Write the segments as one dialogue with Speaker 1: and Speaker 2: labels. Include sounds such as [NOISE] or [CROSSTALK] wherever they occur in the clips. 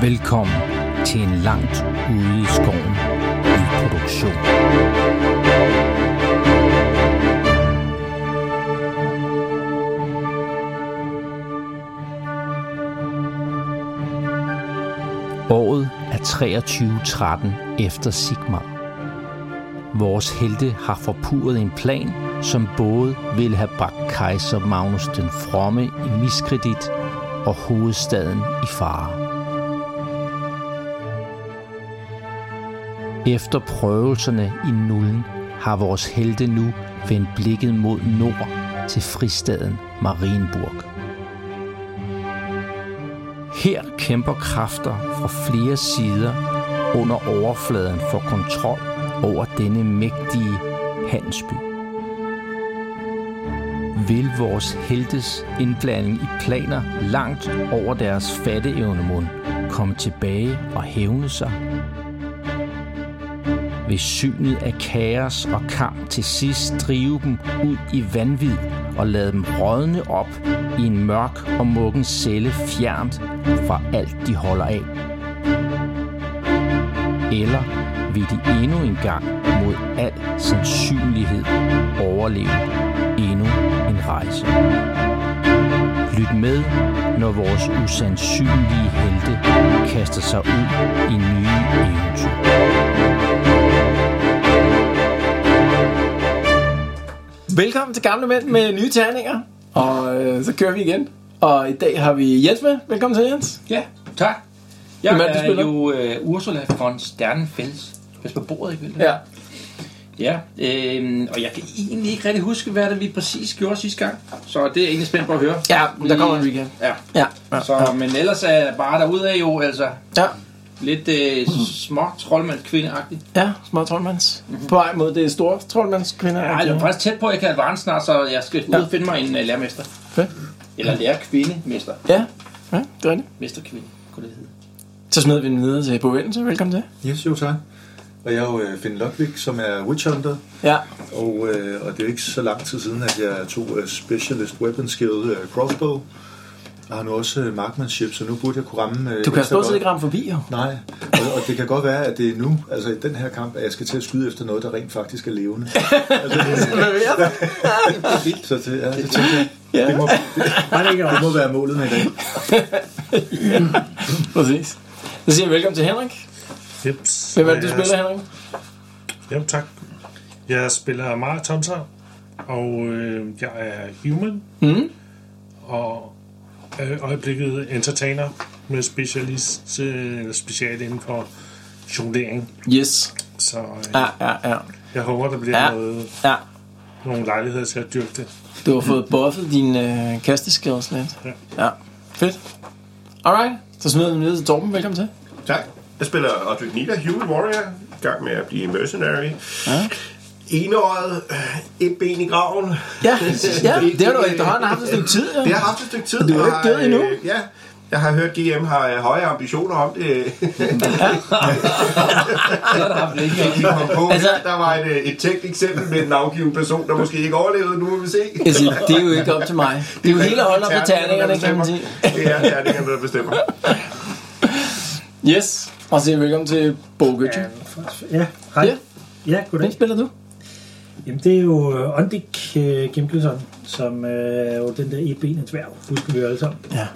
Speaker 1: Velkommen til en langt ude i skoven i produktion. Året er 2313 efter Sigmar. Vores helte har forpurret en plan, som både ville have bragt kejser Magnus den Fromme i miskredit og hovedstaden i fare. Efter prøvelserne i nullen har vores helte nu vendt blikket mod nord til fristaden Marienburg. Her kæmper kræfter fra flere sider under overfladen for kontrol over denne mægtige handelsby. Vil vores heltes indblanding i planer langt over deres fatteevne mund komme tilbage og hævne sig? vil synet af kaos og kamp til sidst drive dem ud i vanvid og lade dem rådne op i en mørk og mukken celle fjernt fra alt, de holder af. Eller vil de endnu en gang mod al sandsynlighed overleve endnu en rejse. Lyt med, når vores usandsynlige helte kaster sig ud i nye eventyr.
Speaker 2: Velkommen til Gamle Mænd med nye terninger. Og øh, så kører vi igen. Og i dag har vi Jens med. Velkommen til Jens.
Speaker 3: Ja, tak.
Speaker 2: Hvem
Speaker 3: Jeg
Speaker 2: er det, du
Speaker 3: er,
Speaker 2: spiller?
Speaker 3: jo øh, Ursula von Sternfels. Pas på bordet, ikke vel?
Speaker 2: Ja.
Speaker 3: ja øh, og jeg kan egentlig ikke rigtig huske, hvad det vi præcis gjorde sidste gang. Så det er jeg egentlig spændt på at høre.
Speaker 2: Ja, men der kommer en weekend.
Speaker 3: Ja.
Speaker 2: Ja.
Speaker 3: Så, men ellers er jeg bare derudad jo, altså
Speaker 2: Ja.
Speaker 3: lidt øh, små troldmandskvindeagtigt.
Speaker 2: Ja, små troldmands. På vej mod det store troldmandskvinde.
Speaker 3: Nej, jeg er faktisk tæt på, at jeg kan advance snart, så jeg skal ud og finde mig en øh, lærermester.
Speaker 2: Fedt.
Speaker 3: Eller lærerkvindemester.
Speaker 2: Ja. Ja, det er rigtigt.
Speaker 3: Mesterkvinde, kunne det hedde.
Speaker 2: Så smider vi den videre til Boven, så velkommen til.
Speaker 4: Yes, jo tak. Og jeg er jo øh, Finn Lodvig, som er witch hunter,
Speaker 2: Ja.
Speaker 4: og, øh, og det er jo ikke så lang tid siden, at jeg tog øh, specialist weapon skill øh, crossbow, og har nu også øh, markmanship, så nu burde jeg kunne ramme... Øh,
Speaker 2: Du kan
Speaker 4: ekstra
Speaker 2: stort set
Speaker 4: godt.
Speaker 2: ikke ramme forbi, jo.
Speaker 4: Nej, og, og det kan godt være, at det er nu, altså i den her kamp, at jeg skal til at skyde efter noget, der rent faktisk er
Speaker 2: [LAUGHS]
Speaker 4: levende. Altså, Så det, ja, det tænker jeg,
Speaker 2: Ja.
Speaker 4: det, må, det, det må være målet med i dag.
Speaker 2: [LAUGHS] Præcis. Så siger jeg velkommen til Henrik.
Speaker 5: Jeps.
Speaker 2: Hvem er det, du
Speaker 5: Jeg
Speaker 2: spiller, Henrik?
Speaker 5: Jamen tak. Jeg spiller Mara Thompson, og øh, jeg er human,
Speaker 2: Mhm.
Speaker 5: og er i øjeblikket entertainer med specialist, øh, eller special inden for jonglering.
Speaker 2: Yes.
Speaker 5: Så øh,
Speaker 2: Ja, ja, ja.
Speaker 5: jeg håber, der bliver
Speaker 2: Ja.
Speaker 5: ja. noget,
Speaker 2: Ja.
Speaker 5: nogle lejligheder til at dyrke det.
Speaker 2: Du har fået buffet din øh, kasteskills lidt.
Speaker 5: Ja.
Speaker 2: Ja. Fedt. Alright. Så smider vi den videre til Torben. Velkommen til.
Speaker 6: Tak. Jeg spiller Audrey Nita, Human Warrior, i gang med at blive mercenary.
Speaker 2: Ja.
Speaker 6: Enåret, et ben i graven.
Speaker 2: Ja, ja det har du efterhånden haft et stykke tid. jo.
Speaker 6: Det har haft et stykke tid.
Speaker 2: du er jo
Speaker 6: og
Speaker 2: ikke
Speaker 6: har,
Speaker 2: død endnu.
Speaker 6: øh, Ja, jeg har hørt, GM har øh, høje ambitioner om [LAUGHS] det.
Speaker 3: Så er der haft længe.
Speaker 6: De kom på.
Speaker 2: Altså-
Speaker 6: Altså, der var et, øh, et tænkt eksempel med en navngiven person, der måske ikke overlevede. Nu må vi se.
Speaker 2: Jeg siger, det er jo ikke op til mig. Det er jo hele holdet op til terningerne, kan man sige.
Speaker 6: Det er terningerne, der bestemmer.
Speaker 2: Yes. Og så siger jeg velkommen til Bo Gøtje.
Speaker 7: Ja,
Speaker 2: Ja.
Speaker 7: hej. Ja, ja
Speaker 2: Hvem
Speaker 7: goddag.
Speaker 2: spiller du?
Speaker 7: Jamen, det er jo øh, Ondik uh, Gimbelsson, som øh, er jo den der e-benet dværg, husker vi jo alle sammen.
Speaker 2: Ja.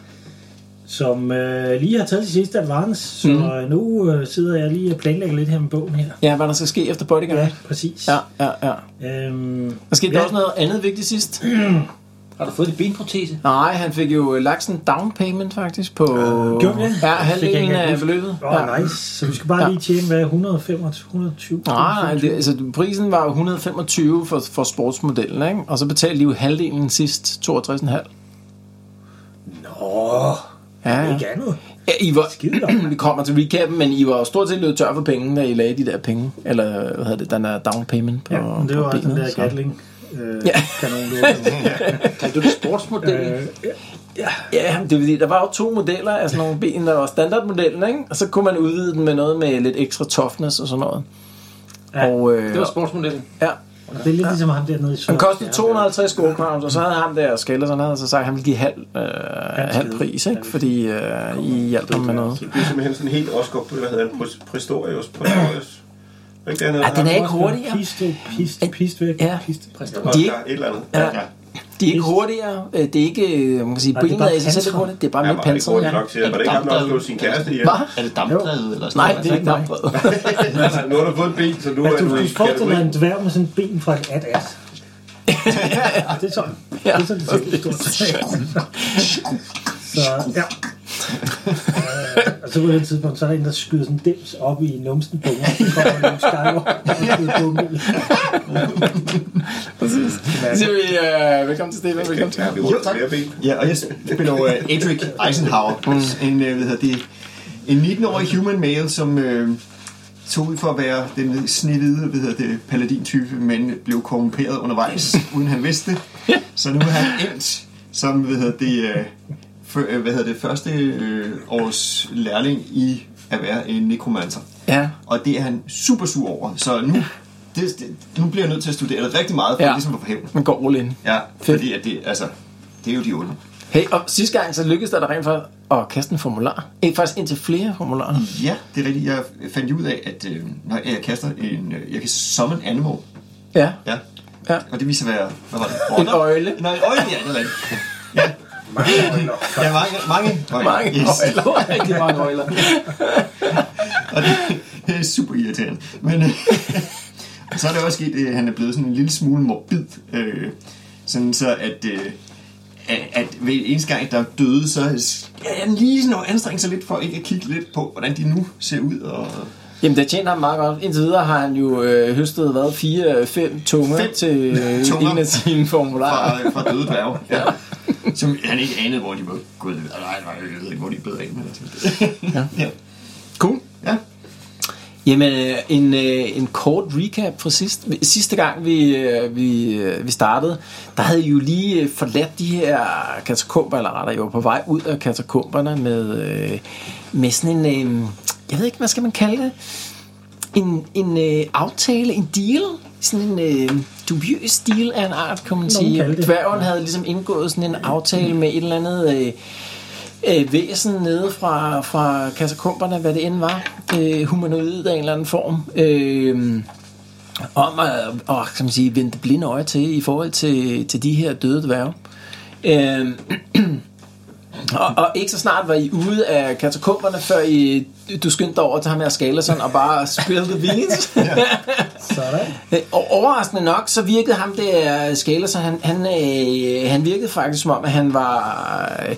Speaker 7: Som øh, lige har taget til sidste advance, så
Speaker 2: Mhm.
Speaker 7: mm. nu øh, sidder jeg lige og planlægger lidt her med bogen her.
Speaker 2: Ja, hvad der skal ske efter bodyguard. Ja,
Speaker 7: Præcis.
Speaker 2: ja, ja. ja.
Speaker 7: Øhm,
Speaker 2: Der skete ja.
Speaker 7: Ja.
Speaker 2: også noget andet vigtigt sidst.
Speaker 3: Har du fået din benprotese?
Speaker 2: Nej, han fik jo øh, lagt sådan en down payment faktisk på...
Speaker 7: gjorde han det?
Speaker 2: Ja,
Speaker 7: Fik jeg
Speaker 2: halvdelen
Speaker 7: ikke
Speaker 2: af
Speaker 7: rigtig-
Speaker 2: beløbet.
Speaker 7: åh,
Speaker 2: Ja.
Speaker 7: oh, nice. Så vi skal bare
Speaker 2: Ja.
Speaker 7: lige tjene, hvad, 125, 120?
Speaker 2: Nej, nej, det, altså prisen var jo 125 for, for sportsmodellen, ikke? Og så betalte de jo halvdelen sidst, 62,5.
Speaker 7: Åh,
Speaker 2: Ja, ja.
Speaker 7: ikke andet.
Speaker 2: ja I
Speaker 7: Skide
Speaker 2: var, [CLEARS THROAT]
Speaker 7: nok.
Speaker 2: vi kommer til recappen, men I var jo stort set løbet tør for penge, da I lagde de der penge. Eller, hvad hedder det, den der down payment på,
Speaker 7: Ja, men det
Speaker 2: på
Speaker 7: var også den
Speaker 2: benet,
Speaker 7: der
Speaker 2: så.
Speaker 7: Gatling. Øh,
Speaker 2: Ja.
Speaker 7: ja. Kanon,
Speaker 2: [LAUGHS]
Speaker 7: det var.
Speaker 3: Kaldte du det sportsmodellen?
Speaker 7: Øh,
Speaker 2: Ja, det er fordi, der var jo to modeller af sådan nogle ben, der var standardmodellen, ikke? Og så kunne man udvide den med noget med lidt ekstra toughness og sådan noget.
Speaker 7: Ja,
Speaker 2: og, øh,
Speaker 3: Det var sportsmodellen.
Speaker 2: ja,
Speaker 7: Og det er lidt ligesom ham dernede i
Speaker 2: Han
Speaker 7: Sydafrika.
Speaker 2: kostede 250 gold crowns, og så havde ham der skældet, så han havde så sagt, at han ville give halv, øh, halv pris, ikke? fordi øh, I hjalp ham med noget.
Speaker 6: Så det bliver simpelthen sådan helt Oscar, hvad hedder han, Pres- Prestorius, Prestorius. Var ikke det, han hedder?
Speaker 2: Ej, den er ikke hurtigere.
Speaker 7: Piste, piste, piste væk.
Speaker 2: Ja.
Speaker 7: Piste, præster.
Speaker 6: Oscar,
Speaker 2: de er ikke-
Speaker 6: Et eller andet.
Speaker 2: Ja.
Speaker 6: Ja, ja.
Speaker 2: De er ikke hurtigere. Øh, Det er ikke, øh, man kan sige,
Speaker 7: Nej,
Speaker 2: på
Speaker 7: det er
Speaker 2: en måde
Speaker 7: bare
Speaker 2: i sig selv
Speaker 7: pansret.
Speaker 2: hurtigt. Det er bare
Speaker 6: Han
Speaker 2: mere
Speaker 6: var ikke hurtig
Speaker 2: pansret.
Speaker 6: nok til, at var det ikke ham, der slog sin kæreste ihjel?
Speaker 2: Hvad?
Speaker 8: Er det dampdrevet eller sådan
Speaker 2: Nej,
Speaker 8: noget?
Speaker 2: det er ikke
Speaker 8: Altså,
Speaker 2: dig. [LAUGHS]
Speaker 6: Altså, nu har du fået et ben, så nu er
Speaker 7: Men du
Speaker 6: du i
Speaker 7: skulle forestille dig
Speaker 6: kategori.
Speaker 7: en dværg med sådan en ben fra et at-at. det er sådan. Det er sådan, det ser ud stort set. Så, ja. Øh, og så på det tidspunkt, så er der en, der skyder sådan en dims op i numsen på mig. Så kommer nogle skarver og skyder på mig.
Speaker 2: Så siger vi, øh, velkommen til Stefan, velkommen til.
Speaker 6: Ja, vi ruller flere ben.
Speaker 8: Ja, og jeg spiller jo uh, Adric Eisenhower, [LAUGHS] en, uh, hvad hedder det, en 19-årig human male, som uh, tog ud for at være den snehvide, hvad hedder det, paladin-type, men blev korrumperet [LAUGHS] undervejs, uden han vidste det. Så nu er han endt som, hvad hedder det, uh, for, uh, hvad hedder det første uh, års lærling i at være en nekromancer.
Speaker 2: Ja.
Speaker 8: Og det er han super sur over, så nu, det, det, nu bliver jeg nødt til at studere det rigtig meget, for
Speaker 2: Ja.
Speaker 8: ja. ligesom at få hævn.
Speaker 2: Man går all in.
Speaker 8: Ja, fordi at det, altså, det er jo de onde.
Speaker 2: Hey, og sidste gang så lykkedes der rigtig for at kaste en formular. Eh, faktisk indtil flere formularer.
Speaker 8: Ja, det er rigtigt. Jeg fandt jo ud af, at øh, når jeg kaster en... Øh, jeg kan summon animal.
Speaker 2: Ja.
Speaker 8: Ja.
Speaker 2: Ja.
Speaker 8: Og det viser at være... Hvad var det?
Speaker 2: En øjle.
Speaker 8: Nej, en øjle, ja, det er rigtigt. Ja. Mange Ja, mange, mange, øjler.
Speaker 2: Mange
Speaker 8: yes.
Speaker 2: øjler. Rigtig mange øjler.
Speaker 8: Og det, det er super irriterende. Men øh, så er der også sket, at han er blevet sådan en lille smule morbid. Øh, sådan så, at, øh, at, at ved eneste gang, der døde, så skal han lige sådan at anstrenge sig lidt for ikke at kigge lidt på, hvordan de nu ser ud. Og,
Speaker 2: Jamen, det tjener ham meget godt. Indtil videre har han jo øh, høstet, hvad, fire, fem tunger
Speaker 8: Fem
Speaker 2: til øh,
Speaker 8: tunger.
Speaker 2: en af sine formularer.
Speaker 8: fra, fra døde [LAUGHS] dværge. Ja. Som han ikke anede, hvor de var gået. Nej, nej, jeg ved ikke, hvor de blev af med. Ja. ja.
Speaker 2: Cool.
Speaker 8: ja.
Speaker 2: Jamen, øh, en, øh, en kort recap fra sidst. sidste gang, vi, øh, vi, øh, vi startede, der havde I jo lige øh, forladt de her katakomber, eller rettere, I var på vej ud af katakomberne med, øh, med sådan en, øh, jeg ved ikke, hvad skal man kalde det? En, en øh, aftale, en deal, sådan en øh, dubiøs deal af en art, kan man sige.
Speaker 7: kalde det.
Speaker 2: Dværgen havde ligesom indgået sådan en aftale med et eller andet... Øh, øh, væsen nede fra, fra katakomberne, hvad det end var, øh, humanoid af en eller anden form, øh, om at og, kan man sige, vende det blinde øje til i forhold til, til de her døde dværge. Øh, [CLEARS THROAT] og, og ikke så snart var I ude af katakomberne, før I, du skyndte dig over til ham her Skalerson og bare spillede the beans.
Speaker 7: Sådan.
Speaker 2: Øh, Og overraskende nok, så virkede ham der Skaler, så han, han, øh, han virkede faktisk som om, at han var øh,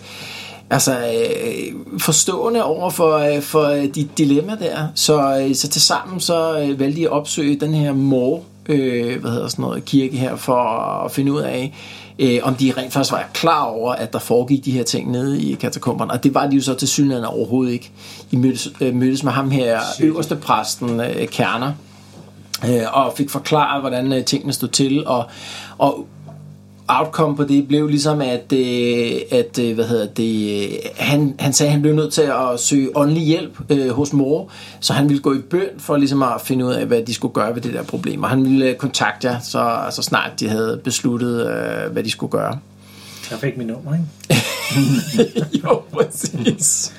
Speaker 2: altså, øh, forstående over for, øh, for øh, dit dilemma der. Så, øh, så til sammen så øh, valgte de at opsøge den her mor, øh, hvad hedder sådan noget, kirke her, for at finde ud af, øh, om de rent faktisk var klar over, at der foregik de her ting nede i katakomberne. Og det var de jo så til synligheden overhovedet ikke. I mødtes, øh, mødtes med ham her, øverste præsten, øh, Kerner øh, og fik forklaret, hvordan øh, tingene stod til, og, og outcome på det blev ligesom, at, øh, at øh, hvad hedder det, øh, han, han sagde, at han blev nødt til at søge åndelig hjælp øh, hos mor, så han ville gå i bøn for ligesom at finde ud af, hvad de skulle gøre ved det der problem, og han ville øh, kontakte jer, så, så snart de havde besluttet, øh, hvad de skulle gøre.
Speaker 7: Jeg fik mit nummer, ikke?
Speaker 2: [LAUGHS] jo, præcis.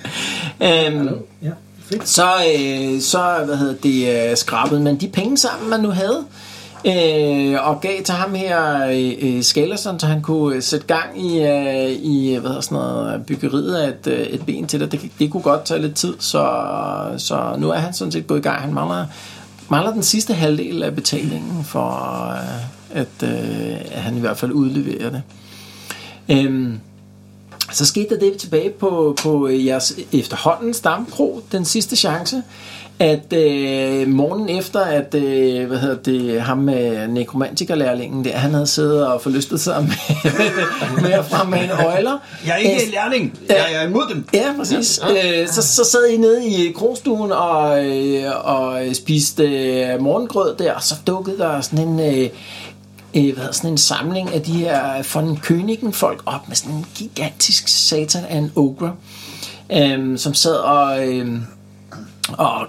Speaker 2: Øhm,
Speaker 7: Ja, fedt.
Speaker 2: så, øh, så hvad hedder det, øh, skrabede man de penge sammen, man nu havde, øh, og gav til ham her øh, Skalerson, så han kunne øh, sætte gang i, øh, i hvad hedder sådan noget, byggeriet af et, øh, et ben til dig. Det, kan- det kunne godt tage lidt tid, så, så nu er han sådan set gået i gang. Han mangler, mangler den sidste halvdel af betalingen for, øh, at, øh, at han i hvert fald udleverer det. Øhm, så skete der det tilbage på, på øh, jeres efterhånden stamkro, den sidste chance, at øh, morgenen efter, at øh, hvad hedder det, ham med øh, nekromantikerlærlingen der, han havde siddet og forlystet sig med, [LAUGHS] med at Øh, fremmane øjler.
Speaker 8: Jeg er ikke en lærling. Jeg er imod dem.
Speaker 2: Ja, præcis. Ja. Øh, så, så sad I nede i krogstuen og, øh, og øh, spiste øh, morgengrød der, og så dukkede der sådan en... Øh, øh, hvad hedder, sådan en samling af de her von Königen folk op med sådan en gigantisk satan øhm, af en ogre, øh, som sad og, øh, og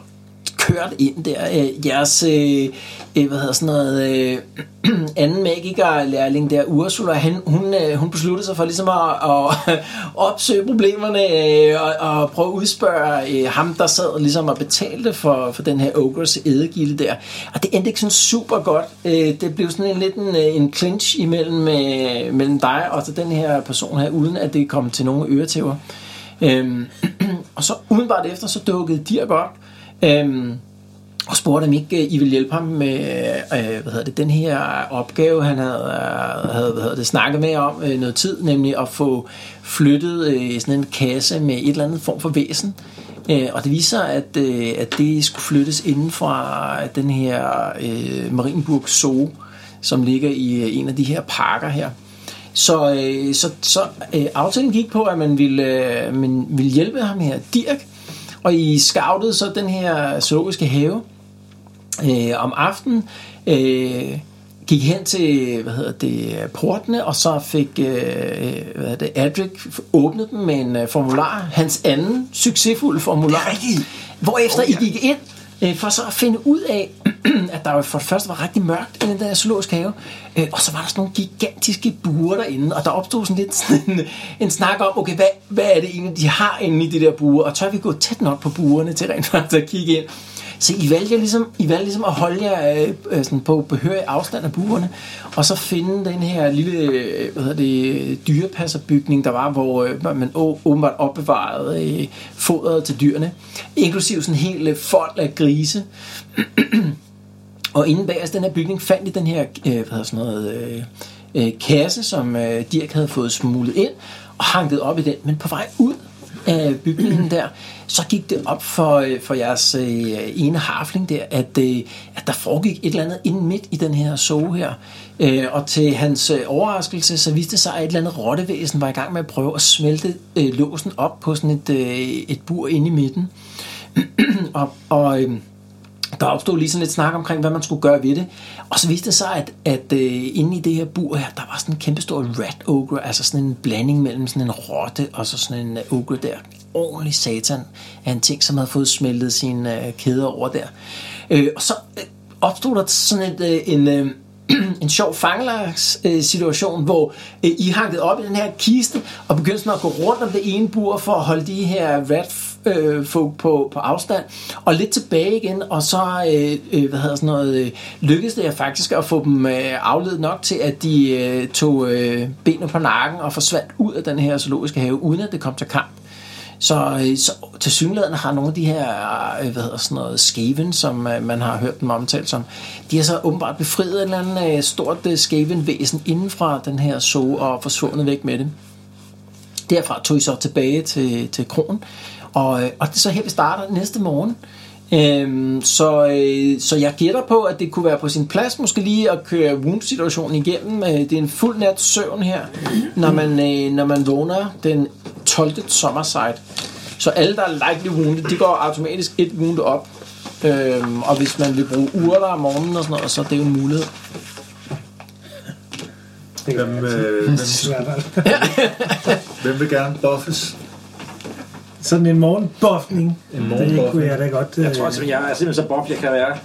Speaker 2: kørt ind der. Øh, jeres, øh, øh, hvad hedder sådan noget, øh, [CLEARS THROAT] anden magiker-lærling der, Ursula, han, hun, øh, hun besluttede sig for ligesom at, at [LAUGHS] opsøge problemerne øh, og, og prøve at udspørge øh, ham, der sad ligesom og betalte for, for den her ogres eddegilde der. Og det endte ikke sådan super godt. Øh, det blev sådan en lidt en, øh, en clinch imellem øh, mellem dig og så den her person her, uden at det kom til nogen øretæver. Øhm, [CLEARS THROAT] og så umiddelbart efter, så dukkede Dirk op øhm, og spurgte, om ikke øh, I ville hjælpe ham med øh, hvad hedder det, den her opgave, han havde, øh, havde hvad hedder det, snakket med jer om øh, noget tid, nemlig at få flyttet øh, sådan en kasse med et eller andet form for væsen. Øh, og det viser sig, at, øh, at det skulle flyttes inden fra den her øh, Marienburg Zoo, som ligger i øh, en af de her parker her. Så, øh, så, så øh, aftalen gik på, at man ville, øh, man ville hjælpe ham her, Dirk, og I scoutede så den her zoologiske have øh, om aftenen, øh, gik hen til hvad hedder det, portene, og så fik øh, hvad hedder det, Adric åbnet dem med en øh, formular, hans anden succesfulde formular, hvorefter oh, ja. I gik ind øh, for så at finde ud af, [CLEARS THROAT] at der jo for det første var rigtig mørkt i den der zoologiske have, øh, og så var der sådan nogle gigantiske buer derinde, og der opstod sådan lidt sådan en, en snak om, okay, hvad, hvad er det egentlig, de har inde i de der buer, og tør vi gå tæt nok på buerne til rent faktisk at kigge ind? Så I valgte, ligesom, I valgte ligesom at holde jer øh, øh, sådan på behørig afstand af buerne, og så finde den her lille øh, hvad hedder det, dyrepasserbygning, der var, hvor øh, man å, åbenbart opbevarede øh, fodret til dyrene, inklusiv sådan en hel øh, fold af grise. og inde bag os den her bygning fandt I den her øh, hvad hedder sådan noget, øh, øh, kasse, som øh, Dirk havde fået smuglet ind og hanket op i den, men på vej ud af bygningen der, så gik det op for, øh, for jeres øh, ene harfling der, at, øh, at der foregik et eller andet inde midt i den her zoo her. Øh, og til hans øh, overraskelse, så viste det sig, at et eller andet rottevæsen var i gang med at prøve at smelte øh, låsen op på sådan et, øh, et bur inde i midten. [CLEARS THROAT] og og øh, der opstod lige sådan lidt snak omkring, hvad man skulle gøre ved det. Og så viste det sig, at, at øh, inde i det her bur her, der var sådan en kæmpe stor rat ogre, altså sådan en blanding mellem sådan en rotte og så sådan en øh, ogre der. Ordentlig satan af en ting, som havde fået smeltet sine øh, kæder over der. Øh, og så øh, opstod der sådan et, øh, en... Øh, [CLEARS THROAT] en sjov fangelagssituation, hvor øh, I hankede op i den her kiste og begyndte sådan at gå rundt om det ene bur for at holde de her rat øh, folk på, på afstand, og lidt tilbage igen, og så øh, øh, hvad hedder sådan noget, øh, lykkedes det jeg faktisk at få dem øh, afledt nok til, at de øh, tog øh, benene på nakken og forsvandt ud af den her zoologiske have, uden at det kom til kamp. Så, øh, så til synligheden har nogle af de her, øh, hvad hedder sådan noget, skæven, som øh, man har hørt dem omtalt som, de har så åbenbart befriet et eller andet øh, stort øh, skævenvæsen inden fra den her zoo og forsvundet væk med det. Derfra tog I så tilbage til, til kronen, og, øh, og det er så her, vi starter næste morgen. Øhm, så, øh, så jeg gætter på, at det kunne være på sin plads måske lige at køre wound-situationen igennem. Øh, det er en fuld nat søvn her, når man, øh, når man vågner den 12. sommerside. Så alle, der er lightly wounded, de går automatisk et wound op. Øhm, og hvis man vil bruge urter om morgenen og sådan noget, så er det jo en mulighed.
Speaker 7: Det
Speaker 4: Hvem, øh, hvem,
Speaker 2: [LAUGHS]
Speaker 4: hvem vil gerne buffes?
Speaker 7: Sådan en morgenbuffning.
Speaker 4: En
Speaker 7: Det kunne
Speaker 4: morgenbuffet.
Speaker 7: jeg da godt... øh,
Speaker 3: Jeg tror altså, jeg er simpelthen så bob, jeg kan være.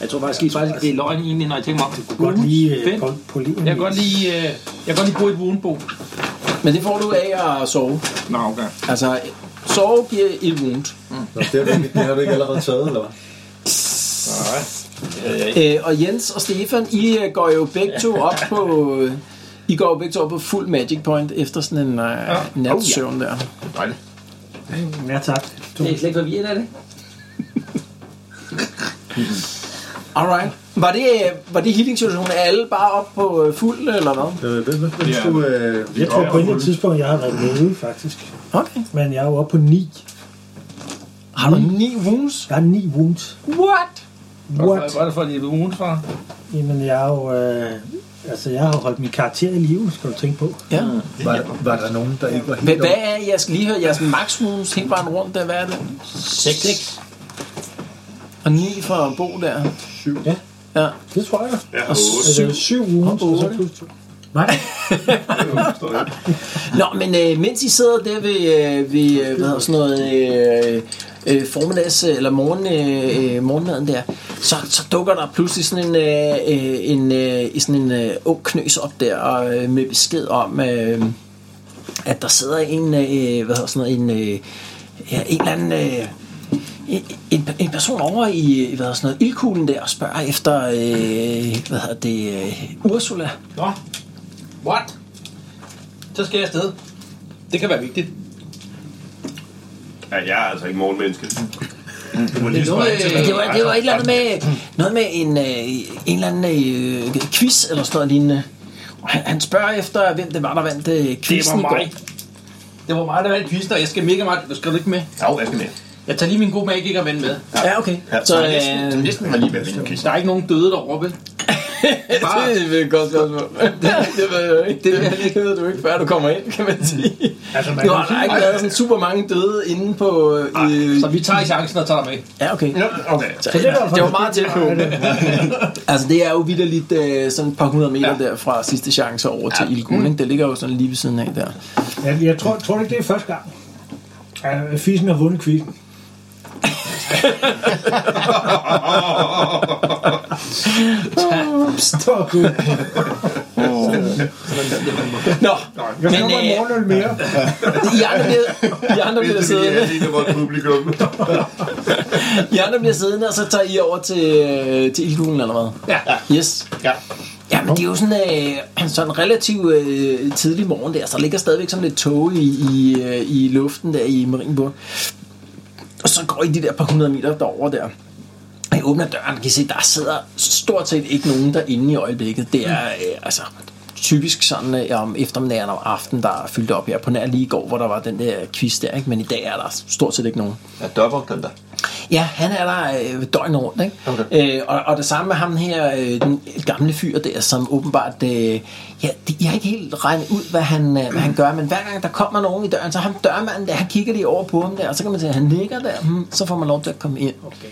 Speaker 3: Jeg tror faktisk, jeg faktisk det er løgn egentlig, når jeg tænker mig om det.
Speaker 7: kunne godt lige øh,
Speaker 3: Fedt.
Speaker 7: på, på livet.
Speaker 3: Jeg kan godt lige, øh, jeg kan godt lige bo i et vognbo.
Speaker 2: Men det får du af at sove.
Speaker 3: Nå, okay.
Speaker 2: Altså, sove giver et wound.
Speaker 4: Nå, det har, du, ikke- det har du ikke allerede taget, eller hvad?
Speaker 3: Nej.
Speaker 2: Øh, og Jens og Stefan, I øh, går jo begge to op på... Øh, I går jo begge to op på fuld magic point efter sådan en øh, ja. natsøvn der.
Speaker 6: Dejligt.
Speaker 7: Ja, tak. Du,
Speaker 3: Det er slet ikke forvirret af det.
Speaker 2: [LAUGHS] Alright. Var det, øh, var det healing-situationen? Er alle bare op på øh, fuld, eller hvad?
Speaker 4: Øh, hvem, hvem, hvem
Speaker 6: Ja.
Speaker 4: skulle... Øh,
Speaker 7: jeg tror på et eller andet tidspunkt, jeg har været nede, faktisk.
Speaker 2: Okay.
Speaker 7: Men jeg er jo oppe på 9.
Speaker 2: Har du ni wounds?
Speaker 7: Jeg har 9 wounds.
Speaker 2: What?
Speaker 7: What?
Speaker 3: Hvor er det for, at det er ugen fra?
Speaker 7: Jamen, jeg er jo... Øh, altså, jeg har jo holdt min karakter i live, skal du tænke på.
Speaker 2: Ja.
Speaker 4: var, var der nogen, der ikke var
Speaker 2: Hvad,
Speaker 4: helt
Speaker 2: hvad er, jeg skal lige høre jeres max wounds helt bare rundt der, hvad er det?
Speaker 3: Seks.
Speaker 2: Og ni for Bo der.
Speaker 7: Ja,
Speaker 2: Ja.
Speaker 7: det tror jeg.
Speaker 6: Jeg har
Speaker 2: Og
Speaker 6: otte.
Speaker 7: Altså,
Speaker 2: syv.
Speaker 7: 7 wounds, og så plus 2. Nej,
Speaker 2: Nå, men øh, mens I sidder der ved, øh, ved øh, hvad hedder sådan noget, øh, øh, formiddags- eller morgen, øh, øh, morgenmaden der, så, så dukker der pludselig sådan en, øh, øh, en, øh, sådan en øh, ung knøs op der og, øh, med besked om, øh, at der sidder en, øh, hvad hedder sådan noget, en, øh, ja, en eller anden... Øh, en, en- en person over i øh, hvad hedder sådan noget, ildkuglen der og spørger efter øh, hvad hedder det, øh, Ursula.
Speaker 3: Nå. What? Så skal jeg afsted. Det kan være vigtigt.
Speaker 6: Ja, jeg er altså ikke morgenmenneske.
Speaker 5: Du må lige
Speaker 2: Det var,
Speaker 5: spørge ind til, hvad
Speaker 2: Øh, det
Speaker 5: det
Speaker 2: var,
Speaker 5: drejer
Speaker 2: det var et
Speaker 5: sig
Speaker 2: eller
Speaker 5: om.
Speaker 2: andet med, noget med en, øh, en eller anden øh, quiz eller sådan noget lignende. Og Han, han spørger efter, hvem det var, der vandt øh,
Speaker 3: Det var
Speaker 2: quizzen i går.
Speaker 3: mig. Det var mig, der vandt kvisten, og jeg skal mega meget... Skal du ikke med?
Speaker 9: Jo, jeg skal med.
Speaker 3: Jeg tager lige min gode magiker ven med.
Speaker 2: Ja, okay. Så,
Speaker 9: Så
Speaker 2: øh,
Speaker 9: næsten, øh, næsten var lige ved at vinde
Speaker 3: Der er ikke nogen døde deroppe. vel?
Speaker 2: det er et godt spørgsmål. [LAUGHS] det ved jeg jo ikke. Det ved du ikke, før du kommer ind, kan man sige.
Speaker 5: Altså, man
Speaker 2: Nu
Speaker 5: kan
Speaker 2: har der ikke været sådan super mange døde inde på... Øh,
Speaker 3: Så vi tager chancen og tager dig med.
Speaker 2: ja, okay.
Speaker 9: Okay.
Speaker 2: Så, det, var, det var meget tæt på. [LAUGHS] altså, det er jo vidderligt øh, sådan et par hundrede meter ja. der fra sidste chance over til ja. Ilgun. Ikke? Det ligger jo sådan lige ved siden af der.
Speaker 7: jeg, jeg tror, tror du ikke, det er første gang. Ja, Fissen har vundet quizzen. Stop, Gud.
Speaker 2: Nå,
Speaker 7: Jeg
Speaker 2: Men,
Speaker 7: skal have
Speaker 2: øh,
Speaker 7: en morgenøl
Speaker 2: [LAUGHS]
Speaker 7: mere.
Speaker 2: I andre bliver, I andre bliver siddende.
Speaker 6: lige vores publikum.
Speaker 2: I andre bliver siddende, og så tager I over til, øh, til ildhulen eller hvad?
Speaker 3: Ja.
Speaker 2: Yes.
Speaker 9: Ja.
Speaker 2: Ja, men det er jo sådan, øh, sådan relativt øh, tidlig morgen der, så der ligger stadigvæk sådan lidt tåge i, i, øh, i luften der i Marienburg. Og så går I de der par hundrede meter derover der. Og jeg åbner døren, kan I se, der sidder stort set ikke nogen derinde i øjeblikket. Det er øh, altså typisk sådan øh, om eftermiddagen og om aftenen, der er fyldt op her. På nær lige i går, hvor der var den der quiz der, ikke? men i dag er der stort set ikke nogen.
Speaker 9: Jeg dopper den der.
Speaker 2: Ja, han er der øh, døgnet rundt, ikke? Okay. Øh, og, og det samme med ham her, øh, den gamle fyr der, som åbenbart... Øh, ja, de, jeg har ikke helt regnet ud, hvad han, øh, hvad han gør, men hver gang der kommer nogen i døren, så ham dørmanden der, han kigger lige over på ham der, og så kan man se, at han ligger der, hmm, så får man lov til at komme ind. Okay.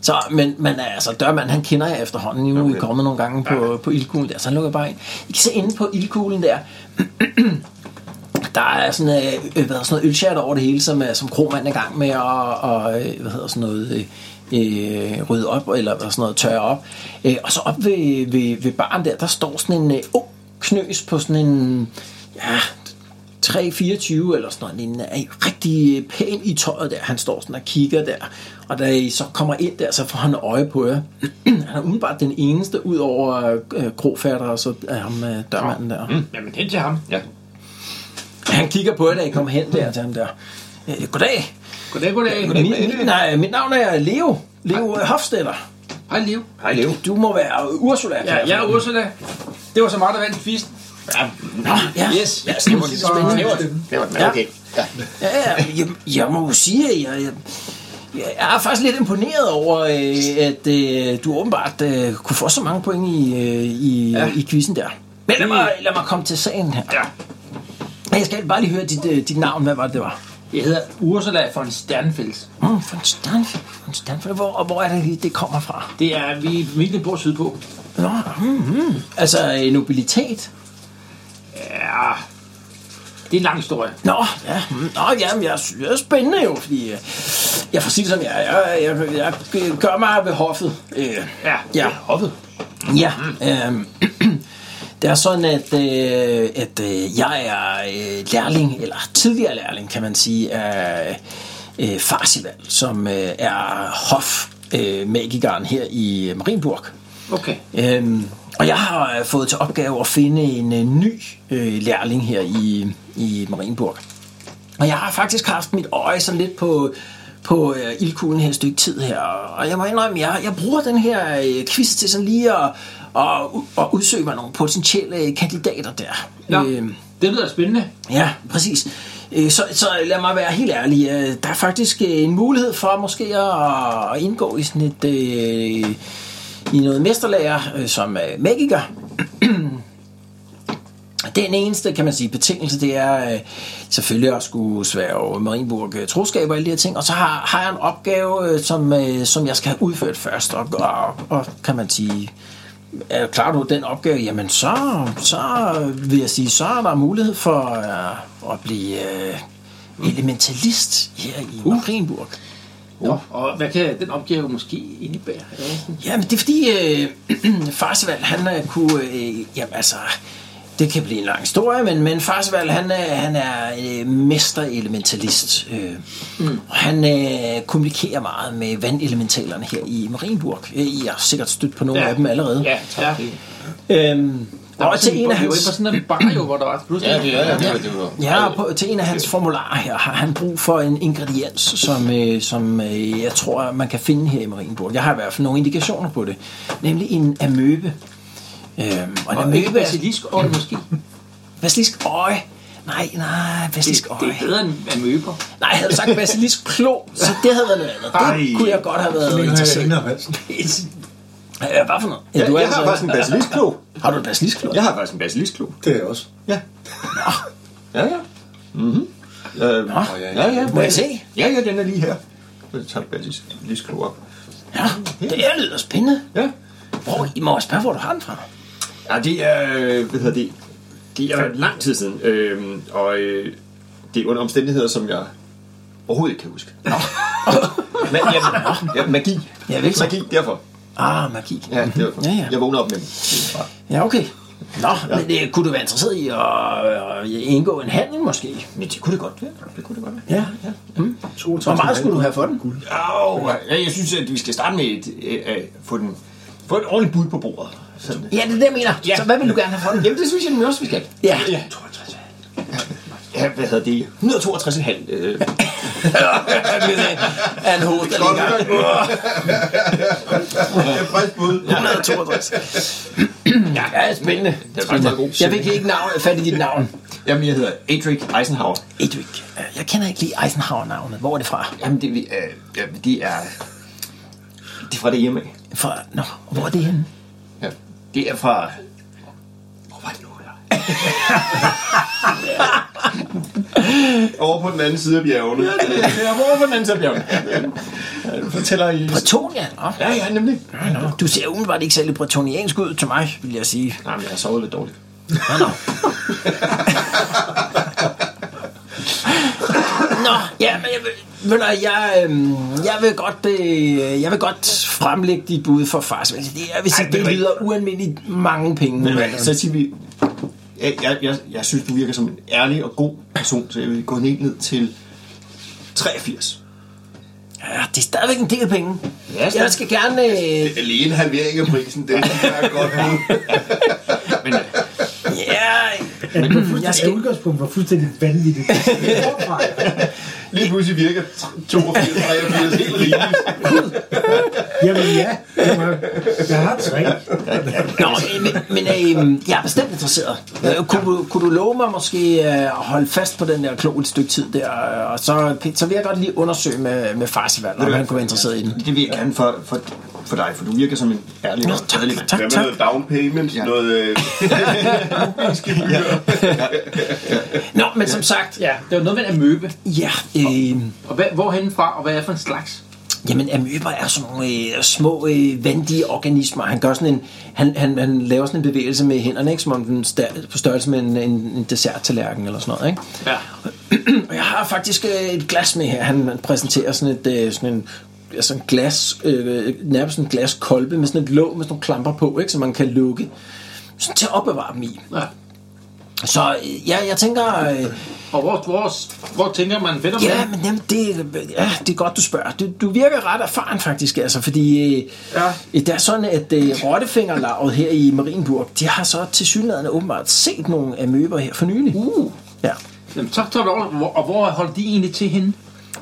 Speaker 2: Så, men, men altså, dørmanden, han kender jeg efterhånden. Nu okay. er I kommet nogle gange på, på ildkuglen der, så han lukker bare ind. I kan se inde på ildkuglen der, der er sådan, øh, øh, hvad hedder sådan noget ølchat over det hele, som, øh, som Kromand er i gang med at og, øh, hvad hedder sådan noget, øh, øh, rydde op, eller hvad sådan noget, tørre op. Øh, og så op ved, ved, ved baren der, der står sådan en øh, ung knøs på sådan en, ja, 3-24 eller sådan noget, en er rigtig øh, pæn i tøjet der. Han står sådan og kigger der, og da I så kommer ind der, så får han øje på jer. [CLEARS THROAT] han er umiddelbart den eneste, ud over øh, Krofatter og så øh, ham øh, dørmanden der. Mm.
Speaker 3: Jamen hen til ham.
Speaker 9: Ja.
Speaker 2: Han kigger på jer, da I kommer hen der til ham der. Øh, goddag. Øh,
Speaker 3: Goddag, goddag.
Speaker 2: Min, mit, nej, mit navn er Leo. Leo
Speaker 3: Ah.
Speaker 2: øh, Hofstetter.
Speaker 3: Hej, Liv.
Speaker 9: Hej, Leo.
Speaker 2: Du må være Ursula.
Speaker 3: Ja, jeg er Ursula. Det var så meget, der vandt kvisten.
Speaker 2: Nå, ja.
Speaker 3: Yes.
Speaker 2: Ja, det var lidt spændende.
Speaker 9: Det var den. Okay. Ja.
Speaker 2: Ja, ja, jeg, jeg må jo sige, at jeg, jeg, jeg er faktisk lidt imponeret over, øh, at øh, du åbenbart øh, kunne få så mange point i, øh, i, ja. i quizzen der. Men lad mig, lad mig komme til sagen her.
Speaker 3: Ja.
Speaker 2: Jeg skal bare lige høre dit, øh, dit navn. Hvad var det, det var?
Speaker 3: Jeg hedder Ursula von Sternfels.
Speaker 2: Mm, von Stanford. Von Stanford. Hvor, og hvor er det, lige, det kommer fra?
Speaker 3: Det er, vi virkelig bor sydpå.
Speaker 2: Nå, mm-hmm. altså øh, nobilitet.
Speaker 3: Ja, det er en lang historie.
Speaker 2: Nå, ja, mm, nå, jamen, jeg, sy- jeg er spændende jo, fordi øh, jeg får sige det som jeg, jeg, jeg, jeg, jeg gør mig ved hoffet. Øh,
Speaker 3: Ja,
Speaker 2: ja,
Speaker 3: hoppet.
Speaker 2: ja. Øh, [CLEARS THROAT] det er sådan, at, øh, at øh, jeg er øh, lærling, eller tidligere lærling, kan man sige, af øh, Farsival, som øh, er hofmagikeren her i øh, Marienburg.
Speaker 3: Okay.
Speaker 2: Øhm, og jeg har øh, fået til opgave at finde en øh, ny øh, lærling her i, i Marienburg. Og jeg har faktisk haft mit øje sådan lidt på, på øh, ildkuglen her et stykke tid her. Og jeg må indrømme, jeg, jeg bruger den her øh, quiz til sådan lige at, at, at udsøge mig nogle potentielle øh, kandidater der.
Speaker 3: Nå,
Speaker 2: Øhm,
Speaker 3: det lyder spændende.
Speaker 2: Ja, præcis. Øh, Så, så lad mig være helt ærlig. øh, Der er faktisk øh, en mulighed for måske at- at indgå i sådan et... Øh, i noget mesterlærer øh, som øh, magiker. Den eneste, kan man sige, betingelse, det er øh, selvfølgelig at skulle sværge Marienburg øh, troskab og alle de her ting. Og så har, har jeg en opgave, øh, som, øh, som jeg skal have udført først, og, og, og kan man sige, er klarer du den opgave, jamen så, så vil jeg sige, så er der mulighed for øh, at blive øh, elementalist her i uh. Marienburg.
Speaker 3: Nå, og hvad kan den opgave måske indebære? Ja.
Speaker 2: Jamen, det er fordi øh, [CLEARS THROAT] Farsvald, han øh, kunne... Øh, jamen, altså... Det kan blive en lang historie, men, men Farsvald, han er, han er øh, mesterelementalist. Øh, mm. Han øh, kommunikerer meget med vandelementalerne her i Marienburg. Øh, I har sikkert stødt på nogle ja. af dem allerede.
Speaker 3: Ja, tak. Ja.
Speaker 2: Øhm,
Speaker 3: Der var
Speaker 2: og til en af
Speaker 3: Vi var
Speaker 2: hans...
Speaker 3: inde på sådan en bar, jo, hvor der var pludselig...
Speaker 8: Ja, det er ja, det. Er, det er,
Speaker 2: Ja, og på, til en af hans formularer her har han brug for en ingrediens, som, øh, som øh, jeg tror, man kan finde her i Marienburg. Jeg har i hvert fald nogle indikationer på det. Nemlig en amøbe. Øhm, og en
Speaker 3: Og ikke
Speaker 2: amøbe er
Speaker 3: basilisk og måske.
Speaker 2: basilisk øje. Nej, nej, basilisk
Speaker 3: Det, det er
Speaker 2: øje.
Speaker 3: bedre end amøber.
Speaker 2: Nej, jeg havde sagt basilisk klo, så det havde været noget andet. Det
Speaker 9: Ej.
Speaker 2: kunne jeg godt have været interesseret. Ja, hvad for noget? Ja,
Speaker 8: jeg,
Speaker 2: du er
Speaker 8: jeg har
Speaker 2: altså,
Speaker 8: faktisk en basilisklo.
Speaker 2: har du et basilisk klo?
Speaker 8: Jeg har faktisk en basilisklo.
Speaker 4: Det er jeg også.
Speaker 8: Ja, ja. Mhm. Øh, ja, ja.
Speaker 2: Må jeg se?
Speaker 8: Ja, ja, den er lige her. Jeg tager basilisklo op.
Speaker 2: Ja, det er lyder spændende.
Speaker 8: Ja.
Speaker 2: Hvor, I må også spørge, hvor du har den fra.
Speaker 8: Ja, det er, øh, hvad hedder det, det er lang tid siden, øhm, og øh, det er under omstændigheder, som jeg overhovedet ikke kan huske. Men, [LAUGHS] jamen, ja, magi.
Speaker 2: Ja, vel så.
Speaker 8: Magi, derfor.
Speaker 2: Ah, magi.
Speaker 8: Ja, derfor.
Speaker 2: Ja, ja.
Speaker 8: Jeg vågner op med dem.
Speaker 2: Ja, okay. Nå, ja. men det, kunne du være interesseret i at øh, indgå en handel måske?
Speaker 8: Men det kunne det godt være. Det kunne det godt være.
Speaker 2: Ja, ja. Mm. Hvor meget skulle du have for den?
Speaker 8: Au, ja, jeg synes, at vi skal starte med et, øh, øh, få, den, få et ordentligt bud på bordet. Sådan.
Speaker 2: Ja, det er det, jeg mener. Ja. Så hvad vil du gerne have for den?
Speaker 8: Jamen, det synes jeg nemlig også, vi skal.
Speaker 2: Ja. [LAUGHS]
Speaker 8: ja. Ja, hvad hedder det? 162,5. Øh,
Speaker 2: Er en hoved, der ligger.
Speaker 9: Det er frisk bud.
Speaker 2: 162. ja, ja, spændende.
Speaker 8: er faktisk meget god.
Speaker 2: Jeg fik ikke navn, fat i dit navn.
Speaker 8: jamen, jeg hedder Adric Eisenhower.
Speaker 2: Edwig. Jeg kender ikke lige Eisenhower-navnet. Hvor er det fra?
Speaker 8: Jamen, det, vi- øh, jamen, det er... Det er fra det hjemme. af.
Speaker 2: Fra, nå, hvor er det henne?
Speaker 8: Ja. Det er fra... Hvor var det nu? eller?
Speaker 6: Over på den anden side af bjergene. Ja,
Speaker 8: Det er hvor var den anden side af bjergene? Ja, du fortæller i...
Speaker 2: Bretonia? Nå,
Speaker 8: Ja, ja, nemlig.
Speaker 2: nå. Du ser umiddelbart ikke særlig bretoniansk ud til mig, vil jeg sige.
Speaker 8: Nej, men jeg har sovet lidt dårligt.
Speaker 2: Nå, ja, men jeg, vil- ved du, hvad, jeg, øhm, jeg, vil godt, øh, jeg vil godt fremlægge dit bud for fars. men Det, jeg vil sige, det lyder ualmindeligt mange penge.
Speaker 8: Men hvad, så siger vi... Jeg, jeg, jeg, jeg synes, du virker som en ærlig og god person, så jeg vil gå helt ned til 83.
Speaker 2: Ja, det er stadigvæk en del penge.
Speaker 8: Ja,
Speaker 2: Jeg skal gerne... Øh,
Speaker 6: Alene halvering af prisen, det er et godt bud.
Speaker 8: Men, øh,
Speaker 2: ja, jeg
Speaker 7: Jeg skal...
Speaker 2: skal,
Speaker 7: Det udgangspunkt var fuldstændig vanvittigt.
Speaker 6: Lige pludselig virker 82, 83 helt rimeligt.
Speaker 7: Jamen ja, jeg har- jeg har tre.
Speaker 2: nå, øh, men, men øh, jeg er bestemt interesseret. Øh, kunne, du, kunne du love mig måske øh, at holde fast på den der klo et stykke tid der? øh, Og så, så vil jeg godt lige undersøge med, med farsvalg, om han kunne være interesseret i den.
Speaker 8: det vil jeg gerne for, for, for dig, for du virker som en ærlig
Speaker 2: Nå,
Speaker 8: og
Speaker 2: tak,
Speaker 8: redelig mand.
Speaker 2: tak,
Speaker 6: Hvad med
Speaker 2: tak.
Speaker 6: noget down payment?
Speaker 8: Ja.
Speaker 6: Noget, øh,
Speaker 2: Nå, men som sagt,
Speaker 3: Ja, det var noget med en amøbe.
Speaker 2: ja, øh,
Speaker 3: Og hvad, hvorhenne fra, og hvad er for en slags?
Speaker 2: Jamen, amøber er sådan nogle øh, små, øh, vandige organismer. Han, gør sådan en, han, han, han laver sådan en bevægelse med hænderne, ikke? som om den er på størrelse med en, en, en desserttallerken eller sådan noget. Ikke? [CLEARS THROAT]
Speaker 3: Ja.
Speaker 2: Og jeg har faktisk øh, et glas med her. Han han præsenterer sådan et øh, sådan en, altså en glas, øh, nærmest sådan en glaskolbe med sådan et låg med sådan nogle klamper på, ikke? som man kan lukke sådan til at opbevare dem i.
Speaker 3: ja.
Speaker 2: Så øh, ja, jeg tænker... Øh,
Speaker 3: Og hvor, hvor, hvor tænker man finder
Speaker 2: Ja,
Speaker 3: man?
Speaker 2: men jamen, det, ja, det er godt, du spørger. Du, du virker ret erfaren faktisk, altså, fordi øh, ja. det er sådan, at øh, rottefingerlaget her i Marienburg, de har så til synligheden åbenbart set nogle amøber her for nylig. Uh. Ja.
Speaker 3: Jamen, så tager vi over, hvor, og hvor holdt de egentlig til henne?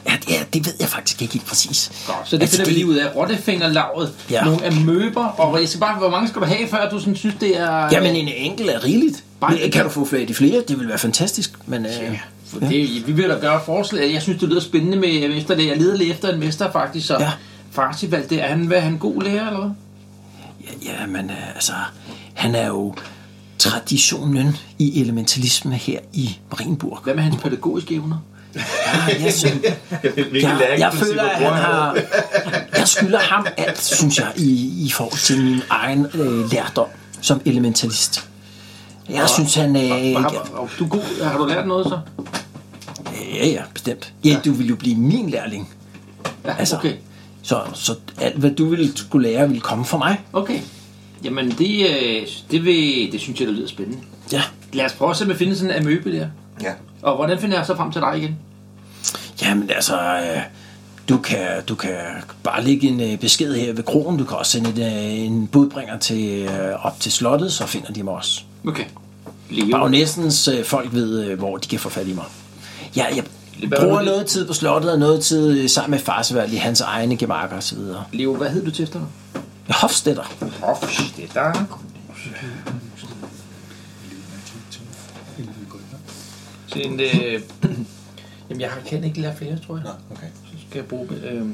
Speaker 2: Ja, det, ja, det ved jeg faktisk ikke helt præcis.
Speaker 3: Så det finder vi lige ud af. Rottefingerlavet,
Speaker 2: Altså, Ja. Mm.
Speaker 3: ja. nogle amøber, og jeg skal bare, hvor mange skal du have, før du sådan, synes, det er...
Speaker 2: Jamen, en enkelt er rigeligt.
Speaker 3: Bare
Speaker 2: Bare,
Speaker 3: en
Speaker 2: kan du
Speaker 3: enkelt.
Speaker 2: få flere, de flere? Det vil være fantastisk. Men, øh,
Speaker 3: Ja.
Speaker 2: ja.
Speaker 3: For det, vi vil da gøre forslag. Jeg synes, det lyder spændende med efter det. Jeg leder lige efter en mester, faktisk. Så
Speaker 2: Ja.
Speaker 3: ja. Farsival, det er han, hvad er han god lærer, eller hvad?
Speaker 2: ja, men øh, altså, han er jo traditionen i elementalisme her i Marienburg.
Speaker 3: Hvad med hans pædagogiske evner?
Speaker 2: Ja, jeg synes,
Speaker 6: hvilket
Speaker 2: Jeg, jeg
Speaker 6: læringsprincipper
Speaker 2: føler, at
Speaker 6: bruger
Speaker 2: han har... Jeg jeg skylder ham alt, synes jeg, i, i forhold til min egen øh, lærdom som elementalist. Jeg synes, han... Øh,
Speaker 3: Har, har, du er god. Har du lært noget så?
Speaker 2: ja, ja, bestemt. Ja, du vil jo blive min lærling.
Speaker 3: Ja,
Speaker 2: Altså,
Speaker 3: okay.
Speaker 2: Så, så alt, hvad du ville skulle lære, ville komme fra mig.
Speaker 3: Okay. Jamen, det, øh, det, vil, det synes jeg, der lyder spændende.
Speaker 2: Ja.
Speaker 3: Lad os prøve at se, om vi finder sådan en amøbe der.
Speaker 9: Ja.
Speaker 3: Og hvordan finder jeg så frem til dig igen?
Speaker 2: Jamen altså, øh, du kan, du kan bare lægge en øh, besked her ved kronen. Du kan også sende et, øh, en budbringer til, øh, op til slottet, så finder de mig også.
Speaker 3: Okay. Leo.
Speaker 2: Bagnæssens øh, folk ved, øh, hvor de kan få fat i mig. Ja, jeg
Speaker 3: bare
Speaker 2: bruger
Speaker 3: roligt.
Speaker 2: noget tid på slottet og noget tid øh, sammen med farsværd i hans egne gemakker osv.
Speaker 3: Leo, hvad hed du til efternavn?
Speaker 2: Hofstetter.
Speaker 3: Hoff, det er der. Sådan, øh, jamen, jeg har- kan ikke lære flere, tror jeg.
Speaker 4: okay.
Speaker 3: Så skal jeg bruge... Øh,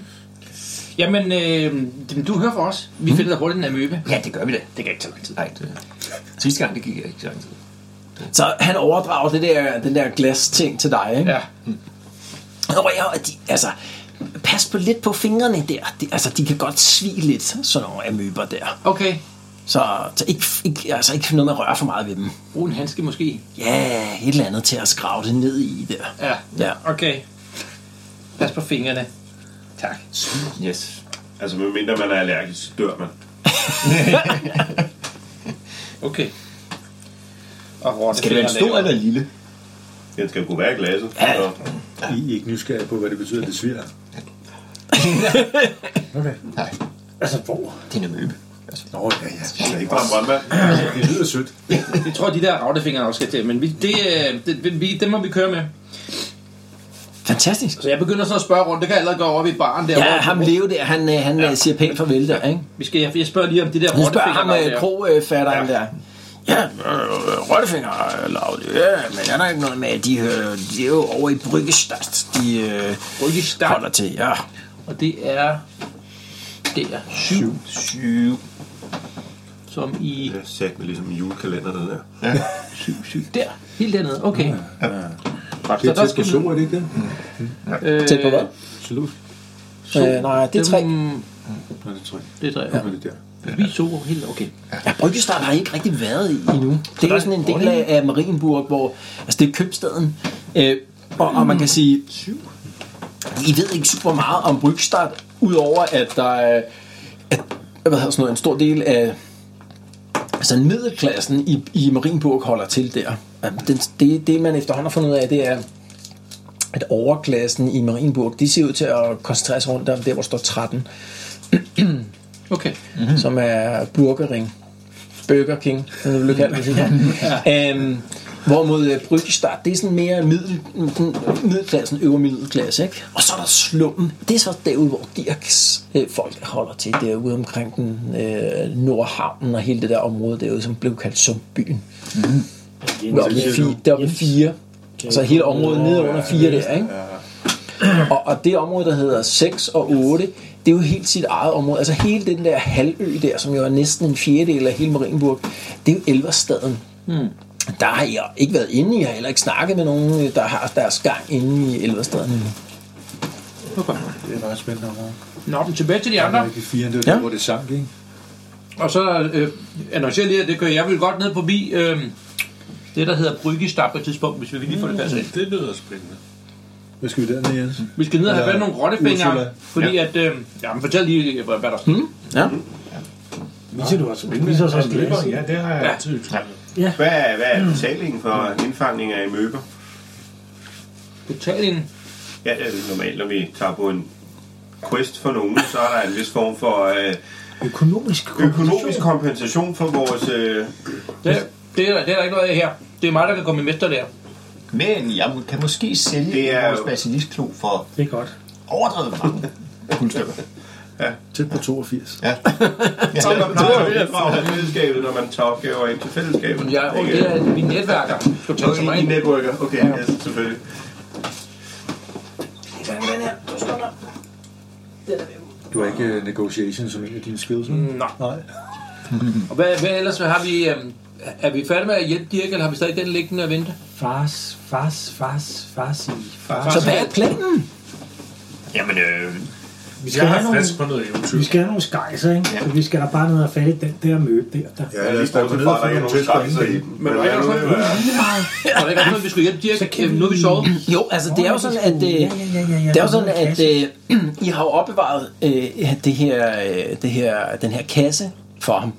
Speaker 3: jamen, øh, jamen, du hører fra os. Vi finder dig hurtigt en amøbe.
Speaker 8: Hmm? Ja, det gør vi da. Det kan ikke tage lang tid. Nej, det... Sidste gang, det gik ikke så lang tid.
Speaker 2: Så han overdrager det der, den der glas-ting til dig, ikke?
Speaker 3: Ja.
Speaker 2: Og jeg, og de, altså, pas på lidt på fingrene der. De, altså, de kan godt svige lidt, sådan nogle amøber der.
Speaker 3: Okay.
Speaker 2: Så, så ikke, ikke, altså, ikke noget med at røre for meget ved dem.
Speaker 3: Brug en handske måske.
Speaker 2: Ja, et eller andet til at skrave det ned i der.
Speaker 3: Ja.
Speaker 2: Ja.
Speaker 3: Okay. Pas på fingrene. Tak.
Speaker 8: Yes.
Speaker 6: Altså, medmindre man er allergisk, så dør man.
Speaker 3: Okay. Og hvor
Speaker 8: Skal det være en stor eller en lille?
Speaker 6: Den skal jo kunne være i glasset.
Speaker 2: Ja.
Speaker 6: Så,
Speaker 4: I er ikke nysgerrige på, hvad det betyder, at det sviger.
Speaker 7: Altså, hvor?
Speaker 8: Det er en møbe.
Speaker 4: Nå, ja, ja. Det er ikke
Speaker 6: Fra
Speaker 4: bare
Speaker 6: Brøndberg.
Speaker 4: Det lyder sødt.
Speaker 3: Jeg tror, de der ravnefingre også skal til, men vi, det, øh, det, vi, det må vi køre med.
Speaker 2: Fantastisk.
Speaker 3: Så jeg begynder så at spørge rundt. Det kan jeg allerede gå over i baren der.
Speaker 2: Ja,
Speaker 3: hvor-
Speaker 2: ham Leo der, han, øh, han ja. siger pænt farvel der, ikke?
Speaker 3: Vi skal, jeg, jeg spørger lige om det der
Speaker 2: Nu spørger
Speaker 3: rottefingre.
Speaker 2: ham øh, krofatteren ja. der. Ja, øh, Rødfinger, Laudi. Ja, men er der ikke noget med, at de, øh, de er jo over i Bryggestad, de øh, holder
Speaker 3: Rygestart.
Speaker 2: til. Ja.
Speaker 3: Og det er... Det er syv. Syv. Som i...
Speaker 6: Det er sat med ligesom en julekalender, det der.
Speaker 3: Syv, syv. Der. Helt dernede. Okay.
Speaker 4: Det er
Speaker 3: Så
Speaker 4: tæt
Speaker 3: der
Speaker 4: på
Speaker 3: skal
Speaker 4: sol, er det ikke det?
Speaker 2: Mm.
Speaker 3: Øh,
Speaker 2: Tæt på hvad?
Speaker 4: Absolut.
Speaker 2: Øh, nej, det er tre.
Speaker 3: Dem-
Speaker 4: Nå, det tror jeg.
Speaker 3: Det er tre,
Speaker 4: Ja. det der.
Speaker 3: ja. Vi så helt okay.
Speaker 2: Ja, Bryggestad har jeg ikke rigtig været i endnu. Det er jo sådan en del af, af Marienburg, hvor altså det er købstaden. Øh, og, og man kan sige, I ved ikke super meget om Bryggestad, udover at der er at, hvad hedder sådan noget, en stor del af altså middelklassen i, i Marienburg holder til der. Ja, Den, det, det, man efterhånden har fundet ud af, det er, at overklassen i Marienburg, de ser ud til at koncentrere sig rundt om der, hvor står 13
Speaker 3: Okay.
Speaker 2: mm-hmm. som er Burgering. Burger King, som det blev kaldt.
Speaker 7: [LAUGHS]
Speaker 2: ja. øhm, hvorimod øh, Brygstad, det er sådan mere middel, den middelklassen, øvre middelklasse. Ikke? Og så er der slummen. Det er så derude, hvor Dirks øh, folk holder til, derude omkring den øh, Nordhavnen og hele det der område derude, som blev kaldt Sumbyen. Mm. Deroppe
Speaker 7: Altså,
Speaker 2: i fi- deroppe i fire. Så hele området nede under fire der, ikke? [CLEARS THROAT] Og, og det område, der hedder 6 og 8, det er jo helt sit eget område. Altså hele den der halvø der, som jo er næsten en fjerdedel af hele Marienburg, det er jo Elverstaden. Hmm. Der har jeg ikke været inde i, jeg har heller ikke snakket med nogen, øh, der har deres gang inde i Elverstaden. endnu.
Speaker 4: Det er meget spændende område.
Speaker 3: Nå, men tilbage til de
Speaker 4: Der er
Speaker 3: andre.
Speaker 4: ikke fire, det er
Speaker 2: Ja.
Speaker 4: der, hvor det er samt, ikke?
Speaker 3: Og så øh, annoncerer jeg lige, at det kører jeg vil godt ned forbi øh, det, der hedder Bryggestap på et tidspunkt, hvis vi lige får det passet ind.
Speaker 5: Det lyder spændende.
Speaker 4: Hvad skal vi dernede, Jens?
Speaker 3: Vi skal ned og have fat i nogle rottefingre,
Speaker 4: Ursula.
Speaker 3: fordi at... Øh, jamen, fortæl lige, hvad hvad der sker.
Speaker 7: Viser du også? Viser os også
Speaker 5: Ja,
Speaker 7: glas?
Speaker 5: Ja, det har jeg
Speaker 3: Ja.
Speaker 5: altid klaret.
Speaker 6: Hvad er, hvad er betalingen for indfangning af møber?
Speaker 3: Betalingen.
Speaker 6: Ja, det er det normalt, når vi tager på en quest for nogen, så er der en vis form for øh,
Speaker 7: Økonomisk
Speaker 6: økonomisk kompensation for vores... Øh,
Speaker 3: Det, det, er, det er der ikke noget af her. Det er mig, der kan komme i mester der.
Speaker 8: Men jeg må- kan måske sælge
Speaker 6: Det
Speaker 8: det
Speaker 6: er
Speaker 8: er vores
Speaker 6: jo-
Speaker 8: basilisklo for
Speaker 7: Det er godt.
Speaker 8: overdrevet mange guldstykker.
Speaker 4: Tæt på 82.
Speaker 8: Ja.
Speaker 6: så er der plejer fra fællesskabet, når man tager opgaver ind til fællesskabet.
Speaker 3: Ja, og det er mine netværker. Skal du tage til mig
Speaker 6: I
Speaker 3: ind?
Speaker 6: netværker. Okay, ja. yes, selvfølgelig.
Speaker 4: Du har ikke øh, negotiation som en af dine skills, mm.
Speaker 3: Nå.
Speaker 4: Nej.
Speaker 3: Og hvad, hvad ellers har vi... Øh, er vi færdige med at hjælpe Dirk, eller har vi stadig den liggende at vente?
Speaker 7: Fars, fars, fars, fars i.
Speaker 2: Så hvad er planen?
Speaker 8: Jamen, øh,
Speaker 5: Vi
Speaker 7: skal
Speaker 5: skal
Speaker 7: have
Speaker 5: have
Speaker 7: nogle-
Speaker 5: frisk på noget eventyr.
Speaker 7: Vi skal have nogle skejser, ikke? Så vi skal have bare ned og fat i den der møde der. der.
Speaker 4: Ja, lad os da gå ned og få nogle tester inden i den.
Speaker 6: Men hvad er det, nu, øh,
Speaker 3: Og det er i hvert fald, vi skulle hjem, Dirk. Øh, Nu er vi sovet.
Speaker 2: Jo, altså det er jo sådan, at...
Speaker 7: ja,
Speaker 2: Øh,
Speaker 7: ja, ja, ja,
Speaker 2: det er jo
Speaker 7: den
Speaker 2: sådan,
Speaker 7: der
Speaker 2: at
Speaker 7: kasse.
Speaker 2: øh, [CLEARS THROAT] I har jo opbevaret øh, det her, øh, det her, den her kasse for ham.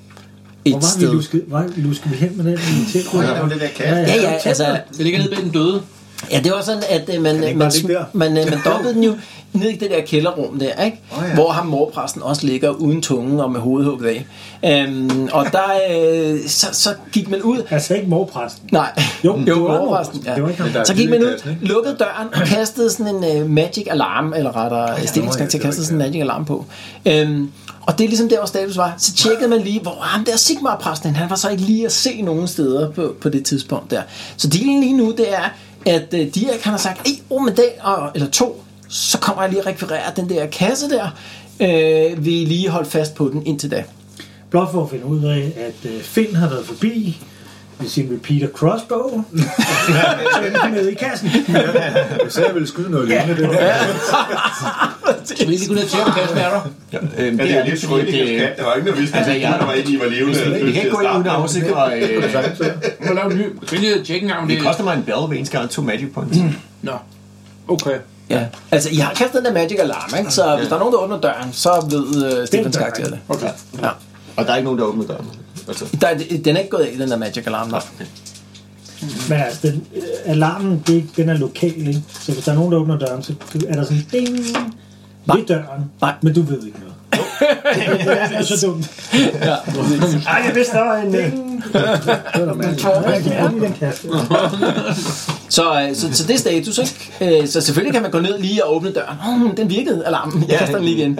Speaker 7: Hvor
Speaker 2: Et
Speaker 7: var vi
Speaker 2: sted.
Speaker 7: lusket, hvor luskede vi hen med den? i templet?
Speaker 9: Ja, det var det der kasse.
Speaker 2: Ja, ja, altså,
Speaker 3: Det ligger nede bed den døde.
Speaker 2: Ja, det var sådan, at øh, man, man,
Speaker 4: ikke
Speaker 2: man,
Speaker 4: bare ligge der?
Speaker 2: man,
Speaker 4: [LAUGHS]
Speaker 2: øh, man dumpede den jo ned i det der kælderrum der, ikke? Oh, ja. hvor ham morpræsten også ligger uden tungen og med hovedet hugget af. Øhm, og der, øh, så, så gik man ud.
Speaker 7: Altså ikke morpræsten.
Speaker 2: Nej, Mm.
Speaker 7: Jo, det var
Speaker 2: morpræsten.
Speaker 7: Det var ikke ham.
Speaker 4: Der er
Speaker 2: Så
Speaker 4: et
Speaker 2: gik
Speaker 4: lille
Speaker 2: man
Speaker 4: kasse,
Speaker 2: ud,
Speaker 4: ikke?
Speaker 2: lukkede døren og kastede sådan en uh, magic alarm, eller rettere ja, stillingskarakter
Speaker 4: det var
Speaker 2: kastede sådan en magic alarm på. Øhm, og det er ligesom der, hvor status var. Så tjekkede man lige, hvor ham der Sigmar-præsten, han var så ikke lige at se nogen steder på, på det tidspunkt der. Så dealen lige nu, det er, at uh, Dirk han har sagt, ej, om en dag og, eller to, så kommer jeg lige og rekvirerer den der kasse der. Øh, vi lige holde fast på den indtil da.
Speaker 7: Blot for at finde ud af, at øh, Finn har været forbi med sin repeater crossbow. Tømte ned i kassen.
Speaker 4: Jeg sagde, jeg ville skyde noget lignende, det der.
Speaker 3: Så vi lige kunne ned og tjekke, om kassen er der.
Speaker 8: Øh,
Speaker 6: Ja, det er lidt
Speaker 8: fordi,
Speaker 6: skyldig,
Speaker 8: det,
Speaker 6: det, det var ikke noget, vi vidste,
Speaker 8: Altså,
Speaker 6: at
Speaker 8: jeg-
Speaker 6: der var ikke, I var levende.
Speaker 8: vi kan ikke gå ind uden at afsikre... Øh,
Speaker 3: Nu må jeg lave en ny. Kan vi lige tjekke engang, om det
Speaker 8: det koster mig en bell ved en skade, to magic points.
Speaker 3: Nå. Okay.
Speaker 2: Ja. Altså, I har kastet den der magic alarm, ikke? så hvis der er nogen, der åbner døren, så ved uh, Stefans
Speaker 7: dør,
Speaker 2: karakter det.
Speaker 3: Okay.
Speaker 8: Og der er ikke nogen, der åbner døren. Altså,
Speaker 2: Der, er- den er ikke gået af, den der magic alarm. Nej.
Speaker 7: Men altså, den, øh, alarmen, det, er ikke- den er lokal, ikke? Så hvis der er nogen, der åbner døren, så er der sådan en ding ved døren.
Speaker 2: Nej.
Speaker 7: Men du ved ikke noget. [LAUGHS] det er så dumt.
Speaker 9: Ej, jeg vidste, der var en... øh,
Speaker 7: Ja, det er den kasse.
Speaker 2: Så, øh, så, så det er status, ikke? Øh, Så selvfølgelig kan man gå ned lige og åbne døren. Oh, den virkede, alarmen. Jeg kaster den lige igen.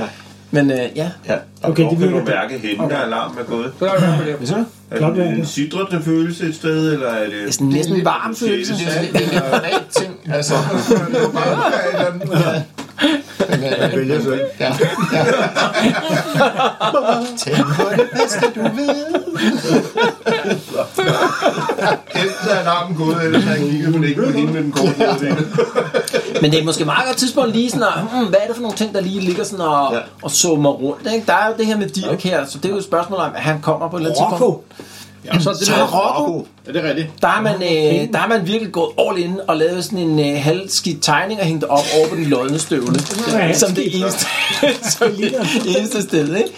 Speaker 2: Men øh, ja,
Speaker 7: Okay,
Speaker 8: ja.
Speaker 7: det
Speaker 6: Hvor kan du
Speaker 7: virker dumt.
Speaker 6: mærke henne, der alarm er gået?
Speaker 3: Så er der i hvert fald det.
Speaker 6: Er
Speaker 7: Klokværket.
Speaker 6: det en sidrende følelse et sted, eller er
Speaker 2: det er
Speaker 6: det...
Speaker 2: sådan næsten en varm følelse.
Speaker 6: Det er sådan
Speaker 8: en [LAUGHS] ting, altså.
Speaker 4: Jeg vælger så ikke.
Speaker 8: Ja. Tænk på det bedste, du ved.
Speaker 6: Enten er alarmen gået, eller så har jeg kigget på det ikke på hende med den korte hovedvinkel.
Speaker 2: Men det er måske meget godt tidspunkt lige sådan, at, hmm, hvad er det for nogle ting, der lige ligger sådan og, ja. og summer rundt, ikke? Der er jo det her med Dirk her, så det er jo et spørgsmål om, at han kommer på et eller andet
Speaker 7: Rocco.
Speaker 2: tidspunkt.
Speaker 3: Ja, så er det
Speaker 2: Så er
Speaker 3: der.
Speaker 2: Rocco,
Speaker 3: Ja, det er rigtigt.
Speaker 2: der har man, øh, der har man virkelig gået all in og lavet sådan en øh, halvskidt tegning og hængt det op over på den lodne støvle. som det eneste, [LAUGHS] som det eneste sted, ikke?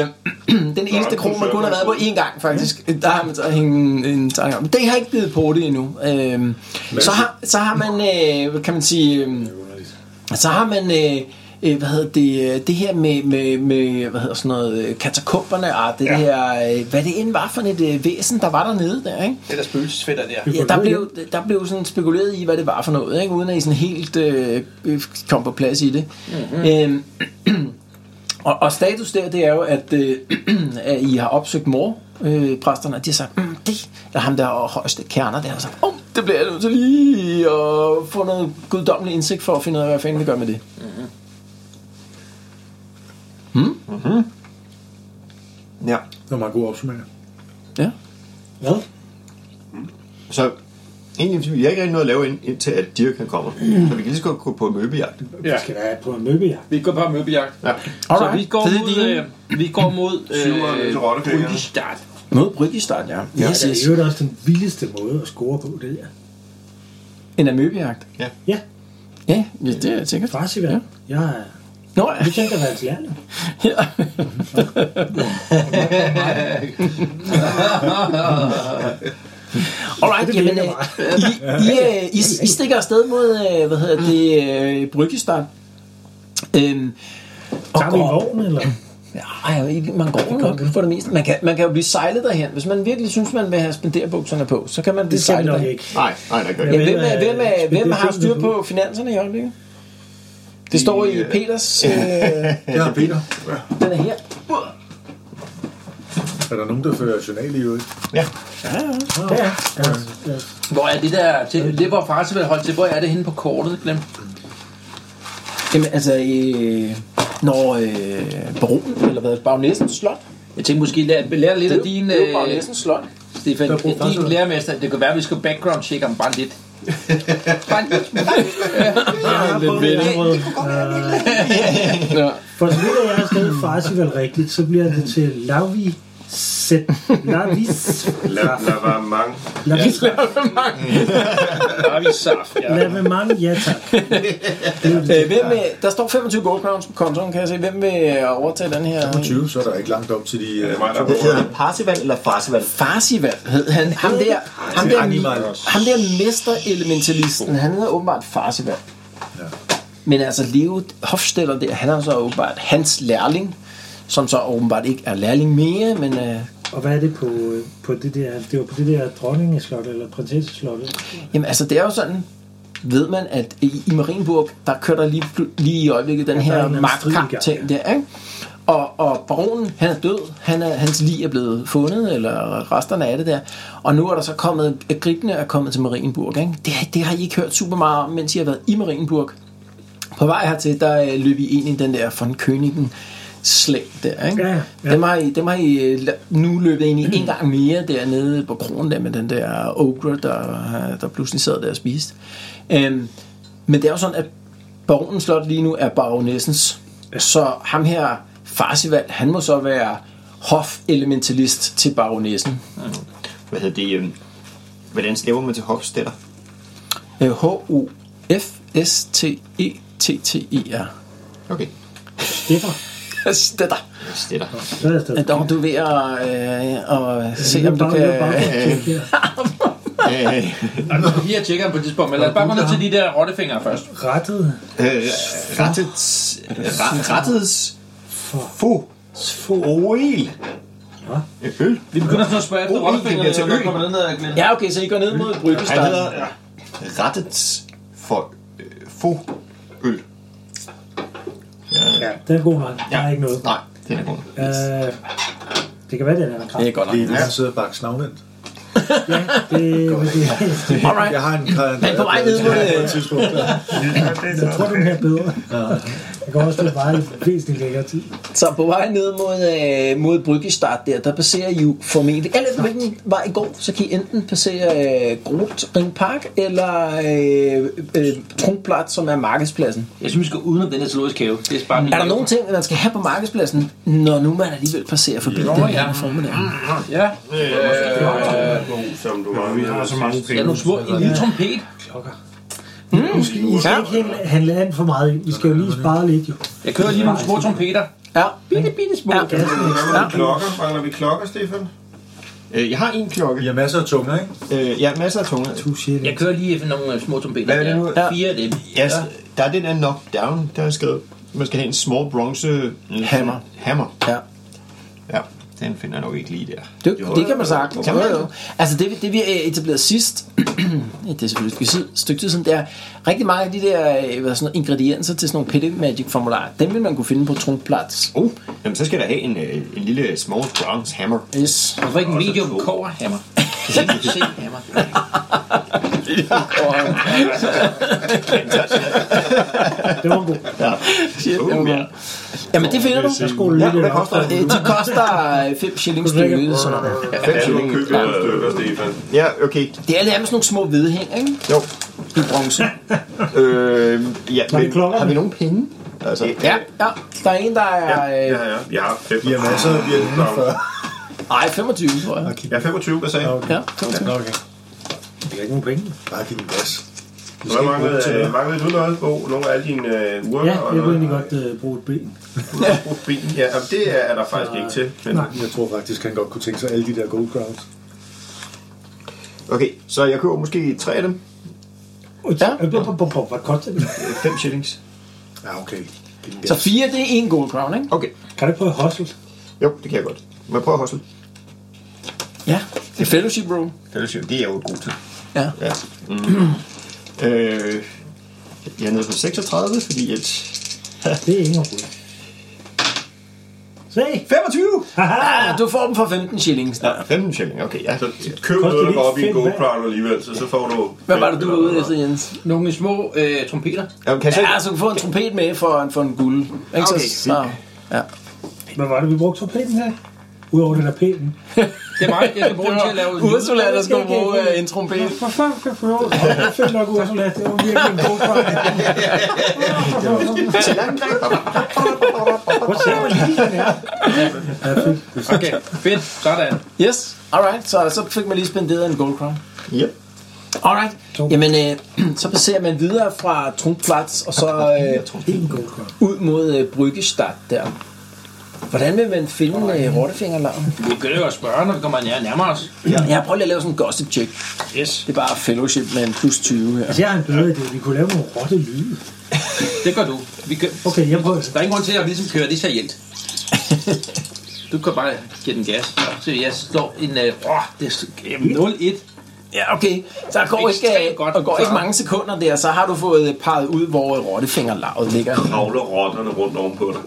Speaker 2: Øh, [CLEARS THROAT] den eneste kro, man kun har været på én gang, faktisk. Der har man så hængt en, en tanke om. Det har ikke givet på det endnu. Øh, så, har, så har man, øh, hvad kan man sige... Øh, så har man... Øh, øh, hvad hedder det, øh, det her med, med, med hvad hedder sådan noget, øh, katakomberne og det ja. her, øh, hvad det end var for et øh, væsen, der var dernede der, ikke?
Speaker 3: Det er der spøgelsesfætter der.
Speaker 2: Ja, der blev, der blev sådan spekuleret i, hvad det var for noget, ikke? uden at I sådan helt øh, øh, kom på plads i det. Mm-hmm. Øhm, [CLEARS THROAT] og, og status der, det er jo, at, øh, [CLEARS THROAT] at I har opsøgt mor, øh, præsterne, og de har sagt, mm, det er ham der og højeste kerner, der har sagt, oh, det bliver jeg nødt til lige at få noget guddommelig indsigt for at finde ud af, hvad fanden vi gør med det.
Speaker 8: Ja.
Speaker 4: Det var meget god opsummering.
Speaker 2: Ja.
Speaker 7: Hvad?
Speaker 8: Så egentlig, vi har ikke rigtig noget at lave ind- indtil, at Dirk han kommer. Så vi kan lige så godt gå på møbejagt.
Speaker 3: Ja.
Speaker 7: Skal der på en møbejagt?
Speaker 3: Vi går bare møbejagt.
Speaker 8: Ja.
Speaker 3: Så vi går
Speaker 2: det er
Speaker 3: mod, øh, vi går mod øh,
Speaker 6: Syveren
Speaker 2: øh,
Speaker 6: til Øh, rottefingeren.
Speaker 3: Start.
Speaker 2: Mod Brygistad, ja. ja. Yes,
Speaker 7: Det er i
Speaker 2: yes.
Speaker 7: øvrigt også den vildeste måde at score på, det der.
Speaker 2: En amøbejagt.
Speaker 7: Ja,
Speaker 2: Ja, ja, det er sikkert.
Speaker 7: far siger, ja. Jeg er...
Speaker 2: Nå,
Speaker 7: Vi tænker at være hans lærling.
Speaker 2: ja. Alright,
Speaker 7: Det
Speaker 2: jamen,
Speaker 7: virker
Speaker 2: øh, I, I, øh, I, I stikker afsted mod, øh, hvad hedder det, øh, Bryggestad. Øhm, og
Speaker 7: Tager vi i
Speaker 2: går,
Speaker 7: vogn, eller?
Speaker 2: ej, jeg ved ikke, man går nok for det meste. Man kan, man kan jo blive sejlet derhen. Hvis man virkelig synes, man vil have spenderbukserne på, så kan man blive
Speaker 7: Det skal vi
Speaker 2: sejlet
Speaker 7: nok
Speaker 2: derhen.
Speaker 7: ikke. øh,
Speaker 8: Nej, nej, der gør
Speaker 2: Ja,
Speaker 8: ikke.
Speaker 2: hvem, er,
Speaker 7: Hvem er-
Speaker 2: hvem, er, hvem har
Speaker 7: speditøren
Speaker 2: styr på finanserne i øjeblikket? Det står i Peters... Øh,
Speaker 4: Ja, Peter.
Speaker 2: den er her.
Speaker 4: Er der nogen, der fører journal i øvrigt?
Speaker 3: Hvor er det der, til, det hvor Farse vil holde til, hvor er det henne på kortet, Glem?
Speaker 2: Jamen, altså, øh, når øh, baronen, eller hvad, bagnæssens slot.
Speaker 3: Jeg tænkte måske lære, lære lidt af din,
Speaker 2: det er jo
Speaker 3: øh,
Speaker 2: bagnæssens slot.
Speaker 3: Stefan, din lærermester. Det kan være, at vi skal background-checke ham bare lidt.
Speaker 2: Bare en lille smule. Ah, Ja, lidt ved det. [LAUGHS] Nå.
Speaker 7: Ah. For så vidt jeg har skrevet farsival rigtigt, så bliver det til Lavi Set. Lavis.
Speaker 6: La- Lavamang.
Speaker 7: Lavis.
Speaker 3: Der er vi saft, ja.
Speaker 7: Lavemang, ja tak.
Speaker 2: Øh, Hvem vil, der står 25 gold crowns på kontoen, kan jeg se. Hvem vil øh, overtage den her?
Speaker 4: 20, så er der ikke langt op til de...
Speaker 6: Det
Speaker 4: øh,
Speaker 6: er mig, der
Speaker 4: to-
Speaker 8: Hedder det Parsival eller Farsival?
Speaker 2: Farsival hed han. Ham der, ham der, ham der mester-elementalisten, han hedder åbenbart Farsival. Men altså, Leo Hofstetter der, han er så åbenbart hans lærling, som så åbenbart ikke er lærling mere, men øh,
Speaker 7: Og hvad er det på, øh, på det der, det var på det der dronningeslot, eller prinsesseslottet?
Speaker 2: Jamen altså, det er jo sådan, ved man, at i, i Marienburg, der kører der lige, pl- lige i øjeblikket den
Speaker 7: Ja, der er en
Speaker 2: her
Speaker 7: eller anden strid i gang,
Speaker 2: magtkamp ting der, ikke? Og, og baronen, han er død, han er, hans lig er blevet fundet, eller resterne af det der, og nu er der så kommet, at gribene er kommet til Marienburg, ikke? Det, det har I ikke hørt super meget om, mens I har været i Marienburg. På vej hertil, der øh, løb I ind i den der von Königen slæng der, ikke?
Speaker 7: Ja, ja.
Speaker 2: Dem har I, dem har I øh, la- nu løbet ind i en gang mere dernede på kronen der med den der ogre, der, øh, der pludselig sad der og spiste. Øhm, men det er jo sådan, at baronens slot lige nu er baronessens. Så ham her, Farsival, han må så være hofelementalist til baronessen.
Speaker 8: Hvad hedder det? øhm, Hvordan staver man til hofstætter?
Speaker 2: Øh, H-O-F-S-T-E-T-T-E-R.
Speaker 8: Okay.
Speaker 7: Steffer.
Speaker 2: Altså, Det der.
Speaker 8: Stætter.
Speaker 7: Så er det stadig.
Speaker 2: Der er du ved at, øh, at se, om du
Speaker 7: Bare- bare-
Speaker 2: kan...
Speaker 7: bare-
Speaker 8: Øh,
Speaker 3: Vi har tjekket ham på et tidspunkt, men lad os bare gå ned til de der rottefingre først.
Speaker 7: [LAUGHS] Rettet.
Speaker 8: øh, Rettets... ra- Rettets... Fo... Oil. Øl.
Speaker 3: Vi begynder sådan at spørge efter
Speaker 8: Oh, det
Speaker 3: rottefingre,
Speaker 8: bliver til
Speaker 3: når vi
Speaker 8: øen.
Speaker 3: kommer ned ad Glenn.
Speaker 2: Ja, okay, så I går ned mod
Speaker 8: Han
Speaker 2: Bryggestaden.
Speaker 8: hedder Rettets... For... øh, Fo... Øl.
Speaker 7: Ja, den er god nok. Der er ikke noget.
Speaker 8: Nej, den er god.
Speaker 7: Øh, det kan være, det er en kraft.
Speaker 2: Det er godt
Speaker 4: Lige
Speaker 2: nok.
Speaker 4: nu så sidder bakke snavvendt.
Speaker 7: Det, [LAUGHS] det,
Speaker 2: Alright.
Speaker 4: Jeg har en kran.
Speaker 2: Han er på vej ned mod det.
Speaker 4: på et tidspunkt.
Speaker 7: jeg tror, den her er bedre. Jeg kan også lade bare væsentligt længere tid.
Speaker 2: Så på vej ned mod, øh, mod Bryggestad der, der passerer I jo formentlig, eller hvilken vej I går, så kan I enten passere øh, Grot Ring Park, eller øh, øh, Trunkplatz, som er markedspladsen.
Speaker 3: Jeg synes, vi skal udenom den her zoologiske have. Det er bare min
Speaker 2: Er der
Speaker 3: have.
Speaker 2: nogle ting, man skal have på markedspladsen, når nu man alligevel passerer forbi den her ja. formiddag?
Speaker 3: Ja,
Speaker 6: som du var
Speaker 5: Vi
Speaker 6: med.
Speaker 5: har så mange
Speaker 3: ja
Speaker 5: penge.
Speaker 3: nogle små, en lille trompet.
Speaker 7: Nu skal I skal ikke handle- handle an for meget. Vi skal jo lige spare lidt, jo.
Speaker 3: Jeg kører lige nogle små trompeter.
Speaker 2: Ja.
Speaker 3: Bitte, bitte små.
Speaker 2: Ja.
Speaker 6: Hvad med de klokker? Mangler vi klokker, Stefan?
Speaker 8: Øh, Jeg har en klokke.
Speaker 4: I har masser af tunger, ikke?
Speaker 8: Øh, Jeg har masser af tunger.
Speaker 7: Du siger det.
Speaker 3: Jeg kører lige efter nogle øh, små trompeter.
Speaker 8: Hvad er det nu?
Speaker 3: Ja, Fire af dem.
Speaker 8: Ja, s- der er den der knockdown, der er skrevet. Man skal have en small bronze... øh,
Speaker 2: Hammer.
Speaker 8: Hammer.
Speaker 2: Ja.
Speaker 8: Ja, den finder jeg nok ikke lige der.
Speaker 2: Det, det kan man sagtens.
Speaker 8: Kan
Speaker 2: Kan
Speaker 8: man
Speaker 2: jo, jo. Altså det, vi- det vi øh, etablerede sidst, [CLEARS THROAT] det er selvfølgelig et stykke- stykke tid siden, det er rigtig mange af de der øh, hvad, sådan noget, ingredienser til sådan nogle Petty Magic formularer, dem vil man kunne finde på Trunkplatz.
Speaker 8: Oh, jamen så skal der have en, øh, en lille small bronze hammer.
Speaker 2: Yes.
Speaker 3: Og så ikke en medium koverhammer. Se, hammer.
Speaker 7: Det var en god.
Speaker 2: Shit,
Speaker 8: Uh,
Speaker 2: det var godt. Jamen det finder du.
Speaker 5: Jeg
Speaker 7: Skål lidt.
Speaker 8: Hvad
Speaker 7: eller-
Speaker 8: koster
Speaker 2: Øh, De koster øh, 5 shilling stykket. så
Speaker 6: Fem ja, du købte nogle stykker, Stefan.
Speaker 8: Ja, okay.
Speaker 2: Det er lidt af med sådan nogle små vedhæng, ikke?
Speaker 8: Jo.
Speaker 2: I bronze.
Speaker 8: Øh, ja,
Speaker 7: Var det
Speaker 8: men,
Speaker 7: klokkerne?
Speaker 8: har vi nogen penge? Altså,
Speaker 2: Ja, ja. Der er en, der er...
Speaker 6: Ja,
Speaker 2: øh,
Speaker 6: ja. Jeg har fem.
Speaker 4: I har masser af bjerg.
Speaker 2: Ej, 25, tror jeg.
Speaker 6: Jeg er 25, hvad sagde jeg?
Speaker 2: Ja, 25.
Speaker 4: Okay.
Speaker 7: Vi har ikke nogen penge.
Speaker 4: Bare giv den gas.
Speaker 6: Hvad manglede, øh, manglede du noget, Bo? Nogle af alle dine øh, uger?
Speaker 7: Ja,
Speaker 6: og
Speaker 7: jeg kunne
Speaker 6: noget?
Speaker 7: egentlig godt øh, bruge et ben.
Speaker 6: Bilen, ja, og det er, er der faktisk ikke til. Men
Speaker 7: Nej.
Speaker 4: Jeg tror faktisk, han godt kunne tænke sig alle de der gold crowns.
Speaker 8: okay, så jeg køber måske tre af dem.
Speaker 2: Ja.
Speaker 7: Øh, bop, bop, bop, bop. Hvad koster det?
Speaker 8: Øh, Fem shillings.
Speaker 4: Ja, okay. Det
Speaker 2: Så
Speaker 4: er
Speaker 2: 4, det er en gold crown, ikke?
Speaker 8: Okay,
Speaker 7: Kan du ikke prøve at hustle?
Speaker 8: jo, det kan jeg godt. Må jeg prøve at hustle?
Speaker 2: Ja, det er fellowship, bro.
Speaker 8: Fellowship, det er jeg jo god til.
Speaker 2: Ja.
Speaker 8: Ja. Mm. [CLEARS THROAT] øh, jeg er nede på 36, fordi at...
Speaker 7: Det er ingen overhovedet. Se!
Speaker 8: 25!
Speaker 2: Ah, du får dem for 15 shillings.
Speaker 8: Ja, 15 shilling, okay, ja.
Speaker 6: så køb
Speaker 7: Koster
Speaker 6: noget, der
Speaker 7: det
Speaker 6: går op i
Speaker 7: ikke
Speaker 6: en gold
Speaker 7: fedt,
Speaker 6: crown alligevel, så, så får du...
Speaker 2: Hvad var det, du var ude efter, Jens?
Speaker 3: Nogle små øh, trompeter.
Speaker 8: Jamen, kan jeg så...
Speaker 2: Ja, altså, du kan få en trompet med for en, for en guld. Ikke?
Speaker 8: Okay,
Speaker 2: så, så, ja.
Speaker 7: Hvad var det, vi brugte for penge her? Udover den er pæn.
Speaker 3: Det er mig, jeg skal bruge den til at lave lyd.
Speaker 2: Ursula, der skal bruge øh, en trompet.
Speaker 7: For fanden kan få lov. Jeg følte nok, Ursula, det var virkelig en god [LAUGHS] fejl. Hvor ser man lige, den er? Ja, fedt.
Speaker 3: Okay, fedt. Sådan.
Speaker 2: Yes, alright. Så, så fik man lige spenderet en gold crown.
Speaker 8: Ja.
Speaker 2: Alright. Jamen, øh, [CLEARS THROAT] så passerer man videre fra Trunkplatz og så øh,
Speaker 7: Helt en god fejl.
Speaker 2: ud mod øh, Bryggestad der. Hvordan vil man finde øh, rottefingerlarven?
Speaker 3: Vi kan jo spørge, når vi kommer nær- nærmere os.
Speaker 2: Jeg prøver lige at lave sådan en gossip check.
Speaker 3: Yes.
Speaker 2: Det er bare fellowship med en plus 20 her.
Speaker 7: Altså, jeg har en bedre idé. Vi kunne lave nogle rotte lyde.
Speaker 3: Det gør du. Vi kan...
Speaker 7: Okay, jeg prøver det.
Speaker 3: Der er ingen grund til, at vi ligesom kører det [LAUGHS] serielt. Du kan bare give den gas. Så jeg slår en... Åh, øh, åh, det er s- jamen, 0-1.
Speaker 2: Ja, okay. Der går ikke, øh,
Speaker 3: Ekstremt godt.
Speaker 2: der går ikke mange sekunder der, så har du fået øh, peget ud, hvor øh, rottefingerlarvet ligger.
Speaker 6: Kravler rotterne rundt ovenpå dig.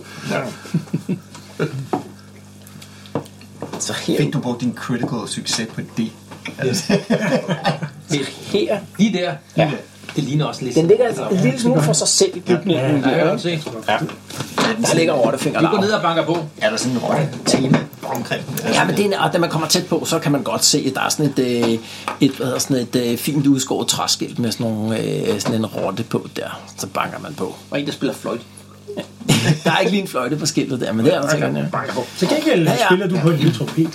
Speaker 2: Så her,
Speaker 9: Fik du brugt din critical succes på det?
Speaker 2: her
Speaker 3: Lige der. Ja. Det ligner også lidt.
Speaker 2: Den ligger altså en lille smule for sig selv i bygningen.
Speaker 3: Ja, jeg kan se.
Speaker 2: Der ligger
Speaker 3: Vi går
Speaker 2: rottefingerlarven.
Speaker 3: ned og banker på.
Speaker 9: Er der sådan en rotte tema omkring den?
Speaker 2: Ja, men det er, en- og da man kommer tæt på, så kan man godt se, at der er sådan et, øh, et, hvad hedder, sådan et øh, fint udskåret træskilt med sådan, nogle, øh, sådan en rotte på der. Så banker man på.
Speaker 3: Og en, der spiller fløjt.
Speaker 2: [LAUGHS] Der er ikke lige en fløjte på skiltet der, men det er der sikkert. Ja.
Speaker 7: Til gengæld
Speaker 2: Ja, ja.
Speaker 7: spiller du på en lille trompet.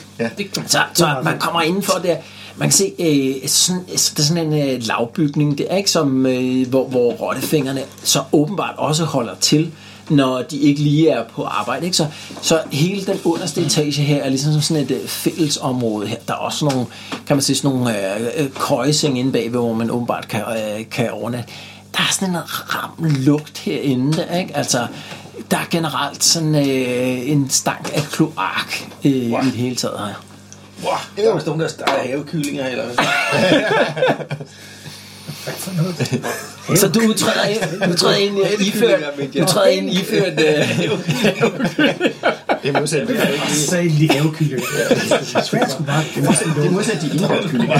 Speaker 2: Så, så man kommer indenfor der. Man kan se, øh, sådan, det er sådan en øh, lavbygning, det er ikke som, øh, hvor, hvor rottefingerne så åbenbart også holder til, når de ikke lige er på arbejde. Ikke? Så, så hele den underste etage her er ligesom sådan et øh, fællesområde her. Der er også nogle, kan man sige, sådan nogle øh, øh, køjeseng inde bagved, hvor man åbenbart kan, øh, kan overnatte. Der er sådan en ram lugt herinde, der, ikke? Altså, der er generelt sådan øh, en stank af kloak øh, i det hele taget her.
Speaker 3: Wow, det er jo sådan nogle, der starter havekyllinger eller hvad.
Speaker 2: Så du træder ind, du træder ind øh, iført, du træder ind iført, øh,
Speaker 8: Det er modsat. Det er
Speaker 7: Så er det lige havekylde. Svært sgu bare. Det er
Speaker 8: modsat de indholdt kyllinger.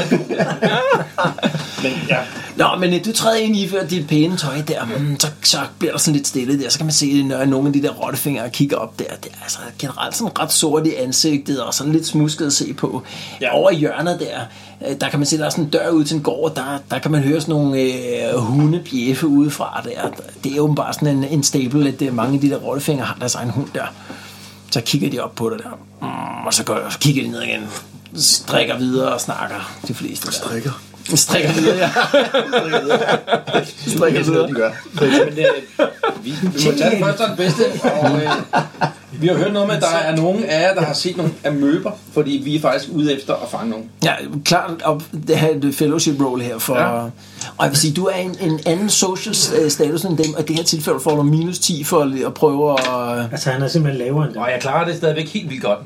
Speaker 2: nå, men øh, du træder ind iført dit pæne tøj der, mm, så, så bliver der sådan lidt stille der, så kan man se, når nogle af de der rottefingre kigger op der, det er altså generelt sådan ret sort i ansigtet, og sådan lidt smusket at se på. Ja. Over i hjørnet der, øh, der kan man se, der er sådan en dør ud til en gård, der, der kan man høre sådan nogle øh, hunde bjeffe udefra der. Det er åbenbart sådan en, en staple, at øh, mange af de der rottefingre har deres egen hund der. Så kigger de op på det der, mm, og så, går, så kigger de ned igen, strikker videre og snakker, de fleste. Der. Strikker? Strikker videre, ja. strikker videre.
Speaker 8: gør.
Speaker 3: Men øh, vi, vi må tage det første og det bedste. Og, øh, vi har hørt noget med, at der er nogen af jer, der har set nogle amøber, fordi vi er faktisk ude efter at fange nogen.
Speaker 2: Ja, klart at have et fellowship role her for... Ja.
Speaker 3: Ja.
Speaker 2: Og jeg vil sige, du er en, en anden social øh, status end dem, og i det her tilfælde får du minus 10 for at, at prøve at...
Speaker 7: Altså, han er simpelthen lavere end dig.
Speaker 3: Og jeg klarer det stadigvæk helt vildt godt.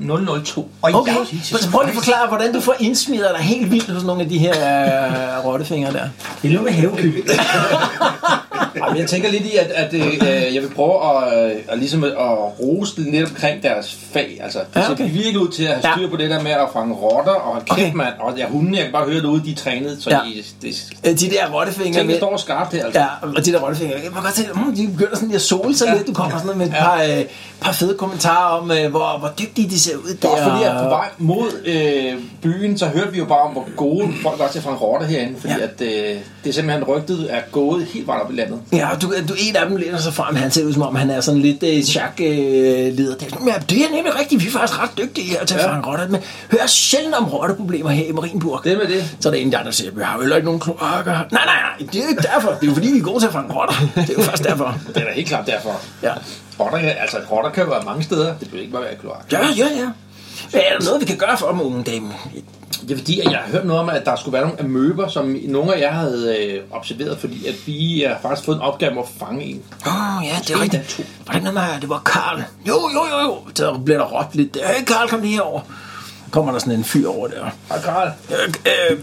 Speaker 3: 002.
Speaker 2: Okay, så prøv lige at forklare, hvordan du får indsmider dig helt vildt hos nogle af de her øh, rottefingre der.
Speaker 7: Det er noget med havekylde.
Speaker 3: Jamen, jeg tænker lidt i, at, at øh, øh, jeg vil prøve at, øh, at, ligesom at rose det lidt omkring deres fag. Altså, det
Speaker 2: Ja,
Speaker 3: ser
Speaker 2: okay.
Speaker 3: virkelig ud til at have
Speaker 2: Ja.
Speaker 3: styr på det der med at fange rotter og kæft,
Speaker 2: Okay.
Speaker 3: okay. mand. Og ja, hundene, jeg kan bare høre derude, de er trænet, så
Speaker 2: Ja.
Speaker 3: ja. I, det,
Speaker 2: Øh, De der rottefingre...
Speaker 3: tænk, det
Speaker 2: med-
Speaker 3: står skarpt her. Altså.
Speaker 2: Ja, og de der rottefingre, man kan godt se, mm, de begynder sådan lige at sole sig ja. lidt. Du kommer sådan med et par, øh, par fede kommentarer om, øh, hvor, hvor dygtige de ser ud der.
Speaker 3: Det er også fordi, at på vej mod øh, byen, så hørte vi jo bare om, hvor gode folk var til at fange rotter herinde, fordi
Speaker 2: Ja.
Speaker 3: ja. at, øh, det er simpelthen rygtet er gået helt vejen op i landet.
Speaker 2: Ja, og du, du en af dem læner sig frem, han ser ud som om, han er sådan lidt øh, chak-leder. Øh, leder. Det er sådan, ja, det er nemlig rigtigt, vi er faktisk ret dygtige her til at
Speaker 3: Ja.
Speaker 2: fange rotter, men hører sjældent om rotteproblemer her i Marienburg.
Speaker 3: Det med det.
Speaker 2: Så er der en der, der siger, vi har jo heller ikke nogen kloakker. Nej, nej, nej, det er jo ikke derfor. Det er jo fordi, vi er gode til at fange rotter. Det er jo faktisk derfor.
Speaker 3: Det er da helt klart derfor.
Speaker 2: Ja,
Speaker 3: Rotter, ja, altså, rotter kan jo være mange steder. Det behøver ikke bare være i kloak.
Speaker 2: ja, ja. ja. Men er der noget, vi kan gøre for dem, unge dame?
Speaker 3: Det er fordi, at jeg har hørt noget om, at der skulle være nogle amøber, som nogle af jer havde øh, observeret, fordi at vi øh, har faktisk fået en opgave med at fange en.
Speaker 2: Åh, oh, ja, det er rigtigt. Var det noget med, at det var Karl? Jo, jo, jo, jo. Så bliver der råbt lidt. Hey, Karl, kom lige herover. Kommer der sådan en fyr over der.
Speaker 3: Og Karl,
Speaker 2: Øh, øh,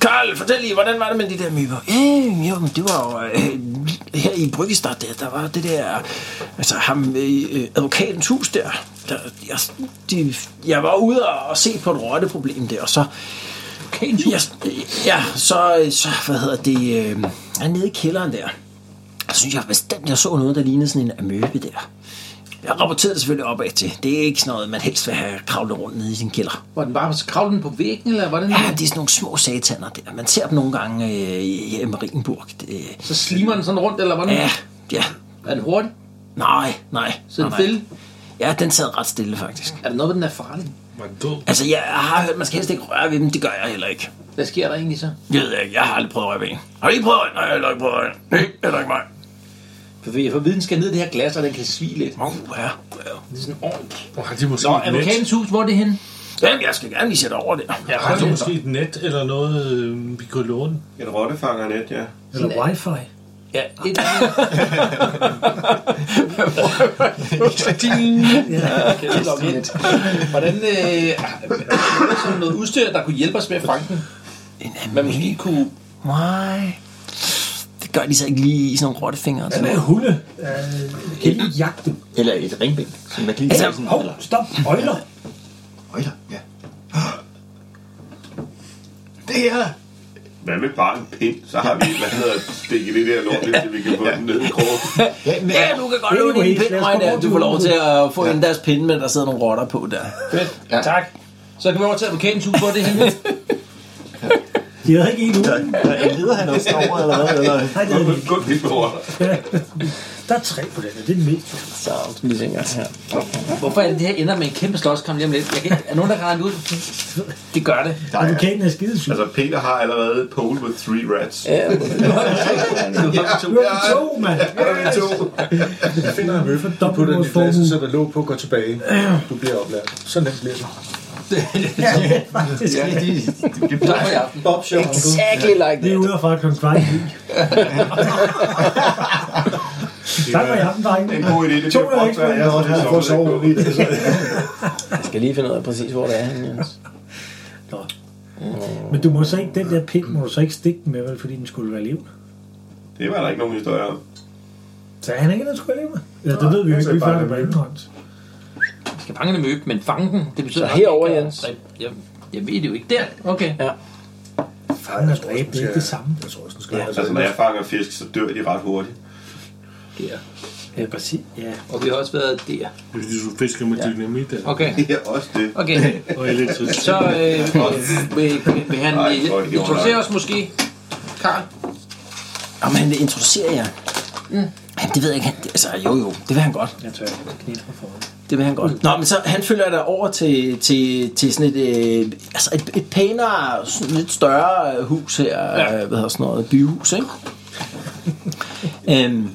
Speaker 2: Karl, fortæl lige, hvordan var det med de der myber? Ja, jo, men det var jo øh, her i Bryggestad, der, der var det der, altså ham i øh, advokatens hus der. der jeg, de, jeg var ude og, og se på et rotteproblem der, og så... Jeg, ja, så, så, hvad hedder det, øh, han nede i kælderen der. Jeg synes jeg bestemt, jeg så noget, der lignede sådan en amøbe der. Jeg rapporterede selvfølgelig opad til. Det er ikke sådan noget, man helst vil have kravlet rundt nede i sin kælder.
Speaker 3: Var den bare kravlet den på væggen, eller hvordan?
Speaker 2: Ja, det er sådan nogle små sataner der. Man ser dem nogle gange øh, i i Marienburg. Det, øh,
Speaker 3: Så slimer den sådan rundt, eller hvordan?
Speaker 2: ja, ja.
Speaker 3: Er den hurtig?
Speaker 2: Nej, nej.
Speaker 3: Så den
Speaker 2: nej, nej.
Speaker 3: stille?
Speaker 2: Ja, den sad ret stille faktisk.
Speaker 3: Er der noget, ved den er farlig?
Speaker 5: Var den død?
Speaker 2: Altså, jeg har hørt, man skal helst ikke røre ved dem. Det gør jeg heller ikke.
Speaker 3: Hvad sker der egentlig så?
Speaker 2: Jeg ved ikke. Jeg har aldrig prøvet at røre ved en. Har du ikke prøvet? Nej, jeg har heller ikke prøvet at røre ved en. Nej, heller ikke mig.
Speaker 3: For, for viden skal ned i det her glas, og den kan svige lidt.
Speaker 2: Åh, oh, ja. ja.
Speaker 3: Det er sådan ordentligt.
Speaker 5: Har de måske
Speaker 3: Nå,
Speaker 5: et net?
Speaker 3: advokatens hus, hvor er det henne?
Speaker 2: Jamen, jeg skal gerne lige sætte over det.
Speaker 3: Ja,
Speaker 5: Har de måske et net eller noget, øh, vi kunne låne?
Speaker 6: Et rottefangernet, ja.
Speaker 7: Eller wifi.
Speaker 3: Ja, et eller andet. Ja, kan jeg logge ind? Hvordan øh, er der sådan noget udstyr, der kunne hjælpe os med at fange den?
Speaker 2: En
Speaker 3: Man måske kunne...
Speaker 2: Nej. Det gør de så ikke lige i sådan nogle rottefingre.
Speaker 7: Hvad med hunde? Øh, heldig jagte.
Speaker 8: Eller et ringbind, som man kan lige
Speaker 2: Altså,
Speaker 8: tage sådan.
Speaker 7: Hov,
Speaker 8: Eller,
Speaker 7: stop. Øjler.
Speaker 8: øjler, ja. Det her!
Speaker 6: Hvad med bare en pind? Så har vi hvad hedder at stikke det der lort, indtil vi kan få den ned i krogen.
Speaker 8: Ja, men,
Speaker 2: Ja, du kan godt
Speaker 7: Det er jo
Speaker 2: låne en
Speaker 7: helt
Speaker 2: pind,
Speaker 7: slet.
Speaker 2: Maja, der. Du får lov til at få en af deres pinde, men der sidder nogle rotter på der.
Speaker 3: Fedt. Ja. Tak. Så kan vi over til advokatens hus, hvor er det henne?
Speaker 7: De havde ikke en uge.
Speaker 8: Lider han også over, eller hvad? Eller?
Speaker 7: Nej, det havde de ikke.
Speaker 6: Kun lidt rotter.
Speaker 7: Der er tre på den her. Det er den mindste.
Speaker 3: Hvorfor er det, det her ender med en kæmpe slåskamp lige om lidt? Jeg kan, ikke- er nogen, der kan rende ud? Det gør det.
Speaker 7: Advokaten er skidesyg.
Speaker 6: Altså, Peter har allerede pole with three rats.
Speaker 8: [LAUGHS]
Speaker 6: Ja,
Speaker 7: Nu er vi to, mand.
Speaker 4: Jeg finder en møffel,
Speaker 7: Dobbelt
Speaker 4: putter den i
Speaker 7: vores
Speaker 4: glasset, så
Speaker 7: formue.
Speaker 4: der lå på går tilbage. Du bliver oplært. Så nemt bliver det.
Speaker 7: Faktisk.
Speaker 8: Ja, det, det, det
Speaker 3: Tak for i
Speaker 8: plejer.
Speaker 3: aften.
Speaker 4: Bob Show.
Speaker 2: Exactly like
Speaker 7: Vi er ude fra kl. 12. Tak for i aften, drenge.
Speaker 6: det er en god idé. Det
Speaker 7: To
Speaker 6: bliver
Speaker 7: er
Speaker 6: brugt,
Speaker 7: ikke
Speaker 6: hvad jeg har
Speaker 4: Jeg får sove
Speaker 6: sådan
Speaker 4: i det. så-
Speaker 2: Jeg skal lige finde ud af præcis, hvor det er henne, Jens.
Speaker 7: Men du må så ikke, den der pind må du så ikke stikke den med, vel, fordi den skulle være levende.
Speaker 6: Det var der ikke nogen historie om.
Speaker 7: Så er han ikke, at den skulle være levende? Ja, det ved vi jo ikke, vi fandt det på indenhånd.
Speaker 3: Jeg skal fange den med øben, men fange den, det betyder...
Speaker 2: Så
Speaker 3: nok
Speaker 2: herover,
Speaker 3: ikke, at-
Speaker 2: Jens.
Speaker 3: Jeg, jeg ved det jo ikke. Der, okay.
Speaker 7: Fangen og dræbe, det er ikke det samme.
Speaker 4: Jeg tror også, den skal
Speaker 6: Altså, når jeg fanger fisk, så dør de ret hurtigt.
Speaker 3: Der.
Speaker 7: Ja, præcis. Ja.
Speaker 3: Og vi har også været der.
Speaker 5: Det er fordi, du fisker med dynamit eller
Speaker 3: Okay,
Speaker 6: Det er også det.
Speaker 7: [LAUGHS]
Speaker 3: okay.
Speaker 5: og elektricitet.
Speaker 3: Så øh, vil, vil- vil han
Speaker 6: Nej,
Speaker 3: øh,
Speaker 6: tror jeg, det var
Speaker 3: introducere
Speaker 6: nok.
Speaker 3: os måske, Karl?
Speaker 2: Jamen, han vil introducere jer. Jamen, det ved jeg ikke. Han, det, altså, jo, jo, det vil han godt.
Speaker 7: Jeg tør ikke knitre for Mm. det.
Speaker 2: Det vil han godt. Nå, men så han følger dig over til, til, til sådan et, øh, altså et, et pænere, sådan lidt større øh, hus her. Ja. Hvad hedder sådan noget? Byhus,
Speaker 7: [LAUGHS]
Speaker 2: ikke? øhm,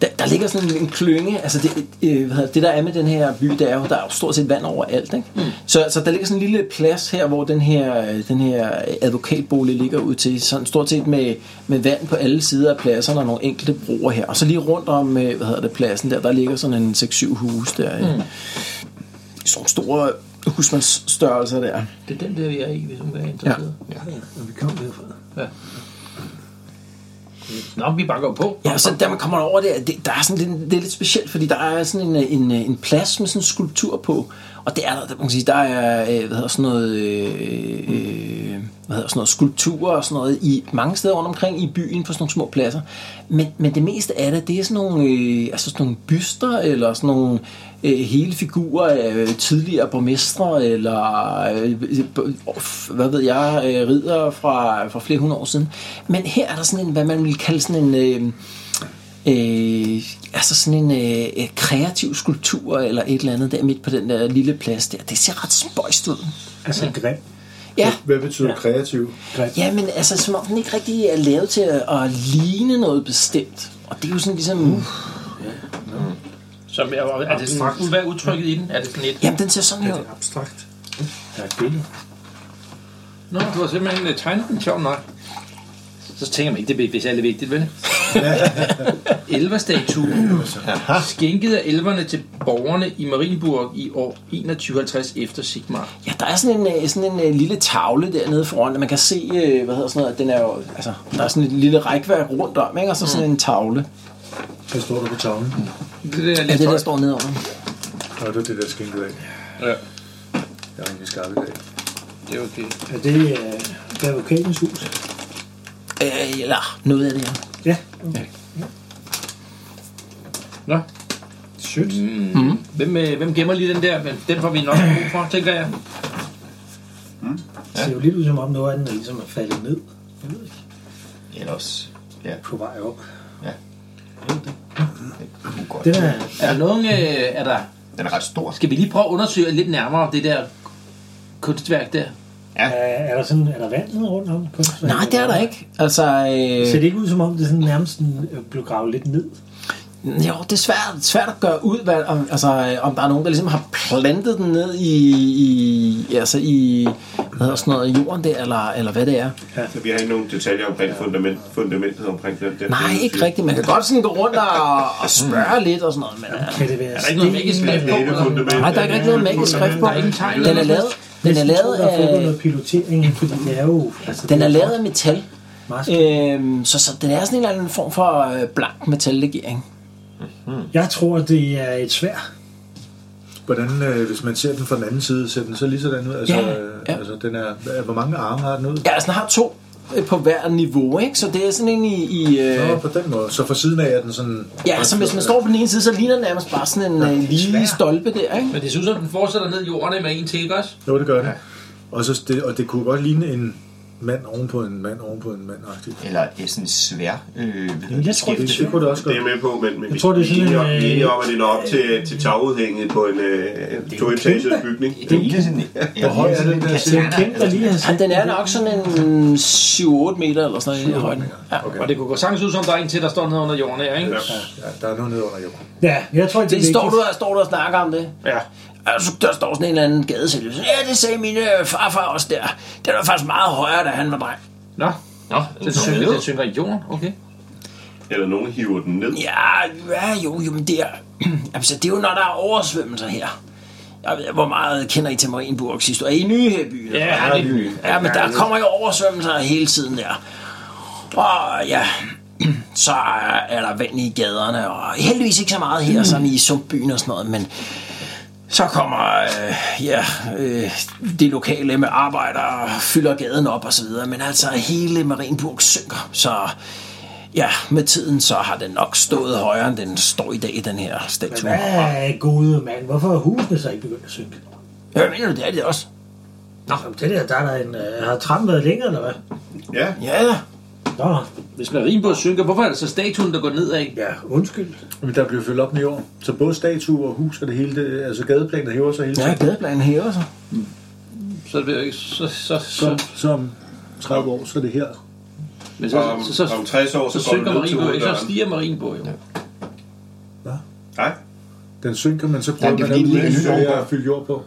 Speaker 2: der, der ligger sådan en, en klynge, altså det, øh, hvad hedder, det der er med den her by, det er jo, der er jo stort set vand overalt, ikke? Mm. Så, så der ligger sådan en lille plads her, hvor den her, øh, den her advokatbolig ligger ud til, sådan stort set med, med vand på alle sider af pladserne og nogle enkelte broer her. Og så lige rundt om, øh, hvad hedder det, pladsen der, der ligger sådan en 6-7 huse der, mm. i sådan nogle store husmandsstørrelser der.
Speaker 3: Det er den der, vi er i, hvis hun er interesseret. Ja.
Speaker 7: Og vi kom derfra.
Speaker 3: Nå, vi banker jo på.
Speaker 2: Ja, og så da man kommer over der, det, der er sådan, det, det er lidt specielt, fordi der er sådan en, øh, en, øh, en plads med sådan en skulptur på, og det er der, der, man kan sige, der er, øh, hvad hedder sådan noget, øh, øh, hvad hedder sådan noget, skulpturer og sådan noget, i mange steder rundt omkring i byen på sådan nogle små pladser, men, men det meste af det, det er sådan nogle, øh, altså sådan nogle byster, eller sådan nogle øh, hele figurer af øh, tidligere borgmestre, eller øh, øh, hvad ved jeg, øh, ridder fra, fra flere hundrede år siden. Men her er der sådan en, hvad man vil kalde sådan en... Øh, øh, altså sådan en øh, øh, kreativ skulptur eller et eller andet der midt på den der lille plads der. Det ser ret spøjst ud.
Speaker 7: Altså grim.
Speaker 2: Ja,
Speaker 4: Hvad betyder kreativ?
Speaker 2: ja men altså som om den ikke rigtig er lavet til at, at ligne noget bestemt. Og det er jo sådan ligesom... Uh,
Speaker 3: Som, er, er det sådan, hvad er udtrykket i den? Er det sådan et...
Speaker 2: jamen den ser sådan her ud.
Speaker 5: Abstrakt.
Speaker 7: Der er et billede.
Speaker 3: Nå, du har simpelthen øh, tegnet den, sjov nok. Så tænker man ikke, det er ikke særlig vigtigt, [LAUGHS] vel? Elverstatuen. Skænket af elverne til borgerne i Marienburg i år 2150 efter Sigmar.
Speaker 2: Ja, der er sådan en, øh, sådan en øh, lille tavle dernede foran, og man kan se, øh, hvad hedder sådan noget, at den er jo, altså, der er sådan et lille rækværk rundt om, ikke? og så sådan en tavle.
Speaker 4: Hvad står der på tavlen?
Speaker 3: Det er
Speaker 2: Ja, det
Speaker 3: lidt
Speaker 2: er det, der
Speaker 3: højt.
Speaker 2: står nede over.
Speaker 4: Nå, det er det, der skænket af.
Speaker 3: Ja.
Speaker 4: Jeg er rigtig skarp i dag.
Speaker 3: Det er okay.
Speaker 7: Er det øh, det er advokatens hus?
Speaker 2: Øh, eller noget af det her.
Speaker 7: Ja.
Speaker 3: Nå,
Speaker 5: Sødt.
Speaker 3: Hvem, øh, hvem gemmer lige den der? Den får vi nok brug for, tænker jeg.
Speaker 7: Det ser jo lidt ud som om noget af den er ligesom er faldet ned. Jeg ved ikke.
Speaker 8: Ellers
Speaker 7: På vej op.
Speaker 8: kunne godt.
Speaker 7: Den er...
Speaker 3: Er der nogen... Øh, er der...
Speaker 8: Den er ret stor.
Speaker 3: Skal vi lige prøve at undersøge lidt nærmere det der kunstværk der?
Speaker 7: Er, er der sådan, er der vand nede rundt om? kunstværket?
Speaker 2: Nej, det er der ikke. Altså, øh,
Speaker 7: Ser det ikke ud som om, det sådan nærmest sådan, øh, blev gravet lidt ned?
Speaker 2: Jo, det er svært, svært at gøre ud, hvad, om, altså, om der er nogen, der ligesom har plantet den ned i, i altså i, hvad hedder sådan noget, i jorden der, eller, eller hvad det er.
Speaker 6: Så Altså, vi har ikke nogen detaljer omkring fundament, fundamentet omkring det. det
Speaker 2: Nej, ikke rigtigt. Man kan godt sådan gå rundt og, og spørge lidt og sådan noget, men øh,
Speaker 7: Kan det være
Speaker 3: Er der ikke noget magisk skrift på?
Speaker 6: Hele
Speaker 3: eller?
Speaker 6: fundamentet.
Speaker 2: nej, der er ikke rigtig noget magisk
Speaker 6: Mm.
Speaker 2: skrift på.
Speaker 3: Der er ingen tegn.
Speaker 2: Den er lavet, den er lavet
Speaker 7: af... Der er
Speaker 2: af,
Speaker 7: noget pilotering, fordi det er jo... Altså,
Speaker 2: den
Speaker 7: det
Speaker 2: er lavet af metal.
Speaker 7: meget smukt.
Speaker 2: Øhm, så, så den er sådan en eller anden form for øh, blank metallegering.
Speaker 7: Jeg tror, det er et svær.
Speaker 4: Hvordan, øh, hvis man ser den fra den anden side, ser den så lige sådan ud? Altså,
Speaker 2: Ja,
Speaker 4: øh,
Speaker 2: ja.
Speaker 4: altså den er, hva- hvor mange arme har den ud?
Speaker 2: Ja, altså den har to øh, på hver niveau, ikke? Så det er sådan en i... i øh,
Speaker 4: Nå, på den måde. Så fra siden af er den sådan...
Speaker 2: Ja, så hvis man står på den ene side, så ligner den nærmest bare sådan en øh, lige stolpe der, ikke?
Speaker 3: Men det synes, at den fortsætter ned i jorden med en til, ikke også?
Speaker 4: Jo, det gør det. Og, så, det, og det kunne godt ligne en mand ovenpå en mand ovenpå en mand. -agtigt.
Speaker 8: Eller det er sådan en svær øh, hvad hedder
Speaker 7: Jamen, jeg
Speaker 8: det,
Speaker 7: tror,
Speaker 8: skift.
Speaker 4: Det, det kunne det også
Speaker 6: Det er
Speaker 4: godt.
Speaker 6: jeg med på, men, men vi
Speaker 7: tror, det er
Speaker 6: vi
Speaker 7: sådan
Speaker 6: enige
Speaker 7: en,
Speaker 6: om-
Speaker 7: øh,
Speaker 6: vi er enige om, at det når op til, til tagudhænget på en øh, toetagers bygning.
Speaker 8: Det ligner sådan en... Hvor
Speaker 4: høj er den der
Speaker 7: Det er en kæmpe, der lige har
Speaker 2: Ja, den er nok sådan en 7-8 meter eller sådan noget i højden. Ja.
Speaker 3: Og det kunne gå sagtens ud, som der er en til, der står nede under jorden her, ikke?
Speaker 4: Ja, der er noget nede under jorden.
Speaker 7: Ja, jeg tror, det er
Speaker 2: Det står du,
Speaker 7: vigtigt.
Speaker 2: der, står du og snakker om det?
Speaker 3: Ja.
Speaker 2: Altså, der står sådan en eller anden gadesælger. Ja, det sagde min øh, farfar også der. Det var faktisk meget højere, da han var dreng.
Speaker 3: Nå,
Speaker 8: Nå,
Speaker 3: den synker, den synker i jorden, okay.
Speaker 6: Eller nogen hiver den ned.
Speaker 2: Ja, ja jo, jo, men det er, [CLEARS THROAT] altså, det er jo, når der er oversvømmelser her. Jeg ved, hvor meget kender I til Marienburgs historie? Er I nye her i byen?
Speaker 3: Ja,
Speaker 2: er I nye? Ja, men der kommer jo oversvømmelser hele tiden der. Og ja, [CLEARS THROAT] så er- er der vand i gaderne, og heldigvis ikke så meget her, sådan i sumpbyen og sådan noget, men så kommer øh, ja, øh, det lokale med arbejdere og fylder gaden op og så videre, men altså hele Marienburg synker, så ja, med tiden så har den nok stået højere, end den står i dag, den her statue.
Speaker 7: Ja, gode mand. Hvorfor er husene så ikke begyndt at synke?
Speaker 2: Hvad mener du, det er det også?
Speaker 7: Nå, jamen, det der, der er der en... Øh, har trappen været længere, eller hvad?
Speaker 6: Ja,
Speaker 2: Ja,
Speaker 7: Nå,
Speaker 3: Hvis Marienborg synker, hvorfor er det så statuen, der går nedad?
Speaker 7: ja, undskyld.
Speaker 4: Men der bliver fyldt op med jord. Så både statuer og hus og det hele, det, altså gadeplaner hæver sig hele
Speaker 2: ja
Speaker 4: tiden.
Speaker 2: gadeplanen hæver sig.
Speaker 3: Så, er det jo ikke- så, så, så,
Speaker 4: Så, så om 30 år, så er det her.
Speaker 3: men så,
Speaker 6: og om,
Speaker 3: så, så,
Speaker 6: om 60 år,
Speaker 3: så,
Speaker 6: så, går
Speaker 3: synker
Speaker 6: den ned til
Speaker 3: Marienborg, ikke? så
Speaker 6: hoveddøren.
Speaker 3: stiger Marienborg jo.
Speaker 6: Nej,
Speaker 4: Den synker, men så prøver
Speaker 8: Ja, det er
Speaker 4: man
Speaker 8: fordi,
Speaker 4: at
Speaker 8: den ligger nyt
Speaker 4: udvælge
Speaker 8: ovenpå.
Speaker 4: at fylde jord på.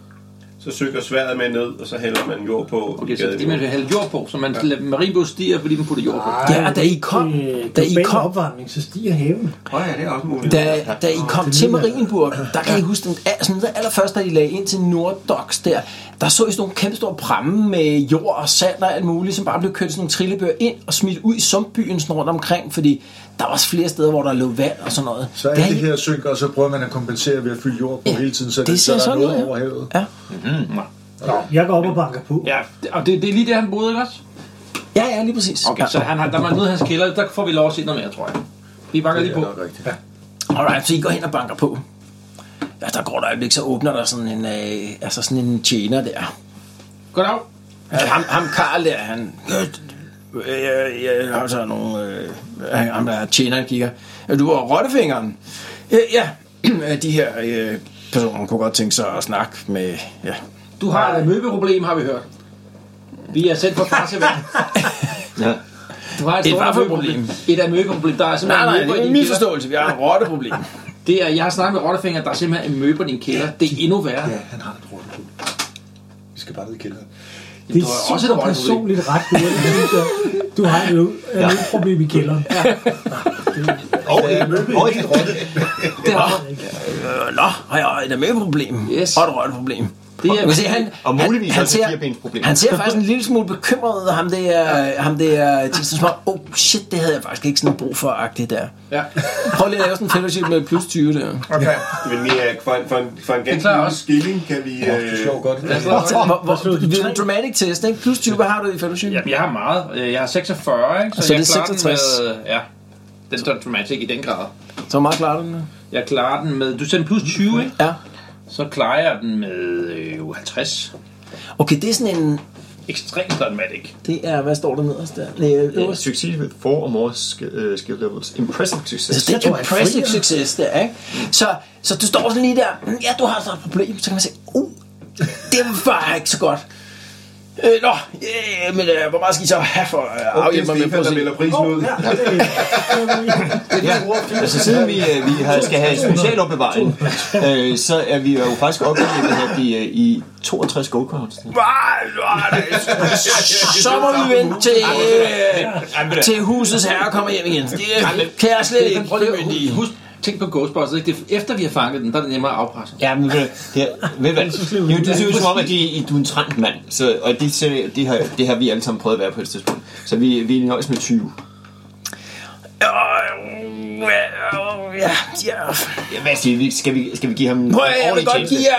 Speaker 6: så synker sværet med ned, og så hælder man jord på. i
Speaker 3: Okay, så det er det, man
Speaker 6: gadeniveau.
Speaker 3: vil have jord på, så man ja. Marienborg stiger, fordi man putter jord på.
Speaker 2: Ja, da I kom, da I
Speaker 7: global
Speaker 2: kom,
Speaker 7: opvarmning, så stiger haven.
Speaker 6: Åh ja, det er også muligt.
Speaker 2: Da, da I kom til Marienburg, der kan I huske, den, al- sådan, det allerførste, da I lagde ind til Norddox der, der så I sådan nogle kæmpe store pramme med jord og sand og alt muligt, som bare blev kørt i sådan nogle trillebøger ind og smidt ud i sumpbyen sådan rundt omkring, fordi der var også flere steder, hvor der lå vand og sådan noget.
Speaker 4: Så
Speaker 2: det
Speaker 4: alt
Speaker 2: har
Speaker 4: det
Speaker 2: I-
Speaker 4: her synker, og så prøver man at kompensere ved at fylde jord på
Speaker 2: Ja,
Speaker 4: hele tiden, så,
Speaker 2: det
Speaker 4: det, så
Speaker 2: ser
Speaker 4: der er
Speaker 2: sådan ud,
Speaker 4: noget
Speaker 2: ja.
Speaker 4: over havet.
Speaker 2: Ja,
Speaker 7: Jeg går op og banker på.
Speaker 3: Ja, det- og det, det er lige der, han boede, ikke også?
Speaker 2: ja, ja lige præcis.
Speaker 3: Okay, så han har, der var nede i hans kælder, der får vi lov at se noget mere, tror jeg. Vi bakker lige på.
Speaker 2: Alright, så I går hen og banker på. Ja, der går der øjeblik, så åbner der sådan en, øh, altså sådan en tjener der.
Speaker 3: Goddag.
Speaker 2: Ja, ham, ham Karl der, han... Øh, jeg, jeg har så nogle... Øh, han- ham der er tjeneren kigger. Øh, Du har rottefingeren. Øh, ja, [CLEARS THROAT] øh, de her øh, personer kunne godt tænke sig at snakke med... Ja.
Speaker 3: Du har et møbeproblem, har vi hørt. Vi er sendt på farsevand.
Speaker 8: Ja.
Speaker 3: Du har et,
Speaker 2: Et
Speaker 3: stort
Speaker 2: vaffelproblem.
Speaker 3: amøbeproblem. Et amøbeproblem. Der er
Speaker 2: Nej,
Speaker 3: simpelthen
Speaker 2: nej,
Speaker 3: amøber
Speaker 2: det er
Speaker 3: i
Speaker 2: en
Speaker 3: din kælder.
Speaker 2: misforståelse. Vi har et rotteproblem.
Speaker 3: [LAUGHS] Det er, jeg har snakket med Rottefinger, der er simpelthen en møber i din kælder. Det er endnu værre.
Speaker 4: Ja, han har et rotteproblem. Vi skal bare ned i kælderen.
Speaker 7: Det
Speaker 3: du har
Speaker 7: er
Speaker 3: også
Speaker 7: super
Speaker 3: et røgproblem.
Speaker 7: personligt ret. Du, har. du har jo ja. et problem i kælderen. Ja.
Speaker 8: Og en og en rotte.
Speaker 2: Øh, Nå, har jeg et møbeproblem
Speaker 3: Yes.
Speaker 2: og et rotteproblem.
Speaker 3: Det er-
Speaker 2: Du kan se, han,
Speaker 8: Og muligvis
Speaker 2: han,
Speaker 8: også et
Speaker 2: han, ser,
Speaker 8: firbenproblem.
Speaker 2: han ser faktisk en lille smule bekymret ud, ham det er, ham det er til sådan smart, oh shit, det havde jeg faktisk ikke sådan brug for, agtigt der.
Speaker 3: Ja.
Speaker 2: Prøv lige at lave sådan en fellowship med plus 20 der.
Speaker 6: Okay. Men ja, for en, for en, for en ganske
Speaker 3: klarer
Speaker 6: lille
Speaker 3: også.
Speaker 6: skilling kan vi... Øh,
Speaker 4: sjovt godt.
Speaker 2: Hvor, hvor, hvor, det er en dramatic test, ikke? Plus 20, hvad har du i fellowship?
Speaker 3: Jamen, jeg har meget. Øh, Jeg har 46, ikke?
Speaker 2: Så
Speaker 3: jeg
Speaker 2: det er
Speaker 3: klarer den
Speaker 2: 66.
Speaker 3: Med, ja, den står dramatic i den grad.
Speaker 2: Så hvor meget klarer du den?
Speaker 3: Jeg klarer den med... Du sendte plus 20, ikke?
Speaker 2: Ja.
Speaker 3: Så klarer jeg den med øh, 50.
Speaker 2: Okay, det er sådan en...
Speaker 3: Ekstremt automatic.
Speaker 2: Det er, hvad står der nederst der? Nej,
Speaker 8: Uh,
Speaker 2: øverst.
Speaker 8: succeed with four or more skill, uh, skill levels. Impressive success.
Speaker 2: Altså, det er impressive success, der, ikke? Så, så du står sådan lige der, "Mm, ja, du har altså et problem, så kan man sige, uh, det var ikke så godt. Øh, nå, øh, men øh, hvor meget skal I så have for at øh, afhjælpe mig med
Speaker 6: Stefan, der melder prisen ud.
Speaker 8: Ja, altså siden vi, øh, vi har, skal have specialopbevaring, øh, så er vi jo faktisk oppe i, hvad hedder de, øh, i 62 gold crowns.
Speaker 2: Så må vi vente til, øh, til husets herre kommer hjem igen. Det øh, kan jeg slet ikke. Prøv lige
Speaker 3: Husk, tænk på Ghostbusters, ikke? Det er, efter vi har fanget den, der er det nemmere at afpresse.
Speaker 8: Ja, men ved, du- det, er- ved du hvad, jo, det ser ud som om, at de, du er en trængt mand, så, og det, ser- det, har, det har vi alle sammen prøvet at være på et tidspunkt. Så vi, vi er nøjes med 20.
Speaker 2: Ja, ja.
Speaker 8: Ja, Hvad siger vi? Skal vi, skal vi give ham en
Speaker 2: Prøv at, jeg vil
Speaker 8: ordentlig
Speaker 2: godt give
Speaker 8: tjeneste?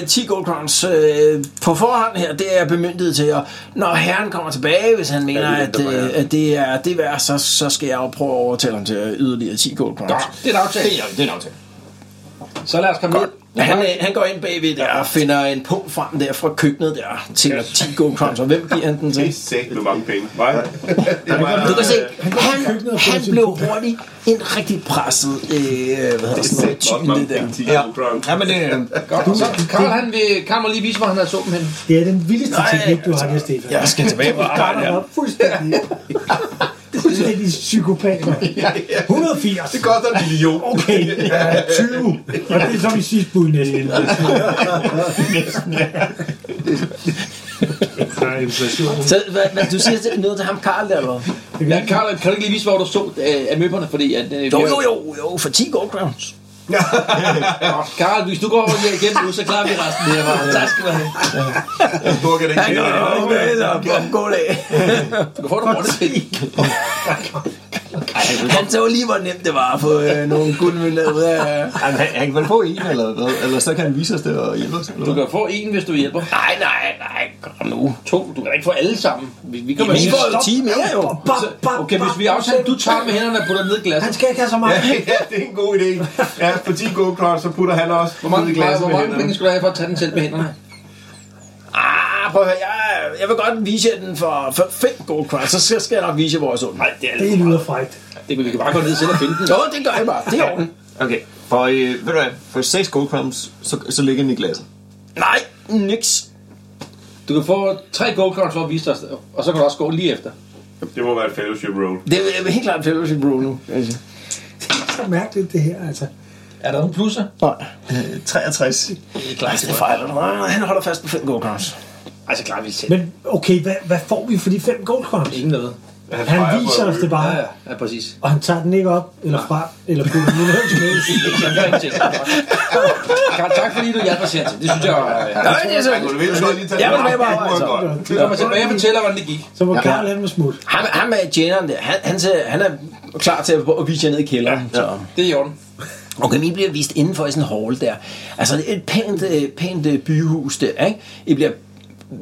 Speaker 2: jer 10 gold crowns øh, på forhånd her. Det er jeg bemyndiget til. Og når herren kommer tilbage, hvis han mener, at, øh, at det er det værd, så, så skal jeg jo prøve at overtale ham til øh, yderligere 10 gold crowns.
Speaker 3: Det er en aftale.
Speaker 8: Det er, det er en aftale.
Speaker 3: Så lad os komme ned.
Speaker 2: Ja, han, øh, han går ind bagved der og finder en pung frem der fra køkkenet der til 10 gold crowns. Og hvem giver han den
Speaker 6: [LAUGHS] Det er
Speaker 2: til?
Speaker 6: sæt med mange penge. Nej.
Speaker 2: Du kan se, han, han blev hurtigt en rigtig presset øh, hvad hedder sådan noget, typen det der.
Speaker 8: Ja.
Speaker 6: der.
Speaker 8: Ja, men det,
Speaker 2: øh,
Speaker 3: Godt. Så Karl, han vil, Karl må lige vise, hvor han har suppen hen.
Speaker 7: Det er den vildeste teknik, du har, der, Stefan.
Speaker 2: Jeg skal tilbage på
Speaker 7: Karl er fuldstændig... [LAUGHS] Fuldstændig psykopat, mand. 180. Det koster en million. Okay, ja, 20. Og det er så mit sidste bud næsten.
Speaker 5: Der er inflation.
Speaker 2: Så hvad, hvad, du siger til- noget til ham, Karl, der, eller hvad?
Speaker 3: Ja, Karl, kan du ikke lige vise, hvor du så øh, af møberne? Fordi at, øh,
Speaker 2: Jo, jo, jo, jo, for 10 gold crowns.
Speaker 3: Karl, hvis du går over her igen nu, så klarer vi resten her. Tak skal du have.
Speaker 6: Bukker den kæde.
Speaker 2: [LAUGHS]
Speaker 3: Du får du måtte til.
Speaker 2: Han så lige, hvor nemt det var at få øh, nogle guldmønter ud af...
Speaker 8: han, han kan vel få en, eller, hvad? eller så kan han vise os det og hjælpe os.
Speaker 3: Du
Speaker 8: Eller? hvad?
Speaker 3: kan få en, hvis du hjælper.
Speaker 2: Nej, nej, nej, kom nu.
Speaker 3: To. Du kan ikke få alle sammen. Vi, vi kommer
Speaker 2: Vi får jo 10 mere, jo.
Speaker 3: Okay, hvis vi aftaler, at du tager med hænderne og putter ned i
Speaker 7: Han
Speaker 3: glasset.
Speaker 7: skal ikke have så meget.
Speaker 6: Ja, det er en god idé. Ja, på 10 gode crowns, så putter han også
Speaker 3: Hvor mange, hvor mange penge skulle du have for at tage den selv med hænderne?
Speaker 2: Ah, prøv at høre, jeg, jeg vil godt vise jer den for 5 gold crowns, så skal- skal jeg nok vise jer, hvor jeg så den. Nej, det er
Speaker 7: Det lyder frækt.
Speaker 3: Det kan vi kan bare gå ned selv og finde den.
Speaker 2: Jo, det gør jeg bare. Det er ordentligt.
Speaker 8: Okay, for, øh, ved du hvad, for 6 gold crumbs, så, så ligger den i glasset.
Speaker 2: Nej, niks.
Speaker 3: Du kan få tre gold crowns for at vise dig, og så kan du også gå lige efter.
Speaker 6: Det må være et fellowship roll.
Speaker 2: Det er helt klart fellowship rule nu. Altså.
Speaker 7: Så mærkeligt det her, altså.
Speaker 3: Er der nogen plusser?
Speaker 2: Nej,
Speaker 8: 63.
Speaker 2: det er klart, det fejler. Nej, Han holder fast på 5 gold crowns.
Speaker 3: Altså klart, vi selv.
Speaker 7: Men okay, hvad, hvad får vi for de fem gold crowns?
Speaker 3: Ingen noget.
Speaker 7: Han viser os det bare,
Speaker 3: Ja, ja, ja præcis.
Speaker 7: og han tager den ikke op, eller fra, eller på den måde.
Speaker 3: Karl, tak fordi du hjalp os hertil. Det synes jeg var...
Speaker 2: Nej, det er så...
Speaker 6: Du vil godt lige tage
Speaker 2: Jeg vil med bare, altså.
Speaker 6: altså.
Speaker 3: Du kommer tilbage og fortæller, hvordan det gik.
Speaker 7: Så må Karl han må smutte.
Speaker 2: Ham, ham med tjeneren der, han, han, ser, han er klar til at, at vise jer ned i kælderen. Ja, ja.
Speaker 3: Det er i orden.
Speaker 2: Okay, men I bliver vist indenfor i sådan en hall der. Altså, det er et pænt, øh, pænt øh, byhus der, ikke? I bliver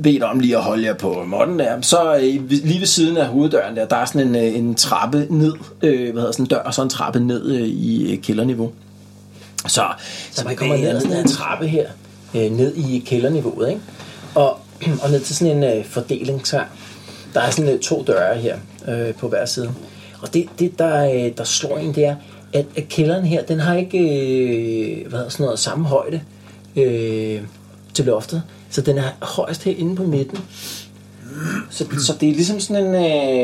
Speaker 2: bedt om lige at holde jer på måtten der. Så øh, lige ved siden af hoveddøren der, der er sådan en, øh, en trappe ned, øh, hvad hedder sådan en dør, og så en trappe ned øh, i øh, kælderniveau. Så, så man kommer ned ad sådan en trappe her, øh, ned i kælderniveauet, ikke? Og, [CLEARS THROAT] og ned til sådan en øh, fordelingsgang. Der er sådan øh, to døre her øh, på hver side. Og det, det der, øh, der slår en, det er, at, at kælderen her, den har ikke øh, hvad hedder sådan noget, samme højde øh, til loftet. Så den er højst herinde på midten. Så, så det er ligesom sådan en,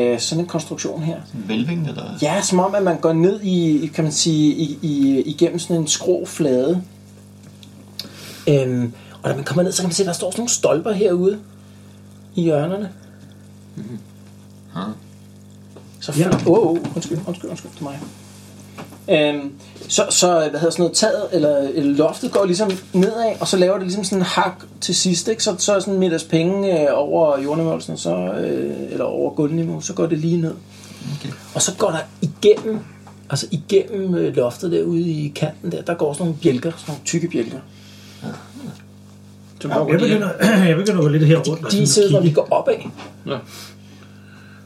Speaker 2: øh, sådan en konstruktion her.
Speaker 8: Velving, eller?
Speaker 2: Ja, som om, at man går ned i, kan man sige, i, i, igennem sådan en skrå flade. Øhm, og når man kommer ned, så kan man se, at der står sådan nogle stolper herude i hjørnerne. Mm. Så ja. Åh, oh, oh, undskyld, undskyld, undskyld til mig. Øhm, så, så, hvad hedder sådan noget, taget, eller, eller loftet går ligesom nedad, og så laver det ligesom sådan en hak til sidst, ikke? Så, så er sådan middags penge øh, over jordniveauelsen, så, øh, eller over gulvniveau, så går det lige ned. Og så går der igennem, altså igennem øh, loftet derude i kanten der, der går sådan nogle bjælker, sådan nogle tykke bjælker.
Speaker 7: [CLEARS THROAT] Jeg begynder, jeg begynder at gå lidt her rundt.
Speaker 2: De
Speaker 7: og sådan
Speaker 2: sidder, når
Speaker 7: kigge.
Speaker 2: vi går opad.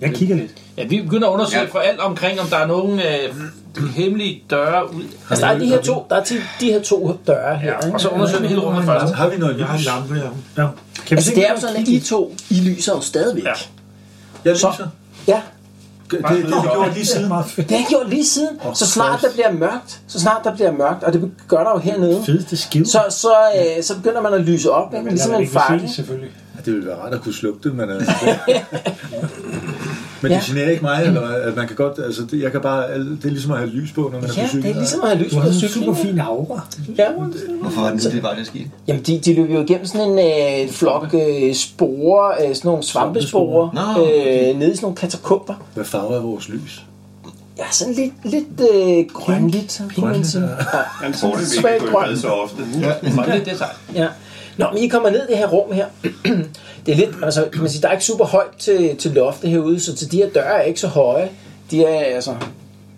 Speaker 7: Jeg kigger lidt.
Speaker 3: Ja, vi begynder at undersøge ja. for alt omkring, om der er nogen øh, hemmelige døre ud.
Speaker 2: Altså, der er de her to, der er til de her to døre her.
Speaker 3: Ja, og så undersøger vi hele rummet først.
Speaker 4: Har vi noget
Speaker 5: Jeg har en
Speaker 4: lys?
Speaker 5: lampe her.
Speaker 7: Ja. Kan vi
Speaker 2: Altså,
Speaker 7: se,
Speaker 2: det er jo sådan, at I to, I lyser jo stadigvæk. Ja.
Speaker 4: Jeg lyser.
Speaker 2: ja.
Speaker 4: Det, det, det, det gjorde jeg lige siden.
Speaker 7: meget fedt.
Speaker 2: Det har jeg gjort lige siden. så snart der bliver mørkt, så snart der bliver mørkt, og det gør der jo hernede,
Speaker 7: Fedeste skive.
Speaker 2: så, så, øh, så begynder man at lyse op, ikke? ligesom en fange.
Speaker 7: selvfølgelig.
Speaker 4: Ja, det ville være rart at kunne slukke det, men... Altså, men det
Speaker 2: Ja.
Speaker 4: generer ikke mig, eller hvad? at man kan godt... Altså, det, jeg kan bare... al- Det er ligesom at have lys på, når man er
Speaker 2: Ja,
Speaker 4: på cykel.
Speaker 2: det er ligesom at have lys
Speaker 7: Du
Speaker 2: på
Speaker 7: har en
Speaker 2: cyklen.
Speaker 7: super fin aura.
Speaker 2: Ja.
Speaker 9: Hvorfor var det nu, det var, der skete?
Speaker 2: Jamen, de, de løb jo igennem sådan en øh, flok øh, sporer, øh, sådan nogle svampesporer,
Speaker 9: Nå,
Speaker 2: øh, nede i sådan nogle katakomber.
Speaker 4: Hvad farve er vores lys?
Speaker 2: Ja, sådan lidt, lidt øh, grønligt, som kan man sige. Ja.
Speaker 6: Han tror, det vi
Speaker 2: Svag
Speaker 6: ikke går
Speaker 2: grøn.
Speaker 6: med så ofte.
Speaker 3: Det, det er sejt.
Speaker 2: Ja. Nå, men I kommer ned i det her rum her. det er lidt, altså, kan man sige, der er ikke super højt til, til loftet herude, så til de her døre er ikke så høje. De er altså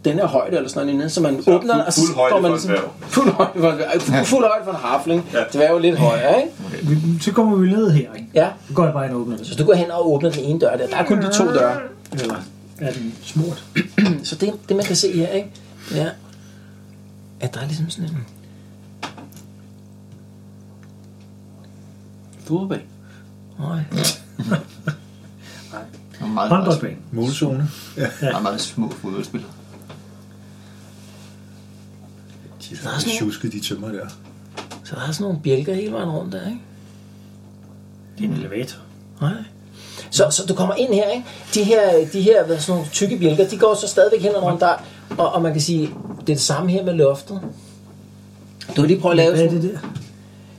Speaker 2: den her højde eller sådan noget lignende, så man så åbner,
Speaker 6: fuld-
Speaker 2: og så
Speaker 6: fuld højde
Speaker 2: går man
Speaker 6: for en
Speaker 2: sådan-
Speaker 6: dværg.
Speaker 2: Fuld højde for en dværg.
Speaker 6: [LAUGHS]
Speaker 2: Fuld, fuld højde for en harfling. Ja. Det var jo lidt højere, ikke?
Speaker 7: Vi- Så kommer vi ned her, ikke?
Speaker 2: Ja.
Speaker 7: Nu går jeg bare ind og åbner det.
Speaker 2: Så du går hen og åbner den ene dør der. Der er kun de to døre.
Speaker 7: Eller er den smurt?
Speaker 2: Så det, det man kan se her, ikke? Det er, at der er ligesom sådan en... Fodbold. Nej.
Speaker 9: Det var Meget, meget,
Speaker 7: Håndboldbane.
Speaker 4: Målzone.
Speaker 9: meget, meget små fodboldspillere.
Speaker 4: De er faktisk tjusket, de tømmer der.
Speaker 2: Så der er sådan nogle bjælker hele vejen rundt der, ikke?
Speaker 7: Det er en elevator.
Speaker 2: Nej. Så, så du kommer ind her, ikke? De her, de her hvad, sådan nogle tykke bjælker, de går så stadigvæk hen ad nogle der, og, og man kan sige, det er det samme her med loftet. Du kan lige prøve at lave
Speaker 7: Hvad er
Speaker 2: sådan...
Speaker 7: det der?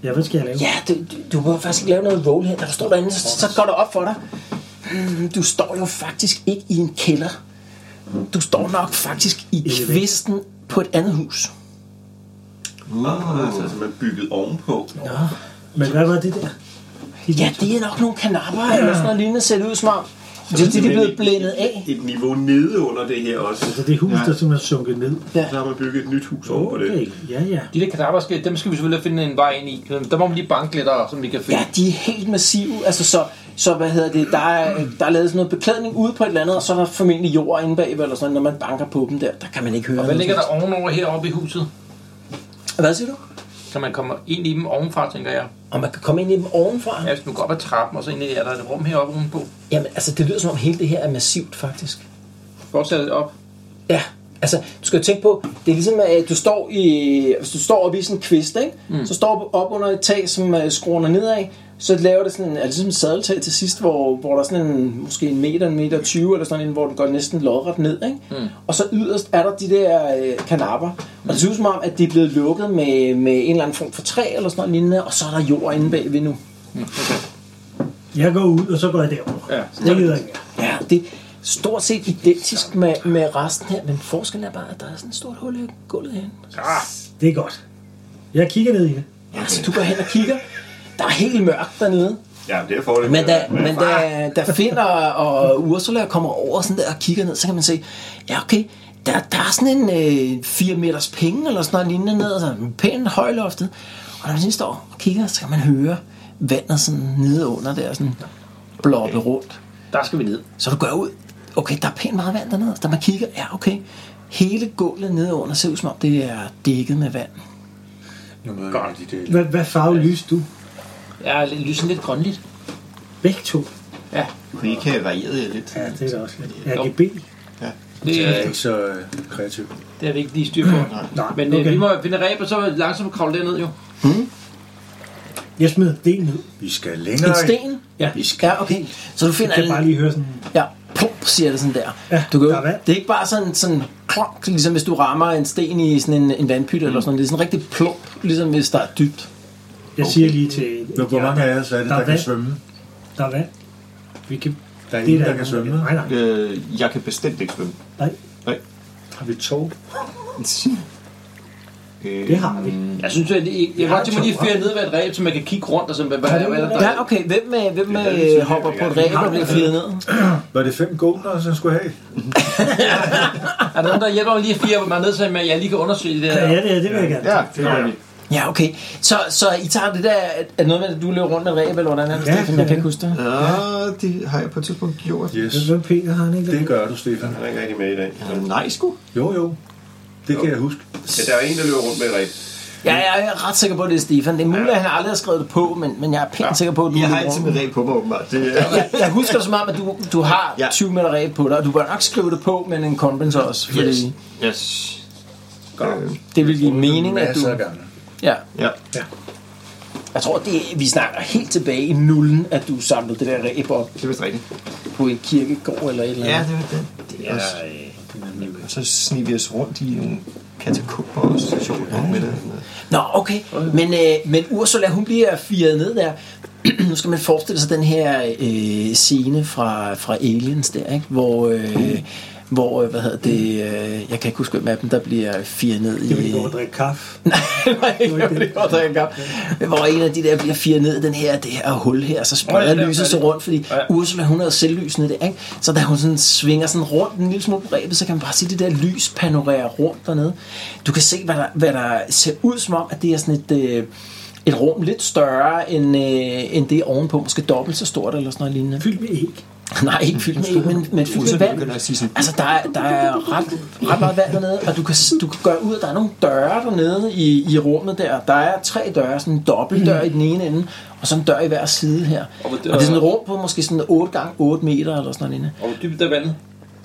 Speaker 7: Ja, hvad skal jeg lave?
Speaker 2: Ja, du, du, du behøver faktisk ikke lave noget roll her. Da du står derinde, så, så går det op for dig. Hmm, Du står jo faktisk ikke i en kælder. Du står nok faktisk i kvisten på et andet hus.
Speaker 6: Ah, altså, altså, man bygget ovenpå.
Speaker 7: Men hvad var det der?
Speaker 2: Ja, det er nok nogle kanapper eller sådan noget lignende, ser det ud som om. Det er de, de er blevet blindet af.
Speaker 6: Et niveau nede under Altså, det her også.
Speaker 7: Så det er hus, der simpelthen er sunket ned.
Speaker 6: Så har man bygget et nyt hus oven på det.
Speaker 7: Okay, ja, ja.
Speaker 3: De der kadavere, skal, dem skal vi selvfølgelig finde en vej ind i. Der må vi lige banke lidt, og- som vi kan finde.
Speaker 2: Ja, de er helt massive. Altså, så, så hvad hedder det, der er, der er lavet sådan noget beklædning ude på et eller andet, og så er der formentlig jord inde bagved, eller sådan, når man banker på dem der, der kan man ikke høre
Speaker 3: Hvad
Speaker 2: noget
Speaker 3: ligger
Speaker 2: som
Speaker 3: der ovenover heroppe i huset?
Speaker 2: helst. Hvad siger du?
Speaker 3: Kan man komme ind i dem ovenfra, tænker jeg.
Speaker 2: Og man kan komme ind i dem ovenfra.
Speaker 3: Ja, hvis du går op ad trappen, og så ind i er der et rum heroppe ovenpå.
Speaker 2: Jamen, altså, det lyder som om hele det her er massivt, faktisk.
Speaker 3: Fortsæt det op.
Speaker 2: Ja, altså, du skal jo tænke på, det er ligesom, at du står i, hvis du står oppe i sådan en kvist, ikke? Mm. så står du op under et tag, som uh, skruer nedad, så laver det sådan en, er det ligesom et sadeltag til sidst, hvor, hvor der er sådan en, måske en meter, en meter 20 eller sådan en, hvor den går næsten lodret ned, ikke? Mm. og så yderst er der de der øh, kanapper, og det ser ud som om, at det er blevet lukket med, med en eller anden form for træ eller sådan noget lignende, og så er der jord inde bagved nu.
Speaker 7: Jeg går ud, og så går jeg derover.
Speaker 3: Ja.
Speaker 7: Det gider jeg ikke. mere.
Speaker 2: Ja, det er stort set identisk med, med resten her, men forskellen er bare, at der er sådan et stort hul i gulvet herinde.
Speaker 7: Det er godt. Jeg kigger ned i det.
Speaker 2: Ja, så Altså, du går hen og kigger. Der er helt mørkt dernede.
Speaker 6: Ja, det er fordelen.
Speaker 2: Men da,
Speaker 6: Men
Speaker 2: men da, da Finder og Ursula kommer over sådan der og kigger ned, så kan man se, ja okay, der, der er sådan en øh, 4 meters penge eller sådan noget lignende ned, så pænt højloftet. Og når man sådan står og kigger, så kan man høre vandet sådan nede under der, sådan bloppe rundt.
Speaker 3: Der skal vi ned.
Speaker 2: Så du går ud, okay, der er pænt meget vand dernede. Da man kigger, ja okay, hele gulvet nede under ser ud som om, det er dækket med vand.
Speaker 4: Nu møder jeg de der
Speaker 7: Hvad, hvad farve lys du?
Speaker 3: Ja, lidt- lysen lidt grønligt.
Speaker 7: Begge to.
Speaker 9: Kunne I ikke have varieret jer lidt?
Speaker 7: Ja, det er da også lidt. RGB.
Speaker 3: Det,
Speaker 4: Jeg er
Speaker 3: øh,
Speaker 4: ikke så øh, kreativ.
Speaker 3: det har vi ikke lige styr på.
Speaker 7: Nej,
Speaker 3: Men øh, vi må finde ræb, og så langsomt kravle derned jo.
Speaker 7: Jeg smider det ned.
Speaker 4: Vi skal
Speaker 2: En
Speaker 4: længere.
Speaker 2: sten?
Speaker 7: Ja.
Speaker 2: Ja, okay. Så du
Speaker 7: Jeg
Speaker 2: finder
Speaker 7: kan
Speaker 2: en,
Speaker 7: bare lige høre sådan...
Speaker 2: Ja, plump, siger det sådan der.
Speaker 7: Ja,
Speaker 2: du kan,
Speaker 7: der er
Speaker 2: jo-
Speaker 7: vand.
Speaker 2: det er ikke bare sådan, sådan klonk, ligesom hvis du rammer en sten i sådan en, en vandpyt eller sådan noget. Det er sådan rigtig plump, ligesom hvis der er dybt.
Speaker 7: Jeg siger lige til...
Speaker 4: Nå, Hvor mange af os er det,
Speaker 7: Der
Speaker 4: der
Speaker 7: er
Speaker 4: kan
Speaker 7: vand.
Speaker 4: svømme?
Speaker 7: Der er vand. Vi kan...
Speaker 4: Der er
Speaker 7: det
Speaker 4: ingen, der kan
Speaker 7: nogen,
Speaker 4: svømme.
Speaker 7: Nej, nej.
Speaker 8: Øh, jeg kan bestemt ikke
Speaker 9: [LAUGHS]
Speaker 8: svømme.
Speaker 7: nej.
Speaker 4: Har vi to?
Speaker 7: Det har vi.
Speaker 4: Mm.
Speaker 3: Jeg synes, at det, jeg godt tænke mig lige at fære ned ved et ræb, så man kan kigge rundt og sådan, hvad, hvad, hvad, hvad, hvad,
Speaker 2: Ja, okay. Hvem, øh, hvem øh, hopper på et ræb og bliver firet ned?
Speaker 4: Var det fem goldner, som skulle have?
Speaker 3: er der nogen, der hjælper mig lige at fire mig ned, så jeg lige kan undersøge det
Speaker 7: Ja,
Speaker 3: der?
Speaker 7: ja, det, er- det vil jeg gerne.
Speaker 8: Ja, det er ja.
Speaker 2: Ja, okay. Så, så I tager det der, er det noget med, at du løber rundt med ræb, eller hvordan er det,
Speaker 7: Ja,
Speaker 2: ja, Stefan? Jeg kan ikke huske det.
Speaker 8: Ja, det har jeg på et tidspunkt gjort.
Speaker 4: Yes,
Speaker 7: Det var Peter, har han ikke
Speaker 4: det gør du, Stefan.
Speaker 6: Han er ikke rigtig med i dag. Så.
Speaker 8: Ja, nej, sgu.
Speaker 4: Jo, jo. Det kan jeg huske.
Speaker 6: Ja, der er en, der løber rundt med et ræb.
Speaker 2: Ja, jeg er ret sikker på, at det er Stefan. Det er muligt, at han aldrig har skrevet det på, men, men jeg er pænt sikker på, at du
Speaker 8: Jeg
Speaker 2: løber
Speaker 8: har altid
Speaker 2: rundt.
Speaker 8: med reg på mig, åbenbart. Det, er-
Speaker 2: jeg, jeg husker det som om, at du, du har
Speaker 8: Ja.
Speaker 2: 20 meter ræb på dig, og du bør nok skrive det på med en kompens også, fordi
Speaker 8: Yes. yes. Øh,
Speaker 2: det vil give mening, at du...
Speaker 4: Masser af gange.
Speaker 2: Ja,
Speaker 8: ja.
Speaker 2: jeg tror, det, vi snakker helt tilbage i nullen, at du samlede det der ræb op
Speaker 8: Det er vist rigtigt.
Speaker 2: på en kirkegård eller et eller andet.
Speaker 8: Ja, det er det. det er også, og så sniger vi os rundt i nogle katakomber og så sjovt ja. med det.
Speaker 2: Nå, okay. Men, øh, men Ursula, hun bliver firet ned der. [CLEARS THROAT] nu skal man forestille sig den her øh, scene fra, fra Aliens der, ikke? Hvor, øh, hvor øh, hvad hedder det, øh, jeg kan ikke huske, hvem af dem, der bliver firet ned i...
Speaker 7: Det vil gå og drikke kaffe.
Speaker 2: [LAUGHS] Nej, nej, det var ikke det, hvor der ikke Men Hvor en af de der bliver firet ned i den her, det her hul her, så
Speaker 3: Nå,
Speaker 2: spreder
Speaker 3: ja, det er
Speaker 2: lyset sig
Speaker 3: rigtigt.
Speaker 2: rundt, fordi
Speaker 3: Ja.
Speaker 2: Ursula, hun havde selvlysende det, ikke? Så da hun sådan svinger sådan rundt en lille smule på rebet, så kan man bare se det der lys panorere rundt dernede. Du kan se, hvad der, hvad der ser ud som om, at det er sådan et... Øh, et rum lidt større end, øh, end det ovenpå, måske dobbelt så stort eller sådan noget lignende.
Speaker 7: Fyldt med æg.
Speaker 2: [LAUGHS] Nej, ikke fyldt med æg, men, men fyldt med vand.
Speaker 8: begynder at sige sådan-
Speaker 2: Altså, der er, der er ret, ret meget vand dernede, og du kan, du kan gøre ud, at der er nogle døre dernede i, i rummet der. Der er tre døre, sådan en dobbeltdør i den ene ende, og så en dør i hver side her. Og,
Speaker 3: Og hvor-
Speaker 2: det er sådan et rum på måske sådan 8 gange 8 meter eller sådan noget lignende.
Speaker 3: Og hvor dybt er vandet?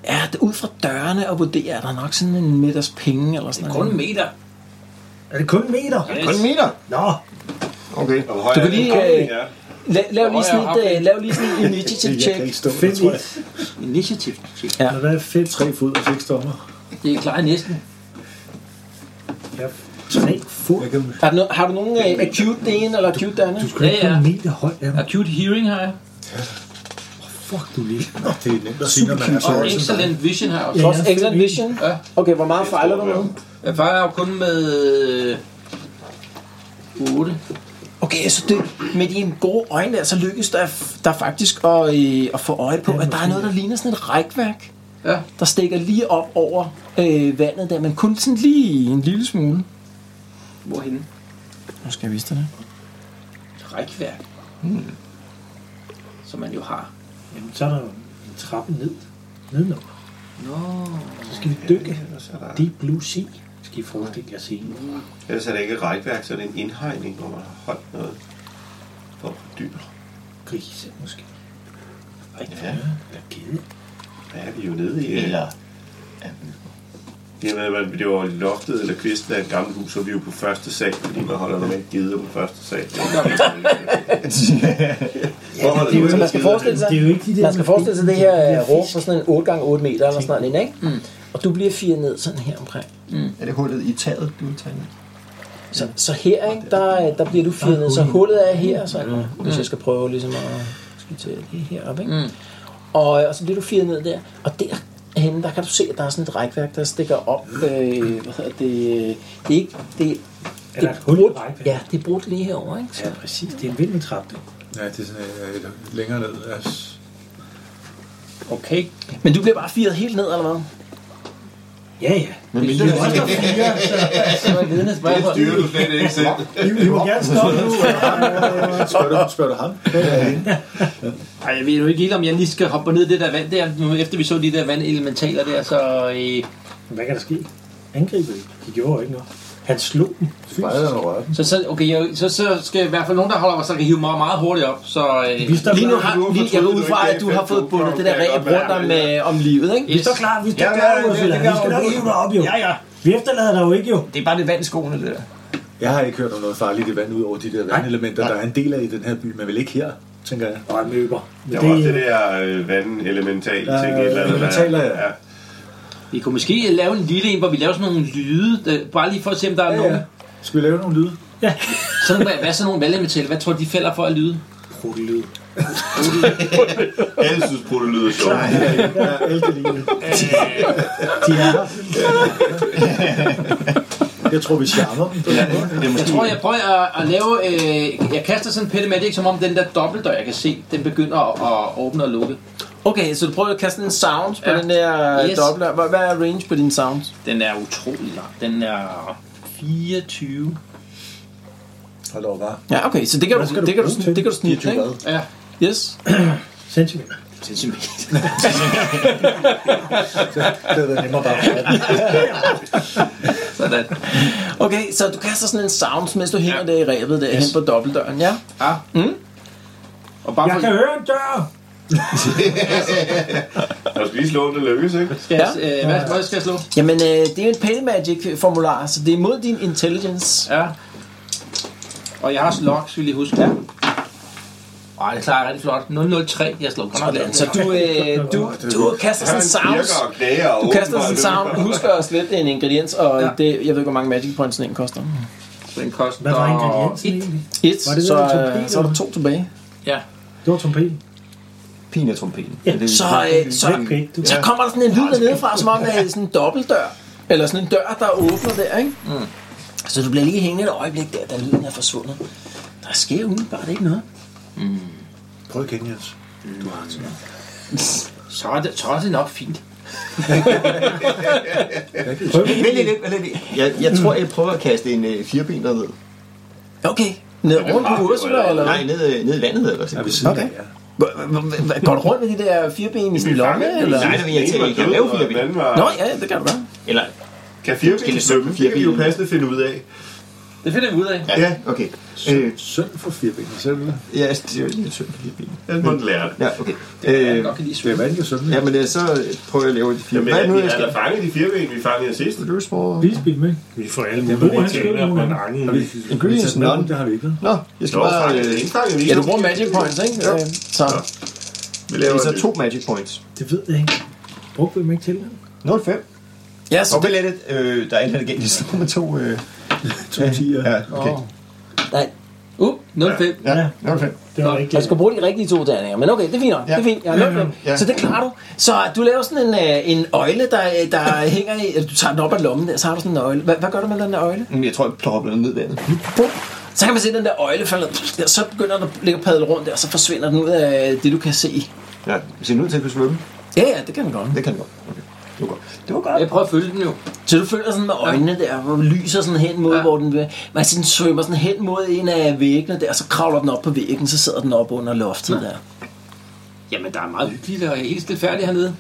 Speaker 2: Ja, det, ud fra dørene og vurderer, er der nok sådan en middags penge eller sådan
Speaker 3: Kun
Speaker 2: noget.
Speaker 3: en
Speaker 2: lignende.
Speaker 3: meter.
Speaker 7: Er det kun en meter?
Speaker 8: Kun en meter?
Speaker 7: Nå,
Speaker 8: Okay.
Speaker 6: Og hvor høj
Speaker 2: Du
Speaker 6: er
Speaker 2: kan
Speaker 6: den?
Speaker 2: lige, øh,
Speaker 6: Ja.
Speaker 2: La, lav, lige sådan
Speaker 3: Højere
Speaker 2: et, øh, lav lige sådan et initiative
Speaker 4: Jeg kan
Speaker 2: check.
Speaker 4: ikke stå,
Speaker 7: fem
Speaker 4: det tror jeg.
Speaker 7: et.
Speaker 3: Initiativ.
Speaker 7: Når der er fedt,
Speaker 4: Tre fod og seks dommer.
Speaker 2: Det er klart næsten.
Speaker 7: ja, tre fod.
Speaker 4: Jeg kan
Speaker 2: Har du, no- har du nogen øh, acute det ene eller acute det andet?
Speaker 7: Du skal ikke ja,
Speaker 3: Ja, ja.
Speaker 7: ja. en meter høj af mig.
Speaker 3: Acute hearing har jeg.
Speaker 7: Fuck, du lige.
Speaker 4: Nå, det er nemt at sige, når man er så
Speaker 3: Og
Speaker 4: også.
Speaker 3: excellent vision har jeg også.
Speaker 7: Ja.
Speaker 2: Også excellent vision?
Speaker 3: Ja.
Speaker 2: Okay, hvor meget fejler du med?
Speaker 3: Jeg fejrer jo kun med... øh, 8.
Speaker 2: Okay, så det, med de gode øjne der, så lykkes der, der faktisk at, øh, at få øje på, at der er noget, der ligner sådan et rækværk,
Speaker 3: Ja.
Speaker 2: der stikker lige op over øh, vandet der, men kun sådan lige en lille smule.
Speaker 3: Hvorhenne?
Speaker 2: Nu skal jeg vise dig det.
Speaker 3: Rækværk. Hmm. Som man jo har.
Speaker 7: Jamen, så er der jo en trappe ned. Nedenom.
Speaker 3: Nå.
Speaker 7: Så skal vi dykke. Deep Blue Sea. Skal I forestille jer scenen.
Speaker 6: Ellers er det ikke et rækværk, så er det en indhegning, hvor man har holdt noget for dyr.
Speaker 7: Grise måske.
Speaker 6: Ja,
Speaker 7: Eller gede.
Speaker 6: hvad er vi jo nede i?
Speaker 8: Eller...
Speaker 6: Jamen, man- det var loftet eller kvisten af et gammelt hus, så vi er jo på første sal, fordi man holder normalt gider på første sal. Hvor holder du
Speaker 2: Så man skal forestille sig,
Speaker 7: Det er jo ikke de der...
Speaker 2: man skal
Speaker 7: med
Speaker 2: forestille sig det
Speaker 7: benene, de
Speaker 2: her
Speaker 7: der
Speaker 2: øh, rum
Speaker 7: fisk.
Speaker 2: på sådan en 8 gange 8 meter eller sådan noget, lignende, ikke? Mm. Og du bliver firet ned sådan her omkring.
Speaker 8: [LAUGHS] Er det hullet i taget, du tegner?
Speaker 2: Så, så her, ikke, der, der bliver du firet ned, så hullet er her, så, hvis jeg skal prøve ligesom at skitsere det heroppe, ikke? Mm. Og, øh, og så bliver du firet ned der, og derhen, der kan du se, at der er sådan et rækværk, der stikker op, øh, hvad hedder det, øh, det er ikke, det,
Speaker 7: Er
Speaker 2: det
Speaker 7: der et hul i
Speaker 2: brudt,
Speaker 7: rækværket?
Speaker 2: ja, det er brudt lige herover, ikke? Så,
Speaker 7: Ja, præcis. Det er en vild trappe.
Speaker 4: Ja, det er sådan øh, et længere ned. Altså,
Speaker 3: Okay.
Speaker 2: Men du bliver bare firet helt ned, eller hvad?
Speaker 7: Ja, ja.
Speaker 8: Men vi er
Speaker 3: Det var et ledende spørgsmål.
Speaker 6: Dyrer du slet ikke selv?
Speaker 7: I må gerne stoppe nu.
Speaker 4: spørger, du, spørger [LAUGHS] du ham?
Speaker 3: Ej, jeg ved jo ikke helt, om jeg lige skal hoppe ned i det der vand der. Nu, efter vi så de der vandelementaler der, så... Øh,
Speaker 7: Hvad kan der ske? Angrebet? De gjorde jo ikke noget. Han slog dem.
Speaker 4: Spejder og rører.
Speaker 3: så, så, okay, jeg, så, så skal jeg i hvert fald nogen, der holder mig, så kan hive mig meget hurtigt op. Så, øh,
Speaker 7: Vi står
Speaker 2: Lige nu
Speaker 7: klar.
Speaker 2: har lige, jeg går ud fra, at du har fået bundet det der ræb rundt om, øh, om livet, ikke?
Speaker 7: Vi står klar. Vi står
Speaker 8: Ja,
Speaker 7: klar.
Speaker 8: ja,
Speaker 7: Ursula.
Speaker 8: det- det
Speaker 7: Vi skal
Speaker 8: gør
Speaker 7: nok
Speaker 8: vi.
Speaker 7: hive dig op, jo.
Speaker 8: Ja, ja.
Speaker 7: Vi efterlader dig jo ikke, jo.
Speaker 8: Det er bare det vand i skoene, det der.
Speaker 4: Jeg har ikke hørt om noget farligt i vand, ud over de der vandelementer, der er en del af i den her by, men vel ikke her, tænker jeg.
Speaker 7: Og møber. Men
Speaker 6: Der var også det
Speaker 7: det,
Speaker 6: der øh, vandelementale
Speaker 4: Ja,
Speaker 6: ting, et eller andet.
Speaker 4: elementaler, ja.
Speaker 6: ja.
Speaker 3: vi kunne måske lave en lille en, hvor vi laver sådan nogle lyde. Der, bare lige for at se, om der er
Speaker 4: Ja,
Speaker 3: nogen.
Speaker 4: ja. Skal vi lave nogle lyde?
Speaker 3: Sådan, hvad, hvad er sådan nogle vandelementaler? Hvad tror du, de falder for at lyde?
Speaker 6: Alle synes, bruger det lyder sjovt.
Speaker 4: [LAUGHS] Ja, alt det lignende.
Speaker 7: de er her.
Speaker 4: [LAUGHS] Jeg tror, vi charmer dem. på den måde.
Speaker 3: Jeg tror, jeg prøver at, at lave... Øh, jeg kaster sådan en pette med det, ikke som om den der dobbeltdør, jeg kan se, den begynder at, at åbne og lukke.
Speaker 2: Okay, så du prøver at kaste en sound på
Speaker 3: Ja.
Speaker 2: den der yes.
Speaker 3: Yes.
Speaker 2: dobbelt. Hvad hvad er range på din sound?
Speaker 3: Den er utrolig lang. Den er 24.
Speaker 4: Hold op, hva'?
Speaker 2: Ja, okay, så det kan, du,
Speaker 7: skal du
Speaker 2: det kan, du,
Speaker 7: bruge
Speaker 2: det kan du snige, ikke?
Speaker 4: Hvad?
Speaker 3: Ja.
Speaker 2: Yes.
Speaker 7: Centimeter.
Speaker 4: Det havde været nemmere bare.
Speaker 3: Sådan.
Speaker 2: Okay, så du kaster sådan en sound, mens du hænger ja. der i rebet der, yes. hen på dobbeltdøren, ja?
Speaker 3: Ja.
Speaker 2: Mm.
Speaker 3: Og bare
Speaker 7: Jeg
Speaker 3: for,
Speaker 7: kan høre en dør!
Speaker 6: Der skal lige slå, om det lykkes, ikke?
Speaker 3: skal, jeg, øh, hvad, hvad skal jeg slå?
Speaker 2: Jamen, øh, det er jo en pale magic formular, så det er mod din intelligence.
Speaker 3: Ja. Og jeg har slok, vil jeg huske. Ja. Ej, det klarer jeg rigtig flot. 003, jeg slår godt nok
Speaker 2: Sådan,
Speaker 3: lavt.
Speaker 2: så du, øh, du, du kaster sådan en sound.
Speaker 6: Virker og knager og
Speaker 2: Du kaster sådan en
Speaker 6: åbenbart
Speaker 2: sound.
Speaker 6: løber.
Speaker 2: Husk at slette en ingrediens, og
Speaker 3: Ja.
Speaker 2: det, jeg ved ikke, hvor mange magic points den koster.
Speaker 3: Den koster...
Speaker 7: Hvad var ingrediensen egentlig?
Speaker 2: Et,
Speaker 7: Var det
Speaker 2: så,
Speaker 7: den trompet,
Speaker 2: øh, så er der to tilbage.
Speaker 7: Det var trompeten.
Speaker 8: Pin af trompeten.
Speaker 7: Ja.
Speaker 8: Det er-
Speaker 2: Så, øh, så,
Speaker 7: Okay, du
Speaker 2: så kommer der sådan en lyd dernede fra, som om der er sådan en dobbeltdør. Eller sådan en dør, der åbner der, ikke? Mm. Så du bliver lige hængende et øjeblik der, da lyden er forsvundet. Der sker umiddelbart ikke noget.
Speaker 4: Prøv igen, Jens.
Speaker 3: Så er det, så er det nok fint.
Speaker 8: Vent lige lidt, vent lige lidt. Jeg, jeg tror, jeg prøver at kaste en øh, firben derned.
Speaker 2: Okay, ned rundt på Ursula, eller hvad?
Speaker 8: Nej, ned, øh, ned i vandet eller sådan
Speaker 4: Er vi
Speaker 8: noget.
Speaker 4: siden
Speaker 2: Okay.
Speaker 4: af, ja.
Speaker 2: Går du rundt med de der fireben i sådan en lomme, eller?
Speaker 8: Nej, det ved jeg ikke, jeg kan lave firben.
Speaker 2: Nå, ja, det kan du godt.
Speaker 8: Eller,
Speaker 6: Kan fire
Speaker 8: Skal
Speaker 6: ben
Speaker 8: det svømme?
Speaker 6: svømme? Det kan vi jo passende finde ud af.
Speaker 3: Det finder vi ud af.
Speaker 8: ja, okay. Øh,
Speaker 4: Søn for fire ben. Selv det.
Speaker 8: ja, altså, det er jo lidt synd for firben.
Speaker 6: Den må den lære det.
Speaker 8: Ja, okay. Øh,
Speaker 3: Godt kan lige
Speaker 4: Det
Speaker 3: svømme.
Speaker 4: er vandet, søn.
Speaker 8: ja, men øh, så prøver jeg at lave et firben.
Speaker 6: Jamen,
Speaker 8: Hvad er det nu,
Speaker 6: vi
Speaker 8: jeg
Speaker 6: har
Speaker 8: skal?
Speaker 6: da fanget de fire ben, vi fangede sidst.
Speaker 8: Løs for...
Speaker 7: Bilspil med.
Speaker 5: Vi får alle
Speaker 7: ved,
Speaker 5: mulige
Speaker 7: han skal
Speaker 5: taler,
Speaker 7: jo-
Speaker 5: men angen...
Speaker 4: Har vi
Speaker 8: Ingredients
Speaker 4: Nå,
Speaker 8: none.
Speaker 4: det har vi ikke.
Speaker 8: Nå, jeg skal
Speaker 6: Nå,
Speaker 8: bare...
Speaker 6: fanget
Speaker 8: Øh,
Speaker 6: det. Fanget vi.
Speaker 2: Ja, du bruger magic points, ikke?
Speaker 8: Jo.
Speaker 2: Øh, Så
Speaker 6: Vi laver
Speaker 8: det er så
Speaker 6: det.
Speaker 8: to magic points.
Speaker 7: Det ved jeg ikke. Brugte vi dem ikke til?
Speaker 8: 0,5.
Speaker 2: ja, så
Speaker 8: Og vel er det, øh, der er en eller galt, [LAUGHS] så med to... Øh,
Speaker 4: To tiger.
Speaker 8: ja, okay.
Speaker 2: Nej.
Speaker 3: Uh, 05.
Speaker 8: Ja, 0,5.
Speaker 7: Det var ikke
Speaker 2: Jeg skal bruge de rigtige to terninger, men okay, det er fint nok. Ja.
Speaker 8: Ja.
Speaker 2: Det er fint. Jeg har
Speaker 7: Ja,
Speaker 2: lukket
Speaker 7: ja,
Speaker 2: dem.
Speaker 8: ja.
Speaker 2: Så det klarer du. Så du laver sådan en, øh, en øjle, der, øh, [LAUGHS] der hænger i... Du tager den op af lommen der, så har du sådan en øjle. Hvad, hvad gør du med den der øjle?
Speaker 8: Men Mm, Jeg tror, jeg plopper den ned i vandet.
Speaker 2: Bum. Så kan man se den der øjle falder. Der, så begynder den at ligge og padle rundt der, og så forsvinder den ud af øh, det, du kan se.
Speaker 8: Ja, hvis jeg er nødt til at kunne svømme,
Speaker 2: Ja, ja, det kan den godt.
Speaker 8: det kan jeg godt. Okay. Det var godt. Det var godt.
Speaker 3: Jeg prøver at følge den jo.
Speaker 2: Så du følger sådan med øjnene der, hvor den lyser sådan hen mod, ja.
Speaker 3: Ja.
Speaker 2: hvor den vil. Man ser, den svømmer sådan hen mod en af væggene der, og så kravler den op på væggen, så sidder den op under loftet ja. der.
Speaker 3: Jamen, der er meget hyggeligt og helt stilfærdigt hernede.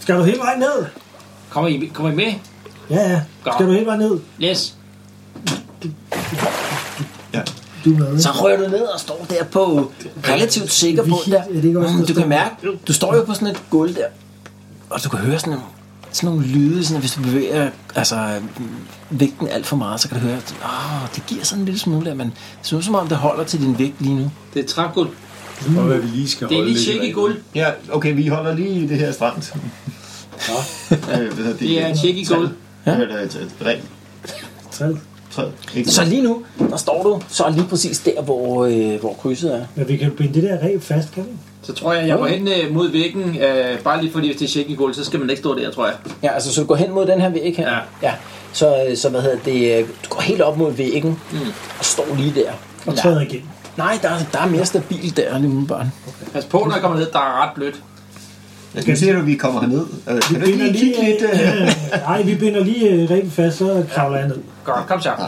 Speaker 7: Skal du hele vejen ned?
Speaker 3: Kommer I, kommer I med?
Speaker 7: Ja, ja.
Speaker 3: Godt.
Speaker 7: Skal du hele vejen ned?
Speaker 3: Yes.
Speaker 7: Du er med.
Speaker 2: Så rører du ned og står der på relativt sikker på
Speaker 7: Vi-
Speaker 2: der.
Speaker 7: er det ikke også,
Speaker 2: Mm,
Speaker 7: der
Speaker 2: Du
Speaker 7: står-
Speaker 2: kan mærke, du står jo på sådan et gulv der, og du kan høre sådan nogle, sådan nogle lyde, sådan, at hvis du bevæger altså, mm, vægten alt for meget, så kan du høre, at oh, det giver sådan en lille smule der, men det synes som om, det holder til din vægt lige nu.
Speaker 3: Det er trægulv.
Speaker 4: Og hvad vi lige skal
Speaker 3: Det er
Speaker 4: holde
Speaker 3: lige
Speaker 4: lidt
Speaker 3: tjek i
Speaker 4: i
Speaker 3: gulv.
Speaker 8: Ja, okay, vi holder lige det her stramt. Ja. [LAUGHS] øh, hvad hedder
Speaker 3: Det er tjek i gulv.
Speaker 8: Ja. Eller et, et rent
Speaker 7: Træd.
Speaker 8: træ. Ikke?
Speaker 2: Så lige nu, der står du så lige præcis der, hvor, øh, hvor krydset er.
Speaker 7: Men vi kan binde det der reb fast, kan vi?
Speaker 3: Så tror jeg, jeg går hen øh, mod væggen. Øh, bare lige fordi, hvis det er tjek i gulv, så skal man ikke stå der, tror jeg.
Speaker 2: Ja, altså så du går hen mod den her væg her.
Speaker 3: Ja.
Speaker 2: ja. Så, øh, så hvad hedder det, øh, du går helt op mod væggen mm. og står lige der.
Speaker 7: Og træder igen.
Speaker 2: Nej, der, er- der er mere stabilt der lige umiddelbart.
Speaker 3: Pas på, når jeg kommer ned. Der er ret blødt.
Speaker 8: Nu ser du, at vi kommer herned. Øh, kan du ikke lige kigge lidt? Øh,
Speaker 7: Nej, vi binder lige øh, rebet fast, så kravler jeg ned.
Speaker 3: Godt, kom så.
Speaker 2: Okay.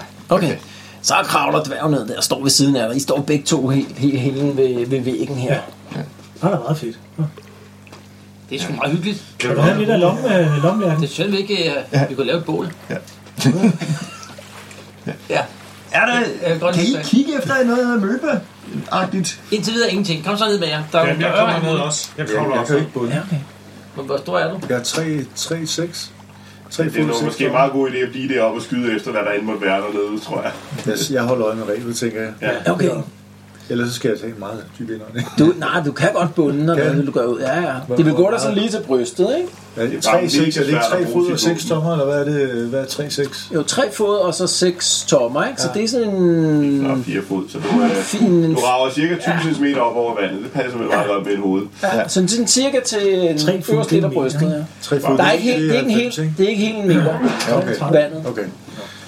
Speaker 2: okay. Så kravler dværgen ned der og står ved siden af dig. I står begge to helt, helt henne ved, ved væggen her.
Speaker 7: Det er meget fedt. Nå.
Speaker 3: Det er sgu meget hyggeligt.
Speaker 7: Kan du have lidt af lomme, øh, lommelærken?
Speaker 3: Det er sjældent, vi ikke øh, vi kunne lave et bål.
Speaker 8: Ja.
Speaker 3: ja.
Speaker 8: er der,
Speaker 3: Jeg kan godt
Speaker 8: kan I
Speaker 3: lide det.
Speaker 8: kigge efter noget møbe? Agtigt.
Speaker 3: Indtil videre ingenting. Kom så ned med jer. Der er
Speaker 5: Ja,
Speaker 3: jo
Speaker 5: jeg kommer ned også. Jeg kravler
Speaker 4: Jeg
Speaker 5: også.
Speaker 4: kan ikke bunde.
Speaker 3: Men hvor stor er du?
Speaker 4: Jeg er 3, 3, 6. 3,
Speaker 6: Det er nok
Speaker 4: 6.
Speaker 6: måske en meget god idé at blive deroppe og skyde efter, hvad der end måtte være dernede, tror jeg.
Speaker 4: Jeg, jeg holder øje med reglet, tænker jeg.
Speaker 2: Okay.
Speaker 4: Ellers så skal jeg tage en meget dyb indånding.
Speaker 2: Du, nej, du kan godt bunde, når
Speaker 4: Kan jeg?
Speaker 2: du går ud. Ja, ja. Det vil gå dig sådan lige til brystet, ikke?
Speaker 4: Ja,
Speaker 6: bare
Speaker 4: 3, 6, er det
Speaker 6: virkelig
Speaker 4: ikke
Speaker 6: svært at
Speaker 4: 3
Speaker 6: bruge
Speaker 4: fod og 6
Speaker 6: sit våben.
Speaker 4: tommer, eller hvad er det? Hvad er 3, 6?
Speaker 2: Jo, tre fod og så seks tommer, ikke? Så det er sådan en...
Speaker 6: Der er fire fod, så du, øh,
Speaker 2: Fin-
Speaker 6: du rager cirka 1000 meter op over vandet. Det passer med meget godt med et hoved.
Speaker 2: Ja. Sådan sådan cirka til en
Speaker 7: Tre fod,
Speaker 2: øverste
Speaker 7: det er
Speaker 2: lidt af
Speaker 7: en meter,
Speaker 2: brystet,
Speaker 7: ikke?
Speaker 2: ja.
Speaker 4: 3 fod.
Speaker 2: Der er ikke helt, det er ikke en helt, det er ikke helt en meter
Speaker 4: Ja, okay.
Speaker 2: vandet.
Speaker 4: Okay.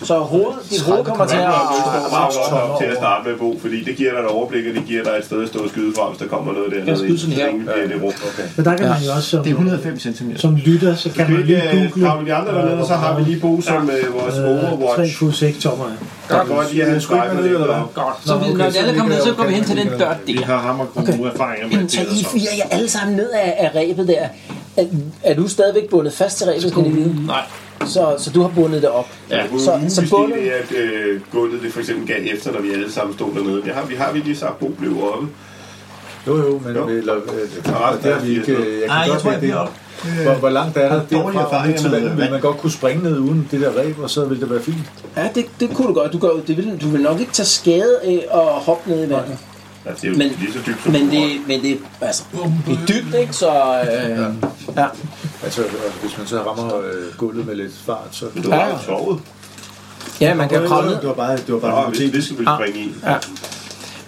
Speaker 2: Så hovedet, dit hoved kommer til at...
Speaker 6: står meget godt op til at starte med, Bo, fordi det giver dig et overblik, og det giver dig et sted at stå og skyde fra, hvis der kommer noget der.
Speaker 3: Jeg skyder sådan her.
Speaker 6: Ja, det rum. Okay.
Speaker 7: Men der kan man jo også som,
Speaker 9: Det er 105 cm.
Speaker 7: som lytter, så kan
Speaker 6: Kan vi
Speaker 7: man
Speaker 6: ikke
Speaker 7: lige
Speaker 6: øh,
Speaker 7: google.
Speaker 6: kravle de andre dernede, og så har vi lige Bo som øh, vores
Speaker 7: Tre
Speaker 6: overwatch.
Speaker 7: fod seks tommer. ja.
Speaker 6: Der kan godt lige have en swipe med det, eller hvad?
Speaker 2: Godt. Så vi, når alle kommer ned, så går vi hen til den dør
Speaker 5: Vi
Speaker 2: der.
Speaker 5: har ham og gode okay. erfaringer med
Speaker 2: Men
Speaker 5: det.
Speaker 2: tag
Speaker 5: og
Speaker 2: I
Speaker 5: sådan.
Speaker 2: fire jer alle sammen ned af, af rebet der. Er, er du stadigvæk bundet fast til rebet, skal de vide?
Speaker 3: Nej.
Speaker 2: Så, så du har bundet det op.
Speaker 6: Ja,
Speaker 2: Så-
Speaker 6: så,
Speaker 2: så
Speaker 6: så
Speaker 2: bundet-
Speaker 6: det er, at øh, gulvet det for eksempel gav efter, når vi alle sammen stod dernede. Vi har, vi har vi lige sagt, Bo blev oppe.
Speaker 4: Jo, jo, men
Speaker 6: Jo.
Speaker 4: jo. Eller, øh, nej, det har vi ikke... øh, Jeg kan
Speaker 9: Nej, jeg
Speaker 4: godt
Speaker 9: tror,
Speaker 4: lide
Speaker 9: jeg
Speaker 4: det.
Speaker 9: bliver
Speaker 4: Hvor, hvor langt er der
Speaker 9: dårlige
Speaker 4: derfra og ned
Speaker 9: erfaringer
Speaker 4: til
Speaker 9: med
Speaker 4: vandet?
Speaker 9: vand.
Speaker 4: Vil man godt kunne springe ned uden det der reb, og så ville det være fint?
Speaker 2: Ja, det, det kunne du godt. Du, gør, det vil, du vil nok ikke tage skade af at hoppe ned i vandet.
Speaker 6: Ja, Altså, det er jo
Speaker 2: Men-
Speaker 6: lige så dybt som
Speaker 2: Men
Speaker 6: bordet.
Speaker 2: det, men det, altså, det er dybt, ikke? Så, øh, ja.
Speaker 4: Altså, og hvis man så rammer øh, gulvet med lidt fart, så...
Speaker 6: Men du har jo sovet.
Speaker 2: ja, man kan kravle ned.
Speaker 4: Det var bare, det var bare
Speaker 6: Nå,
Speaker 4: en
Speaker 6: hvis
Speaker 4: ting.
Speaker 6: det skal vi springe i.
Speaker 2: Ja.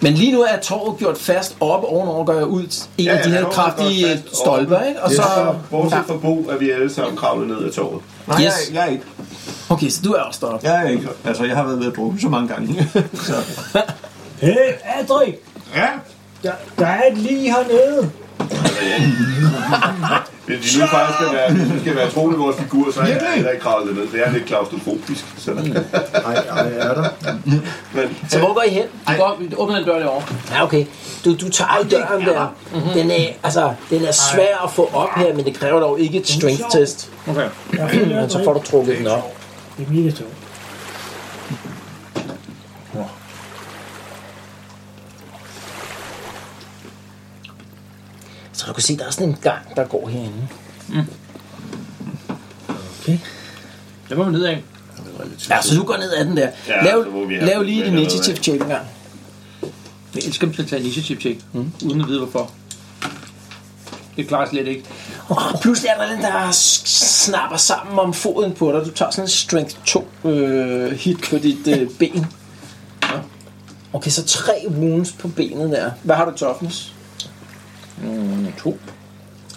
Speaker 2: Men lige nu er torvet gjort fast oppe ovenover, går jeg ud en
Speaker 6: Ja,
Speaker 2: af de
Speaker 6: ja,
Speaker 2: her
Speaker 6: torvet er
Speaker 2: kraftige
Speaker 6: godt fast
Speaker 2: stolper, ikke? Og
Speaker 6: Så,
Speaker 2: så,
Speaker 6: bortset fra Bo, er vi alle sammen kravlet ned ad toget.
Speaker 9: Nej,
Speaker 2: Yes.
Speaker 9: yes. jeg, jeg er ikke.
Speaker 2: okay, så du er også deroppe.
Speaker 9: Jeg er ikke. Altså, jeg har været ved at bruge så mange
Speaker 8: [LAUGHS]
Speaker 9: gange. så.
Speaker 7: Hey, Adrik!
Speaker 6: Ja.
Speaker 7: Der, der er et lige hernede.
Speaker 6: Hvis vi nu faktisk skal være, hvis vi skal være tro til vores figur, så er jeg heller ikke kravlet ned. Det er lidt klaustrofobisk. Så.
Speaker 4: Ej, ej, er der?
Speaker 6: Men
Speaker 2: Så hvor går I hen? Du går, du åbner den dør derovre. Ja, okay. Du, du tager af døren der. Den er, altså, den er svær at få op her, men det kræver dog ikke et strength test.
Speaker 5: Okay.
Speaker 7: Der er flere
Speaker 2: Men så
Speaker 7: Adrik.
Speaker 2: får du trukket den op.
Speaker 7: Det er mine to.
Speaker 2: Så du kan se, der er sådan en gang, der går herinde.
Speaker 3: Det var vi ned af.
Speaker 2: Ja, så du går ned ad den der.
Speaker 6: Ja,
Speaker 2: lav,
Speaker 6: så må vi have
Speaker 2: lav lige
Speaker 6: den
Speaker 2: en
Speaker 6: med
Speaker 2: initiative
Speaker 6: nedad.
Speaker 2: check en gang.
Speaker 3: Jeg elsker, at man skal tage initiativ check, mm. uden at vide hvorfor. Det klarer jeg slet ikke.
Speaker 2: Og pludselig er der den, der s- snapper sammen om foden på dig. Du tager sådan en strength 2 øh, hit på dit øh, ben. Ja. Okay, så tre wounds på benet der. Hvad har du toughness? Mm, to.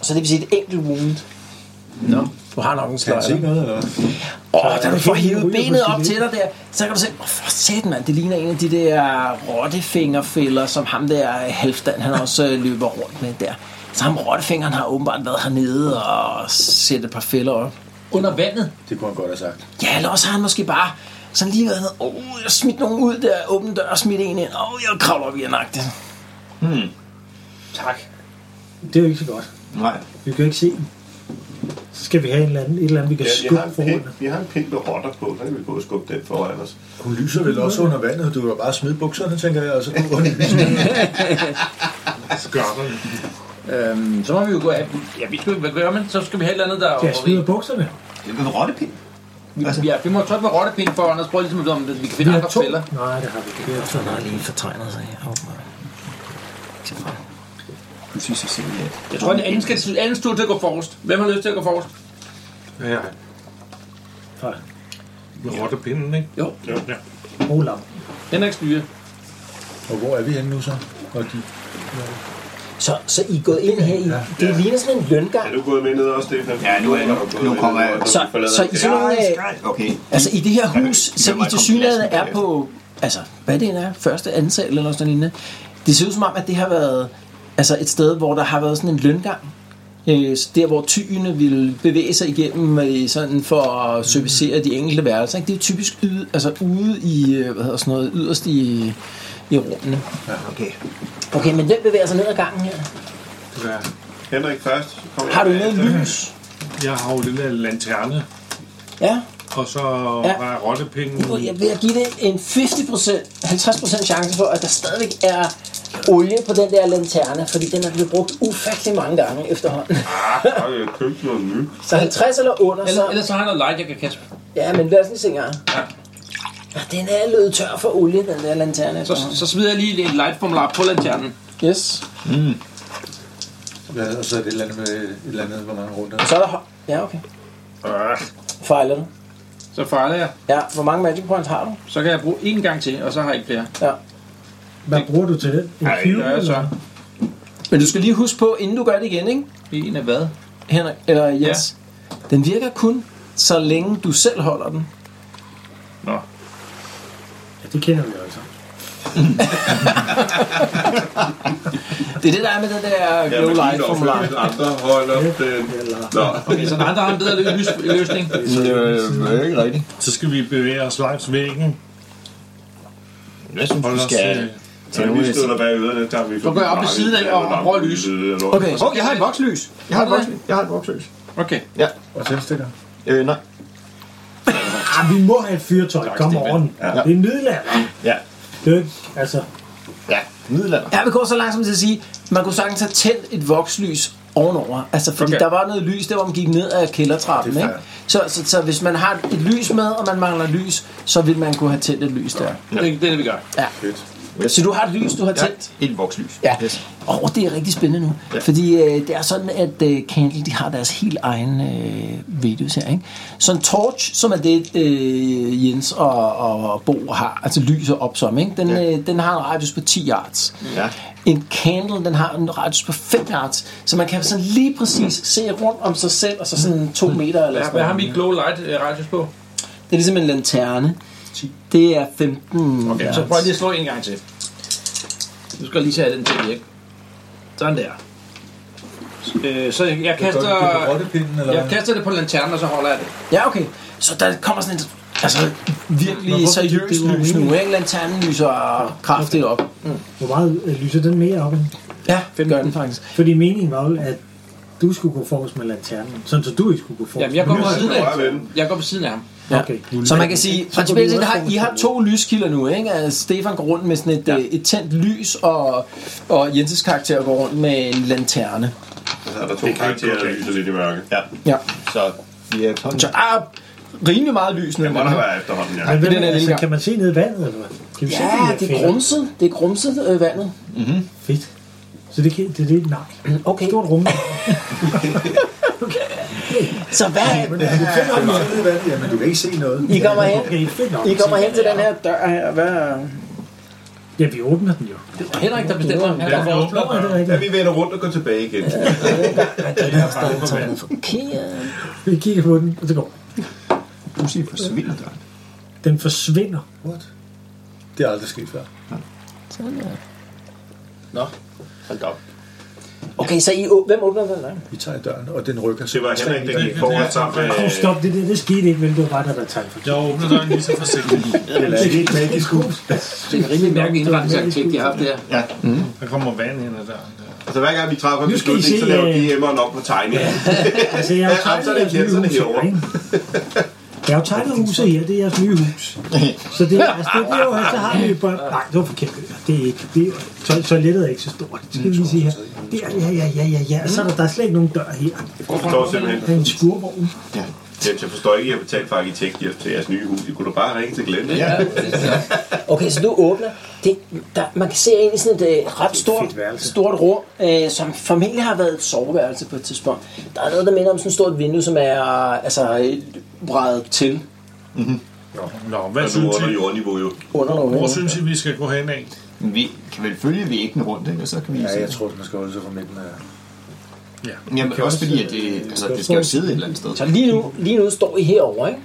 Speaker 2: Så det vil sige et enkelt wound. Nå. Du har nok en
Speaker 4: Kan jeg se
Speaker 2: sløjter.
Speaker 4: noget, eller hvad?
Speaker 2: Og da du får
Speaker 7: Helt
Speaker 2: hævet
Speaker 7: ryger på
Speaker 2: benet op
Speaker 7: sin
Speaker 2: til dig der, så kan du se, åh oh, for satan mand, det ligner en af de der rottefingerfælder, som ham der halvstand, han også øh, løber rundt med der. Så ham rottefingeren har åbenbart været hernede og sætte et par fælder op.
Speaker 3: Under vandet.
Speaker 4: Det kunne han godt have sagt.
Speaker 2: Ja, eller også har han måske bare sådan lige været nede, åh, oh, jeg smidt nogen ud der, åbne dør og smidt en ind, åh, oh, jeg kravler op i en agte.
Speaker 3: Tak.
Speaker 7: Det er jo ikke så godt.
Speaker 9: Nej.
Speaker 7: Vi kan jo ikke se dem. Så skal vi have en eller anden, et eller andet, vi kan
Speaker 6: ja, vi, har
Speaker 7: skubbe
Speaker 6: en
Speaker 7: for
Speaker 6: pind, vi har en pind med rotter på, så kan vi gå og skubbe den foran os.
Speaker 4: Hun lyser vel også under vandet. Du kan da bare smide bukserne, tænker jeg, og så gå under
Speaker 5: Skørterne.
Speaker 3: Øhm, så må vi jo gå af. Ja, vi skal, hvad gør man? Så skal vi have et eller andet, der er
Speaker 7: Kan jeg smide bukserne?
Speaker 9: Det er en rottepind.
Speaker 3: Vi, altså. ja, vi må trykke med rottepind for, og prøve ligesom, om vi kan
Speaker 7: Vi
Speaker 3: finde
Speaker 7: har
Speaker 3: andre
Speaker 7: to.
Speaker 3: fælder.
Speaker 7: Nej, det har vi ikke. Vi har to.
Speaker 2: Han har lige fortegnet sig her.
Speaker 9: Du synes, jeg siger ja.
Speaker 3: Jeg tror, den anden, skal, den anden stod til at gå forrest. Hvem har lyst til at gå forrest?
Speaker 5: Ja. Med rottepinden, ikke?
Speaker 3: Jo.
Speaker 5: Ja.
Speaker 7: Oh, lam.
Speaker 3: Henrik styrer.
Speaker 4: Og hvor er vi henne nu så? Og de...
Speaker 2: Så, så I er gået ind her i, det ja. ligner sådan en løngang.
Speaker 6: Er du gået med ned også, Stefan? Ja,
Speaker 9: nu er jeg- nu kommer jeg.
Speaker 2: Så, så i sådan nogle, øh,
Speaker 9: Okay.
Speaker 2: Altså i det her hus,
Speaker 9: det
Speaker 2: som
Speaker 9: bliver
Speaker 2: I
Speaker 9: meget
Speaker 2: til synligheden
Speaker 9: komplekst,
Speaker 2: er på, altså hvad det end er, første, anden sal eller noget sådan lignende, det ser ud som om, at det har været altså et sted, hvor der har været sådan en løngang. Øh, så der, hvor tyene vil bevæge sig igennem øh, sådan for at servicere
Speaker 9: Mm.
Speaker 2: de enkelte værelser. Ikke? Det er typisk yde, altså ude i, øh, hvad hedder sådan noget, yderst i, i rummene.
Speaker 9: Okay.
Speaker 2: Okay, men hvem bevæger sig ned ad gangen her?
Speaker 6: Henrik først. så kommer jeg
Speaker 2: Har du
Speaker 6: bagefter.
Speaker 2: noget lys?
Speaker 5: Jeg har jo den der lanterne,
Speaker 2: Ja,
Speaker 5: og så
Speaker 2: Ja.
Speaker 5: var jeg rottepinden.
Speaker 2: Nu er jeg ved at give det en 50%, 50% chance for, at der stadigvæk er olie på den der lanterne, fordi den er blevet brugt ufattelig mange gange efterhånden.
Speaker 6: Jeg har jo købt noget nyt.
Speaker 2: Så 50 eller under,
Speaker 3: Ellers,
Speaker 2: så...
Speaker 3: ellers så har jeg noget light, jeg kan kaste.
Speaker 2: Ja, men lad os lige se engang. Ja, den er løbet tør for olie, den der lanterne.
Speaker 3: Så,
Speaker 2: efterhånden.
Speaker 3: så smider jeg lige en light-formular på lanternen.
Speaker 2: Yes.
Speaker 4: Ja, og så er det et eller andet med et eller andet, hvor mange runder.
Speaker 2: Og så er der... hå- Ja, okay.
Speaker 7: Øh.
Speaker 2: Fejler du?
Speaker 3: Så fejler jeg.
Speaker 2: Ja, hvor mange magic points har du?
Speaker 3: Så kan jeg bruge en gang til, og så har jeg ikke flere.
Speaker 2: Ja.
Speaker 7: Hvad bruger du til den? En
Speaker 3: Nej, det gør jeg så.
Speaker 2: Men du skal lige huske på, inden du gør det igen, ikke?
Speaker 3: En af hvad?
Speaker 2: Henrik, eller yes. Ja. Den virker kun, så længe du selv holder den.
Speaker 3: Nå.
Speaker 7: det kender vi jo altså.
Speaker 2: Det er det, der er med den der glow light formular.
Speaker 6: Andre holder den. Nå,
Speaker 3: Okay, så Altså, der andre har en bedre løs- løsning.
Speaker 8: øh, Det er ikke rigtigt.
Speaker 5: Så skal vi bevæge os langs væggen.
Speaker 8: Jeg synes,
Speaker 5: Hold
Speaker 8: vi
Speaker 5: os, øh,
Speaker 8: skal tage
Speaker 6: vi
Speaker 8: nogle af
Speaker 6: støtter bag ørerne, tager vi...
Speaker 3: går jeg op ved siden af og- og prøver at lyse.
Speaker 2: Okay,
Speaker 8: Åh, jeg har et
Speaker 3: vokslys.
Speaker 8: Jeg har et voksløs. Jeg har et voksløs.
Speaker 3: Okay.
Speaker 4: Og tændstikker.
Speaker 8: Øh, nej.
Speaker 7: Ah, vi må have et fyrtøj. Kom on. Ja. Det er middelalder.
Speaker 8: Ja.
Speaker 7: Det er jo ikke, altså...
Speaker 8: Ja. Middelalder.
Speaker 2: jeg vil gå så langt som til at sige, man kunne sagtens have tændt et vokslys ovenover. Altså, fordi okay.
Speaker 3: Okay.
Speaker 2: der var noget lys, der hvor man gik ned ad kældertrappen. Ikke? Så, så, så, hvis man har et lys med, og man mangler lys, så vil man kunne have tændt et lys der.
Speaker 3: Det, det er det, vi gør.
Speaker 2: Så du har et lys, du har tændt?
Speaker 8: Et voksløs.
Speaker 2: Ja, og det er rigtig spændende nu, ja. fordi øh, det er sådan, at øh, Candle de har deres helt egen øh, videos her. Ikke? Så en torch, som er det, øh, Jens og, og Bo har, altså lyser op som, ikke? Den, ja. øh, den har en radius på 10 yards.
Speaker 8: Ja.
Speaker 2: En candle, den har en radius på 5 yards, så man kan sådan lige præcis se rundt om sig selv, og så sådan 2 meter eller
Speaker 3: Hvad,
Speaker 2: sådan
Speaker 3: hvad har
Speaker 2: noget.
Speaker 3: mit glow light øh, radius på?
Speaker 2: Det er ligesom en lanterne. Det er 15
Speaker 3: Okay,
Speaker 2: yards.
Speaker 3: så prøv lige at slå en gang til. Du skal jeg lige tage den til ikke? Sådan der. Øh, så jeg, jeg kaster...
Speaker 4: Det er på rottepinden, eller
Speaker 3: Jeg
Speaker 4: hvad?
Speaker 3: kaster det på lanternen, og så holder jeg det.
Speaker 2: Ja, okay. Så der kommer sådan et altså, virkelig
Speaker 7: hvorfor gik
Speaker 2: seriøst
Speaker 7: det ud?
Speaker 2: lys nu, ikke? Lanternen lyser kraftigt op.
Speaker 7: Hvor meget øh, lyser den mere op? end-
Speaker 2: Ja, det gør den faktisk.
Speaker 7: Fordi meningen var jo, at du skulle gå forrest med lanternen, sådan så du ikke skulle gå forrest.
Speaker 3: Jamen, jeg går på
Speaker 7: med
Speaker 3: siden af
Speaker 6: rører ved den.
Speaker 3: Jeg går på siden af ham.
Speaker 2: Ja.
Speaker 7: Okay.
Speaker 2: Så man kan sige,
Speaker 7: Så
Speaker 2: principielt
Speaker 7: kunne
Speaker 2: set
Speaker 7: vi
Speaker 2: har
Speaker 7: også
Speaker 2: I har
Speaker 7: få
Speaker 2: to lyskilder nu, ikke? Altså, Stefan går rundt med sådan et, ja. et tændt lys, og, og Jenses karakter går rundt med en lanterne.
Speaker 6: Så er der to karakterer, der lyser lidt i mørke.
Speaker 8: Ja.
Speaker 2: Ja.
Speaker 8: Så vi er på
Speaker 2: Så der er rimelig meget lys nu.
Speaker 6: Det må der være efterhånden, ja.
Speaker 7: Men
Speaker 2: den
Speaker 7: hvem,
Speaker 2: er
Speaker 7: altså,
Speaker 2: lille.
Speaker 7: kan man se ned i vandet, eller hvad? Kan vi se
Speaker 2: Ja,
Speaker 7: her
Speaker 2: det er
Speaker 7: fætter?
Speaker 2: grumset. Det er grumset øh, vandet.
Speaker 7: Fedt. Så det, kan, det, er det nej.
Speaker 2: Okay.
Speaker 7: Stort rum.
Speaker 2: Så hvad,
Speaker 4: Ja, men du kan ikke se noget.
Speaker 2: I kommer hen,
Speaker 7: Okay, fedt nok.
Speaker 2: I kommer hen til den her dør her. Hvad?
Speaker 7: Ja, vi åbner den jo.
Speaker 3: Henrik, der bestemmer. Han går for
Speaker 7: Nå, er det
Speaker 6: Ja,
Speaker 7: rigtigt?
Speaker 6: vi vender rundt og går tilbage igen.
Speaker 2: Okay.
Speaker 7: Vi kigger på den, og det går.
Speaker 8: pludselig forsvinder der.
Speaker 7: Den forsvinder.
Speaker 4: What? Det er aldrig sket før.
Speaker 8: Hold da op.
Speaker 2: Okay, så I, å- hvem åbner den der?
Speaker 4: Vi tager døren, og den rykker sig.
Speaker 6: Det var Henrik, der gik forrest sammen med...
Speaker 4: Øh.
Speaker 7: Åh, stop, det, det, det skete ikke, men det var bare der, der tager for.
Speaker 5: Jeg åbner døren lige så forsigtigt.
Speaker 4: Det er ikke magisk hus.
Speaker 3: Det er en rimelig mærkelig indretningsarkitekt, de har haft der.
Speaker 8: Ja.
Speaker 5: Der kommer vand ind ad døren. Der.
Speaker 6: Altså hver gang vi træffer en
Speaker 7: Nu skal I
Speaker 6: beslutning,
Speaker 7: se,
Speaker 6: så laver
Speaker 7: øh,
Speaker 6: de emmeren op på tegningen.
Speaker 7: Altså, jeg har
Speaker 6: Ja,
Speaker 7: jo tegnet
Speaker 6: så er det
Speaker 7: jeres
Speaker 6: Kirsten,
Speaker 7: nye
Speaker 6: det
Speaker 7: hus
Speaker 6: er
Speaker 7: her,
Speaker 6: herovre.
Speaker 7: ikke? Jeg har jo tegnet huset her, det er jeres nye hus. [LAUGHS] Så det, er- altså, det, det er jo, så har vi jo bare... Nej, det var forkert. Det er ikke... Det er, to- toilettet er ikke så stort. Det skal vi lige sige her. Der, ja, ja, ja, ja, ja. Så er der, der er slet ikke nogen dør her.
Speaker 6: Jeg forstår simpelthen.
Speaker 7: Der er en skurvogn.
Speaker 6: Jens, jeg forstår ikke, at I har betalt for arkitekthjælp til jeres nye hus. I kunne da bare ringe til Glenn, ikke?
Speaker 8: Ja.
Speaker 2: Okay, så du åbner. Det, der, man kan se ind i sådan et øh, ret stort, stort rum, øh, som formentlig har været et soveværelse på et tidspunkt. Der er noget, der minder om sådan et stort vindue, som er øh, altså, øh, vredet til
Speaker 5: Nå, hvad
Speaker 6: Og nu
Speaker 5: synes
Speaker 6: under
Speaker 5: I?
Speaker 6: jordniveau jo.
Speaker 2: under nogle
Speaker 5: Hvor
Speaker 2: vinduer.
Speaker 5: synes I, vi skal gå hen af?
Speaker 8: Men vi kan vel følge væggen rundt, ikke? Og så kan vi
Speaker 4: Ja,
Speaker 8: se.
Speaker 4: jeg tror, den skal holde sig fra midten af...
Speaker 8: Jamen, også fordi, at det, altså, det skal jo sidde et eller andet sted.
Speaker 2: Så lige nu, lige nu står I herovre, ikke?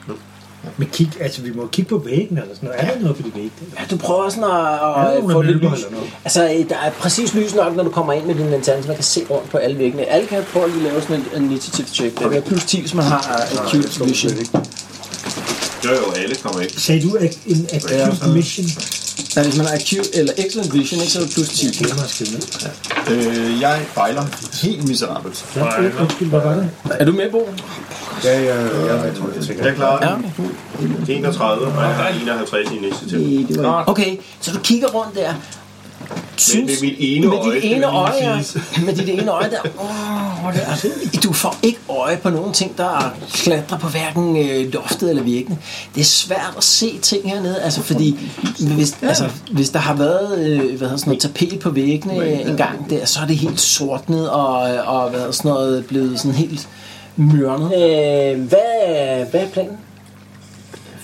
Speaker 7: Men kig, altså, vi må kigge på væggen eller sådan noget. Er der noget på de vægge? der?
Speaker 2: Ja, du prøver sådan at,
Speaker 7: Er der
Speaker 2: at
Speaker 7: nogle
Speaker 2: få lidt
Speaker 7: møbler
Speaker 2: lys.
Speaker 7: eller noget?
Speaker 2: Altså, øh, der er præcis lys nok, når du kommer ind med din lanterne, så man kan se rundt på alle væggene. Alle kan prøve at lige lave sådan en initiative check. Det er plus 10, hvis man har acute vision.
Speaker 6: Jo jo, alle kommer ikke.
Speaker 7: Sagde du at en acute mission?
Speaker 2: Nej, Altså, hvis man har acute eller excellent vision, ikke, så er det plus 10.
Speaker 7: Det er måske ned.
Speaker 8: Øh, jeg fejler helt miserabelt.
Speaker 7: Ja, øh, Undskyld, hvad var det?
Speaker 2: Er du med, Bo?
Speaker 4: Ja, ja, ja, jeg tror, jeg tænker.
Speaker 6: Jeg klarer
Speaker 2: Ja,
Speaker 6: den. 31, og jeg har 51 i initiativ.
Speaker 2: Okay, så du kigger rundt der.
Speaker 6: Men
Speaker 2: Synes,
Speaker 6: med mit ene
Speaker 2: med
Speaker 6: øje,
Speaker 2: dit
Speaker 6: skal
Speaker 2: ene
Speaker 6: jeg lige
Speaker 2: øje, ja.
Speaker 6: sige. [LAUGHS]
Speaker 2: med dit ene øje der, åh, hvor det er. du får ikke øje på nogen ting, der klatrer på hverken øh, loftet eller væggene. Det er svært at se ting hernede, altså fordi, hvis, altså, hvis der har været øh, hvad hedder sådan noget tapet på væggene øh, en gang der, så er det helt sortnet og, og hvad hedder sådan noget, blevet sådan helt mørnet. Øh, hvad, hvad er planen?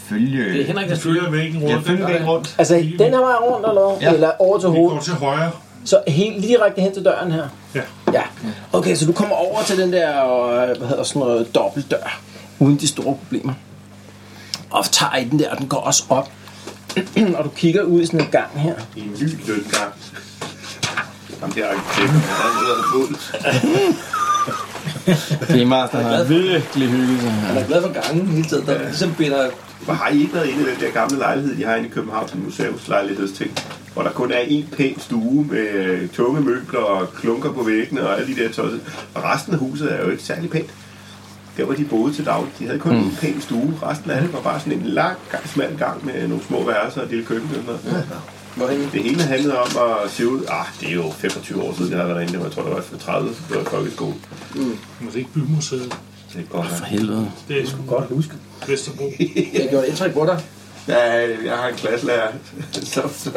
Speaker 8: Følge...
Speaker 3: Det er Henrik, der
Speaker 5: Jeg følger væggen
Speaker 8: Jeg
Speaker 5: rundt.
Speaker 8: følger
Speaker 5: Den
Speaker 8: væggen
Speaker 5: der.
Speaker 8: rundt.
Speaker 2: Altså den her vej rundt, eller,
Speaker 8: Ja.
Speaker 2: eller over til
Speaker 5: Vi
Speaker 2: hovedet?
Speaker 5: går til højre.
Speaker 2: Så helt lige direkte hen til døren her?
Speaker 5: Ja.
Speaker 2: Ja. Okay, så du kommer over til den der, øh, hvad hedder sådan noget, dobbeltdør, uden de store problemer. Og tager i den der, og den går også op [CLEARS THROAT] og du kigger ud i sådan en gang her.
Speaker 6: I en ny løngang. Ham der arkitekten, han hedder fuld.
Speaker 1: Playmaster har virkelig hygget sig her.
Speaker 3: Jeg er glad for gangen hele tiden. Der ligesom binder...
Speaker 6: Hvor har I ikke været inde i den der gamle lejlighed, de har inde i København, en museumslejlighedsting, hvor der kun er en pæn stue med øh, tunge møbler og klunker på væggene og alle de der tosset. Og resten af huset er jo ikke særlig pænt. Der var de boede til daglig. De havde kun mm. en pæn stue. Resten af det var bare sådan en lang, gang- smal gang med nogle små værelser og et lille køkken og sådan noget.
Speaker 3: Hvorhen?
Speaker 6: Det hele handlede om at se ud. Ah, det er jo 25 år siden, jeg har været derinde. Det var, Jeg tror, det var for 30. Det var i folkeskole.
Speaker 5: Men det er ikke bymuseet.
Speaker 6: Det er godt.
Speaker 1: For helvede.
Speaker 5: Det er sgu
Speaker 7: Godt huske.
Speaker 5: Vesterbro.
Speaker 3: Jeg gjorde et indtryk på dig.
Speaker 6: Ja, jeg har en klasselærer, som, som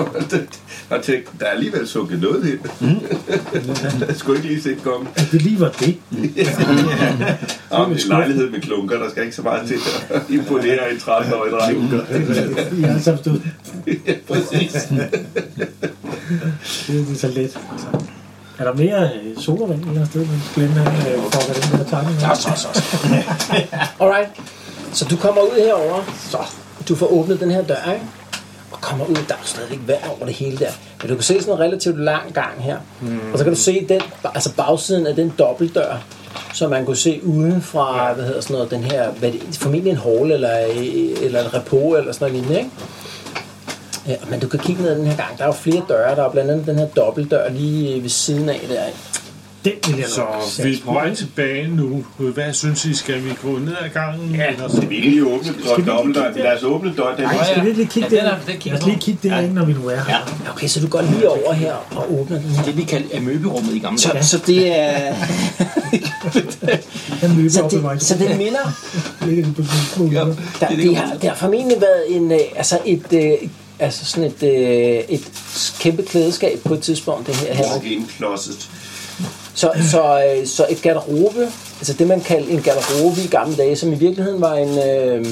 Speaker 6: har tænkt, der er alligevel sunket noget ind. Mm. skulle ikke lige se det komme.
Speaker 7: At det lige var det.
Speaker 6: Om en lejlighed med klunker, der skal ikke så meget til at imponere en 13-årig dreng.
Speaker 7: Jeg har samt stået.
Speaker 6: Præcis.
Speaker 7: Det er så let. altså. Er der mere øh, sodavand et eller andet sted, man skal glemme, at øh, fucker den der tanke? med?
Speaker 2: Alright. Så du kommer ud herover. Så. Du får åbnet den her dør, ikke? Og kommer ud, der er stadigvæk vand over det hele der. Men du kan se sådan en relativt lang gang her. Mm. Og så kan du se den, altså bagsiden af den dobbeltdør, som man kunne se uden fra, ja. hvad hedder sådan noget, den her, hvad det, formentlig en hall eller, eller en repo eller sådan noget lignende, ikke? Ja, men du kan kigge ned ad den her gang. Der er jo flere døre. Der er blandt andet den her dobbeltdør lige ved siden af der. ikke?
Speaker 7: Den vil jeg
Speaker 5: Så
Speaker 7: nok
Speaker 5: vi er på vej tilbage nu. Hvad synes I? Skal vi gå ned ad gangen? Ja, eller
Speaker 6: Vi kan lige åbne døren, dobbeltdøren. Lad os åbne døren. Den
Speaker 7: Skal vi virkelig kigge
Speaker 2: Ja,
Speaker 7: det
Speaker 2: den er- den
Speaker 7: ind?
Speaker 2: kigger
Speaker 7: Lad os lige kigge det ind, når vi nu er her.
Speaker 2: Okay, så du går lige over her og åbner den her.
Speaker 10: Det vi kaldte amøberummet i gamle
Speaker 2: Så,
Speaker 10: dage.
Speaker 2: så det er...
Speaker 7: Den løber
Speaker 2: Så
Speaker 7: op ad mig.
Speaker 2: det, så det minder...
Speaker 7: [LAUGHS] ligger den på sådan en smule.
Speaker 2: Der, det, har, det har formentlig været en, øh, altså et, øh, altså sådan et, øh, et kæmpe klædeskab på et tidspunkt, det her. her.
Speaker 6: Walk-in closet.
Speaker 2: Så, så, øh, så et garderobe, altså det man kaldte en garderobe i gamle dage, som i virkeligheden var en... Øh,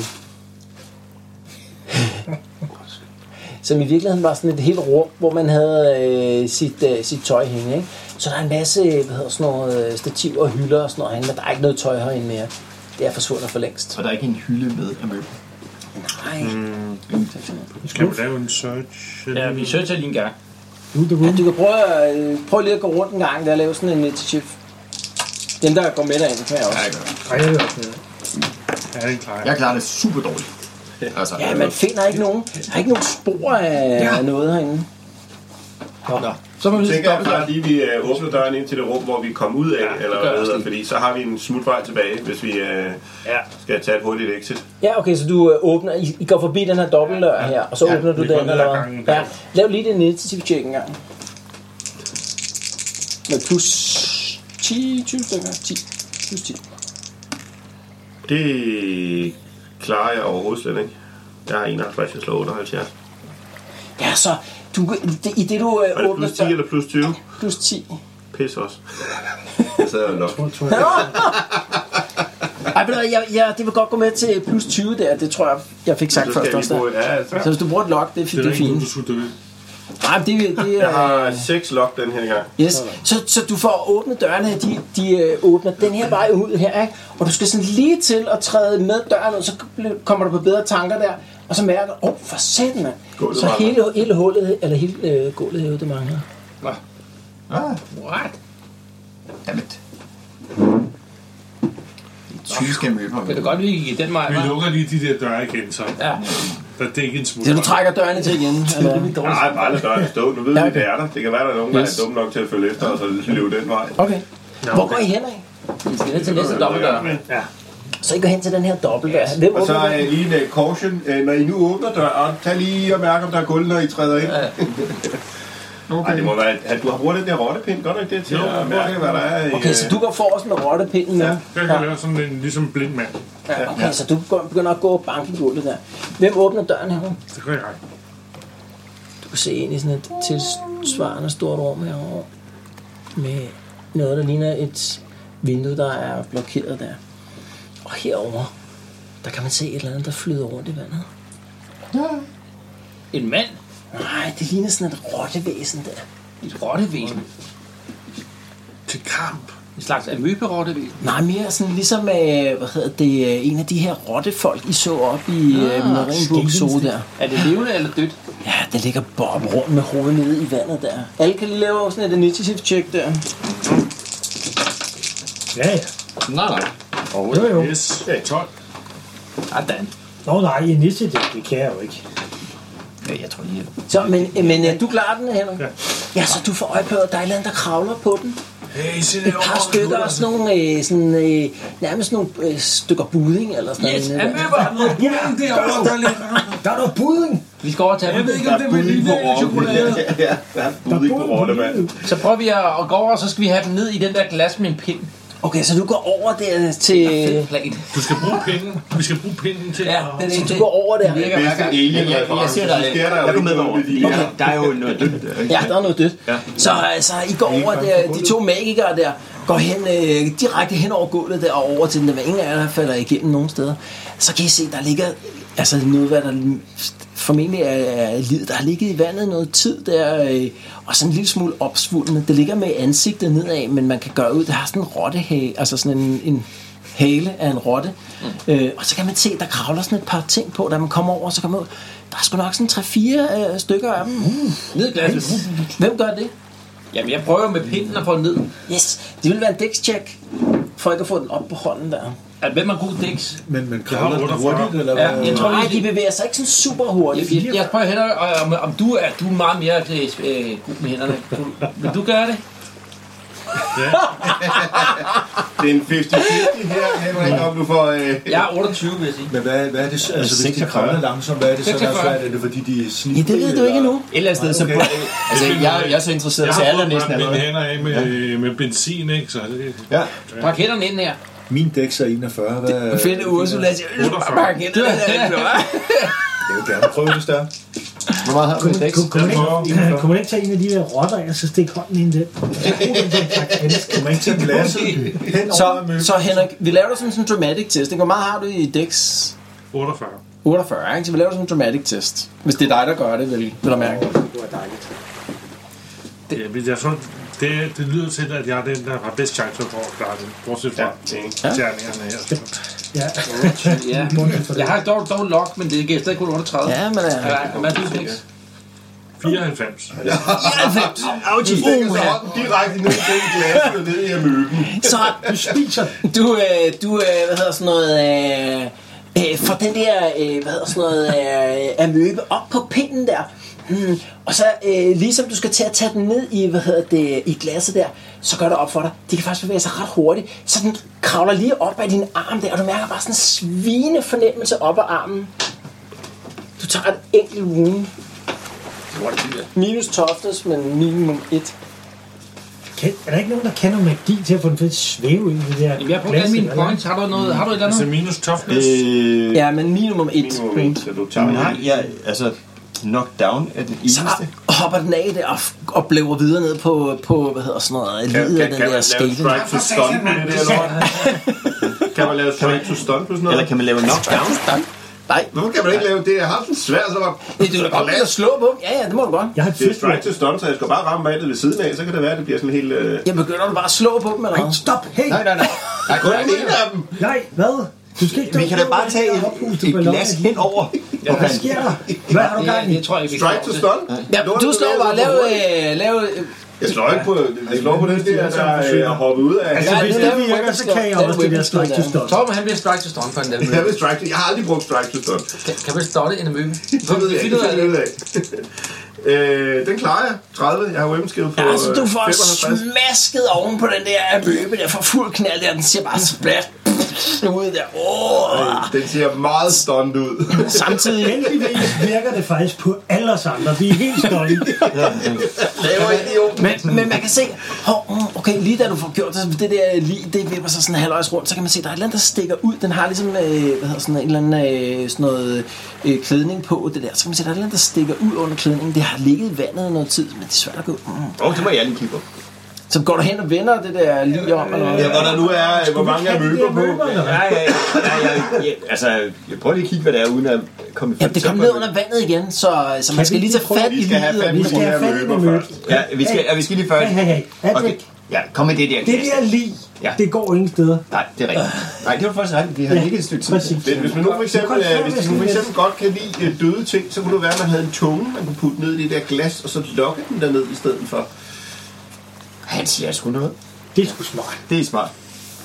Speaker 2: som i virkeligheden var sådan et helt rum, hvor man havde øh, sit, øh, sit tøj hængende. Ikke? Så der er en masse hvad hedder sådan noget, øh, stativer og hylder og sådan noget herinde, men der er ikke noget tøj herinde mere. Det er forsvundet for længst.
Speaker 9: Så der er ikke en hylde med af møbler.
Speaker 2: Nej.
Speaker 5: skal vi lave en search?
Speaker 10: Ja, vi søgte lige en gang.
Speaker 7: Nu er det
Speaker 2: Ja,
Speaker 7: room.
Speaker 2: du kan prøve, at, øh, prøv lige at gå rundt en gang der og lave sådan en øh, til chef. Dem, der går med derind, kan jeg også.
Speaker 7: Ej, jeg vil også med.
Speaker 5: Ja, den klarer jeg.
Speaker 9: Jeg klarer det super dårligt. Altså,
Speaker 2: Ja, man finder ikke nogen, der er ikke nogen spor af ja. noget herinde.
Speaker 10: Så må vi
Speaker 6: Jeg
Speaker 10: lige
Speaker 6: tænker jeg
Speaker 10: stoppe
Speaker 6: bare lige, vi øh, åbner døren ind til det rum, hvor vi kom ud af, ja, eller hvad hedder, fordi så har vi en smutvej tilbage, hvis vi øh, ja. skal tage et hurtigt exit.
Speaker 2: Ja, okay, så du øh, åbner, I, I går forbi den her dobbeltdør her, og så ja, åbner du
Speaker 5: vi går
Speaker 2: den.
Speaker 5: ned ad
Speaker 2: Eller,
Speaker 5: gangen.
Speaker 2: ja, lav lige det initiative check en gang. Med plus 10, 20 stykker. 10. Plus 10.
Speaker 6: Det klarer jeg overhovedet slet ikke. Jeg har 51, jeg slår 78.
Speaker 2: Ja, så du, det, i det du
Speaker 6: Er
Speaker 2: øh,
Speaker 6: det
Speaker 2: åbner
Speaker 6: plus 10 eller plus 20?
Speaker 2: plus 10.
Speaker 6: Pis også. Jeg sad og nok.
Speaker 2: Ej, ved du hvad, jeg, jeg, det vil godt gå med til plus 20 der, det tror jeg, jeg fik sagt
Speaker 6: Så skal
Speaker 2: først også.
Speaker 6: jeg lige
Speaker 2: der.
Speaker 6: bruge... Ja, altså.
Speaker 2: Så hvis du bruger et lock, det, er fi-
Speaker 5: Det
Speaker 2: det
Speaker 5: er der
Speaker 2: er
Speaker 5: ikke
Speaker 2: fint.
Speaker 5: nogen, du skulle dø.
Speaker 2: Nej, men det, det
Speaker 6: Jeg
Speaker 2: er...
Speaker 6: har 6 lok den her gang.
Speaker 2: Yes. Så, så du får åbnet dørene, de, de øh, åbner den her vej ud her, ikke? og du skal sådan lige til at træde med døren, og så ble- kommer du på bedre tanker der, og så mærker du, åh, oh, for satan, mand.
Speaker 6: Gulvet
Speaker 2: Så
Speaker 6: mangler.
Speaker 2: hele, hele hullet, eller hele øh, gulvet hævet, det mangler.
Speaker 9: Ah,
Speaker 10: What?
Speaker 9: dammit. Tyske møbler.
Speaker 10: Kan det godt, vi gik i den vej,
Speaker 5: Vi
Speaker 10: hva'?
Speaker 5: lukker lige de der døre igen, så
Speaker 10: Ja.
Speaker 5: der er ikke en smule.
Speaker 2: Så du trækker dørene til igen. Eller?
Speaker 6: Nej, bare lad døren stå. Nu ved vi, det er der. Det kan være, der er nogen, der er dumme nok til at følge efter, og så løbe den vej.
Speaker 2: Okay. Hvor går I hen af?
Speaker 10: Vi skal ned til næste dobbeltdør.
Speaker 2: Så I går hen til den her dobbeltdør. Hvem
Speaker 6: Og så
Speaker 2: åbner den?
Speaker 6: øh, lige en øh, caution. Øh, når I nu åbner døren, tag lige og mærk, om der er gulv, når I træder ind. [LAUGHS] Okay. Ej, det må være, at du har brugt den der rottepind, godt nok det er til jo, at mærke, hvad der er i...
Speaker 2: Okay, så du går forrest med rottepinden nu.
Speaker 6: øh, Ja.
Speaker 5: Jeg kan lave sådan en ligesom en blind mand.
Speaker 2: Ja, okay, så du går- begynder at gå og banke i gulvet der. Hvem åbner døren her?
Speaker 5: Det kan jeg.
Speaker 2: Du kan se ind i sådan et tilsvarende stort rum herovre. Med noget, der ligner et vindue, der er blokeret der. Og herover der kan man se et eller andet, der flyder rundt i vandet.
Speaker 10: En mand?
Speaker 2: Nej, det ligner sådan et rottevæsen der.
Speaker 10: Et rottevæsen?
Speaker 5: Til kamp.
Speaker 10: En slags amøberotte.
Speaker 2: Nej, mere sådan ligesom, øh, hvad hedder det, øh, en af de her rottefolk, I så op i øh, Marienburg Zoo der.
Speaker 10: Er det levende eller dødt?
Speaker 2: Ja, der ligger Bob rundt med hovedet nede i vandet der. Alle kan lige lave sådan et initiative check der.
Speaker 7: Ja, ja.
Speaker 8: Nej, nej.
Speaker 7: Jo, jo.
Speaker 5: Yes, 12.
Speaker 10: Sådan.
Speaker 7: Nå nej, initiativ, det kan jeg jo ikke.
Speaker 10: Ja, jeg tror lige. at-
Speaker 2: Så, men, øh, men øh, du klarer den, Henrik? Ja. ja. så du får øje på, at der er et eller andet, der kravler på den.
Speaker 5: Hey, se det
Speaker 2: Et par stykker og sådan nogle, øh, sådan, øh, nærmest nogle øh, stykker budding eller sådan
Speaker 10: Yes,
Speaker 2: noget.
Speaker 10: amøber!
Speaker 5: derovre, der ligger.
Speaker 7: Der er noget budding.
Speaker 10: Vi skal overtage
Speaker 5: Jeg
Speaker 10: dem.
Speaker 5: ved ikke, om det er min lille chokolade.
Speaker 6: ja, der er budding på rotte, mand.
Speaker 10: Så prøver vi at at gå over, og så skal vi have dem ned i den der glas med en pind.
Speaker 2: Okay, så du går over der til...
Speaker 10: Fedt plan.
Speaker 5: Du skal bruge pinden. Vi skal bruge pinden til
Speaker 10: Ja,
Speaker 5: at...
Speaker 10: det er
Speaker 2: Så
Speaker 10: det.
Speaker 2: du går over der.
Speaker 10: virker
Speaker 6: Bedste
Speaker 10: hver gang.
Speaker 6: alien
Speaker 8: Jeg, jeg, jeg ser dig.
Speaker 6: sker der jo
Speaker 8: Er du
Speaker 6: ikke
Speaker 8: med
Speaker 6: noget
Speaker 8: over?
Speaker 6: med de
Speaker 8: Okay,
Speaker 6: her.
Speaker 8: der er jo noget dødt. der, ikke?
Speaker 2: Ja, der er noget dødt. Ja. Så, øh, så I går over der, de to magikere der, går hen, øh, direkte hen over gulvet der og over til den, der ingen af jer falder igennem nogen steder. Så kan I se, der ligger altså noget, hvad der formentlig er, er livet, der har ligget i vandet noget tid der, øh, og sådan en lille smule opsvulmet. Det ligger med ansigtet nedad, men man kan gøre ud, der har sådan en rottehage, altså sådan en, en hale af en rotte. Mm. Øh, og så kan man se, der kravler sådan et par ting på, da man kommer over, så kommer man ud. Der er sgu nok sådan 3-4 øh, stykker af dem.
Speaker 10: Ned i glasset.
Speaker 2: Hvem gør det?
Speaker 10: Jamen, jeg prøver med pinden at få den ned.
Speaker 2: Yes, det vil være en dækscheck, for ikke at få den op på hånden der.
Speaker 10: At Altså, hvem er god dæks?
Speaker 4: Men, men kravler den
Speaker 5: 48.
Speaker 4: hurtigt, eller
Speaker 10: Ja,
Speaker 4: hvad?
Speaker 10: jeg tror,
Speaker 2: Nej,
Speaker 10: vi-
Speaker 2: de bevæger sig ikke sådan super hurtigt.
Speaker 10: Jeg, jeg prøver hænder, om, om du er, du er meget mere øh, god med hænderne. Du- Vil du gøre det?
Speaker 6: Det er en 50-50 her, Henrik, om du får... Øh,
Speaker 10: Jeg er 28, vil jeg sige.
Speaker 4: Men hvad, hvad er det, så- altså hvis de kravler langsomt, hvad er det så, der er
Speaker 10: 46.
Speaker 4: svært? Er det fordi, de er
Speaker 2: Ja,
Speaker 4: snitfri?
Speaker 2: det ved du ikke endnu.
Speaker 8: Et eller andet sted, så... Altså, jeg, jeg er så interesseret,
Speaker 5: Jeg
Speaker 8: så
Speaker 5: har
Speaker 8: alle er
Speaker 5: fået
Speaker 8: næsten
Speaker 5: brændt mine
Speaker 8: allerede.
Speaker 5: hænder af med, øh, med benzin, ikke? Så det,
Speaker 4: Ja,
Speaker 10: Pak hænderne ind her.
Speaker 4: min dæks er 41. Hvad, det,
Speaker 2: Fedt, Ursula siger, øh, bare igen.
Speaker 4: Jeg vil gerne prøve, hvis det er.
Speaker 8: Hvor meget har du med dæks?
Speaker 7: Kunne man ikke, Øh, kunne man ikke tage en af de der rotter, og så stikke hånden ind i den?
Speaker 4: Kan man ikke tage
Speaker 2: [LAUGHS]
Speaker 4: glasset hen
Speaker 2: Så,
Speaker 4: over med
Speaker 2: så Henrik, vi laver det som sådan en dramatic test. Ikke? Hvor meget har du i dæks?
Speaker 5: 48.
Speaker 2: 48, ikke? Så vi laver det som en dramatic test. Hvis det er dig, der gør det, vil, vil du mærke.
Speaker 5: Ja, men jeg tror, det, det lyder til, at jeg er den, der har bedst chance for at klare det. Bortset fra ja. tjerningerne her.
Speaker 7: Ja,
Speaker 10: Ja. Jeg har dog, dog lok, men det er stadig kun 38.
Speaker 2: Ja, men øh,
Speaker 10: Hvad- Hvad er du dæks?
Speaker 5: 94.
Speaker 6: du stikker så hånden direkte ned i den glas og ned i amøben.
Speaker 2: så
Speaker 7: du spiser.
Speaker 2: du, øh, du øh, hvad hedder sådan noget, øh, øh, får den der, øh, hvad hedder sådan noget, øh, amøbe op på pinden der. Mm. Og så øh, ligesom du skal til at tage den ned i, hvad hedder det, i glasset der, så gør det op for dig. De kan faktisk bevæge sig ret hurtigt, så den kravler lige op af din arm der, og du mærker bare sådan en svine fornemmelse op af armen. Du tager et enkelt wound. Minus toftes, men minimum et.
Speaker 7: Kan, er der ikke nogen, der kender magi til at få den til at svæve ind i det der
Speaker 10: Jamen, jeg har brugt alle mine
Speaker 7: eller
Speaker 10: points. Har du noget? Har du et eller
Speaker 5: Altså
Speaker 10: andet?
Speaker 5: minus toughness.
Speaker 8: Øh,
Speaker 2: Ja, men minimum et.
Speaker 6: Minimum en, så du tager
Speaker 8: nej,
Speaker 6: den.
Speaker 8: jeg... Altså, knockdown er den
Speaker 2: Så
Speaker 8: eneste.
Speaker 2: Ah, hopper den af der og, og blæver videre ned på, på hvad hedder sådan noget,
Speaker 6: Kan,
Speaker 2: livet
Speaker 6: kan,
Speaker 2: af den der
Speaker 6: kan man lave
Speaker 2: skæle.
Speaker 6: strike to stun på det der lort? Kan man lave strike to stun på sådan noget?
Speaker 8: Eller kan man lave knockdown?
Speaker 2: Nej,
Speaker 6: Hvorfor kan man ikke lave det? Jeg har haft en svær, så var...
Speaker 2: det er du da godt ved at slå på. dem. Ja, ja, det må du godt.
Speaker 7: Jeg har et
Speaker 6: Det er
Speaker 7: fedt
Speaker 6: strike to stun, så jeg skal bare ramme vandet ved siden af, så kan det være, at det bliver sådan helt... Øh...
Speaker 2: Jeg begynder du bare at slå på dem, eller hvad?
Speaker 7: Stop, hey!
Speaker 8: Nej, nej, nej.
Speaker 6: Nej, kun den ene af dem!
Speaker 7: Nej, hvad? Du skal ikke
Speaker 8: Vi kan da bare tage et, et glas hen over.
Speaker 7: Hvad sker der? Hvad har du
Speaker 10: Det,
Speaker 7: gang i?
Speaker 10: det tror jeg, vi
Speaker 6: Strike to stun?
Speaker 2: Ja, du slår bare, lav, øh, lav, øh,
Speaker 6: Jeg slår ikke på, jeg slår på den der, der øh, er hoppet ud af...
Speaker 7: Altså,
Speaker 2: Ja,
Speaker 7: hvis
Speaker 2: det
Speaker 7: det
Speaker 2: er
Speaker 7: virker, så kan jeg
Speaker 2: weapon
Speaker 7: også det der
Speaker 2: skill,
Speaker 7: strike
Speaker 2: det
Speaker 7: to
Speaker 2: er.
Speaker 7: stop.
Speaker 10: Torben, han bliver strike to stun for en del.
Speaker 6: Jeg vil strike to- Jeg har aldrig brugt strike to stun.
Speaker 10: Kan, kan vi stoppe en amøbe? Så
Speaker 6: Det ved jeg ikke,
Speaker 10: finder ud
Speaker 6: det
Speaker 10: af
Speaker 6: finder jeg ud
Speaker 10: det.
Speaker 6: af. [LAUGHS] Øh, den klarer jeg. 30. Jeg har webskivet på
Speaker 2: Ja, altså, du får
Speaker 6: øh, 55.
Speaker 2: smasket oven på den der amøbe der for fuld knald der. Den siger bare splat ud der. Åh.
Speaker 6: Den ser meget stunned ud.
Speaker 2: Samtidig
Speaker 7: Heldigvis virker det faktisk på alle os andre. Vi er helt stolte.
Speaker 6: Laver idiot.
Speaker 2: Men, men man kan se, hov, mm, okay, lige da du får gjort det, så det der lige, det vipper sig sådan halvøjs rundt, så kan man se, der er et eller andet, der stikker ud. Den har ligesom, øh, hvad hedder sådan en eller anden, øh, sådan noget øh, klædning på, det der. Så kan man se, der er et eller andet, der stikker ud under klædningen. Det har ligget i vandet i noget tid, men det er svært at gå. Mm.
Speaker 8: Åh, det må jeg lige kigge på.
Speaker 2: Så går du hen og vender det der lige om, eller
Speaker 6: Ja,
Speaker 2: hvad?
Speaker 6: hvor der nu er, øh, hvor mange er møber på.
Speaker 8: Ja, ja, ja, ja, ja, ja. Altså, jeg prøver lige at kigge, hvad det er, uden at komme i
Speaker 2: Ja, det kom ned under vandet igen, så, så man skal
Speaker 7: vi
Speaker 2: lige tage
Speaker 7: lige prøve,
Speaker 2: fat i
Speaker 6: Vi skal have
Speaker 2: livet.
Speaker 6: fem
Speaker 7: Vi skal
Speaker 6: runder
Speaker 7: have
Speaker 6: af
Speaker 7: fat i
Speaker 6: møber
Speaker 7: noget møb.
Speaker 6: først.
Speaker 8: Ja, vi skal, ja, vi skal lige først.
Speaker 7: Hey, hey, hey. Patrick,
Speaker 8: Ja, kom med det der.
Speaker 7: Det der lige,
Speaker 8: Ja.
Speaker 7: det går ingen steder.
Speaker 8: Nej, det er rigtigt. Nej, det var faktisk rigtigt. Vi har
Speaker 7: Ja,
Speaker 8: ikke et stykke tid.
Speaker 7: Præcis.
Speaker 6: Men hvis man nu for eksempel,
Speaker 7: Det er
Speaker 6: øh,
Speaker 7: godt,
Speaker 6: hvis de nu for eksempel godt kan lide øh, døde ting, så kunne det være, at man havde en tunge, man kunne putte ned i det der glas, og så lokke den derned i stedet for.
Speaker 8: Han siger sgu noget.
Speaker 7: Det er sgu smart.
Speaker 8: Det er smart.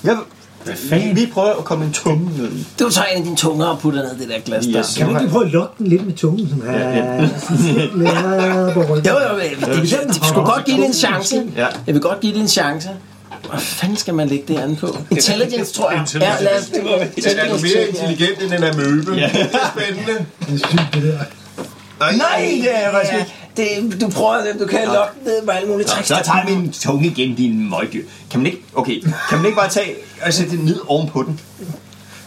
Speaker 8: Jeg,
Speaker 7: Hvad fanden?
Speaker 8: vi prøver at komme en tunge ned i.
Speaker 2: Du tager en af dine tunger og putter ned i det der glas yes. der.
Speaker 7: Kan du ikke prøve at lukke den lidt med tungen? Sådan, ja, ja. [LAUGHS]
Speaker 2: Jo, jo, det, det, det, det skulle godt give det en chance.
Speaker 8: Ja.
Speaker 2: Jeg vil godt give det en chance. Hvor fanden skal man lægge det an på? Intelligence, tror jeg. Ja, lad os...
Speaker 6: Den er mere intelligent end den er møbe. Ja. Det er spændende.
Speaker 7: Det er sygt, det der.
Speaker 2: Nej, det er ja, det, du prøver det, du kan lokke den ned med alle mulige tricks.
Speaker 8: Så tager vi en tunge igen, din møgdyr. Kan man ikke, okay, kan man ikke bare tage og sætte det ned ovenpå den?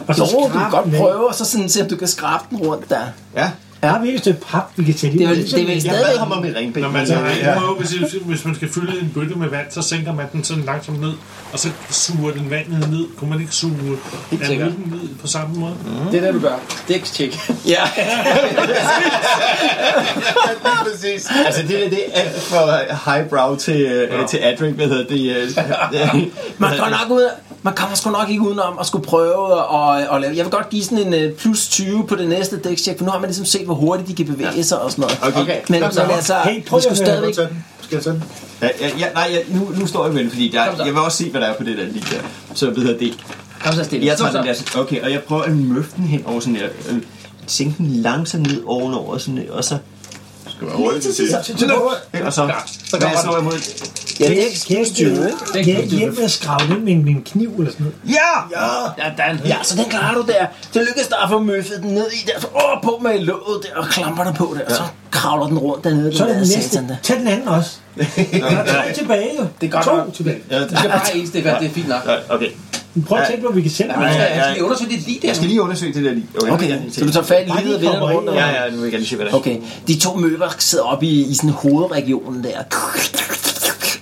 Speaker 7: Og
Speaker 2: Jo, du kan
Speaker 7: skrab
Speaker 2: godt
Speaker 7: den af.
Speaker 2: prøve, og så sådan, se, om du kan skrabe den rundt der.
Speaker 8: Ja.
Speaker 7: Har vi ikke et stykke pap, vi kan tælle
Speaker 2: Det er,
Speaker 7: i?
Speaker 2: vel- det er vel
Speaker 8: Jeg bad
Speaker 2: stadigvæk...
Speaker 8: ham om et ringben.
Speaker 5: Når man så har
Speaker 8: altså, ja.
Speaker 5: en prøve, hvis, hvis man skal fylde en bøtte med vand, så sænker man den sådan langsomt ned, og så suger den vandet ned. Kunne man ikke suge analyten ned på samme måde?
Speaker 3: Det er det, du gør. Dækstjek.
Speaker 2: Ja,
Speaker 3: [LAUGHS]
Speaker 6: Præcis.
Speaker 8: Altså det der, det er alt fra highbrow til, øh, til adrink, hvad hedder
Speaker 2: [LAUGHS]
Speaker 8: det? Øh,
Speaker 2: man, går nok ud, man kommer sgu nok ikke udenom at skulle prøve at, at lave... Jeg vil godt give sådan en øh, plus 20 på det næste dækstjek, for nu har man ligesom set, hvor hurtigt de kan bevæge sig og sådan noget.
Speaker 8: Okay. okay.
Speaker 2: Men, men altså,
Speaker 7: Hey, prøv
Speaker 2: vi skulle
Speaker 7: at høre,
Speaker 2: stadigvæk...
Speaker 4: Skal jeg tage den? Skal jeg tage den?
Speaker 8: Ja, ja, ja, nej, ja, nu, nu står jeg vel, fordi der, jeg vil også se, hvad der er på det der lige der. Så ved jeg det.
Speaker 2: Kom så stille.
Speaker 8: Jeg tager den der, okay, og jeg prøver at møfte den hen over sådan her. Øh, sænke den langsomt ned ovenover, sådan her, og så...
Speaker 6: Skal man hurtigt til det?
Speaker 8: Og så... Så kommer jeg slår imod.
Speaker 2: Ja, det er ikke
Speaker 7: Kan jeg ikke
Speaker 2: styret, ikke?
Speaker 7: kan jeg ikke hjælpe med at skrave den med min kniv eller sådan noget?
Speaker 8: Ja!
Speaker 2: Ja, Dan. ja, så den klarer du der. Det lykkedes dig at få møffet den ned i der, så åh, på med låget der, og klamper dig på der, og så kravler den rundt dernede.
Speaker 7: Så er det
Speaker 2: der
Speaker 7: den
Speaker 2: satan der.
Speaker 7: næste. Tag den anden også. Der er to tilbage jo.
Speaker 3: Det er godt
Speaker 7: To
Speaker 3: nok.
Speaker 7: tilbage.
Speaker 8: Ja,
Speaker 3: Du skal bare en stikker, det er fint nok.
Speaker 8: ja, okay.
Speaker 7: Men Prøv at tænke på, hvad vi kan selv.
Speaker 3: Jeg
Speaker 8: ja,
Speaker 3: skal, jeg
Speaker 8: ja.
Speaker 3: skal lige undersøge dit lige der.
Speaker 8: Jeg skal lige undersøge det der lige.
Speaker 2: Okay, så du tager fat i
Speaker 7: Bare
Speaker 2: livet og
Speaker 7: lige
Speaker 2: vender den
Speaker 7: kommer
Speaker 2: rundt.
Speaker 7: ind,
Speaker 8: Ja,
Speaker 2: Og...
Speaker 8: ja, nu vil jeg gerne lige se, hvad der er.
Speaker 2: Okay, de to møber sidder oppe i, i sådan hovedregionen der,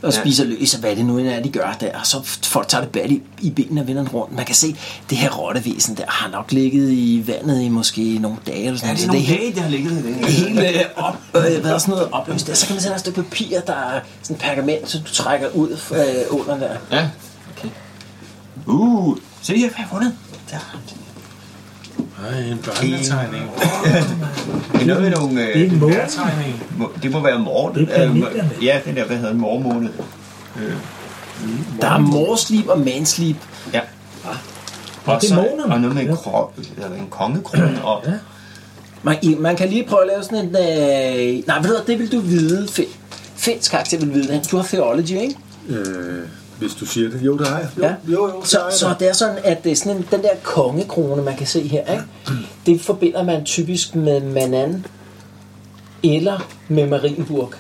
Speaker 2: og spiser løs, og hvad det nu end er, de gør der. Og så folk tager det bad i, i benene og vender den rundt. Man kan se, det her rottevæsen der har nok ligget i vandet i måske nogle dage. Eller sådan
Speaker 8: Er
Speaker 2: noget.
Speaker 8: det
Speaker 2: Så
Speaker 8: nogle
Speaker 2: helt-
Speaker 8: dage, det har ligget i det?
Speaker 2: hele øh, op, øh, hvad er sådan noget opløst der. Så kan man sætte et stykke papir, der er sådan pergament, som du trækker ud øh, under der.
Speaker 8: Ja. Okay. Uh, se her, hvad jeg har fundet.
Speaker 5: Nej, en børnetegning.
Speaker 8: Det er noget med nogle...
Speaker 7: Det er
Speaker 8: Øh,
Speaker 7: en måde.
Speaker 5: Tegning.
Speaker 8: må- det må være mor...
Speaker 7: Det er planeterne.
Speaker 8: øh, ja, den der, hvad hedder den, mormåned.
Speaker 2: Der er morslip og manslip.
Speaker 8: Ja.
Speaker 7: Og
Speaker 8: så-
Speaker 7: dæmonerne.
Speaker 8: Og noget med en,
Speaker 7: Ja.
Speaker 8: krog, eller en kongekrone. Og,
Speaker 2: Man, I- man kan lige prøve at lave sådan en... Øh... Nej, ved du hvad, det vil du vide, Finn. Finns karakter vil vide det. Du har theology, ikke?
Speaker 4: Øh, hvis du siger det. Jo, det har jeg. Jo,
Speaker 2: Ja.
Speaker 4: jo, jo det
Speaker 2: Så,
Speaker 4: har jeg
Speaker 2: så
Speaker 4: da.
Speaker 2: det er sådan, at det er sådan en, den der kongekrone, man kan se her, ikke? det forbinder man typisk med Manan eller med Marienburg.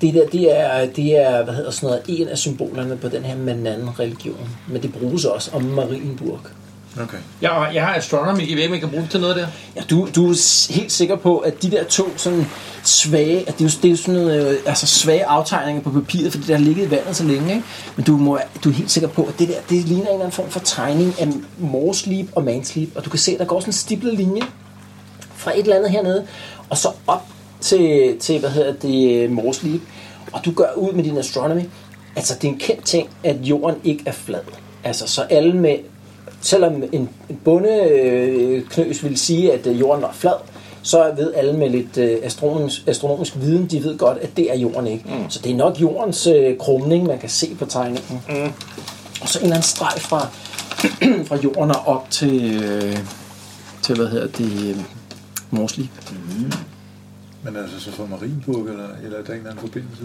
Speaker 2: Det der, det er, det er hvad hedder sådan noget, en af symbolerne på den her Manan-religion. Men det bruges også om Marienburg.
Speaker 4: Okay.
Speaker 3: Jeg, har- jeg har astronomy. I ved, man kan bruge det til noget der.
Speaker 2: Ja, du, du er s- helt sikker på, at de der to sådan svage, at det er jo, det er jo sådan noget, øh, altså svage aftegninger på papiret, fordi det har ligget i vandet så længe, ikke? Men du, må, du er helt sikker på, at det der, det ligner en eller anden form for tegning af morslip og manslip, og du kan se, at der går sådan en stiplet linje fra et eller andet hernede, og så op til, til hvad hedder det, morslip, og du gør ud med din astronomy, altså det er en kendt ting, at jorden ikke er flad. Altså, så alle med selvom en en bondeknøs ville sige, at øh, jorden var flad, så ved alle med lidt øh, astronomisk, astronomisk viden, de ved godt, at det er jorden ikke. Mm. Så det er nok jordens øh, krumning, man kan se på tegningen. Mm. Og så en eller anden streg fra, [CLEARS THROAT] fra jorden og op til, øh, til hvad hedder det, øh, Morsli.
Speaker 4: Men altså, så fra Marienburg, eller, eller er der en eller anden forbindelse?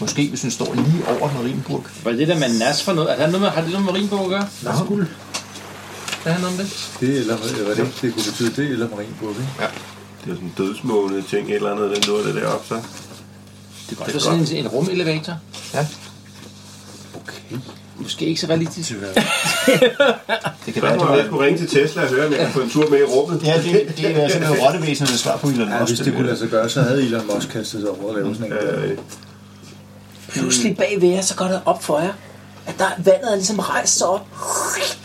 Speaker 8: måske, hvis den står lige over Marienburg.
Speaker 3: Hvad er det der med nas for noget? Er det noget med, har det noget med Marienborg at gøre?
Speaker 8: Nå, guld.
Speaker 3: Hvad handler om det?
Speaker 4: Det, eller, eller det, det kunne betyde det, eller Marienburg, ikke?
Speaker 6: Det er jo sådan en dødsmående ting, et eller andet, den lå det deroppe, så.
Speaker 3: Det er, det er sådan en, en rumelevator.
Speaker 8: Ja.
Speaker 3: Måske ikke så realistisk.
Speaker 8: Det kan
Speaker 6: Så
Speaker 8: være, det
Speaker 6: må jeg
Speaker 8: var...
Speaker 6: skulle ringe til Tesla og høre, om jeg kan få en tur med i rummet.
Speaker 8: Ja, det,
Speaker 6: [LAUGHS]
Speaker 8: det er simpelthen rottevæsenernes svar på Elon Musk.
Speaker 4: Ja, hvis det kunne
Speaker 8: ved
Speaker 4: lade sig gøre, så havde Elon Musk kastet sig over at lave sådan en.
Speaker 6: Øh,
Speaker 2: Pludselig bagved jer, så går det op for jer, at der, vandet er ligesom rejst sig op,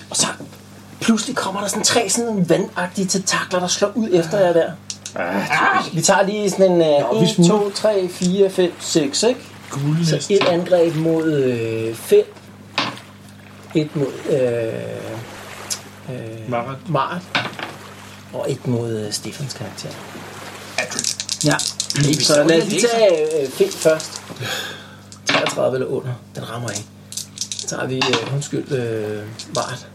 Speaker 2: og så pludselig kommer der sådan tre sådan vandagtige tentakler, der slår ud efter jer der. Vi tager lige sådan en øh, 1, 2, 3, 4, 5, 6, ikke?
Speaker 5: Gule
Speaker 2: Så
Speaker 5: næste.
Speaker 2: et angreb mod 5. et mod øh, øh,
Speaker 5: Marat.
Speaker 2: Mart. Og et mod øh, Stefans karakter. Ja, Mm. ikke, så lad os lige tage øh, Finn først. 33 eller under. Den rammer ikke. Så tager vi, øh, undskyld, øh, Mart.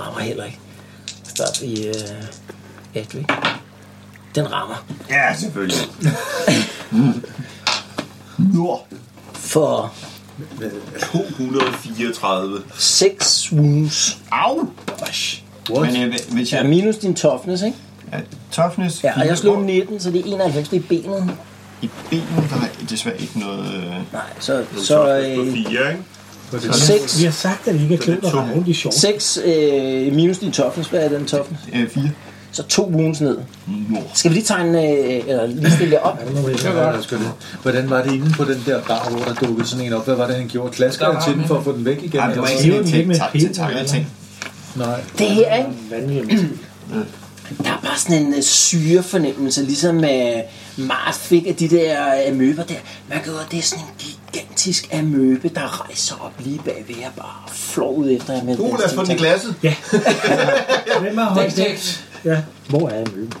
Speaker 2: Rammer heller ikke. Så starter vi øh, Adric. Den rammer.
Speaker 9: Ja, selvfølgelig. Nord.
Speaker 2: For
Speaker 6: 234.
Speaker 2: 6 wounds.
Speaker 9: Au!
Speaker 4: What?
Speaker 9: Men øh, hvis
Speaker 2: Ja,
Speaker 9: jeg...
Speaker 2: minus din toughness, ikke?
Speaker 9: Ja, toughness.
Speaker 2: Ja, og
Speaker 9: fire
Speaker 2: jeg slog
Speaker 9: år
Speaker 2: 19, så det er 91 i benet.
Speaker 9: I benen, der har jeg desværre ikke noget... Øh,
Speaker 2: Nej, så, så
Speaker 6: Så på
Speaker 2: øh,
Speaker 6: 4, ikke?
Speaker 7: Vi
Speaker 2: 6,
Speaker 7: har sagt, at vi ikke har glemt at rende rundt i shorts.
Speaker 2: 6 øh, minus din toughness. Hvad er den toughness?
Speaker 9: øh, fire.
Speaker 2: Så to wounds ned.
Speaker 9: Nord.
Speaker 2: Skal vi lige tegne, øh, eller lige stille det op?
Speaker 4: Ja, sgu altså, det. Hvordan var det inde på den der bar, hvor der dukkede sådan en op? Hvad var det, han gjorde? Klasker han til den for at få den væk igen?
Speaker 9: Nej, det var ikke sådan
Speaker 4: eller
Speaker 9: en
Speaker 7: den lidt med
Speaker 9: ting, tak til
Speaker 7: pinden,
Speaker 9: tak, jeg
Speaker 7: eller?
Speaker 9: tænkte.
Speaker 4: Nej.
Speaker 2: Det her, ikke? [CLEARS THROAT] Der er bare sådan en øh, syrefornemmelse, ligesom øh, Mart fik af de der øh, amøber der. Man kan godt, det er sådan en gigantisk amøbe, der rejser op lige bagved jer, bare flår ud efter jer. med
Speaker 9: Uh,
Speaker 2: den
Speaker 9: lad os få den i
Speaker 2: ting-
Speaker 9: glasset.
Speaker 7: Hvem har holdt det? Ja. Hvor er møben?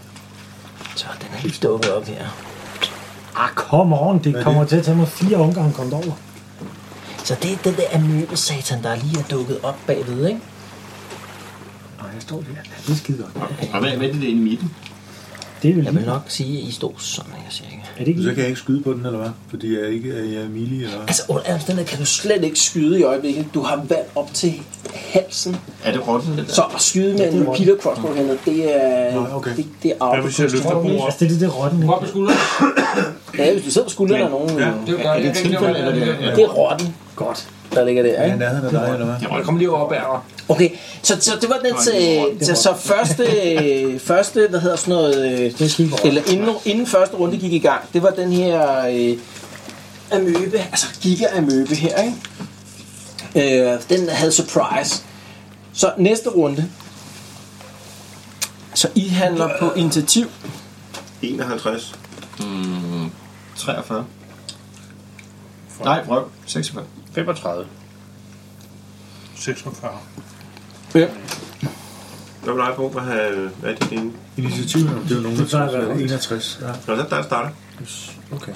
Speaker 2: Så den er lige dukket op her.
Speaker 7: Ah, come on. Det kommer til at tage mig fire omgange kommet over.
Speaker 2: Så det er den der amøbe, satan, der lige er dukket op bagved, ikke?
Speaker 7: Nej, jeg står der. Det er skide godt.
Speaker 8: Og hvad, hvad er det der i midten?
Speaker 7: Det er vel
Speaker 2: Jeg vil
Speaker 7: lige.
Speaker 2: nok sige, at I stod sådan her, cirka.
Speaker 7: Er det ikke
Speaker 4: Så kan jeg ikke skyde på den, eller hvad? Fordi jeg ikke er jeg er Emilie, eller hvad?
Speaker 2: Altså, under alle omstændigheder kan du slet ikke skyde i øjeblikket. Du har vand op til halsen.
Speaker 8: Er det rotten? Det der?
Speaker 2: Så at skyde med en repeater crossbow hernede, det er...
Speaker 4: Nå, okay.
Speaker 2: Det, det er out.
Speaker 5: Hvad hvis jeg løfter bordet op?
Speaker 7: Altså, det er det der rotten.
Speaker 10: Gå op på skulderen.
Speaker 2: Ja, hvis du sidder på skulderen af nogen...
Speaker 5: Ja.
Speaker 10: Det er jo godt. Jeg kan ikke lide, hvad det er.
Speaker 2: Det er rotten. Godt. Der ligger der,
Speaker 4: Er jeg i
Speaker 2: ikke?
Speaker 4: nærheden af dig, eller hvad?
Speaker 10: Jamen, kom lige op her.
Speaker 2: Okay, så, så det var den øh, så, så første, øh, første, hvad hedder sådan noget, øh, eller inden, inden første runde gik i gang, det var den her øh, amøbe, altså giga-amøbe her, ikke? Øh, den havde surprise. Så næste runde, så I handler på initiativ.
Speaker 6: 51. Hmm,
Speaker 8: 43. Nej, røv. 46.
Speaker 6: 35.
Speaker 5: 46.
Speaker 2: Ja.
Speaker 6: Hvad vil jeg bruge på at have... Hvad er det dine?
Speaker 4: Initiativen, det er jo nogen, der
Speaker 7: Det plejer at være
Speaker 4: tager
Speaker 7: rigtigt.
Speaker 4: 61. Ja,
Speaker 6: Nå, der, der starter.
Speaker 4: okay.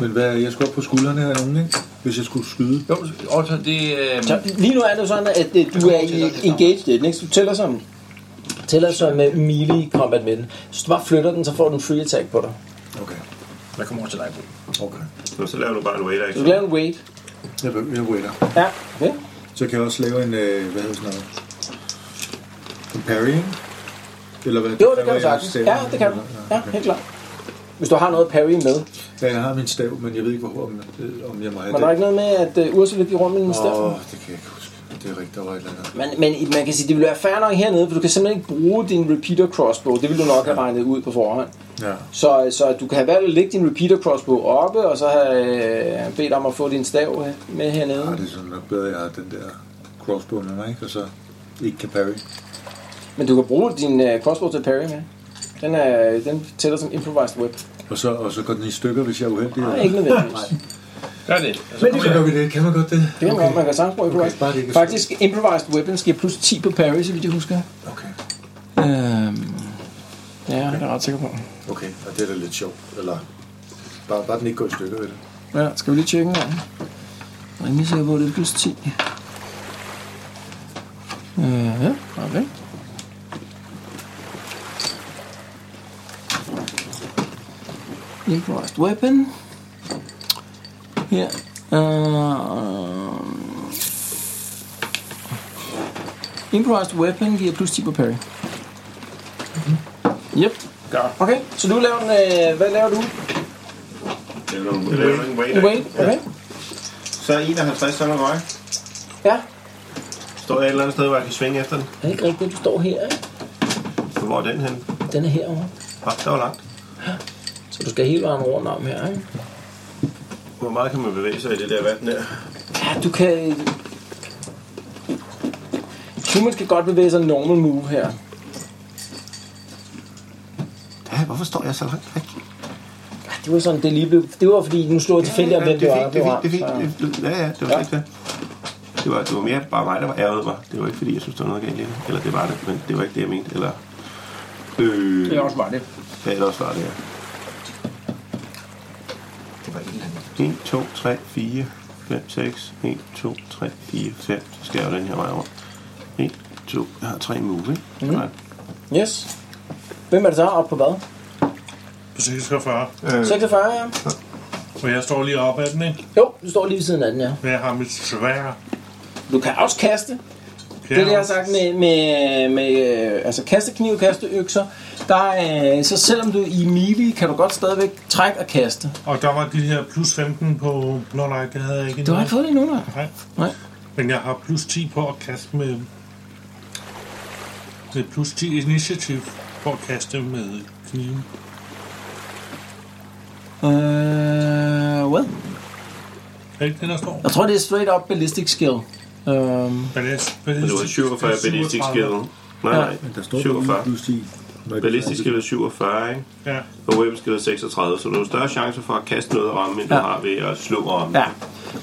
Speaker 4: Men hvad, jeg skulle op på skuldrene af nogen, ikke? Hvis jeg skulle skyde.
Speaker 10: Jo, og så det... Øh,
Speaker 2: Så lige nu er det jo sådan, at øh, du er i engaged i den, ikke? Så du tæller som, tæller som uh, melee combat med den. Hvis du bare flytter den, så får du en free attack på dig.
Speaker 4: Okay,
Speaker 10: hvad kommer over til dig, Bo?
Speaker 4: okay.
Speaker 6: Nå, så laver du bare en wait
Speaker 2: Du
Speaker 6: action.
Speaker 2: kan lave en wait.
Speaker 4: Jeg, vil- jeg waiter.
Speaker 2: Ja, okay.
Speaker 4: Så kan jeg også lave en, øh, hvad hedder sådan noget? En parry, ikke? Eller hvad?
Speaker 2: Jo, det
Speaker 4: hvad
Speaker 2: kan du
Speaker 4: jeg
Speaker 2: sagtens.
Speaker 4: staver,
Speaker 2: Ja, det kan du.
Speaker 4: eller-
Speaker 2: Ja, helt klart. Hvis du har noget parry med.
Speaker 4: Ja, jeg har min stav, men jeg ved ikke, hvor, om, øh, om jeg må have
Speaker 2: Var
Speaker 4: det.
Speaker 2: der ikke noget med, at uh, Ursula gik rundt med den Steffen?
Speaker 4: Åh, det kan jeg ikke huske. Det er rigtigt, der var et eller andet.
Speaker 2: Men, men man kan sige, det ville være fair nok hernede, for du kan simpelthen ikke bruge din repeater crossbow. Det ville du nok have regnet ud på forhånd.
Speaker 4: Ja.
Speaker 2: Så, øh, så du kan have valgt at lægge din repeater crossbow oppe, og så have øh, bedt om at få din stav med hernede.
Speaker 4: Ja, det er sådan nok bedre, at jeg har den der crossbow med mig, ikke? Og så ikke kan parry.
Speaker 2: Men du kan bruge din uh, crossbow til parry med. Den, er, den tæller som improvised web.
Speaker 4: Og så, og så går den i stykker, hvis jeg er uheldig.
Speaker 2: Nej, ikke nødvendigvis.
Speaker 10: Gør det.
Speaker 4: Men så gør vi det. Kan man godt det?
Speaker 2: Det kan man godt, man kan sagtens bruge improvised.
Speaker 4: bare det ikke er
Speaker 2: Faktisk, improvised weapons giver plus 10 på parry, så vidt jeg husker.
Speaker 4: Okay.
Speaker 2: Øhm, ja, det er jeg ret sikker på.
Speaker 4: Okay, og det er da lidt sjovt. Eller bare, bare den ikke går i stykker ved det.
Speaker 2: Ja, skal vi lige tjekke en gang? Jeg er rimelig sikker på, at det er plus 10. Øh, ja, okay. Improvised weapon. Her. Uh, improvised weapon giver plus 10 på parry. Yep. Okay, så du laver en... Øh, hvad laver du?
Speaker 6: Laver du- laver du en wait
Speaker 2: En
Speaker 6: action?
Speaker 2: wait? Okay.
Speaker 6: Så er 51, så er der mig.
Speaker 2: Ja,
Speaker 6: Står jeg et eller andet sted, hvor jeg kan svinge efter den?
Speaker 2: Det er ikke rigtigt, du står her, ikke?
Speaker 6: Hvor er den hen?
Speaker 2: Den er herovre.
Speaker 6: Ah, der var langt.
Speaker 2: Så du skal hele vejen rundt om her, ikke?
Speaker 6: Hvor meget kan man bevæge sig i det der vand der?
Speaker 2: Ja, du kan... Human skal godt bevæge sig normal move her.
Speaker 11: hvorfor står jeg så langt væk?
Speaker 2: Det var sådan, det lige blev... Det var fordi, nu slog jeg tilfældigt om,
Speaker 6: Ja,
Speaker 2: hvem
Speaker 6: det
Speaker 2: det
Speaker 6: er
Speaker 2: var.
Speaker 6: fint, det
Speaker 2: Det
Speaker 6: er
Speaker 2: var
Speaker 6: fint, det er fint. det- Ja, ja, det var ikke det. Det var, det var mere bare mig, der var ærget mig. Det var ikke fordi, jeg synes, der var noget galt i det. Eller det var det, men det var ikke det, jeg mente. Eller, øh,
Speaker 3: Det er også var det.
Speaker 6: Ja, det også var det, ja.
Speaker 8: Det var en eller anden.
Speaker 6: 1, 2, 3, 4, 5, 6. 1, 2, 3, 4, 5. Så skal jeg jo den her vej over. 1, 2, jeg har tre move, ikke?
Speaker 2: Mhm.
Speaker 6: Mm. Nej.
Speaker 2: Yes. Hvem er det så op på hvad?
Speaker 5: På 46.
Speaker 10: Øh.
Speaker 2: 46, ja.
Speaker 5: Men jeg står lige op ad den, ikke?
Speaker 2: Jo, du står lige ved siden af den, ja.
Speaker 5: Men jeg har mit svære.
Speaker 2: Du kan også kaste. Det er det, jeg har sagt med, med, med øh, altså kastekniv, kasteøkser. Der er, øh, så selvom du er i melee, kan du godt stadigvæk trække og kaste.
Speaker 5: Og der var de her plus 15 på... Nå nej, det havde jeg ikke.
Speaker 2: Du har ikke fået det endnu, nej.
Speaker 5: Nej.
Speaker 2: Nej.
Speaker 5: Men jeg har plus 10 på at kaste med... Med plus 10 initiativ på at kaste med kniven.
Speaker 2: Uh, well.
Speaker 5: Er det ikke det, der står?
Speaker 2: Jeg tror, det er straight up ballistic skill. Um,
Speaker 5: Ballistic,
Speaker 6: Men det var 47 ballistisk skill. Nej, nej.
Speaker 4: Men der står bare
Speaker 6: 47.
Speaker 4: plus 10. Når jeg-
Speaker 6: Ballistisk skill er 47, ikke?
Speaker 5: Ja.
Speaker 6: Og weapon skill er 36, så du har større chance for at kaste noget og ramme, end du
Speaker 2: Ja.
Speaker 6: har ved at slå og ramme.
Speaker 2: ja.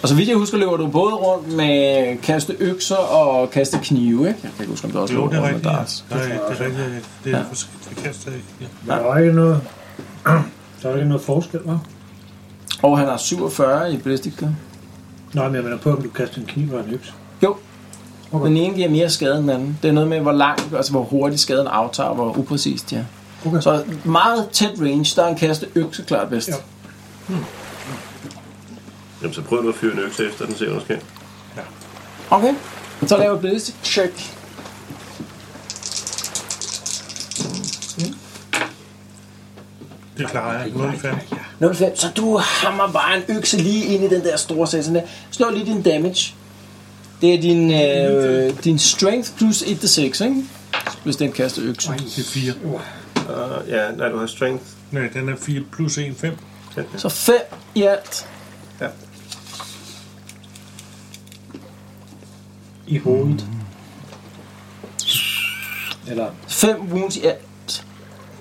Speaker 2: Og så vidt jeg husker, løber du både rundt med kaste økser og kaste knive, ikke? Jeg kan ikke huske, om du også
Speaker 5: Jo,
Speaker 2: løber
Speaker 5: det er
Speaker 2: rundt
Speaker 5: rigtigt.
Speaker 2: med
Speaker 5: ja.
Speaker 2: darts.
Speaker 5: Nej, det er rigtigt. Det er forskelligt. Det kaster jeg ikke. Ja.
Speaker 7: Der er jo ikke noget... [CLEARS THROAT] Der er jo ikke noget forskel, hva'?
Speaker 2: Og han har 47 i ballistic skill.
Speaker 7: Nå, men jeg mener på, om du kaster en kniv og en økse.
Speaker 2: Jo. Okay. Den ene giver mere skade end den anden. Det er noget med, hvor lang, altså hvor hurtigt skaden aftager, og hvor upræcist det er.
Speaker 7: Okay.
Speaker 2: Så meget tæt range, der er en kaste økse klart bedst.
Speaker 7: Ja.
Speaker 6: Hmm. Jamen, så prøv nu at fyre en økse efter den, se hvad der sker.
Speaker 2: Okay, så laver jeg ballistic check.
Speaker 5: Det klarer jeg. 05.
Speaker 2: 05, så du hammer bare en økse lige ind i den der store sag, sådan der. Slå lige din damage. Det er din, øh, din strength plus 1 til 6, ikke? Hvis den kaster økse.
Speaker 5: Det er 4.
Speaker 6: Uh, ja, nej, du har strength.
Speaker 5: Nej, den er 4 plus 1, 5.
Speaker 2: Så 5 i alt.
Speaker 7: I hovedet.
Speaker 2: Mm.
Speaker 7: Eller...
Speaker 2: 5 wounds i alt.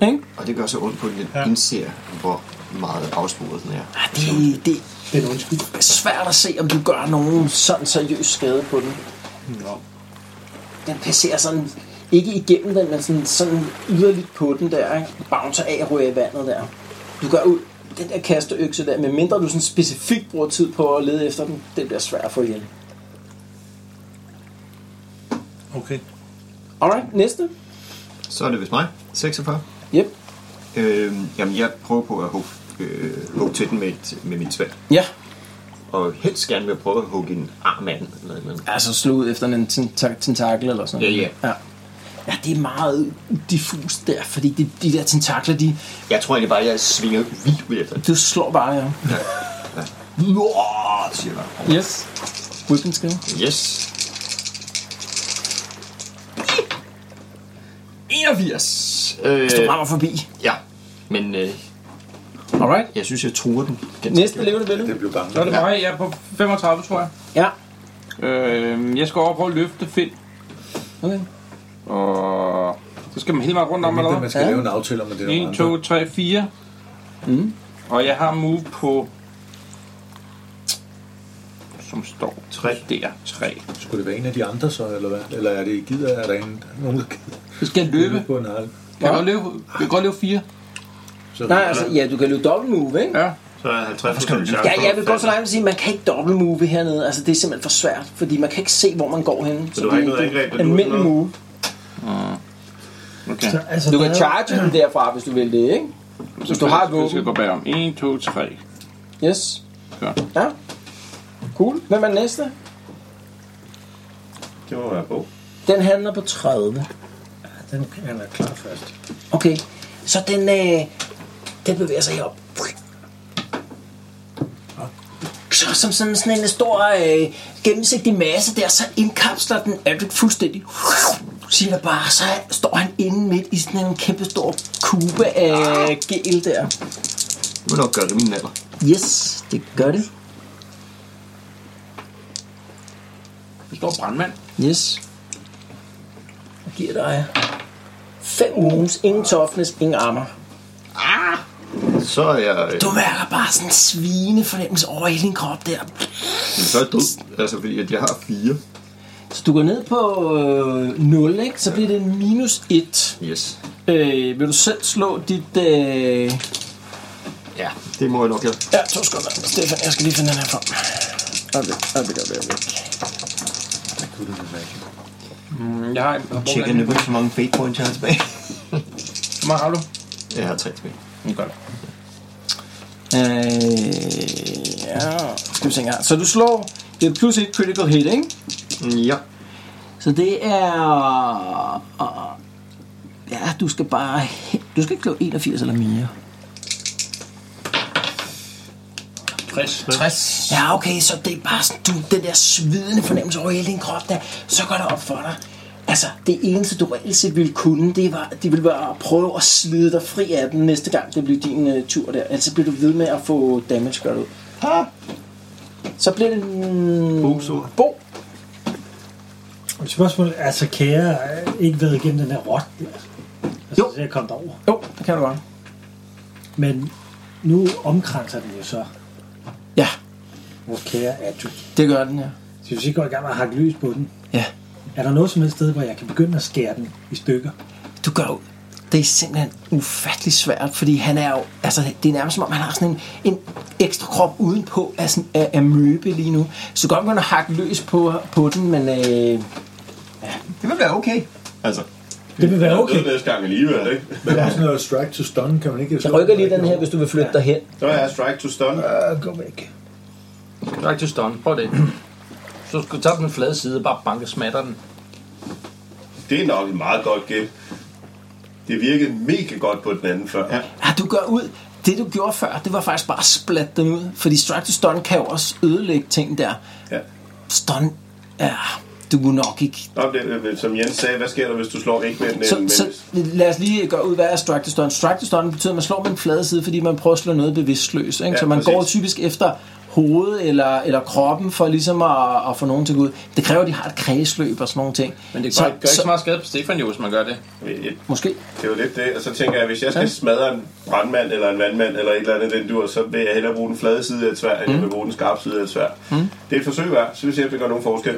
Speaker 2: Ikke?
Speaker 8: Og det gør så ondt på, at den
Speaker 5: Ja.
Speaker 8: indser, hvor meget afsporet den er.
Speaker 2: Ah, Det, det
Speaker 7: Det er en undskyld.
Speaker 2: er svært at se, om du gør nogen sådan seriøs skade på den.
Speaker 5: Nå.
Speaker 2: Den passerer sådan, ikke igennem den, men sådan, sådan yderligt på den der, ikke? Bouncer af og ryger i vandet der. Du gør ud den der kasteøkse der, medmindre du sådan specifikt bruger tid på at lede efter den, det bliver svært at få ihjel.
Speaker 5: Okay.
Speaker 2: Alright, næste.
Speaker 8: Så er det vist mig. 46.
Speaker 2: Yep.
Speaker 8: Øh, jamen, jeg prøver på at hugge, øh, hugge til den med, et, med mit sværd.
Speaker 2: Ja,
Speaker 8: Og helst gerne vil jeg prøve at hugge en arm af den. Eller et eller andet.
Speaker 2: altså slå ud efter en tenta- tentakel eller sådan
Speaker 8: Ja,
Speaker 2: ja. Ja, det er meget diffust der, fordi de, de der tentakler, de,
Speaker 8: Jeg tror egentlig bare, at jeg svinger vildt ud efter den.
Speaker 2: du slår bare, ja.
Speaker 8: Uah, siger jeg bare.
Speaker 2: Yes. Weapon skill.
Speaker 8: Yes. 81. Øh,
Speaker 2: Du rammer forbi.
Speaker 8: ja, men øh,
Speaker 2: Alright.
Speaker 8: jeg synes, jeg truer den. den
Speaker 2: Næste lever det
Speaker 4: Den
Speaker 2: vel.
Speaker 4: blev bange.
Speaker 3: Så er det mig. Jeg er på 35, tror jeg.
Speaker 2: Ja.
Speaker 3: Øh, jeg skal over og prøve at løfte Finn.
Speaker 2: Okay.
Speaker 3: Og så skal man hele vejen rundt om, eller
Speaker 4: Men
Speaker 3: hvad?
Speaker 4: man skal lave en aftale om, at det er
Speaker 3: 1, 2, 3, 4.
Speaker 10: Mm.
Speaker 3: Og jeg har move på... Som står 3. Der, 3.
Speaker 4: Skulle det være en af de andre så, eller hvad? Eller er det gider, er der en, nogen, der gider
Speaker 3: Så skal jeg løbe.
Speaker 4: på en halv?
Speaker 3: Kan jeg godt løbe, jeg kan godt løbe 4?
Speaker 4: Så
Speaker 2: Nej, altså, ja, du kan løbe dobbelt move, ikke?
Speaker 3: Ja.
Speaker 6: Så er 50 procent chance
Speaker 2: Ja,
Speaker 6: for,
Speaker 2: jeg
Speaker 6: at
Speaker 2: vil
Speaker 6: du
Speaker 2: godt så langt at sige, at man kan ikke dobbelt move hernede. Altså, det er simpelthen for svært, fordi man kan ikke se, hvor man går henne.
Speaker 6: du har ikke noget angreb,
Speaker 2: du
Speaker 6: men du har
Speaker 2: almindelig
Speaker 6: noget-
Speaker 2: move.
Speaker 3: Okay.
Speaker 7: Så, altså,
Speaker 2: Du
Speaker 7: der
Speaker 2: kan
Speaker 7: er-
Speaker 2: charge den derfra, hvis du vil det, ikke? Hvis du har et
Speaker 3: Så skal
Speaker 2: våben.
Speaker 3: jeg gå bagom. 1, 2, 3.
Speaker 2: Yes.
Speaker 3: Godt.
Speaker 2: Ja. Cool. Hvem er den næste?
Speaker 6: Det må være på.
Speaker 2: Den handler på 30.
Speaker 7: Den han er klar først.
Speaker 2: Okay. Så den, øh, den bevæger sig herop. Så som sådan, sådan en stor øh, gennemsigtig masse der, så indkapsler den Aldrich fuldstændig. Siger der bare, så står han inde midt i sådan en kæmpe stor kube af gel der.
Speaker 8: Det må nok gøre det min alder.
Speaker 2: Yes, det gør det.
Speaker 3: Der står brandmand.
Speaker 2: Yes. Jeg giver dig fem uges, ingen toughness, ingen armor.
Speaker 8: så er jeg... Øh,
Speaker 2: Du mærker bare sådan en svine fornemmelse over hele din krop der.
Speaker 8: så er jeg død. Altså, fordi at jeg har fire.
Speaker 2: Så du går ned på øh, 0, ikke? Så bliver det en minus 1.
Speaker 8: Yes.
Speaker 2: Øh, vil du selv slå dit... Øh...
Speaker 8: Ja, det må jeg nok gøre.
Speaker 2: Ja, to sekunder. Stefan, jeg skal lige finde den her frem. Øjeblik, øjeblik, øjeblik, øjeblik.
Speaker 3: Jeg har en par
Speaker 9: Tjekker nu, hvor mange fate points jeg har tilbage.
Speaker 3: Hvor meget har du?
Speaker 8: Jeg har tre tilbage.
Speaker 3: Godt.
Speaker 2: Øh, ja. Skal vi se engang. Så du slår... Det er plus et critical hit, ikke?
Speaker 8: Ja.
Speaker 2: Så det er... og- Ja, du skal bare... Du skal ikke slå 81 eller mere.
Speaker 8: 60.
Speaker 2: Ja, okay, så det er bare sådan, du, den der svidende fornemmelse over hele din krop, der, så går det op for dig. Altså, det eneste, du reelt set ville kunne, det var, det ville være at prøve at slide dig fri af den næste gang, det bliver din uh, tur der. Altså bliver du ved med at få damage gør ud. Så bliver det en...
Speaker 4: Bosord.
Speaker 2: Bo.
Speaker 7: Men Spørgsmålet er, altså kan jeg øh, ikke været igennem den her rot der? Altså,
Speaker 2: Jo.
Speaker 7: jo. jeg kom derover.
Speaker 2: Jo, det kan du godt.
Speaker 7: Men nu omkranser den jo så
Speaker 2: Ja,
Speaker 7: vores kære Adric.
Speaker 2: det gør den, ja.
Speaker 7: Så hvis jeg går i gang med at hakke løs på den,
Speaker 2: Ja.
Speaker 7: er der noget som helst sted, hvor jeg kan begynde at skære den i stykker?
Speaker 2: du gør jo, det er simpelthen ufattelig svært, fordi han er jo, altså det er nærmest som om, han har sådan en, en ekstra krop udenpå af, sådan, af, af møbe lige nu. Så du kan godt begynde at hakke løs på, på den, men øh,
Speaker 9: Det vil være okay.
Speaker 8: Altså,
Speaker 7: Det vil være okay.
Speaker 6: Det er næste gang alligevel, ikke?
Speaker 4: Men der er sådan noget strike to stun, kan man ikke...
Speaker 2: jeg rykker lige den her, hvis du vil flytte dig hen.
Speaker 6: Så er strike to stun.
Speaker 4: Ah, gå væk.
Speaker 10: Strike to stun. Prøv det. Så skal du tage på den flade side og bare banke smatter den.
Speaker 6: Det er nok et meget godt gæt. Det virkede mega godt på den anden før. Ja.
Speaker 2: Ja, du gør ud. Det du gjorde før, det var faktisk bare at splatte den ud, fordi strike to stun kan jo også ødelægge ting der.
Speaker 6: ja.
Speaker 2: Stun, ja, du kunne nok ikke.
Speaker 6: Nå, det, øh, som Jens sagde, hvad sker der, hvis du slår ikke med den?
Speaker 2: Så,
Speaker 6: men,
Speaker 2: så lad os lige gøre ud, hvad er strike to stun? Strike to stun betyder, at man slår med en flade side, fordi man prøver at slå noget bevidstløs. Ikke?
Speaker 6: Ja,
Speaker 2: så man
Speaker 6: præcis.
Speaker 2: går typisk efter hovedet eller, eller kroppen for ligesom at, at få nogen til at gå ud. Det kræver, at de har et kredsløb og sådan nogle ting.
Speaker 10: Men det gør,
Speaker 2: så,
Speaker 10: så, gør ikke så meget skade på Stefan jo, hvis man gør det.
Speaker 6: Øh,
Speaker 2: Måske.
Speaker 6: Det er jo lidt det. Og så tænker jeg, hvis jeg skal smadre en brandmand eller en vandmand eller et eller andet i den dur, så vil jeg hellere bruge den flade side af et svær, end jeg vil bruge den skarpe side af et svær. Det er et forsøg værd. Synes jeg, det gør nogen forskel.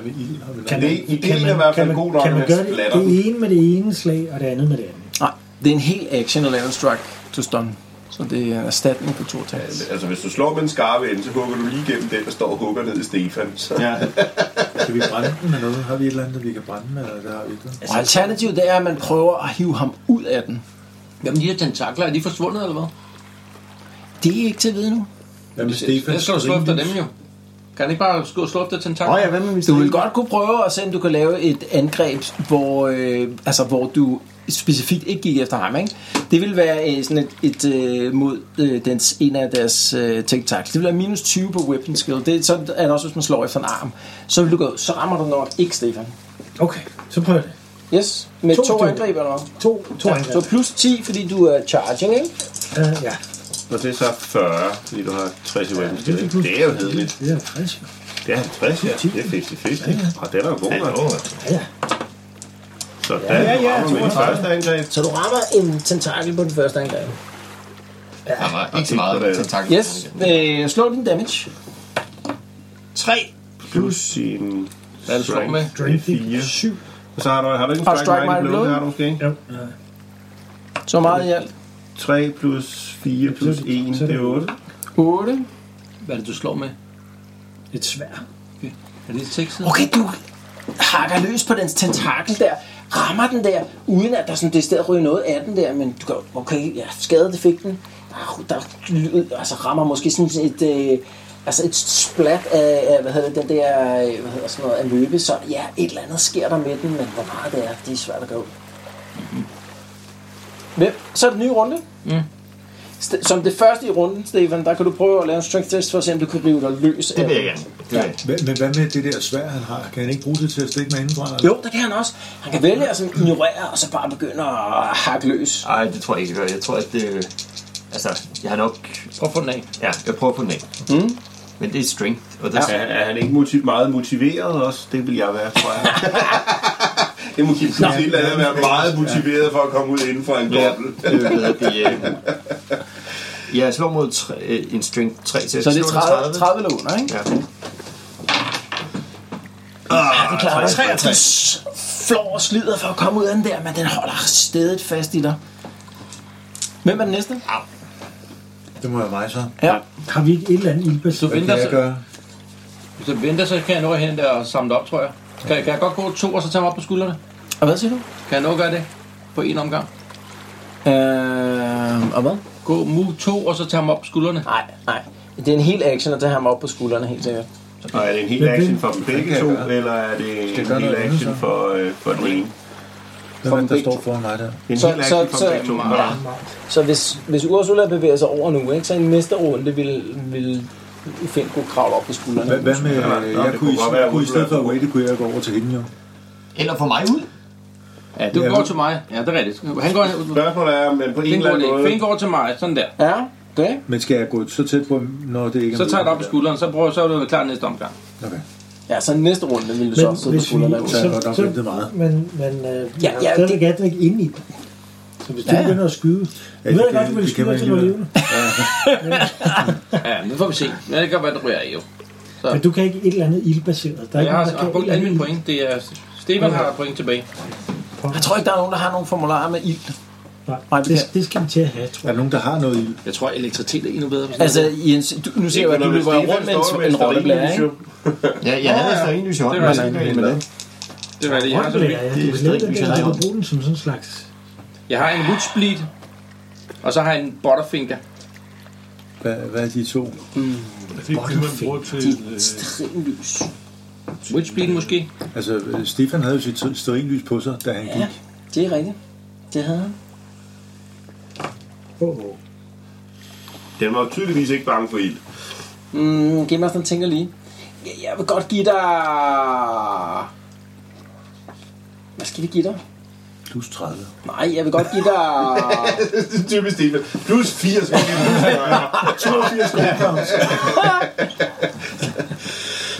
Speaker 7: Kan
Speaker 6: Det- ideen er i hvert fald god nok,
Speaker 7: kan man
Speaker 6: men
Speaker 7: gøre det,
Speaker 6: splatter
Speaker 7: det ene med det ene slag, og det andet med det andet?
Speaker 2: Nej, det er en hel action at lave en strike to stun. Så det er en erstatning på to tags.
Speaker 6: Altså, hvis du slår med en skarpe ende, så hugger du lige gennem den, der står og hugger ned i Stefan. Så.
Speaker 9: Ja.
Speaker 4: Kan vi brænde den med noget? Har vi et eller andet, vi kan brænde med? Eller det har vi ikke.
Speaker 2: Og Altså, alternativet det er, at man prøver at hive ham ud af den.
Speaker 10: Jamen, de her tentakler, er de forsvundet eller hvad?
Speaker 2: Det er ikke til at vide nu.
Speaker 4: Hvad med
Speaker 10: Jeg
Speaker 4: Stefans
Speaker 10: skal du slå efter
Speaker 4: ringlys?
Speaker 10: dem jo. Kan han ikke bare gå og slå efter tentakler?
Speaker 9: Nå ja, hvad med min
Speaker 2: Du vil godt kunne prøve at se, om du kan lave et angreb, hvor, øh, altså, hvor du specifikt ikke gik efter ham. Ikke? Det vil være øh, sådan et, et øh, mod øh, dens, en af deres øh, tentakler. Det vil være minus 20 på weapon skill. Det, er- sådan er det også, hvis man slår efter en arm. Så vil du gå, så rammer du nok ikke, Stefan.
Speaker 7: Okay, så prøv det.
Speaker 2: Yes, med to,
Speaker 7: To
Speaker 2: to
Speaker 7: stykker.
Speaker 2: angreb eller noget.
Speaker 7: To, to
Speaker 2: Ja, så
Speaker 7: angreb.
Speaker 2: plus 10, fordi du er charging, ikke?
Speaker 7: Uh, ja,
Speaker 6: Og det er så 40, fordi du har 60 i weapons. Det, er- det er jo hedeligt.
Speaker 7: det er frisk.
Speaker 6: Det er 50, ja. Det er 50-50. Ja. Og den er jo god nok.
Speaker 7: Ja,
Speaker 6: Så der ja, ja, ja, rammer med første angreb.
Speaker 2: Så du rammer en tentakel på den første angreb.
Speaker 8: der var ikke så meget til tak.
Speaker 2: Yes, øh, slå din damage.
Speaker 10: 3.
Speaker 6: Plus sin
Speaker 10: Hvad er det, du slår med?
Speaker 6: strength. Det er 4. Og så har du, har du ikke
Speaker 2: Og
Speaker 6: en strike,
Speaker 2: strike
Speaker 6: strike
Speaker 2: might
Speaker 6: blod,
Speaker 2: blow.
Speaker 6: det har du måske ikke?
Speaker 7: jo.
Speaker 2: Så meget i alt.
Speaker 6: 3 plus 4 plus 1, det er 8.
Speaker 2: 8.
Speaker 10: Hvad er det, du slår med?
Speaker 7: Et svært.
Speaker 10: Er det sexet?
Speaker 2: Okay, du hakker løs på dens tentakel der, rammer den der, uden at der sådan det sted ryger noget af den der, men du går, okay, ja, skade det fik den. Au, Der lyder- altså rammer måske sådan et, øh, altså et splat af, af, hvad hedder det, den der, øh, hvad hedder sådan noget, af løbe, så ja, et eller andet sker der med den, men hvor meget det er, det er svært at gå ud. Mm-hmm. Hvem? Så er det nye runde. Mm. Som det første i runden, Stefan, der kan du prøve at lave en strength test for at se, om du kan rive dig løs.
Speaker 8: Det vil jeg gerne. Det vil jeg.
Speaker 4: Hvad- Men hvad med det der svær, han har? Kan han ikke bruge det til at stikke med indenbrænder?
Speaker 2: Jo, det kan han også. Han kan vælge at sådan ignorere, og så bare begynde at hakke løs.
Speaker 8: Ej, det tror jeg ikke, jeg gør. Jeg tror, at det... Altså, jeg har nok...
Speaker 10: Prøv at få den af.
Speaker 8: Ja, jeg prøver på den af. Mm. Men det er strength, og det er
Speaker 6: Er, er han ikke motiv- meget motiveret også? Det vil jeg være, tror [LAUGHS] jeg. det må give pludselig et eller
Speaker 8: øh,
Speaker 6: andet at være meget motiveret for at komme ud inden for en
Speaker 8: Ja,
Speaker 6: dobbelt.
Speaker 8: øh, hvad hedder det, øh, Jeg slår mod tre, øh, en strength 3 til.
Speaker 2: Så det er 30, 30 låner, ikke?
Speaker 8: Ja.
Speaker 2: Ja, det klarer 63. Flår og slider for at komme ud af den der, men den holder stedet fast i dig. Hvem er den næste?
Speaker 4: Det må jeg mig så.
Speaker 2: Ja.
Speaker 7: Har vi ikke et eller andet ildbas?
Speaker 10: Så
Speaker 4: Hvad
Speaker 10: venter,
Speaker 4: kan jeg
Speaker 10: så,
Speaker 4: gøre?
Speaker 10: hvis jeg venter, så kan jeg nå hen der og samle det op, tror jeg. Kan, kan jeg godt gå to og så tage mig op på skuldrene?
Speaker 2: Og hvad siger du?
Speaker 10: Kan jeg nå at gøre det på en omgang?
Speaker 2: Øh, og hvad?
Speaker 10: Gå move to og så tage mig op på skuldrene.
Speaker 2: Nej, nej. Det er en hel action at tage ham op på skuldrene, helt sikkert.
Speaker 6: Og er det en hel action for dem begge
Speaker 4: jeg
Speaker 6: to,
Speaker 4: gøre.
Speaker 6: eller er det en
Speaker 4: gøre
Speaker 6: hel
Speaker 4: noget andet,
Speaker 6: action
Speaker 4: så?
Speaker 6: for, øh, for den ene?
Speaker 4: Hvem er det, der står foran mig der?
Speaker 6: En
Speaker 2: Så-
Speaker 6: hel action
Speaker 2: så-
Speaker 6: for
Speaker 2: så-
Speaker 6: dem begge to. Nå.
Speaker 2: ja. Så hvis, hvis Ursula bevæger sig over nu, ikke, så i næste runde vil, vil Finn kunne kravle op på skuldrene.
Speaker 4: Hvad, hvad med,
Speaker 6: Nå, nå,
Speaker 4: jeg
Speaker 6: det
Speaker 4: kunne,
Speaker 6: kunne
Speaker 4: i,
Speaker 6: godt være,
Speaker 4: jeg kunne i
Speaker 6: hun
Speaker 4: stedet
Speaker 6: blev-
Speaker 4: for at waite, kunne jeg gå over til hende jo.
Speaker 8: Eller for mig ud.
Speaker 10: Ja, du
Speaker 4: Ja.
Speaker 10: går til mig. Ja, det er rigtigt. Han går ud.
Speaker 6: Spørgsmålet er, men på en
Speaker 10: Finn
Speaker 6: eller
Speaker 10: går,
Speaker 6: anden
Speaker 10: det.
Speaker 6: måde...
Speaker 10: Finn går til mig. Sådan der.
Speaker 2: Ja, det.
Speaker 4: Men skal jeg gå så tæt på, når det ikke er
Speaker 10: Så tager jeg
Speaker 4: muligt?
Speaker 10: dig op på skulderen, så prøver så er du klar næste omgang.
Speaker 4: Okay.
Speaker 2: Ja, så i næste runde vil du så sidde på skuldrene.
Speaker 4: Så er jeg godt nok ventet meget.
Speaker 7: Men, men øh,
Speaker 2: Ja,
Speaker 7: ja,
Speaker 2: ja,
Speaker 7: ja,
Speaker 2: det-
Speaker 7: stadigvæk er den ikke inde i den. Så hvis du
Speaker 2: Ja, ja.
Speaker 7: begynder at skyde... Ja, ved
Speaker 4: det
Speaker 7: jeg godt,
Speaker 4: kan-
Speaker 7: du vil
Speaker 4: det kan
Speaker 7: skyde,
Speaker 4: man
Speaker 7: til du er
Speaker 4: alligevel.
Speaker 7: levende.
Speaker 10: [LAUGHS] Ja, nu får vi se. Ja, det kan være, det ryger af jo.
Speaker 7: Men du kan ikke et eller andet ildbaseret. Der
Speaker 10: Jeg
Speaker 7: er ikke
Speaker 10: har,
Speaker 7: nogen, der
Speaker 10: jeg har
Speaker 7: kan
Speaker 10: brugt
Speaker 7: et
Speaker 10: alle
Speaker 7: eller
Speaker 10: mine
Speaker 7: andet
Speaker 10: point. Det er, Stefan har point tilbage.
Speaker 2: Jeg tror ikke, der er nogen, der har nogle formularer med ild.
Speaker 7: Nej,
Speaker 2: Nej, vi
Speaker 7: det, det skal vi til at have, tror
Speaker 4: Er der nogen, der har noget ild?
Speaker 10: Jeg tror, elektricitet er endnu bedre.
Speaker 2: Altså, Jens, du, nu ser jeg, at du løber rundt med en, en rotteblære, ikke?
Speaker 8: Ja, jeg havde altså en lys i hånden.
Speaker 10: Det var
Speaker 8: men
Speaker 10: altså
Speaker 8: ikke med det.
Speaker 10: Det er rigtigt. Jeg har,
Speaker 7: Håndblære,
Speaker 10: sådan,
Speaker 7: ja. Du kan lave den der, du kan bruge den som sådan en slags...
Speaker 10: jeg har en woodsbleed, og så har jeg en butterfinger.
Speaker 4: Hvad, hvad er de to?
Speaker 5: Det er det, man bruger til... Øh,
Speaker 10: Woodsbleed måske?
Speaker 4: Altså, øh, Stefan havde jo sit stearinlys på sig, da han
Speaker 2: Ja,
Speaker 4: gik.
Speaker 2: det er rigtigt. Det havde han.
Speaker 7: Åh, åh.
Speaker 6: Den var jo tydeligvis ikke bange for ild.
Speaker 2: Mm, Gamemasteren tænker lige. Jeg, jeg vil godt give dig... Hvad skal vi give dig?
Speaker 4: Plus 30.
Speaker 2: Nej, jeg vil godt give dig...
Speaker 6: Det er typisk Stefan. Plus 80 kroner. 82 kroner.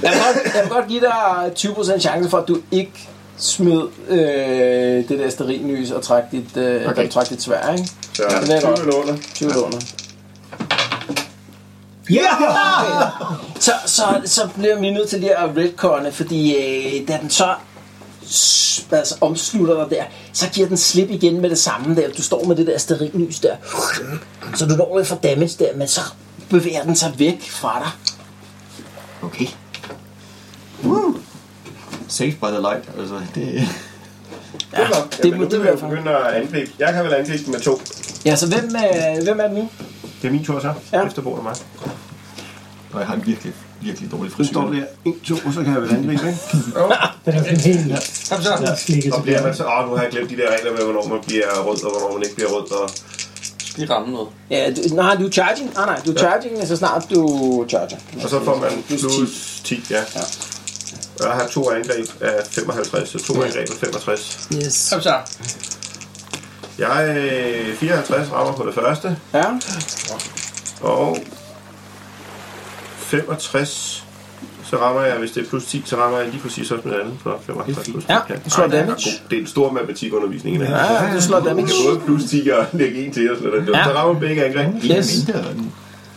Speaker 2: Jeg vil godt, jeg vil godt give dig 20% chance for, at du ikke smed øh, det der sterinlys og trak dit, øh, okay. trak dit svær, ikke?
Speaker 6: Ja,
Speaker 2: det er godt.
Speaker 6: 20 låner.
Speaker 2: 20 låner. Ja! Så, så, så bliver vi nødt til lige at redconne, fordi øh, da den så s- altså, omslutter dig der, så giver den slip igen med det samme der. Du står med det der sterinlys der. Så du når lidt for damage der, men så bevæger den sig væk fra dig.
Speaker 8: Okay. Woo. Safe by the light. Altså, det...
Speaker 6: Det er nok.
Speaker 2: det
Speaker 6: Jamen,
Speaker 2: må- det
Speaker 6: nu kan
Speaker 2: må
Speaker 6: jeg
Speaker 2: jeg
Speaker 6: jo begynde at angribe. Jeg kan vel angribe den med to.
Speaker 2: Ja, så hvem, øh, hvem er det nu?
Speaker 6: Det er min tur så.
Speaker 2: Ja.
Speaker 6: Efter bordet mig.
Speaker 8: Og jeg har en virkelig, virkelig dårlig
Speaker 6: Nu
Speaker 8: frisyr.
Speaker 6: står der 1, 2, og så kan jeg vel angribe, ikke?
Speaker 7: Den er sådan helt der er slikket
Speaker 6: Og
Speaker 7: til
Speaker 6: bliver man så, åh, nu har jeg glemt de der regler med, hvornår man bliver rød, og hvornår man ikke bliver rød. Og...
Speaker 10: Vi rammer noget.
Speaker 2: Ja, du, nej, du er charging. Ah, Nej, nej, du er charging, så snart du charger.
Speaker 6: Og så får man
Speaker 2: Plus
Speaker 6: plus
Speaker 2: 10.
Speaker 6: 10, ja.
Speaker 2: Ja.
Speaker 6: Og jeg har to angreb af 55, så to angreb af 65.
Speaker 2: Yes.
Speaker 10: Kom så.
Speaker 6: Jeg er 54 rammer på det første,
Speaker 2: Ja,
Speaker 6: og 65, så rammer jeg, hvis det er plus 10, så rammer jeg lige præcis også med det andet, så 55 plus 10.
Speaker 2: Ja, du slår
Speaker 6: Ej, det er
Speaker 2: damage.
Speaker 6: god. Det er en stor matematikundervisning i dag.
Speaker 2: ja, ja, du slår
Speaker 6: Man
Speaker 2: damage.
Speaker 6: kan både plus 10 og [LAUGHS] lægge en til og sådan noget.
Speaker 2: Ja.
Speaker 6: Så rammer begge angreb.
Speaker 2: Yes.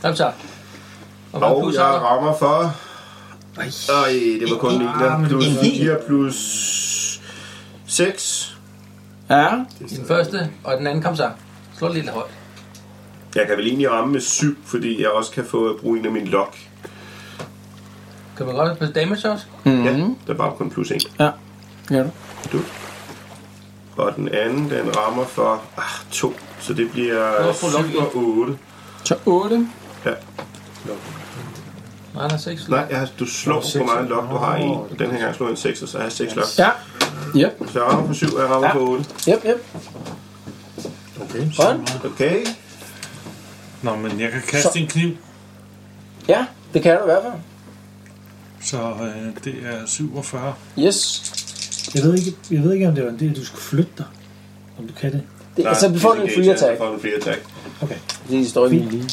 Speaker 10: Kom så. Og hvad
Speaker 6: Og
Speaker 10: plus
Speaker 6: jeg
Speaker 10: har du?
Speaker 6: rammer for... Ej, Ah, det var kun en der. Plus
Speaker 8: en hel.
Speaker 6: 4 plus 6.
Speaker 2: Ja,
Speaker 10: Den første, og den anden kom så. Slå lidt højt.
Speaker 6: Jeg kan vel egentlig ramme med 7, fordi jeg også kan få at bruge en af mine lok.
Speaker 10: Kan man godt have damage også?
Speaker 6: Mm-hmm. Ja, der var jo kun plus 1.
Speaker 2: Mhm. ja. du.
Speaker 6: Og den anden, den rammer for ah, 2. Så det bliver
Speaker 10: Nå, få lok
Speaker 6: 7 og 8.
Speaker 2: Så 8.
Speaker 6: Ja.
Speaker 10: Nej, han har seks.
Speaker 6: Nej, jeg har, du slår på meget lok, du har en. Den her gang slår jeg en 6, og så har jeg 6 lok.
Speaker 2: Ja. Yep,
Speaker 6: Så jeg rammer på 7, og jeg rammer
Speaker 2: Ja.
Speaker 6: på 8.
Speaker 2: yep, yep.
Speaker 4: Okay.
Speaker 2: Sådan.
Speaker 6: Okay.
Speaker 5: Nå, men jeg kan kaste en kniv,
Speaker 2: Ja, det kan du i hvert fald.
Speaker 5: så øh, det er 47.
Speaker 2: Yes.
Speaker 7: Jeg ved, ikke, jeg ved ikke, om det var en del, du skulle flytte dig. Om du kan det.
Speaker 2: Det,
Speaker 6: Nej,
Speaker 2: så Altså, vi får en
Speaker 6: disengage,
Speaker 2: free
Speaker 6: ja,
Speaker 2: attack.
Speaker 6: Så får du en free attack.
Speaker 2: Det står i min lige.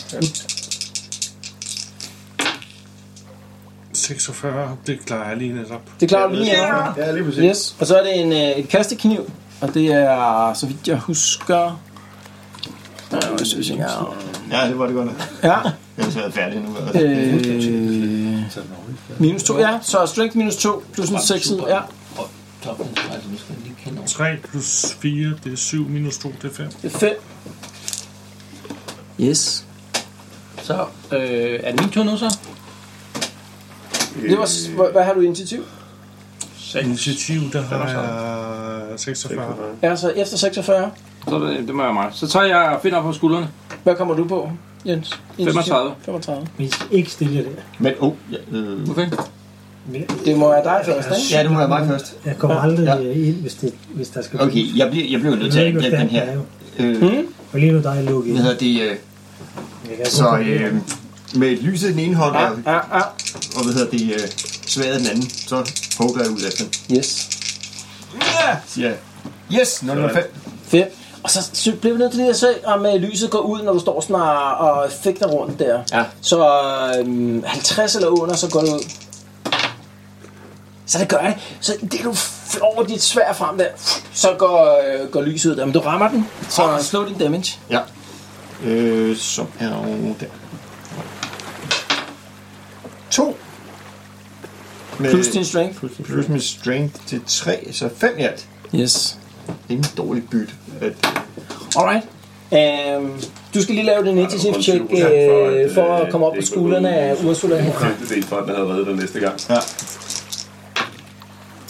Speaker 5: 46, det klarer jeg lige netop.
Speaker 2: Det klarer du lige af.
Speaker 6: Ja, lige præcis.
Speaker 2: Yes. Og så er det en, øh, et kastekniv. Og det er, så vidt jeg husker... Ja, jeg synes, jeg er...
Speaker 8: Ja, det var det godt nok.
Speaker 2: Ja.
Speaker 8: Jeg har været færdig nu. altså.
Speaker 2: Øh, minus 2, ja. Så strength minus 2, plus en 6 ja.
Speaker 10: Toppen, altså, nu skal jeg lige kende over.
Speaker 5: 3 plus 4, det er 7 minus 2, det er 5.
Speaker 2: Det er 5. Yes.
Speaker 10: Så øh, er det min tur nu så?
Speaker 2: Det var, s- hvad, hvad har du i initiativ?
Speaker 5: Initiativ, der har jeg 46.
Speaker 2: Ja, så efter 46.
Speaker 3: Så er det, det må jeg mig. Så tager jeg finder op på skuldrene.
Speaker 2: Hvad kommer du på, Jens? Initiativ?
Speaker 3: 35.
Speaker 2: 35.
Speaker 7: Hvis ikke stille der.
Speaker 8: Men, oh, ja, øh,
Speaker 3: Okay.
Speaker 2: Det må være dig først, ikke?
Speaker 8: ja, du må have mig først.
Speaker 7: Jeg kommer aldrig
Speaker 8: Ja.
Speaker 7: øh, ind, hvis, det, hvis der skal
Speaker 8: Okay, jeg bliver, jeg bliver nødt til at angribe den her. Øh,
Speaker 7: Og lige nu der er lukket.
Speaker 8: hvad
Speaker 7: ind.
Speaker 8: hedder det? Øh,
Speaker 7: Jeg kan
Speaker 8: så
Speaker 7: godt komme
Speaker 8: øh, med lyset i den ene hånd, og,
Speaker 2: Ja, ja.
Speaker 8: ah. og hvad hedder det, øh, sværet i den anden, så poker jeg ud efter den.
Speaker 2: Yes.
Speaker 8: Siger jeg, yes, 005.
Speaker 2: 5. Og så sy- bliver vi nødt til lige at se, om øh, lyset går ud, når du står sådan og, og fægter rundt der.
Speaker 8: Ja.
Speaker 2: Så øhm, 50 eller under, så går det ud. Så det gør det. Så det du f- over dit svær frem der, så går, øh, går lyset ud der. Men du rammer den, så slå din damage.
Speaker 8: Ja. Øh, så er jo der. To. Med,
Speaker 2: Plus din strength.
Speaker 8: plus min strength til tre, så fem i alt.
Speaker 2: Yes.
Speaker 8: Det er en dårlig bytte. At,
Speaker 2: Alright. Øhm, du skal lige lave din initiative check
Speaker 6: Ja, for at,
Speaker 2: øh, for at
Speaker 6: øh,
Speaker 2: komme op
Speaker 6: det
Speaker 2: på
Speaker 6: ikke
Speaker 2: skuldrene
Speaker 6: går ud.
Speaker 2: af Ursula her.
Speaker 6: Femte del for, at den havde reddet dig næste gang.
Speaker 8: ja.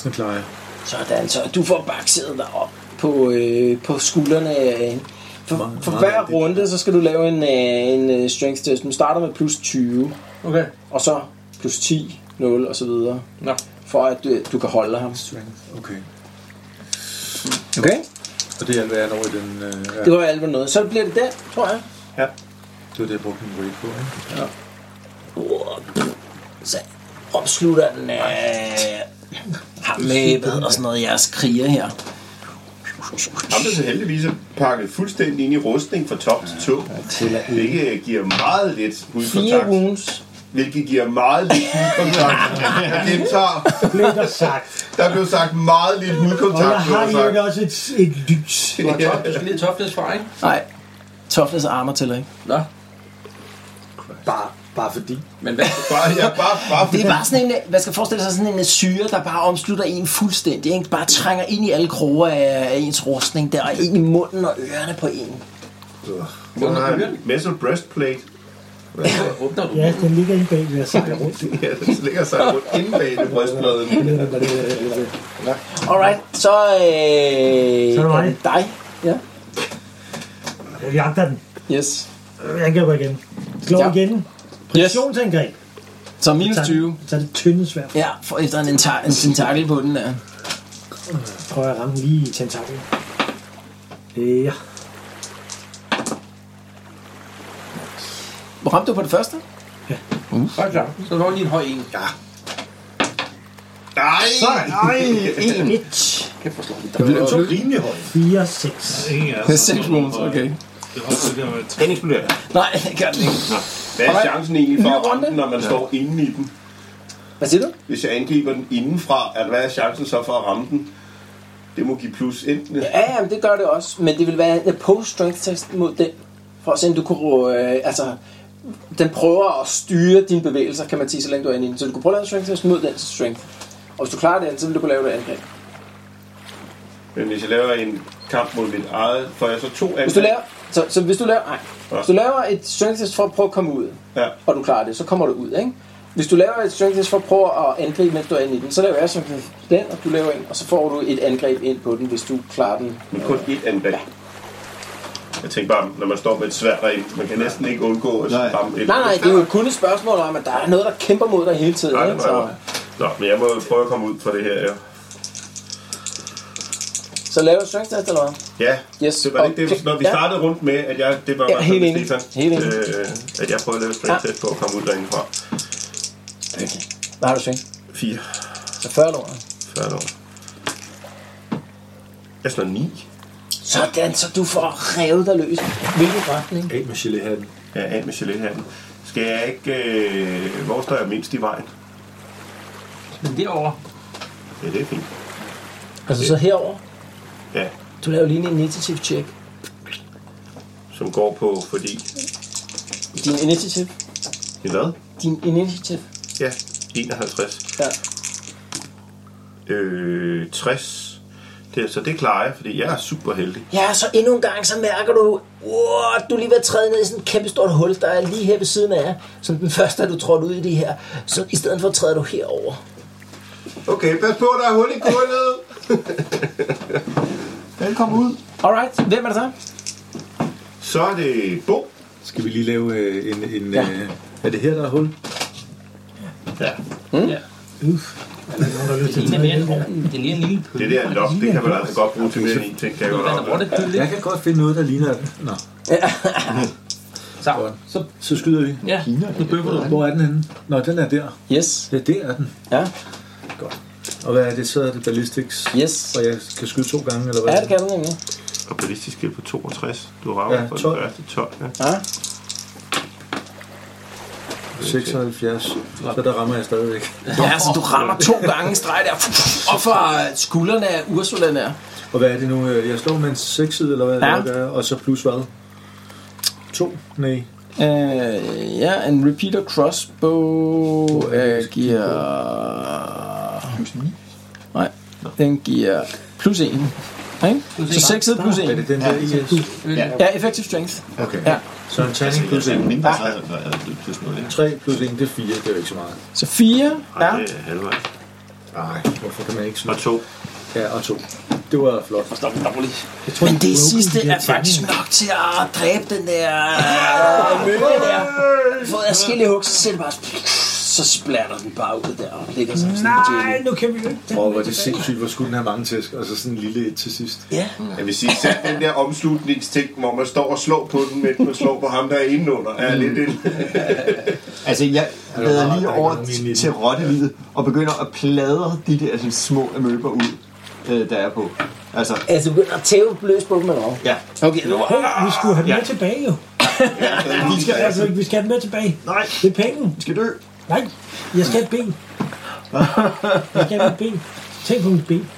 Speaker 4: Den klarer jeg.
Speaker 2: Sådan, så du får bakset dig op på, øh, på skuldrene. af hende. For, for hver runde, så skal du lave en, øh, en øh, strength test. Du starter med plus 20,
Speaker 3: Okay.
Speaker 2: og så plus 10, 0 og så videre.
Speaker 3: Nå.
Speaker 2: For at du, du kan holde ham.
Speaker 4: Strength. Okay.
Speaker 2: Okay?
Speaker 4: Og det er alt, hvad jeg når i den... Øh, ja.
Speaker 2: Det var alt for noget. Så bliver det den, tror jeg.
Speaker 4: Det var det, jeg brugte min rate på, ikke?
Speaker 2: Så opslutter den [LAUGHS] øh, ham med, hvad hedder sådan noget, jeres kriger her.
Speaker 6: Ham, der så heldigvis er pakket fuldstændig ind i rustning fra top til tå, hvilket giver meget lidt
Speaker 2: Fire
Speaker 6: hudkontakt.
Speaker 2: wounds.
Speaker 6: Hvilket giver meget lidt [LAUGHS] hudkontakt. Jeg gentager,
Speaker 7: Blev der sagt.
Speaker 6: der blev sagt meget lidt
Speaker 7: Og jeg
Speaker 6: hudkontakt. blev
Speaker 7: har
Speaker 6: der
Speaker 7: i
Speaker 6: sagt.
Speaker 7: øvrigt også et, et lys.
Speaker 10: Du har top, du skal lige topless fra, ikke?
Speaker 2: Nej, toughness og armor tæller ikke.
Speaker 10: Nå.
Speaker 7: Bare, bare fordi.
Speaker 10: Men hvad?
Speaker 6: Bare, [LAUGHS] ja, bare, bare
Speaker 2: Det er bare sådan en, man skal forestille sig sådan en syre, der bare omslutter en fuldstændig, ikke? bare trænger ind i alle kroge af, af ens rustning der, og ind i munden og ørerne på en.
Speaker 6: Hun har en metal breastplate. [LAUGHS]
Speaker 10: Åbner du?
Speaker 7: Ja, den ligger inde bag ved at sejle rundt.
Speaker 6: Ja, den ligger sig rundt inde bag det brystpladen.
Speaker 2: Alright, så, øh,
Speaker 7: Så er det mig.
Speaker 2: er det dig. Ja.
Speaker 7: Jeg jagter den.
Speaker 2: Yes.
Speaker 7: Jeg angriber igen. Slår
Speaker 2: Ja.
Speaker 7: igen. Præcisionsangreb.
Speaker 2: Så minus
Speaker 7: Tag-
Speaker 2: 20.
Speaker 7: Tag det tynde svær.
Speaker 2: Ja, for efter en, enta- en tentakel på den der.
Speaker 7: Prøver at ramme lige i tentaklen. Ja.
Speaker 2: Hvor ramte du på det første?
Speaker 3: Bare klar. Så var lige en høj en. Ja.
Speaker 6: Nej! [LAUGHS]
Speaker 7: Nej, en. Et,
Speaker 4: Det var rimelig højt.
Speaker 7: fire, seks.
Speaker 5: Ingen af os.
Speaker 2: Six wounds, okay.
Speaker 5: Det var også det, der var et
Speaker 8: Den eksploderer.
Speaker 2: Nej, det gør den ikke.
Speaker 6: Hvad er chancen egentlig for
Speaker 2: Ny
Speaker 6: at ramme
Speaker 2: runde.
Speaker 6: den, når man står inde i den?
Speaker 2: Hvad siger du?
Speaker 6: Hvis jeg angriber den indenfra, altså hvad er chancen så for at ramme den? Det må give plus enten.
Speaker 2: Ja, ja, men det gør det også, men det vil være en post-strength test mod den, for at se, om du kunne, øh, altså, den prøver at styre dine bevægelser, kan man sige, så længe du er inde i den. Så du kunne prøve at lave en strength test mod den strength. Og hvis du klarer den, så vil du kunne lave det angreb.
Speaker 6: Men hvis jeg laver en kamp mod mit eget, får jeg så to angreb.
Speaker 2: Hvis du laver, så, så hvis du laver, nej, hvis du laver et strength test for at prøve at komme ud,
Speaker 6: Ja.
Speaker 2: og du klarer det, så kommer du ud, ikke? Hvis du laver et strength test for at prøve at angribe, mens du er inde i den, så laver jeg strength test på den, og du laver en, og så får du et angreb ind på den, hvis du klarer den.
Speaker 6: Men kun et angreb. Jeg tænker bare, når man står med et svært ring, man kan næsten ikke undgå at
Speaker 8: Nej.
Speaker 6: ramme et.
Speaker 2: Nej, nej, det er jo kun et spørgsmål om, at der er noget, der kæmper mod dig hele tiden,
Speaker 6: Nej, det
Speaker 2: ikke?
Speaker 6: var
Speaker 2: Så,
Speaker 6: jeg. Nå, men jeg må jo prøve at komme ud fra det her, ja.
Speaker 2: så laver du strength test, eller hvad?
Speaker 6: Ja,
Speaker 2: Yes,
Speaker 6: det var
Speaker 2: og
Speaker 6: ikke
Speaker 2: check-
Speaker 6: det, når vi
Speaker 2: ja.
Speaker 6: startede rundt med, at jeg, det var
Speaker 2: Ja,
Speaker 6: bare
Speaker 2: helt
Speaker 6: sådan,
Speaker 2: enig.
Speaker 6: Stefan,
Speaker 2: Helt enig.
Speaker 6: øh, at jeg prøvede at lave strength test på at komme ud derindefra.
Speaker 2: Hvad har du strength?
Speaker 6: 4,
Speaker 2: Så 40 lort.
Speaker 6: 40 år. Jeg slår 9.
Speaker 2: Sådan, så du får revet dig løs. Hvilken retning?
Speaker 4: Af med geléhatten.
Speaker 6: Jeg er af med geléhatten. Skal jeg ikke... Øh, hvor står jeg mindst i vejen?
Speaker 10: Men derovre.
Speaker 6: Ja, det er fint.
Speaker 2: Altså så herover.
Speaker 6: Ja,
Speaker 2: Du laver lige en initiative check.
Speaker 6: som går på, fordi
Speaker 2: Din initiative.
Speaker 6: Det hvad?
Speaker 2: Din initiative.
Speaker 6: Ja, 51.
Speaker 2: Ja.
Speaker 6: Øh, 60. Det, så det klarer jeg, fordi jeg er super heldig.
Speaker 2: Ja, så endnu en gang, så mærker du, wow, du er lige ved at træde ned i sådan et kæmpe stort hul, der er lige her ved siden af jer, som den første, du trådte ud i det her. Så i stedet for træder du herover.
Speaker 6: Okay, pas på, der er hul i
Speaker 2: [LAUGHS]
Speaker 6: gulvet.
Speaker 9: Velkommen ud.
Speaker 2: Alright, hvem er det så?
Speaker 6: Så er det Bo.
Speaker 4: Skal vi lige lave øh, en... en ja. øh, er det her, der er hul?
Speaker 6: Ja.
Speaker 10: Det ligner mere en ovn. Det ligner en lille pøl.
Speaker 6: Det der loft, det kan man altså godt bruge til mere end en ting, kan jeg godt afgøre.
Speaker 10: Det
Speaker 4: Jeg kan godt finde noget, der ligner... Nå,
Speaker 10: Så, så,
Speaker 4: så skyder vi.
Speaker 10: ja.
Speaker 4: Hvor er den henne? Nå, den er der.
Speaker 2: Yes.
Speaker 4: Ja, der er den.
Speaker 2: Ja,
Speaker 4: Og hvad er det så? Er det ballistics?
Speaker 2: yes.
Speaker 4: Og jeg kan skyde to gange, eller hvad?
Speaker 2: Ja, det kan du nemlig.
Speaker 6: Og ballistiske på 62. Du rammer
Speaker 4: Ja,
Speaker 6: ja, for
Speaker 4: 12.
Speaker 6: den første 12. Ja.
Speaker 2: Ja.
Speaker 4: 76. Så der rammer jeg stadigvæk.
Speaker 2: ja, så du rammer to gange i streg der. Op fra skuldrene af Ursula der.
Speaker 4: Og hvad er det nu? Jeg slår med en 6 eller hvad
Speaker 2: Ja.
Speaker 4: ja. det er, og så plus hvad? 2? Nej.
Speaker 2: Øh, ja, en repeater crossbow øh, giver... Nej, den giver plus 1. Okay? Så 6 plus Ah,
Speaker 4: Er
Speaker 2: 1.
Speaker 4: det den der IS?
Speaker 2: Ja, effective strength.
Speaker 4: Okay.
Speaker 2: Ja.
Speaker 4: Så en tanning plus 1.
Speaker 2: Altså,
Speaker 8: Mindre så er det plus 0.
Speaker 4: 3 plus 1, det er 4. Det er jo ikke så meget.
Speaker 2: Så 4. Ja.
Speaker 6: Det er halvvejs.
Speaker 4: Nej, hvorfor kan man ikke
Speaker 6: Og
Speaker 4: sådan?
Speaker 6: to.
Speaker 4: Ja, og 2. Det var flot.
Speaker 2: Men det sidste er faktisk nok til at dræbe den der [LAUGHS] øh, mølle der. Fået afskillige hug, så ser det bare... Så splatter den bare ud der og ligger sig sådan Nej, nu kan vi jo ikke.
Speaker 4: Og hvor er det sindssygt, hvor skulle den have mange tæsk, og så sådan en lille et til sidst.
Speaker 2: Ja.
Speaker 6: Jeg vil sige, selv den der omslutningsting, hvor man står og slår på den, mens man slår på ham, der er indenunder, er lidt en...
Speaker 8: Altså, jeg lader lige
Speaker 4: der er
Speaker 8: over
Speaker 4: ikke nogen inde i
Speaker 8: til rottelivet og begynder at pladre de der sådan, små amøber ud, øh, der er på. Altså,
Speaker 2: Altså, du begynder at tæve løs på dem eller
Speaker 8: ja.
Speaker 2: Okay, nu
Speaker 7: Vi skulle have den med tilbage jo.
Speaker 8: Vi skal,
Speaker 7: Altså, vi skal have den med tilbage.
Speaker 8: nej,
Speaker 7: Det er penge.
Speaker 8: vi skal dø.
Speaker 7: Nej, jeg skal have et ben. Jeg skal have et ben. Tænk på mit ben.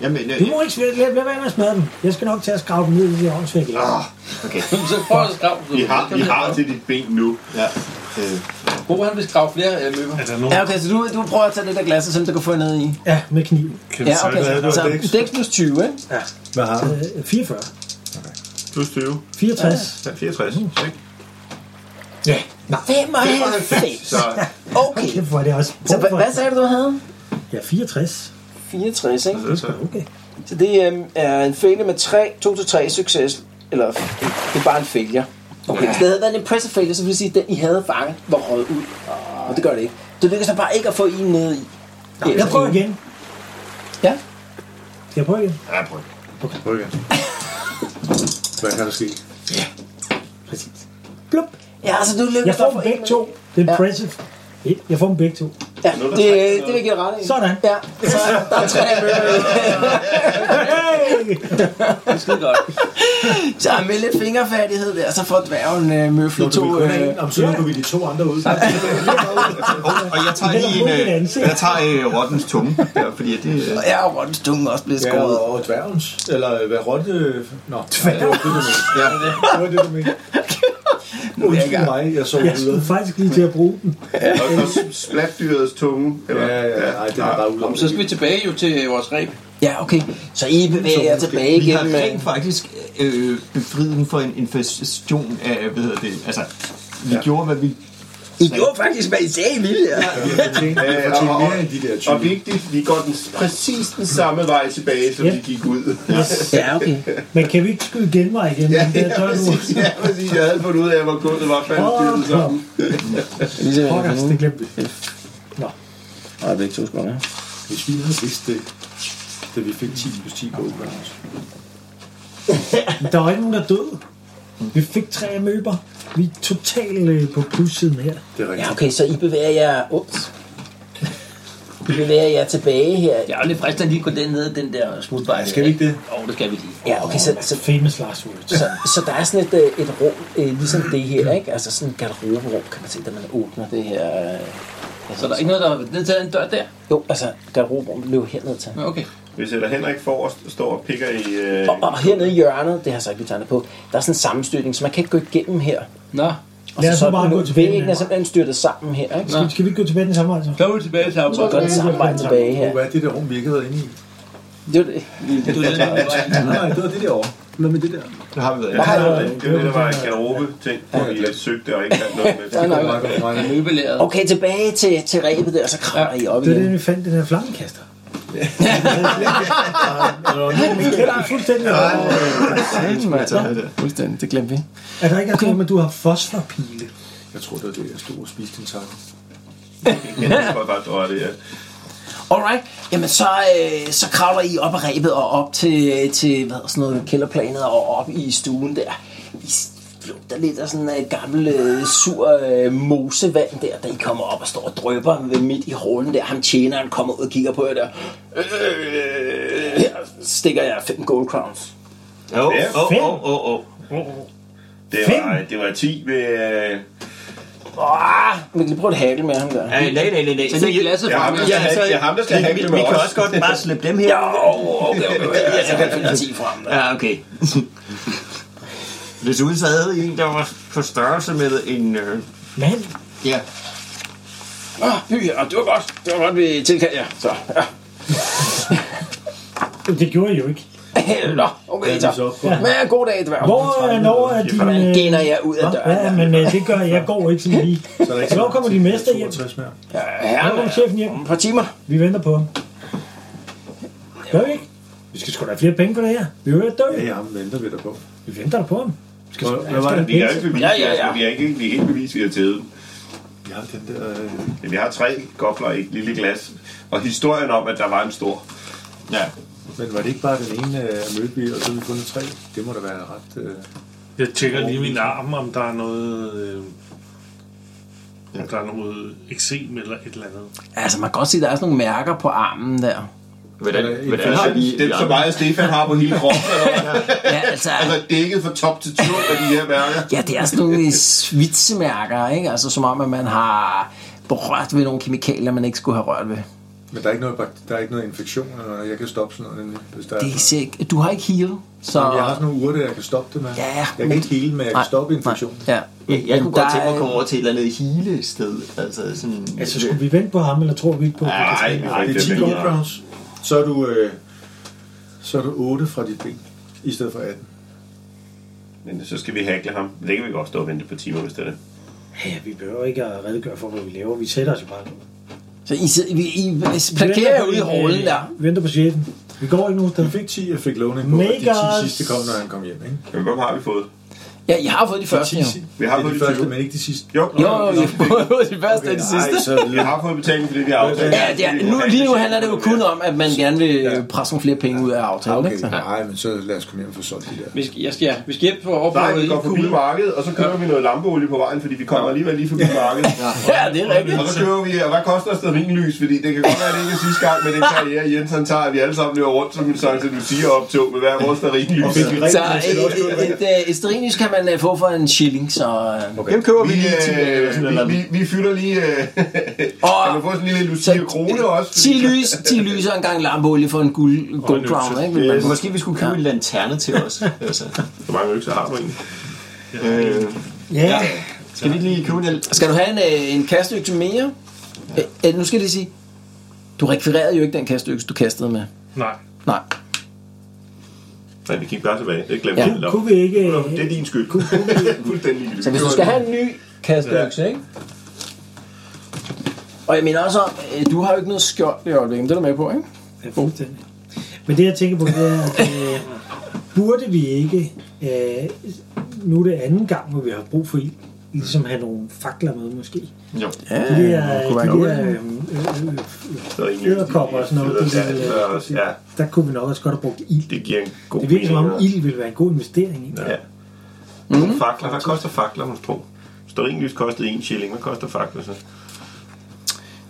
Speaker 8: Jamen, øh,
Speaker 7: Du må ikke svære, lad, lad være med at smadre dem. Jeg skal nok til at skrave dem ned i de åndsvæk.
Speaker 8: ah, okay.
Speaker 10: så prøv at skrave.
Speaker 6: Vi har, vi har til dit ben nu.
Speaker 8: Ja. Øh,
Speaker 10: Bo, han vil skrave flere øh, møbler.
Speaker 5: Er der nogen?
Speaker 2: Ja, okay, så du, du prøver at tage det der glas, og se om du kan få ned i.
Speaker 7: Ja, med kniv.
Speaker 5: Kan vi
Speaker 2: Ja,
Speaker 5: sige, hvad er
Speaker 2: okay.
Speaker 5: det?
Speaker 2: Så dæks plus 20, ikke?
Speaker 4: Hvad har du?
Speaker 7: Øh, 44.
Speaker 6: Plus 20.
Speaker 7: 64.
Speaker 6: Ja, 64.
Speaker 4: Mm.
Speaker 6: Ikke?
Speaker 7: Ja. Nå,
Speaker 2: 95.
Speaker 6: Så
Speaker 2: Okay.
Speaker 7: kæft, hvor er det også.
Speaker 2: Så hva- hvad sagde du, du havde?
Speaker 7: Ja, 64.
Speaker 2: 64, ikke?
Speaker 6: så, så.
Speaker 7: Okay.
Speaker 2: Så det øhm, er en failure med 3, 2-3 succes. Eller det er bare en failure. Okay. Hvis det havde været en impressive failure, så ville det sige, at den I havde fanget var røget ud. Og det gør det ikke. Det lykkes så bare ikke at få en ned i.
Speaker 7: Jeg prøver igen.
Speaker 2: Ja.
Speaker 7: Skal jeg prøve igen?
Speaker 6: Ja, prøv.
Speaker 4: Prøv igen. Hvad kan der ske?
Speaker 7: Præcis.
Speaker 2: Ja, altså, så du lykkes
Speaker 7: Jeg får
Speaker 2: at
Speaker 7: dem
Speaker 2: få
Speaker 7: begge
Speaker 2: en
Speaker 7: to.
Speaker 2: ned.
Speaker 7: Det er
Speaker 2: Ja.
Speaker 7: impressive. Et. Jeg får dem begge to.
Speaker 2: Ja, det, det vil jeg give dig ret i.
Speaker 7: Sådan.
Speaker 2: Ja, så er der er tre
Speaker 7: Hey!
Speaker 2: Så med lidt fingerfærdighed der, så får dværgen øh, møflet
Speaker 4: Du
Speaker 2: to...
Speaker 4: vil kun
Speaker 2: Øh,
Speaker 4: have en, om så nu vi de to andre ud.
Speaker 8: og, og jeg tager lige en, øh, jeg tager øh, rottens tunge der, fordi at det... Øh,
Speaker 2: ja, og rundstungen også blevet
Speaker 4: Ja,
Speaker 2: skåret.
Speaker 4: og dværgens. Eller øh, hvad rotte... Nå, dværgen. det var det, du mente. Ja, det var det, du mente. Undskyld mig, jeg så
Speaker 7: Jeg skulle
Speaker 4: videre.
Speaker 7: faktisk lige til at bruge den.
Speaker 6: Og så splatdyrets tunge. Eller?
Speaker 4: Ja, ja, nej, det var bare
Speaker 10: Om,
Speaker 4: ulovligt.
Speaker 10: så skal vi tilbage jo til vores reb.
Speaker 2: Ja, okay. Så I bevæger jer tilbage
Speaker 8: Vi har
Speaker 2: igen.
Speaker 8: rent faktisk øh, befriet dem for en infestation af, hvad hedder det, altså, vi ja. gjorde, hvad vi...
Speaker 2: I gjorde faktisk, hvad I sagde, I ville. Ja.
Speaker 4: Jeg tænkte mere end de der
Speaker 6: Og
Speaker 4: 20.
Speaker 6: vigtigt, vi går den, præcis den samme vej tilbage, som
Speaker 7: Ja.
Speaker 6: vi gik ud.
Speaker 2: ja, okay.
Speaker 7: Men kan vi ikke skyde genvej igen?
Speaker 6: Ja,
Speaker 7: Den der
Speaker 6: ja,
Speaker 7: tør nu.
Speaker 6: præcis, [LAUGHS] ja, præcis. Jeg havde fundet ud af, hvor gulvet var fast
Speaker 7: Åh,
Speaker 6: oh,
Speaker 7: kom.
Speaker 6: sammen.
Speaker 2: Ligesom,
Speaker 7: Pokkers, det glemte vi.
Speaker 2: Nej, begge to skulle være.
Speaker 4: Hvis vi havde vidst det, da vi fik 10 plus 10 på altså. udgangen.
Speaker 7: Men Der var ikke nogen, der døde. Vi fik tre amøber. Vi er totalt øh, på plussiden
Speaker 4: Det
Speaker 7: her.
Speaker 4: er
Speaker 2: Ja,
Speaker 4: rigtigt.
Speaker 2: okay, så I bevæger jer... Ups. I bevæger jer tilbage her.
Speaker 10: Jeg er jo lidt frist, at lige gå den ned, den der smutvej.
Speaker 4: Skal vi ikke det?
Speaker 10: Jo, det skal vi lige.
Speaker 2: Ja, okay, så, så,
Speaker 7: Famous last words.
Speaker 2: så, så der er sådan et, øh, et rum, øh, ligesom det her, ikke? Altså sådan et garderoberum, kan man se, da man åbner det her... Øh,
Speaker 10: Så der er ikke noget, der er ned til den dør der?
Speaker 2: jo, altså garderoberum løb herned til.
Speaker 10: Ja, Okay.
Speaker 6: Vi sætter Henrik forrest og står og pikker i... Øh,
Speaker 2: Og, og hernede i hjørnet, det har jeg så ikke lige tegnet på, der er sådan en sammenstødning, så man kan ikke gå igennem her.
Speaker 10: Nå.
Speaker 2: Og så,
Speaker 7: Lad os
Speaker 2: så
Speaker 7: nu bare
Speaker 2: bare
Speaker 7: gå
Speaker 2: gå
Speaker 7: tilbage til
Speaker 2: Væggen er
Speaker 7: den.
Speaker 2: simpelthen styrtet sammen her, ikke? Så
Speaker 7: Skal, skal vi ikke gå tilbage til den samme vej, så?
Speaker 3: Så er vi tilbage til
Speaker 2: så går
Speaker 3: aftalen.
Speaker 2: den samme vej tilbage her.
Speaker 4: Hvad er det der rum, vi ikke har været inde i?
Speaker 2: Det var det. Det var det, der var-
Speaker 4: [LAUGHS] Nej, det var det der år. Hvad med det der?
Speaker 8: Nu har vi været.
Speaker 6: Ja, det var det. Det var det, der var en garderobe-ting, hvor vi søgte og ikke havde noget med.
Speaker 2: Ja, nej, nej.
Speaker 4: Nej, nej.
Speaker 10: Møbelæret.
Speaker 2: Okay, tilbage til, til rebet der, og så kravler I op
Speaker 7: Det var
Speaker 2: igen.
Speaker 7: det, vi fandt, den her
Speaker 2: [LAUGHS]
Speaker 7: flammekaster. Ja. det er fuldstændig
Speaker 2: Fuldstændig, det glemte vi.
Speaker 7: Er der ikke også noget med, at du har fosforpile?
Speaker 4: Jeg tror, det var det, jeg stod og spiste din takke.
Speaker 6: Men det var bare, det var det, ja.
Speaker 2: Alright, jamen så, øh, så kravler I op af rebet og op til, til hvad, sådan noget kælderplanet og op i stuen der. I s- lugter lidt af sådan en gammel øh, sur øh, mosevand der, da I kommer op og står og drøber ved midt i hallen der. Ham tjeneren kommer ud og kigger på jer der. Øh, her stikker jeg fem gold crowns.
Speaker 8: Åh, åh, åh, åh, åh.
Speaker 6: Det var, det var 10 ved... øh,
Speaker 2: Åh, vi kan lige prøve at hakle med ham der.
Speaker 8: Nej, nej, nej, nej. Så
Speaker 10: Tag glasset
Speaker 6: Ja,
Speaker 10: frem.
Speaker 6: men- Ja, så- vi- vi-
Speaker 8: altså, Vi kan også godt bare slippe dem her.
Speaker 2: okay, okay, okay. Jeg tager fem ti frem der.
Speaker 8: Ja, [LAUGHS] okay. Desuden så havde I en, der var på størrelse med en... Øh,
Speaker 7: Mand,
Speaker 8: ja.
Speaker 2: Åh, by, og det var godt. Det var godt, vi tilkaldte jer. Så,
Speaker 7: [LAUGHS]
Speaker 2: ja.
Speaker 7: det gjorde jeg jo ikke.
Speaker 2: [LAUGHS] Nå, okay, så. Men god dag, dværg.
Speaker 7: Hvor er når er din...
Speaker 2: Hvordan
Speaker 7: øh,
Speaker 2: gener jeg ud af
Speaker 7: Nå,
Speaker 2: døren?
Speaker 7: Ja, men øh, det gør jeg. Jeg går ikke sådan lige. Hvornår kommer din mester hjem?
Speaker 4: 62 mere.
Speaker 2: [LAUGHS] Ja,
Speaker 7: Hvornår kommer
Speaker 2: herre,
Speaker 7: chefen hjem?
Speaker 2: om et par timer.
Speaker 7: Vi venter på ham. Gør vi ikke? Vi skal sgu da have flere penge på det her. Vi er jo ved at dø.
Speaker 4: Ja, ja, men venter vi der på.
Speaker 7: Vi venter da på ham.
Speaker 4: Hvad var det?
Speaker 6: Vi er ikke bevis,
Speaker 2: Ja, ja, ja.
Speaker 6: altså. Vi er ikke vi er ikke bevis, vi har taget dem.
Speaker 4: Vi har den der... Øh,
Speaker 6: Men vi har tre gobler i et lille glas. Og historien om, at der var en stor.
Speaker 8: Ja.
Speaker 4: men var det ikke bare den ene øh, af Mølby, og så har vi fundet tre? Det må da være ret... Øh,
Speaker 5: Jeg tjekker lige min arm, om der er noget... Øh, om der er noget eksem eller et eller andet.
Speaker 2: Altså, man kan godt se, at der er sådan nogle mærker på armen der.
Speaker 8: Hvordan, hvordan har vi...
Speaker 6: Den, den som mig og Stefan har på hele kroppen.
Speaker 2: Ja, altså,
Speaker 6: altså dækket fra top til to af de her mærker.
Speaker 2: ja, det er sådan nogle øh, svitsemærker, ikke? Altså, som om, at man har berørt ved nogle kemikalier, man ikke skulle have rørt ved.
Speaker 4: men der er ikke noget, bak- der er ikke noget infektion, eller noget. jeg kan stoppe sådan noget, nemlig, hvis der er...
Speaker 2: Det er ikke, du har ikke heal, så...
Speaker 4: Jeg har sådan nogle urter, jeg kan stoppe det med.
Speaker 2: Ja,
Speaker 4: jeg kan ikke hele, men jeg kan stoppe infektionen.
Speaker 2: Nej, ja.
Speaker 8: Jeg, jeg kunne
Speaker 2: Der
Speaker 8: godt tænke mig
Speaker 2: er-
Speaker 8: at komme over til et eller andet hilested. Altså sådan...
Speaker 7: Altså, skulle vi vente på ham, eller tror vi ikke på det?
Speaker 6: Nej, vi får
Speaker 4: Det
Speaker 6: ikke
Speaker 4: er 10
Speaker 6: det.
Speaker 4: gold crowns. Så er du, øh, så er du 8 fra dit ben, i stedet for 18.
Speaker 6: Men så skal vi hakle ham. Det kan vi godt stå og vente på timer, hvis det er det.
Speaker 7: Ja, vi behøver ikke at redegøre for, hvad vi laver. Vi sætter os jo bare nu.
Speaker 2: Så I, sidder- I, I, I
Speaker 7: Vi venter
Speaker 2: plakerer
Speaker 7: på
Speaker 2: ude i
Speaker 7: din, øh,
Speaker 2: rollen der.
Speaker 7: Vi venter på chefen. Vi går ikke nogen sted.
Speaker 4: Jeg fik 10, jeg fik lovning på, og de 10
Speaker 7: Megas.
Speaker 4: sidste kom, når han kom hjem. Ikke?
Speaker 6: Men hvem har vi fået?
Speaker 2: Ja, I har fået de første, jo.
Speaker 6: Vi har
Speaker 4: det er
Speaker 6: fået
Speaker 4: de
Speaker 6: de
Speaker 4: første,
Speaker 6: 20.
Speaker 4: men ikke de sidste.
Speaker 6: Jo,
Speaker 2: Jo, jo, I har fået de første og de sidste.
Speaker 4: Nej, så er det
Speaker 6: Vi har fået betaling for det, vi har aftalt.
Speaker 2: Ja, det er, nu, lige nu handler det jo kun om, at man gerne vil øh, presse nogle flere penge ud af aftalen.
Speaker 4: Okay,
Speaker 2: Ikke? Så-
Speaker 4: nej, men så lad os komme hjem og få solgt de der.
Speaker 3: Vi skal, jeg skal, ja, vi skal hjem på op
Speaker 6: Nej, vi går
Speaker 3: en
Speaker 6: forbi
Speaker 3: kugle.
Speaker 6: markedet, og så køber vi noget lampeolie på vejen, fordi vi kommer alligevel lige forbi markedet.
Speaker 2: Ja, det er rigtigt.
Speaker 6: Og så køber vi, og hvad koster et ringlys? Fordi det kan godt være, at det ikke er sidste gang med den karriere, Jensen tager, at vi alle sammen løber rundt, som en sådan, så du siger op til med hver vores ringlys.
Speaker 2: Så et, et, et, et sterinlys kan man øh, få for en shilling, så... øh.
Speaker 8: Dem køber vi
Speaker 6: Vi,
Speaker 8: lige til...
Speaker 6: øh,
Speaker 8: eller sådan et eller
Speaker 6: vi,
Speaker 8: andet.
Speaker 6: vi, vi fylder lige... Øh, kan du
Speaker 2: Og
Speaker 6: få sådan en lille
Speaker 2: så,
Speaker 6: Lucie Krone også?
Speaker 2: 10 lys, 10 lys og en gang lampeolie for en guld, gold crown, ikke? Men man-
Speaker 8: Måske vi skulle købe en lanterne til os. Altså.
Speaker 6: Hvor mange økser har du egentlig?
Speaker 8: Øh,
Speaker 7: Ja,
Speaker 8: ja. Skal vi ikke lige købe en... el-
Speaker 2: Skal du have en, øh, en kastøkse mere? Ja. Nu skal det sige, du rekvirerede jo ikke den kastøkse, du kastede med.
Speaker 5: Nej.
Speaker 2: Nej.
Speaker 6: Nej, vi kigger bare tilbage. Det glemte
Speaker 2: Ja.
Speaker 6: vi helt om.
Speaker 7: kunne vi ikke... øh,
Speaker 6: Det er din skyld. [LAUGHS] Fuldstændig ligegyldigt.
Speaker 2: Så hvis du skal have en ny kastøkse, ikke? Og jeg mener også om, øh, du har jo ikke noget skjold i øjeblikket, men det er du med på, ikke?
Speaker 7: Ja, fuldstændig. Men det jeg tænker på, det er, at øh, burde vi ikke, øh, nu er det anden gang, hvor vi har brug for ild, ligesom have nogle fakler med måske.
Speaker 8: Jo.
Speaker 7: Ja, de der,
Speaker 2: kunne være
Speaker 7: de
Speaker 2: en god
Speaker 7: der øh, øh,
Speaker 6: Så er ingen
Speaker 7: æderkopper og sådan noget, de,
Speaker 6: Ja,
Speaker 7: vil,
Speaker 6: så-
Speaker 7: øh,
Speaker 6: ja,
Speaker 7: der kunne vi nok også godt have brugt ild.
Speaker 6: det giver en god
Speaker 7: Det virker som om,
Speaker 6: mening.
Speaker 7: ild ville være en god investering. Ikke?
Speaker 6: Ja. Mm. Fakler, hvad koster fakler, hos tro? Sterinlys kostede en shilling, hvad koster fakler så?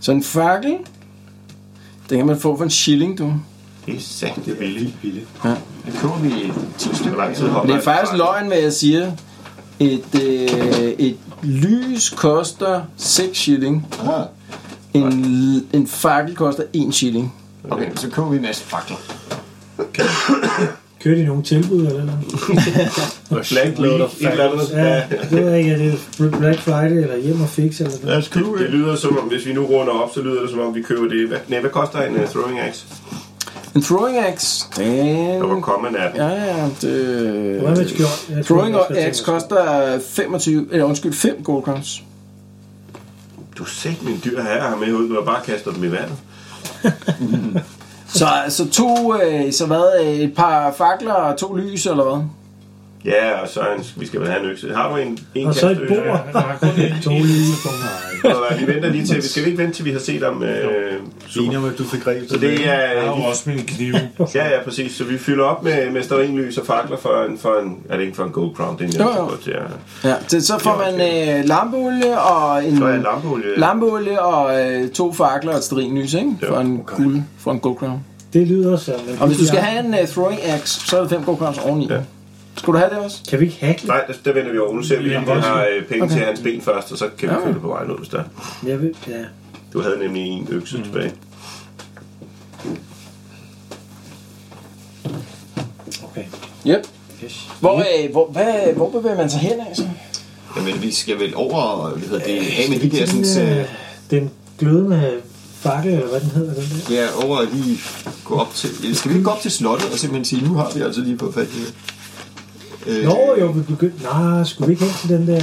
Speaker 2: Så en fakkel, den kan man få for en shilling, du.
Speaker 6: Det er sandt, det er billigt. billigt.
Speaker 8: Den køber vi 10 stykker.
Speaker 6: Hvor lang tid hopper
Speaker 2: Og det er faktisk
Speaker 6: lov.
Speaker 2: løgn, hvad jeg siger. Et, øh, et lys koster 6 shilling.
Speaker 8: Ah,
Speaker 2: En, en fakkel koster 1 shilling.
Speaker 8: okay, så køber vi en masse fakler.
Speaker 7: Kører de nogle tilbud eller noget?
Speaker 6: Black Loader. Et eller andet.
Speaker 7: Ja, det ved jeg ikke, er det Black Friday eller hjem og fix eller
Speaker 6: Lad
Speaker 7: noget?
Speaker 6: os købe det lyder som om, hvis vi nu runder op, så lyder det som om, vi køber det. Hvad, nej, hvad koster en uh, throwing axe?
Speaker 2: En throwing axe,
Speaker 6: Der var
Speaker 2: den...
Speaker 6: kommet af den.
Speaker 2: Ja, ja,
Speaker 7: Hvad med et
Speaker 2: det...
Speaker 7: skjold? Jeg tror,
Speaker 2: Throwing
Speaker 7: jeg skal tænke
Speaker 2: axe
Speaker 7: mig.
Speaker 2: koster 25, eller undskyld, 5 gold crowns.
Speaker 6: Du sagde min dyr herre her med ud, og bare kaster dem i vandet.
Speaker 2: Så, så to, øh, så hvad, øh, et par fakler og to lys, eller hvad?
Speaker 6: Ja, og så en, vi skal vel have en økse. Har du en, en
Speaker 7: Og så et
Speaker 6: kasteøkse?
Speaker 7: bord.
Speaker 5: Der er kun en
Speaker 7: To lille bonger.
Speaker 6: Nå, nej, øh, vi venter lige til. Vi skal ikke vente til, vi har set om... Øh,
Speaker 4: Ligner mig, du fik grebet
Speaker 6: så det
Speaker 5: Jeg har jo
Speaker 6: er...
Speaker 5: også min knive.
Speaker 6: Ja, ja, præcis. Så vi fylder op med, med sterinlys og fakler for en, for en... Er det ikke for en gold crown? Det er en,
Speaker 2: Jo, jo.
Speaker 6: jeg til at...
Speaker 2: Ja, det, så får man øh, lampeolie og en...
Speaker 6: Så er lampeolie...
Speaker 2: Lampeolie og øh, to fakler og et sterinlys, ikke?
Speaker 6: Jo,
Speaker 2: For en guld, for en gold crown.
Speaker 7: Det lyder som... en-
Speaker 2: Og hvis du skal have en uh, throwing axe, så er det 5 gold crowns oveni. Ja.
Speaker 6: Ja.
Speaker 2: Skulle du have det også?
Speaker 7: Kan vi ikke hackle?
Speaker 6: Nej, der, der vender vi over. Nu ser vi, om vi har øh, penge okay. til hans ben først, og så kan vi
Speaker 2: Ja.
Speaker 6: købe det på vejen ud, hvis der.
Speaker 7: Jeg vil, ja.
Speaker 6: Du havde nemlig en økse mm. tilbage.
Speaker 2: Yep. Yes. Hvor, øh, hvor, hvad, hvor bevæger man sig hen af? Så?
Speaker 8: Jamen, vi skal vel over, hvad hedder det, af med de der, sådan,
Speaker 7: Den,
Speaker 8: øh,
Speaker 7: øh, den glødende fakkel, eller hvad den hedder, den der.
Speaker 8: ja, over og lige gå op til, eller skal vi ikke gå op til slottet og simpelthen sige, nu har vi altså lige fået fat i det. [CLEARS THROAT] Øh,
Speaker 7: Nå, jo, vi begyndte... Nej, skulle vi ikke hen til den der...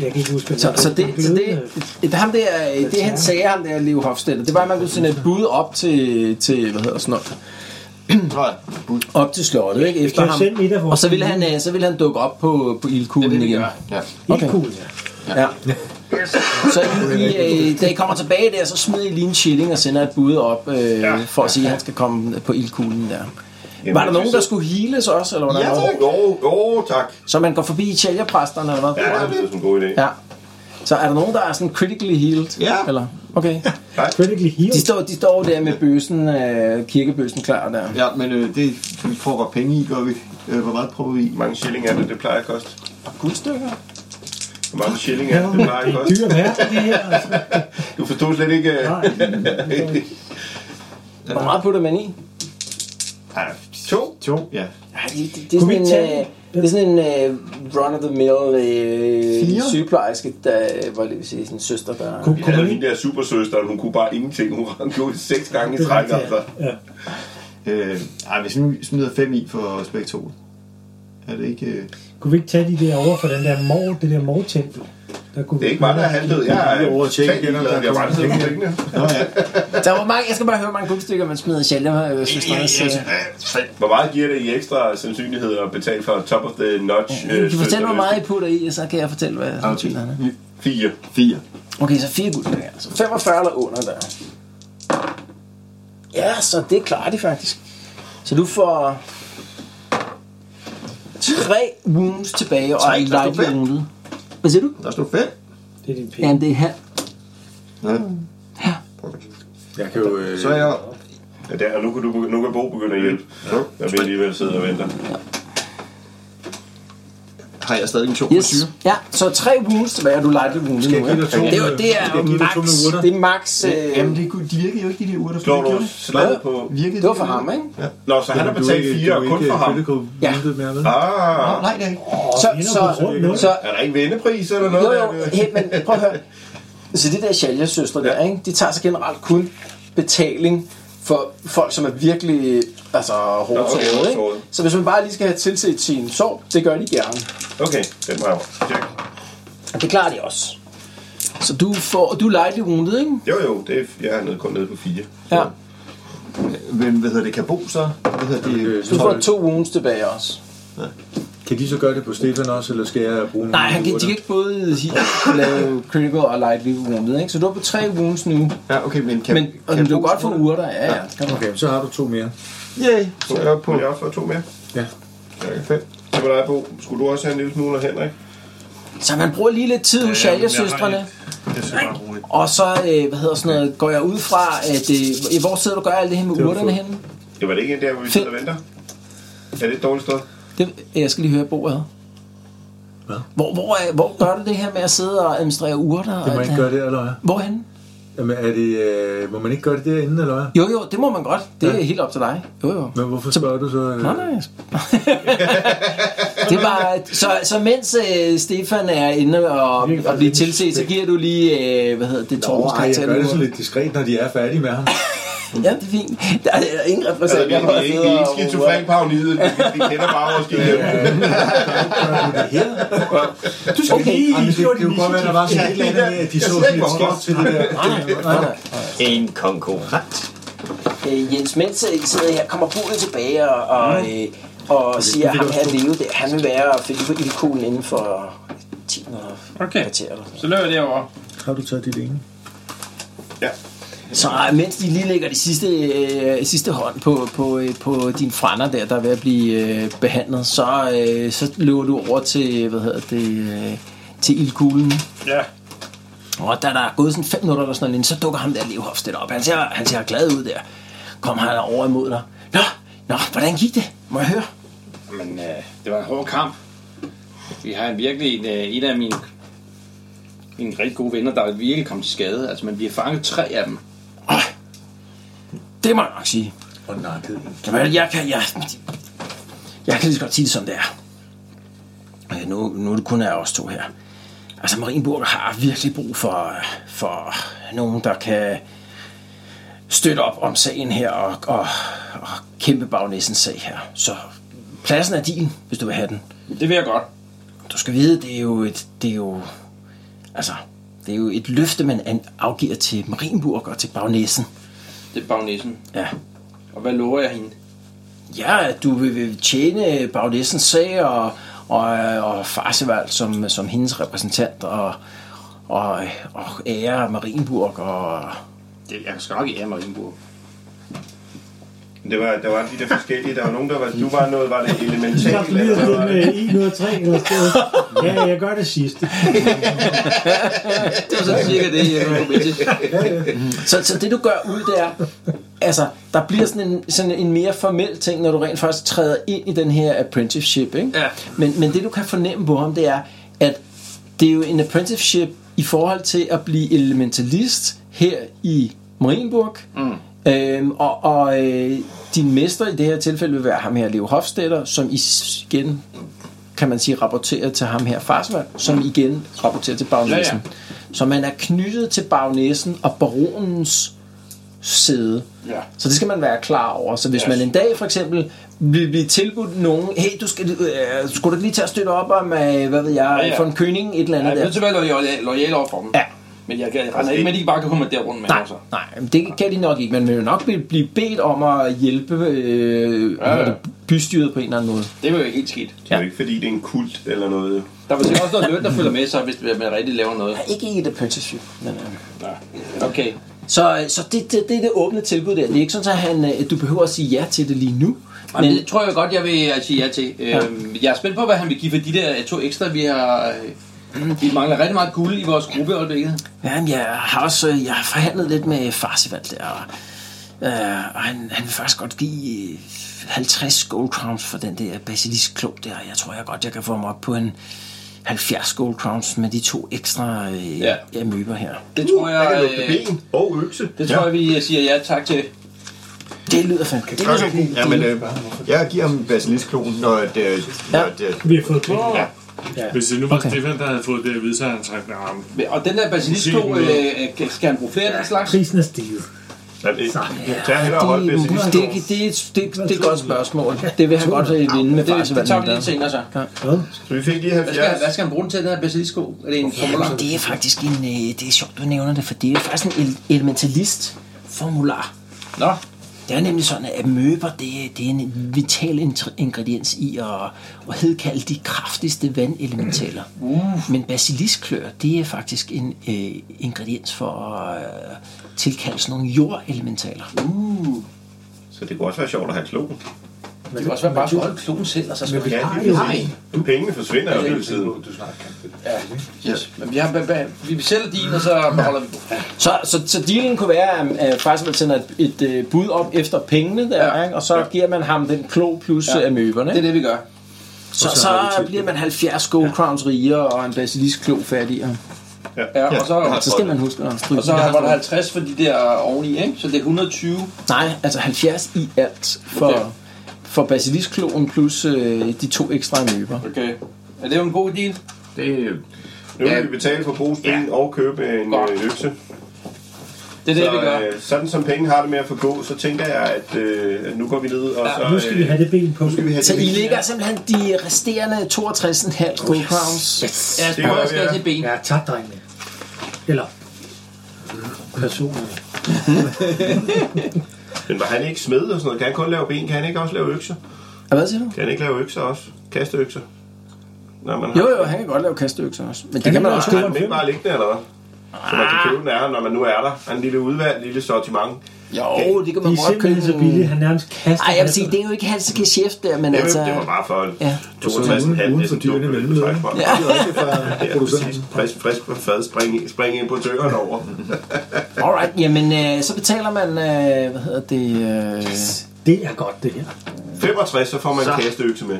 Speaker 7: Jeg kan ikke huske, hvad
Speaker 2: Så,
Speaker 7: den
Speaker 2: så
Speaker 7: hedder. Den
Speaker 2: det, så
Speaker 7: glødende-
Speaker 2: det, det, ham der, øh, det han sagde, ham der Leo Hofstedt, det var, at man kunne sende et bud op til, til hvad hedder sådan noget,
Speaker 8: Nå ja, bud.
Speaker 2: op til slottet, ikke? Efter
Speaker 7: kan
Speaker 2: ham.
Speaker 7: sende et af vores
Speaker 2: Og så ville han, øh, så ville han dukke op på, på ildkuglen igen.
Speaker 8: Ja.
Speaker 2: Okay.
Speaker 7: Cool, ja.
Speaker 2: Ja. Så I, I, øh, da I kommer tilbage der, så smider I lige en shilling og sender et bud op, øh, ja. for at sige, at han skal komme på ildkuglen der. Jamen, var der
Speaker 6: det
Speaker 2: nogen,
Speaker 6: ser-
Speaker 2: der skulle heales også? Eller hvordan?
Speaker 8: Ja,
Speaker 2: var det?
Speaker 8: tak.
Speaker 6: Åh, oh, oh, tak.
Speaker 2: Så man går forbi tjælgerpræsterne eller hvad?
Speaker 6: Ja, det lyder som en god idé.
Speaker 2: ja. Så er der nogen, der er sådan critically healed?
Speaker 8: Ja.
Speaker 2: Eller? Okay.
Speaker 7: Critically
Speaker 2: De
Speaker 7: healed.
Speaker 2: står, de står der med bøsen, øh, kirkebøsen klar der.
Speaker 8: Ja, men øh, det vi får godt penge i, gør vi. Øh, hvor meget prøver vi i?
Speaker 6: Hvor mange shilling er det, det plejer at koste?
Speaker 2: Guldstykker?
Speaker 6: Hvor mange shilling er det, det plejer at
Speaker 7: Det er
Speaker 6: koste?
Speaker 7: dyre værd, det her. Altså.
Speaker 6: Du forstod slet ikke... øh,
Speaker 7: Nej,
Speaker 2: Hvor meget putter man i?
Speaker 8: Ja,
Speaker 6: To?
Speaker 8: Ah, to, ja.
Speaker 2: Ej, Det, det, det, er
Speaker 7: Kunne vi
Speaker 2: sådan en,
Speaker 7: ikke tage
Speaker 2: øh, det er sådan en øh, run-of-the-mill øh,
Speaker 8: Fire?
Speaker 2: sygeplejerske, der, øh, hvor det vil sige, sådan en søster, der...
Speaker 7: kunne,
Speaker 6: Jeg
Speaker 7: kunne man
Speaker 6: havde hende
Speaker 7: ikke?
Speaker 6: der supersøster, hun kunne bare ingenting. Hun ramte jo seks gange i træk, altså.
Speaker 7: Ja.
Speaker 8: Øh, ej, hvis nu smider fem i for os begge to, er det ikke... Øh...
Speaker 7: Kunne vi ikke tage de der over for den der mor, det der mortempel? Der kunne
Speaker 6: Det er ikke mig, der er halvdød. Jeg er
Speaker 4: Lige over
Speaker 6: over
Speaker 4: at tjekke igen, om der er
Speaker 6: Jeg har
Speaker 4: kommet
Speaker 6: bare siddet på pengene.
Speaker 2: Der var mange, jeg skal bare høre, hvor mange guldstykker, man smider i sjælder. Øh, søsterens, øh.
Speaker 6: Hvor meget giver det i ekstra sandsynlighed at betale for top of the notch? øh,
Speaker 2: Kan du fortælle, hvor meget I putter i, og så kan jeg fortælle, hvad sandsynligheden er.
Speaker 6: Fire.
Speaker 8: Fire.
Speaker 2: Okay, så fire guldstykker. Så 45 eller under der. Ja, så det klarer de faktisk. Så du får tre wounds tilbage, og er light
Speaker 8: fedt.
Speaker 2: wounded. Hvad siger du?
Speaker 8: Der stod fem.
Speaker 7: Det er din penge.
Speaker 2: Jamen, det er halv.
Speaker 8: Ja.
Speaker 4: Jeg kan jo... Øh,
Speaker 8: Så er jeg...
Speaker 6: Ja, der, og nu kan, du, nu kan Bo begynde at hjælpe. Når vi alligevel sidder og venter.
Speaker 8: Har jeg stadig en to
Speaker 2: Yes. Ja, så tre wounds tilbage, og du er lightly wounded nu, ikke?
Speaker 4: give dig to-
Speaker 2: Det er jo, det er
Speaker 4: skal
Speaker 2: jo
Speaker 4: jeg give dig
Speaker 2: max,
Speaker 4: to med urter?
Speaker 2: det er max, øh,
Speaker 8: Jamen, det, kunne- de virkede jo ikke, de der urter.
Speaker 6: Slår
Speaker 8: Gjorde
Speaker 6: du
Speaker 8: de?
Speaker 6: slaget på...
Speaker 8: Virkede
Speaker 2: det var
Speaker 8: de
Speaker 2: for
Speaker 8: der?
Speaker 2: ham, ikke?
Speaker 6: Nå, så han har betalt fire, og kun for ham.
Speaker 2: Ja.
Speaker 4: Ja. Mere, vel?
Speaker 6: Ah,
Speaker 8: Nå, nej, det er ikke.
Speaker 2: Så,
Speaker 7: vi ender
Speaker 2: så,
Speaker 7: på rundt nul.
Speaker 2: så,
Speaker 6: er der ikke vendepris eller noget?
Speaker 2: jo, jo,
Speaker 6: Er det-
Speaker 2: hey, men prøv at høre. Så de der Shalja-søstre der, ikke? de tager sig generelt kun betaling for folk, som er virkelig altså, hårdt
Speaker 6: Nå, okay,
Speaker 2: såret, ikke?
Speaker 6: hårdt såret.
Speaker 2: Så hvis man bare lige skal have tilset sin sorg, det gør de gerne.
Speaker 6: Okay, den var jeg over. Check.
Speaker 2: Og det klarer de også. Så du, får, du er lightly wounded, ikke?
Speaker 6: Jo, jo, det er, jeg er nede, kun nede på fire.
Speaker 2: Ja.
Speaker 8: Hvem, hvad hedder det, kan bo så? Hvad hedder det?
Speaker 2: Du får to wounds tilbage også.
Speaker 4: Kan de så gøre det på Stefan også, eller skal jeg bruge
Speaker 2: Nej, han kan, de kan ikke [LAUGHS] både lave critical og lightly wounded, ikke? Så du er på tre wounds nu.
Speaker 8: Ja, okay, men kan,
Speaker 2: Men og
Speaker 8: kan
Speaker 2: du kan
Speaker 8: Bo
Speaker 2: godt få
Speaker 8: så-
Speaker 2: urter, ja, ja. det kan du.
Speaker 4: Okay, så har du to mere.
Speaker 8: Yay.
Speaker 6: Så jeg er på. Jeg også for to mere.
Speaker 4: Ja.
Speaker 6: Ja, fem. Så var dig, Bo. Skulle du også have en lille smule af Henrik?
Speaker 2: Så man bruger lige lidt tid hos Shalja-søstrene.
Speaker 5: Jeg skal bare bruge et.
Speaker 2: Og så, øh, hvad hedder sådan noget, går jeg ud fra, at øh, hvor sidder du og gør alt det her med
Speaker 4: var
Speaker 2: urterne
Speaker 4: fedt.
Speaker 2: henne?
Speaker 6: Det var det ikke en der, hvor vi sidder og venter? Er det et dårligt sted?
Speaker 2: Det, øh, jeg skal lige høre bordet. Hvor, hvor, er, hvor gør du det her med at sidde og administrere urter?
Speaker 4: Det må jeg ikke gøre det, eller hvad?
Speaker 2: Hvorhen?
Speaker 4: Jamen, er det, øh, må man ikke gøre det derinde, eller hvad?
Speaker 2: Jo, jo, det må man godt. Det er ja. helt op til dig. Jo, jo.
Speaker 4: Men hvorfor spørger du så? Øh,
Speaker 2: Nej, nej. [LAUGHS] det var, så, så mens øh, Stefan er inde og, og bliver tilset, så giver du lige, øh, hvad hedder det, Torbens
Speaker 4: Nå, jeg
Speaker 2: karakter.
Speaker 4: gør det
Speaker 2: nu.
Speaker 4: sådan lidt diskret, når de er færdige med
Speaker 2: [LAUGHS]
Speaker 4: ham.
Speaker 2: Ja, det er fint. Der er ingen
Speaker 6: Altså,
Speaker 2: repræsentant.
Speaker 6: vi er ikke, vi er ikke skizofren pagnide, vi, vi kender bare vores skizofren.
Speaker 2: Du skal okay.
Speaker 4: Jamen, det, det, det kunne godt være, der var sådan et eller andet med, at de så sådan lidt skævt til det der.
Speaker 2: Nej, nej.
Speaker 8: En konkurrent.
Speaker 2: Øh, Jens Mens øh, sidder her, kommer Polen tilbage og, og,
Speaker 3: Mm.
Speaker 2: øh, og siger, at ham her leve der. Han vil være Filippe Ildkuglen inden for 10 minutter.
Speaker 3: Okay, så løber jeg derovre.
Speaker 4: Har du taget dit ene?
Speaker 2: Så øh, mens de lige lægger de sidste, øh, sidste hånd på, på, øh, på din frænder der, der er ved at blive øh, behandlet, så, øh, så løber du over til, hvad hedder det, øh, til ildkuglen.
Speaker 3: Ja.
Speaker 2: Og da der er gået sådan 5 minutter eller sådan noget, lignende, så dukker ham der Levhofstedt op. Han ser, han ser glad ud der. Kom han over imod dig. Nå, nå, hvordan gik det? Må jeg høre?
Speaker 3: Men øh, det var en hård kamp. Vi har virkelig en, øh, en af mine, mine rigtig gode venner, der er virkelig kommet til skade. Altså, man bliver fanget tre af dem.
Speaker 2: Øj, det må jeg nok sige.
Speaker 4: Åh nej, det
Speaker 2: Jamen, jeg kan, jeg, jeg kan lige så godt sige det, som det er. Øh, Nu, nu er det kun af os to her. Altså, Marienburg har virkelig brug for, for nogen, der kan støtte op om sagen her og, og, og kæmpe bagnæssens sag her. Så pladsen er din, hvis du vil have den.
Speaker 3: Det vil jeg godt.
Speaker 2: Du skal vide, det er jo et, det er jo, altså, det er jo et løfte, man an- afgiver til Marienburg og til bagnæssen.
Speaker 3: Det er bagnæssen.
Speaker 2: Ja.
Speaker 3: Og hvad lover jeg hende?
Speaker 2: Ja, at du vil, vil tjene Bagnæssens sag og, og, og Farsevald som, som hendes repræsentant og, og, og ære Marienburg og...
Speaker 3: Det, jeg skal nok ikke af Marienburg.
Speaker 6: Det var, der var de der forskellige. Der var nogen, der var... Du var noget, var det elementalt?
Speaker 7: Slap lige
Speaker 6: Eller,
Speaker 7: at stå
Speaker 6: noget?
Speaker 7: med 1 ud af 3 eller sådan noget. Ja, jeg gør det sidste.
Speaker 3: Det var sådan cirka det, jeg kunne med til.
Speaker 2: Så, så det du gør ud, det er... Altså, der bliver sådan en, sådan en mere formel ting, når du rent faktisk træder ind i den her apprenticeship, ikke?
Speaker 3: Ja.
Speaker 2: Men, men det du kan fornemme på ham, det er, at det er jo en apprenticeship i forhold til at blive elementalist her i Marienburg. Mm. Øhm, og og øh, din mester i det her tilfælde vil være ham her, Leo Hofstetter, som i s- igen, kan man sige, rapporterer til ham her, Farsvald, som igen rapporterer til bagnæsen. Ja, ja. Så man er knyttet til bagnæsen og baronens side.
Speaker 3: Ja.
Speaker 2: Så det skal man være klar over. Så hvis yes. man en dag for eksempel vil blive tilbudt nogen, hey, du skal, øh, skulle du lige tage at støtte op om, øh, hvad ved jeg, ja,
Speaker 3: Ja,
Speaker 2: ja.
Speaker 3: ja.
Speaker 2: for en køning, et eller
Speaker 3: Jeg
Speaker 2: andet
Speaker 3: er
Speaker 2: ja,
Speaker 3: nødt
Speaker 2: der.
Speaker 3: til at være loyal, loyal over for dem.
Speaker 2: Ja.
Speaker 3: Men jeg, jeg regner ikke med, at de ikke bare kan komme der rundt med
Speaker 2: Nej,
Speaker 3: altså.
Speaker 2: nej, men det kan de nok ikke. Man vil jo nok blive- blive bedt om at hjælpe øh,
Speaker 3: Ja, ja.
Speaker 2: ja, ja. bystyret på en eller anden måde.
Speaker 3: Det var jo helt skidt.
Speaker 6: Det er jo ikke, fordi det er en kult eller noget.
Speaker 3: Der var sikkert også noget løn, der følger med sig, hvis man rigtig laver noget.
Speaker 2: Ikke i et apprenticeship, men... Øh.
Speaker 3: Okay.
Speaker 2: Så, så det, det, det er det åbne tilbud der. Det er ikke sådan, at han, øh, du behøver at sige ja til det lige nu.
Speaker 3: Men
Speaker 2: Men
Speaker 3: det tror jeg godt, jeg vil øh, sige ja til. Øhm, jeg er spændt på, hvad han vil give for de der øh, to ekstra, vi har... øh, Vi mangler rigtig meget guld i vores gruppe i øjeblikket.
Speaker 2: jamen, jeg har også øh, jeg har forhandlet lidt med Farsivald der, og, øh, og han, han vil faktisk godt give øh, 50 gold crowns for den der basilisk klog der. Jeg tror jeg godt, jeg kan få ham op på en 70 gold crowns med de to ekstra øh, ja.
Speaker 3: Ja.
Speaker 2: amøber her.
Speaker 3: Det tror jeg,
Speaker 6: Jeg
Speaker 3: øh,
Speaker 6: lugte ben og økse.
Speaker 3: det tror jeg, vi øh, siger ja tak til.
Speaker 2: Det lyder fandme. Det lyder som en god
Speaker 8: Ja, men
Speaker 2: deal.
Speaker 8: øh, jeg giver ham basilisklonen, når det... Når øh- det
Speaker 7: Vi har fået på.
Speaker 5: Hvis det nu var okay. Stefan, der havde fået det at vide, så havde han trækket med armen.
Speaker 3: Og den der basilisko, øh, skal han bruge flere af den slags?
Speaker 7: Prisen er steget.
Speaker 6: Tag heller og hold
Speaker 2: Det, det,
Speaker 6: basilisk.
Speaker 2: det, det, det, det er et godt spørgsmål. [LAUGHS] Det vil han godt øh, vinde med
Speaker 3: Det, det
Speaker 2: Farsivald.
Speaker 3: tager vi lige senere så.
Speaker 6: Så vi fik lige
Speaker 3: Hvad skal, hvad
Speaker 6: 70.
Speaker 3: skal han bruge den til, den her basilisko? Er det en formular?
Speaker 2: Jamen, det er faktisk en... Øh, det er sjovt, du nævner det, for det er faktisk en el- elementalist-formular.
Speaker 3: Nå,
Speaker 2: Det er nemlig sådan, at møber, det, det er en vital intr- ingrediens i at, at hedkalde de kraftigste vandelementaler. Uh. Men basilisklør, det er faktisk en øh, ingrediens for at øh, tilkalde sådan nogle jordelementaler.
Speaker 6: Så det kunne også være sjovt at have klogen.
Speaker 3: det kan også være bare at holde klonen selv, og så skal vi
Speaker 6: Ja,
Speaker 3: have
Speaker 6: lige præcis. Pengene forsvinder jo
Speaker 3: Altså,
Speaker 6: hele tiden.
Speaker 3: Men vi, har, hvad- hvad- vi sælger din, og så holder vi på.
Speaker 2: Så, så, så dealen kunne være, at øh, faktisk man sender et, et øh, bud op efter pengene, der, ja. og så ja. giver man ham den klo plus øh, ja. amøberne.
Speaker 3: Det er det, vi gør.
Speaker 2: Så, så, så bliver man 70 gold crowns rigere og en basilisk klo fattigere.
Speaker 3: Ja, og så,
Speaker 8: jeg har
Speaker 1: Så skal man huske at stryge.
Speaker 3: og så var der 50 for de der oveni, ikke? Så det er 120.
Speaker 1: Nej, altså 70 i alt for,
Speaker 3: Okay.
Speaker 1: for basiliskloen plus øh, de to ekstra amøber.
Speaker 3: Okay. Er det jo en god deal?
Speaker 8: Det,
Speaker 6: Nu vil vi betale for brugsbilen og købe en
Speaker 3: Godt.
Speaker 6: øh, økse.
Speaker 3: Det er det, vi gør.
Speaker 6: Så, øh, sådan som penge har det med at forgå, så tænker jeg, at, øh, at nu går vi ned, og så... øh,
Speaker 7: Nu skal vi have det ben på.
Speaker 6: nu skal vi have
Speaker 1: Så
Speaker 6: det
Speaker 1: I
Speaker 6: ben.
Speaker 1: ligger simpelthen de resterende 62,5 gold pounds.
Speaker 12: Ja,
Speaker 6: Det
Speaker 12: prøv
Speaker 6: gør
Speaker 12: at
Speaker 6: vi,
Speaker 12: skære
Speaker 6: ja.
Speaker 12: til ben.
Speaker 7: Ja, tak, drengene. Eller personer.
Speaker 6: Men var han ikke smed og sådan noget? Kan han kun lave ben? Kan han ikke også lave økser?
Speaker 1: Og Hvad siger du?
Speaker 6: Kan han ikke lave økser også? Kasteøkser? Når man har,
Speaker 1: Jo, jo, han kan godt lave kasteøkser også. Men det kan
Speaker 7: ikke
Speaker 1: man
Speaker 7: lave
Speaker 1: også
Speaker 6: har
Speaker 1: købe.
Speaker 6: han dem ikke bare liggende, eller hvad? Så man kan købe den af ham, når man nu er der. Han er en lille udvalg, en lille sortiment.
Speaker 1: Jo, det kan
Speaker 7: De
Speaker 1: man
Speaker 7: er
Speaker 1: godt købe.
Speaker 7: simpelthen så billige, han nærmest kaster.
Speaker 1: Ej, jeg vil sige, det er jo ikke hans geschæft der, men
Speaker 6: Jeg
Speaker 1: altså...
Speaker 6: ved, det var bare for
Speaker 1: Ja.
Speaker 6: 62
Speaker 4: Uden- uden for dyrene mellemleder.
Speaker 6: Ja,
Speaker 4: Det er
Speaker 2: [LAUGHS]
Speaker 4: rigtigt fra
Speaker 6: ja, præcis.
Speaker 4: producenten.
Speaker 6: Frisk, frisk på fad. Spring, spring importøren over.
Speaker 1: Alright, jamen øh, så betaler man, øh, hvad hedder det, øh,
Speaker 7: Det er godt, det her.
Speaker 6: 65, så får man en kasteøkse med.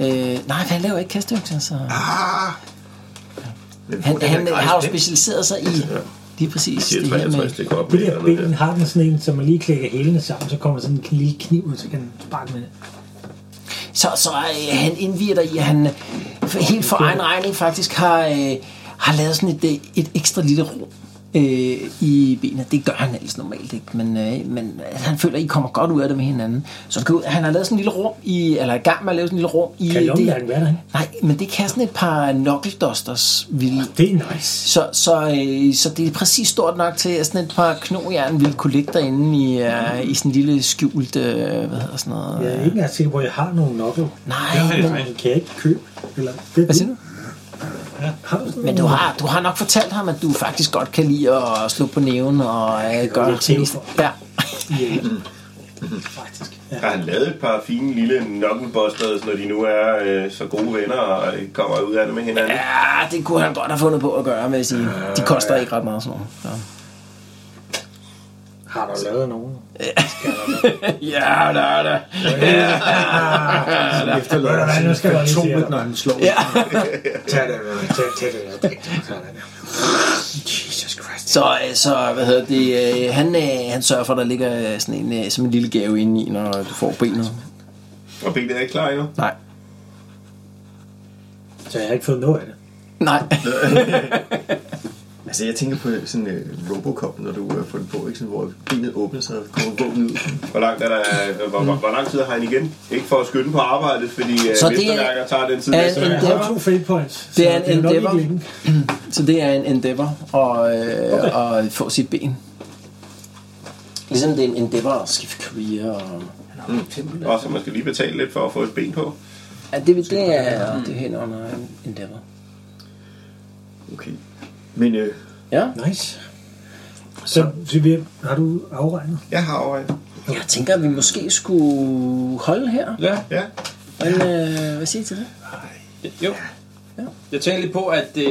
Speaker 1: øh, nej, han laver ikke kasteøkser, så...
Speaker 2: Ah.
Speaker 1: Han, han har jo specialiseret sig i lige præcis
Speaker 6: Det
Speaker 1: det
Speaker 6: er
Speaker 1: her
Speaker 6: 63,
Speaker 1: med...
Speaker 6: det går op
Speaker 7: Det
Speaker 6: med.
Speaker 7: der
Speaker 6: eller
Speaker 7: ben
Speaker 6: noget
Speaker 7: har den sådan en, som man lige klikker hælene sammen, så kommer der sådan en lille kniv ud, så kan den sparke med det.
Speaker 1: Så, så øh, han indviger dig i, at han øh, helt for egen regning faktisk har, øh, har lavet sådan et, øh, et ekstra lille rum øh, i benene. Det gør han ellers normalt ikke, men, øh, men øh, han føler, at I kommer godt ud af det med hinanden. Så du kan ud, han har lavet sådan en lille rum i, eller er i gang med at lave sådan en lille rum i...
Speaker 7: Kan lommelærken
Speaker 1: det,
Speaker 7: være derinde?
Speaker 1: nej, men det kan sådan et par knuckledusters ville...
Speaker 7: Det er nice.
Speaker 1: Så, så, øh, så det er præcis stort nok til, at sådan et par knogjern ville kunne ligge derinde i, øh, i sådan en lille skjult, øh, hvad hedder sådan noget...
Speaker 7: Jeg er ikke engang sikker på, at jeg har nogen nokkel.
Speaker 1: Nej, men,
Speaker 7: Men kan jeg ikke købe? Eller, det,
Speaker 1: hvad siger du?
Speaker 7: Har du sådan
Speaker 1: Men du har, du har nok fortalt ham, at du faktisk godt kan lide at slå på næven og øh, gøre
Speaker 7: lidt
Speaker 1: ting.
Speaker 7: til
Speaker 1: Ja.
Speaker 7: Ja. Faktisk. Ja.
Speaker 6: Har han lavet et par fine lille knucklebusters, når de nu er øh, så gode venner og øh, kommer ud af det med hinanden? Ja.
Speaker 1: ja, det kunne han godt have fundet på at gøre, med at sige. De
Speaker 7: Øh,
Speaker 1: koster ikke ret meget sådan noget. Ja.
Speaker 7: Har du lavet nogen?
Speaker 1: [LAUGHS] Ja, der er der.
Speaker 4: Ja, efter
Speaker 7: Ved du hvad, nu skal jeg bare lige se
Speaker 4: fantomet,
Speaker 7: her.
Speaker 4: når han slår.
Speaker 1: Ja.
Speaker 7: Tag det, tag, tag det. Sådan der. Jesus Christ.
Speaker 1: Så, øh, så hvad hedder det, øh, han, øh, han sørger for, at der ligger øh, sådan en, øh, som en lille gave inde i, når du får benet.
Speaker 6: Og Big er ikke klar endnu.
Speaker 1: Nej.
Speaker 7: Så jeg har ikke fået noget af det.
Speaker 1: Nej. [LAUGHS]
Speaker 8: altså, jeg tænker på sådan uh, Robocop, når du uh, får den på, ikke? Sådan, hvor benet åbner sig og kommer våben ud.
Speaker 6: Hvor, langt er der, øh, hvor, hvor, hvor lang tid har han igen? Ikke for at skynde på arbejdet, fordi øh,
Speaker 1: Så det er-
Speaker 6: mesterværker tager den tid.
Speaker 1: er
Speaker 6: næste
Speaker 1: en-
Speaker 6: gang.
Speaker 7: Jeg har to fail points.
Speaker 1: Det er
Speaker 7: så
Speaker 1: en
Speaker 7: jo nok
Speaker 1: endeavor.
Speaker 7: ikke længe.
Speaker 1: Så det er en endeavor at, øh, okay. at få sit ben. Ligesom det er en endeavor at skifte career. Og...
Speaker 6: Og så man skal lige betale lidt for at få et ben på.
Speaker 1: Ja, det, det er, det er hen under en endeavor.
Speaker 8: Okay. Men uh,
Speaker 1: Ja.
Speaker 7: Nice. Så, så vi, har du afregnet?
Speaker 6: Jeg har over.
Speaker 1: Jeg tænker, at vi måske skulle holde her.
Speaker 3: Ja.
Speaker 6: Ja.
Speaker 1: Men, øh, hvad siger I til det?
Speaker 3: Jo. Jeg tænker lige på, at øh,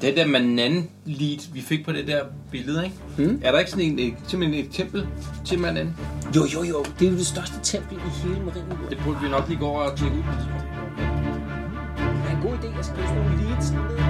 Speaker 3: det der manan lead, vi fik på det der billede, ikke?
Speaker 6: Hmm?
Speaker 3: Mm. Er der ikke sådan en, et, simpelthen et tempel til manan?
Speaker 1: Jo, jo, jo. Det er jo det største tempel i hele Marienburg.
Speaker 3: Det burde vi nok lige gå over og tjekke ud.
Speaker 1: Det er en god idé at skrive sådan nogle leads ned.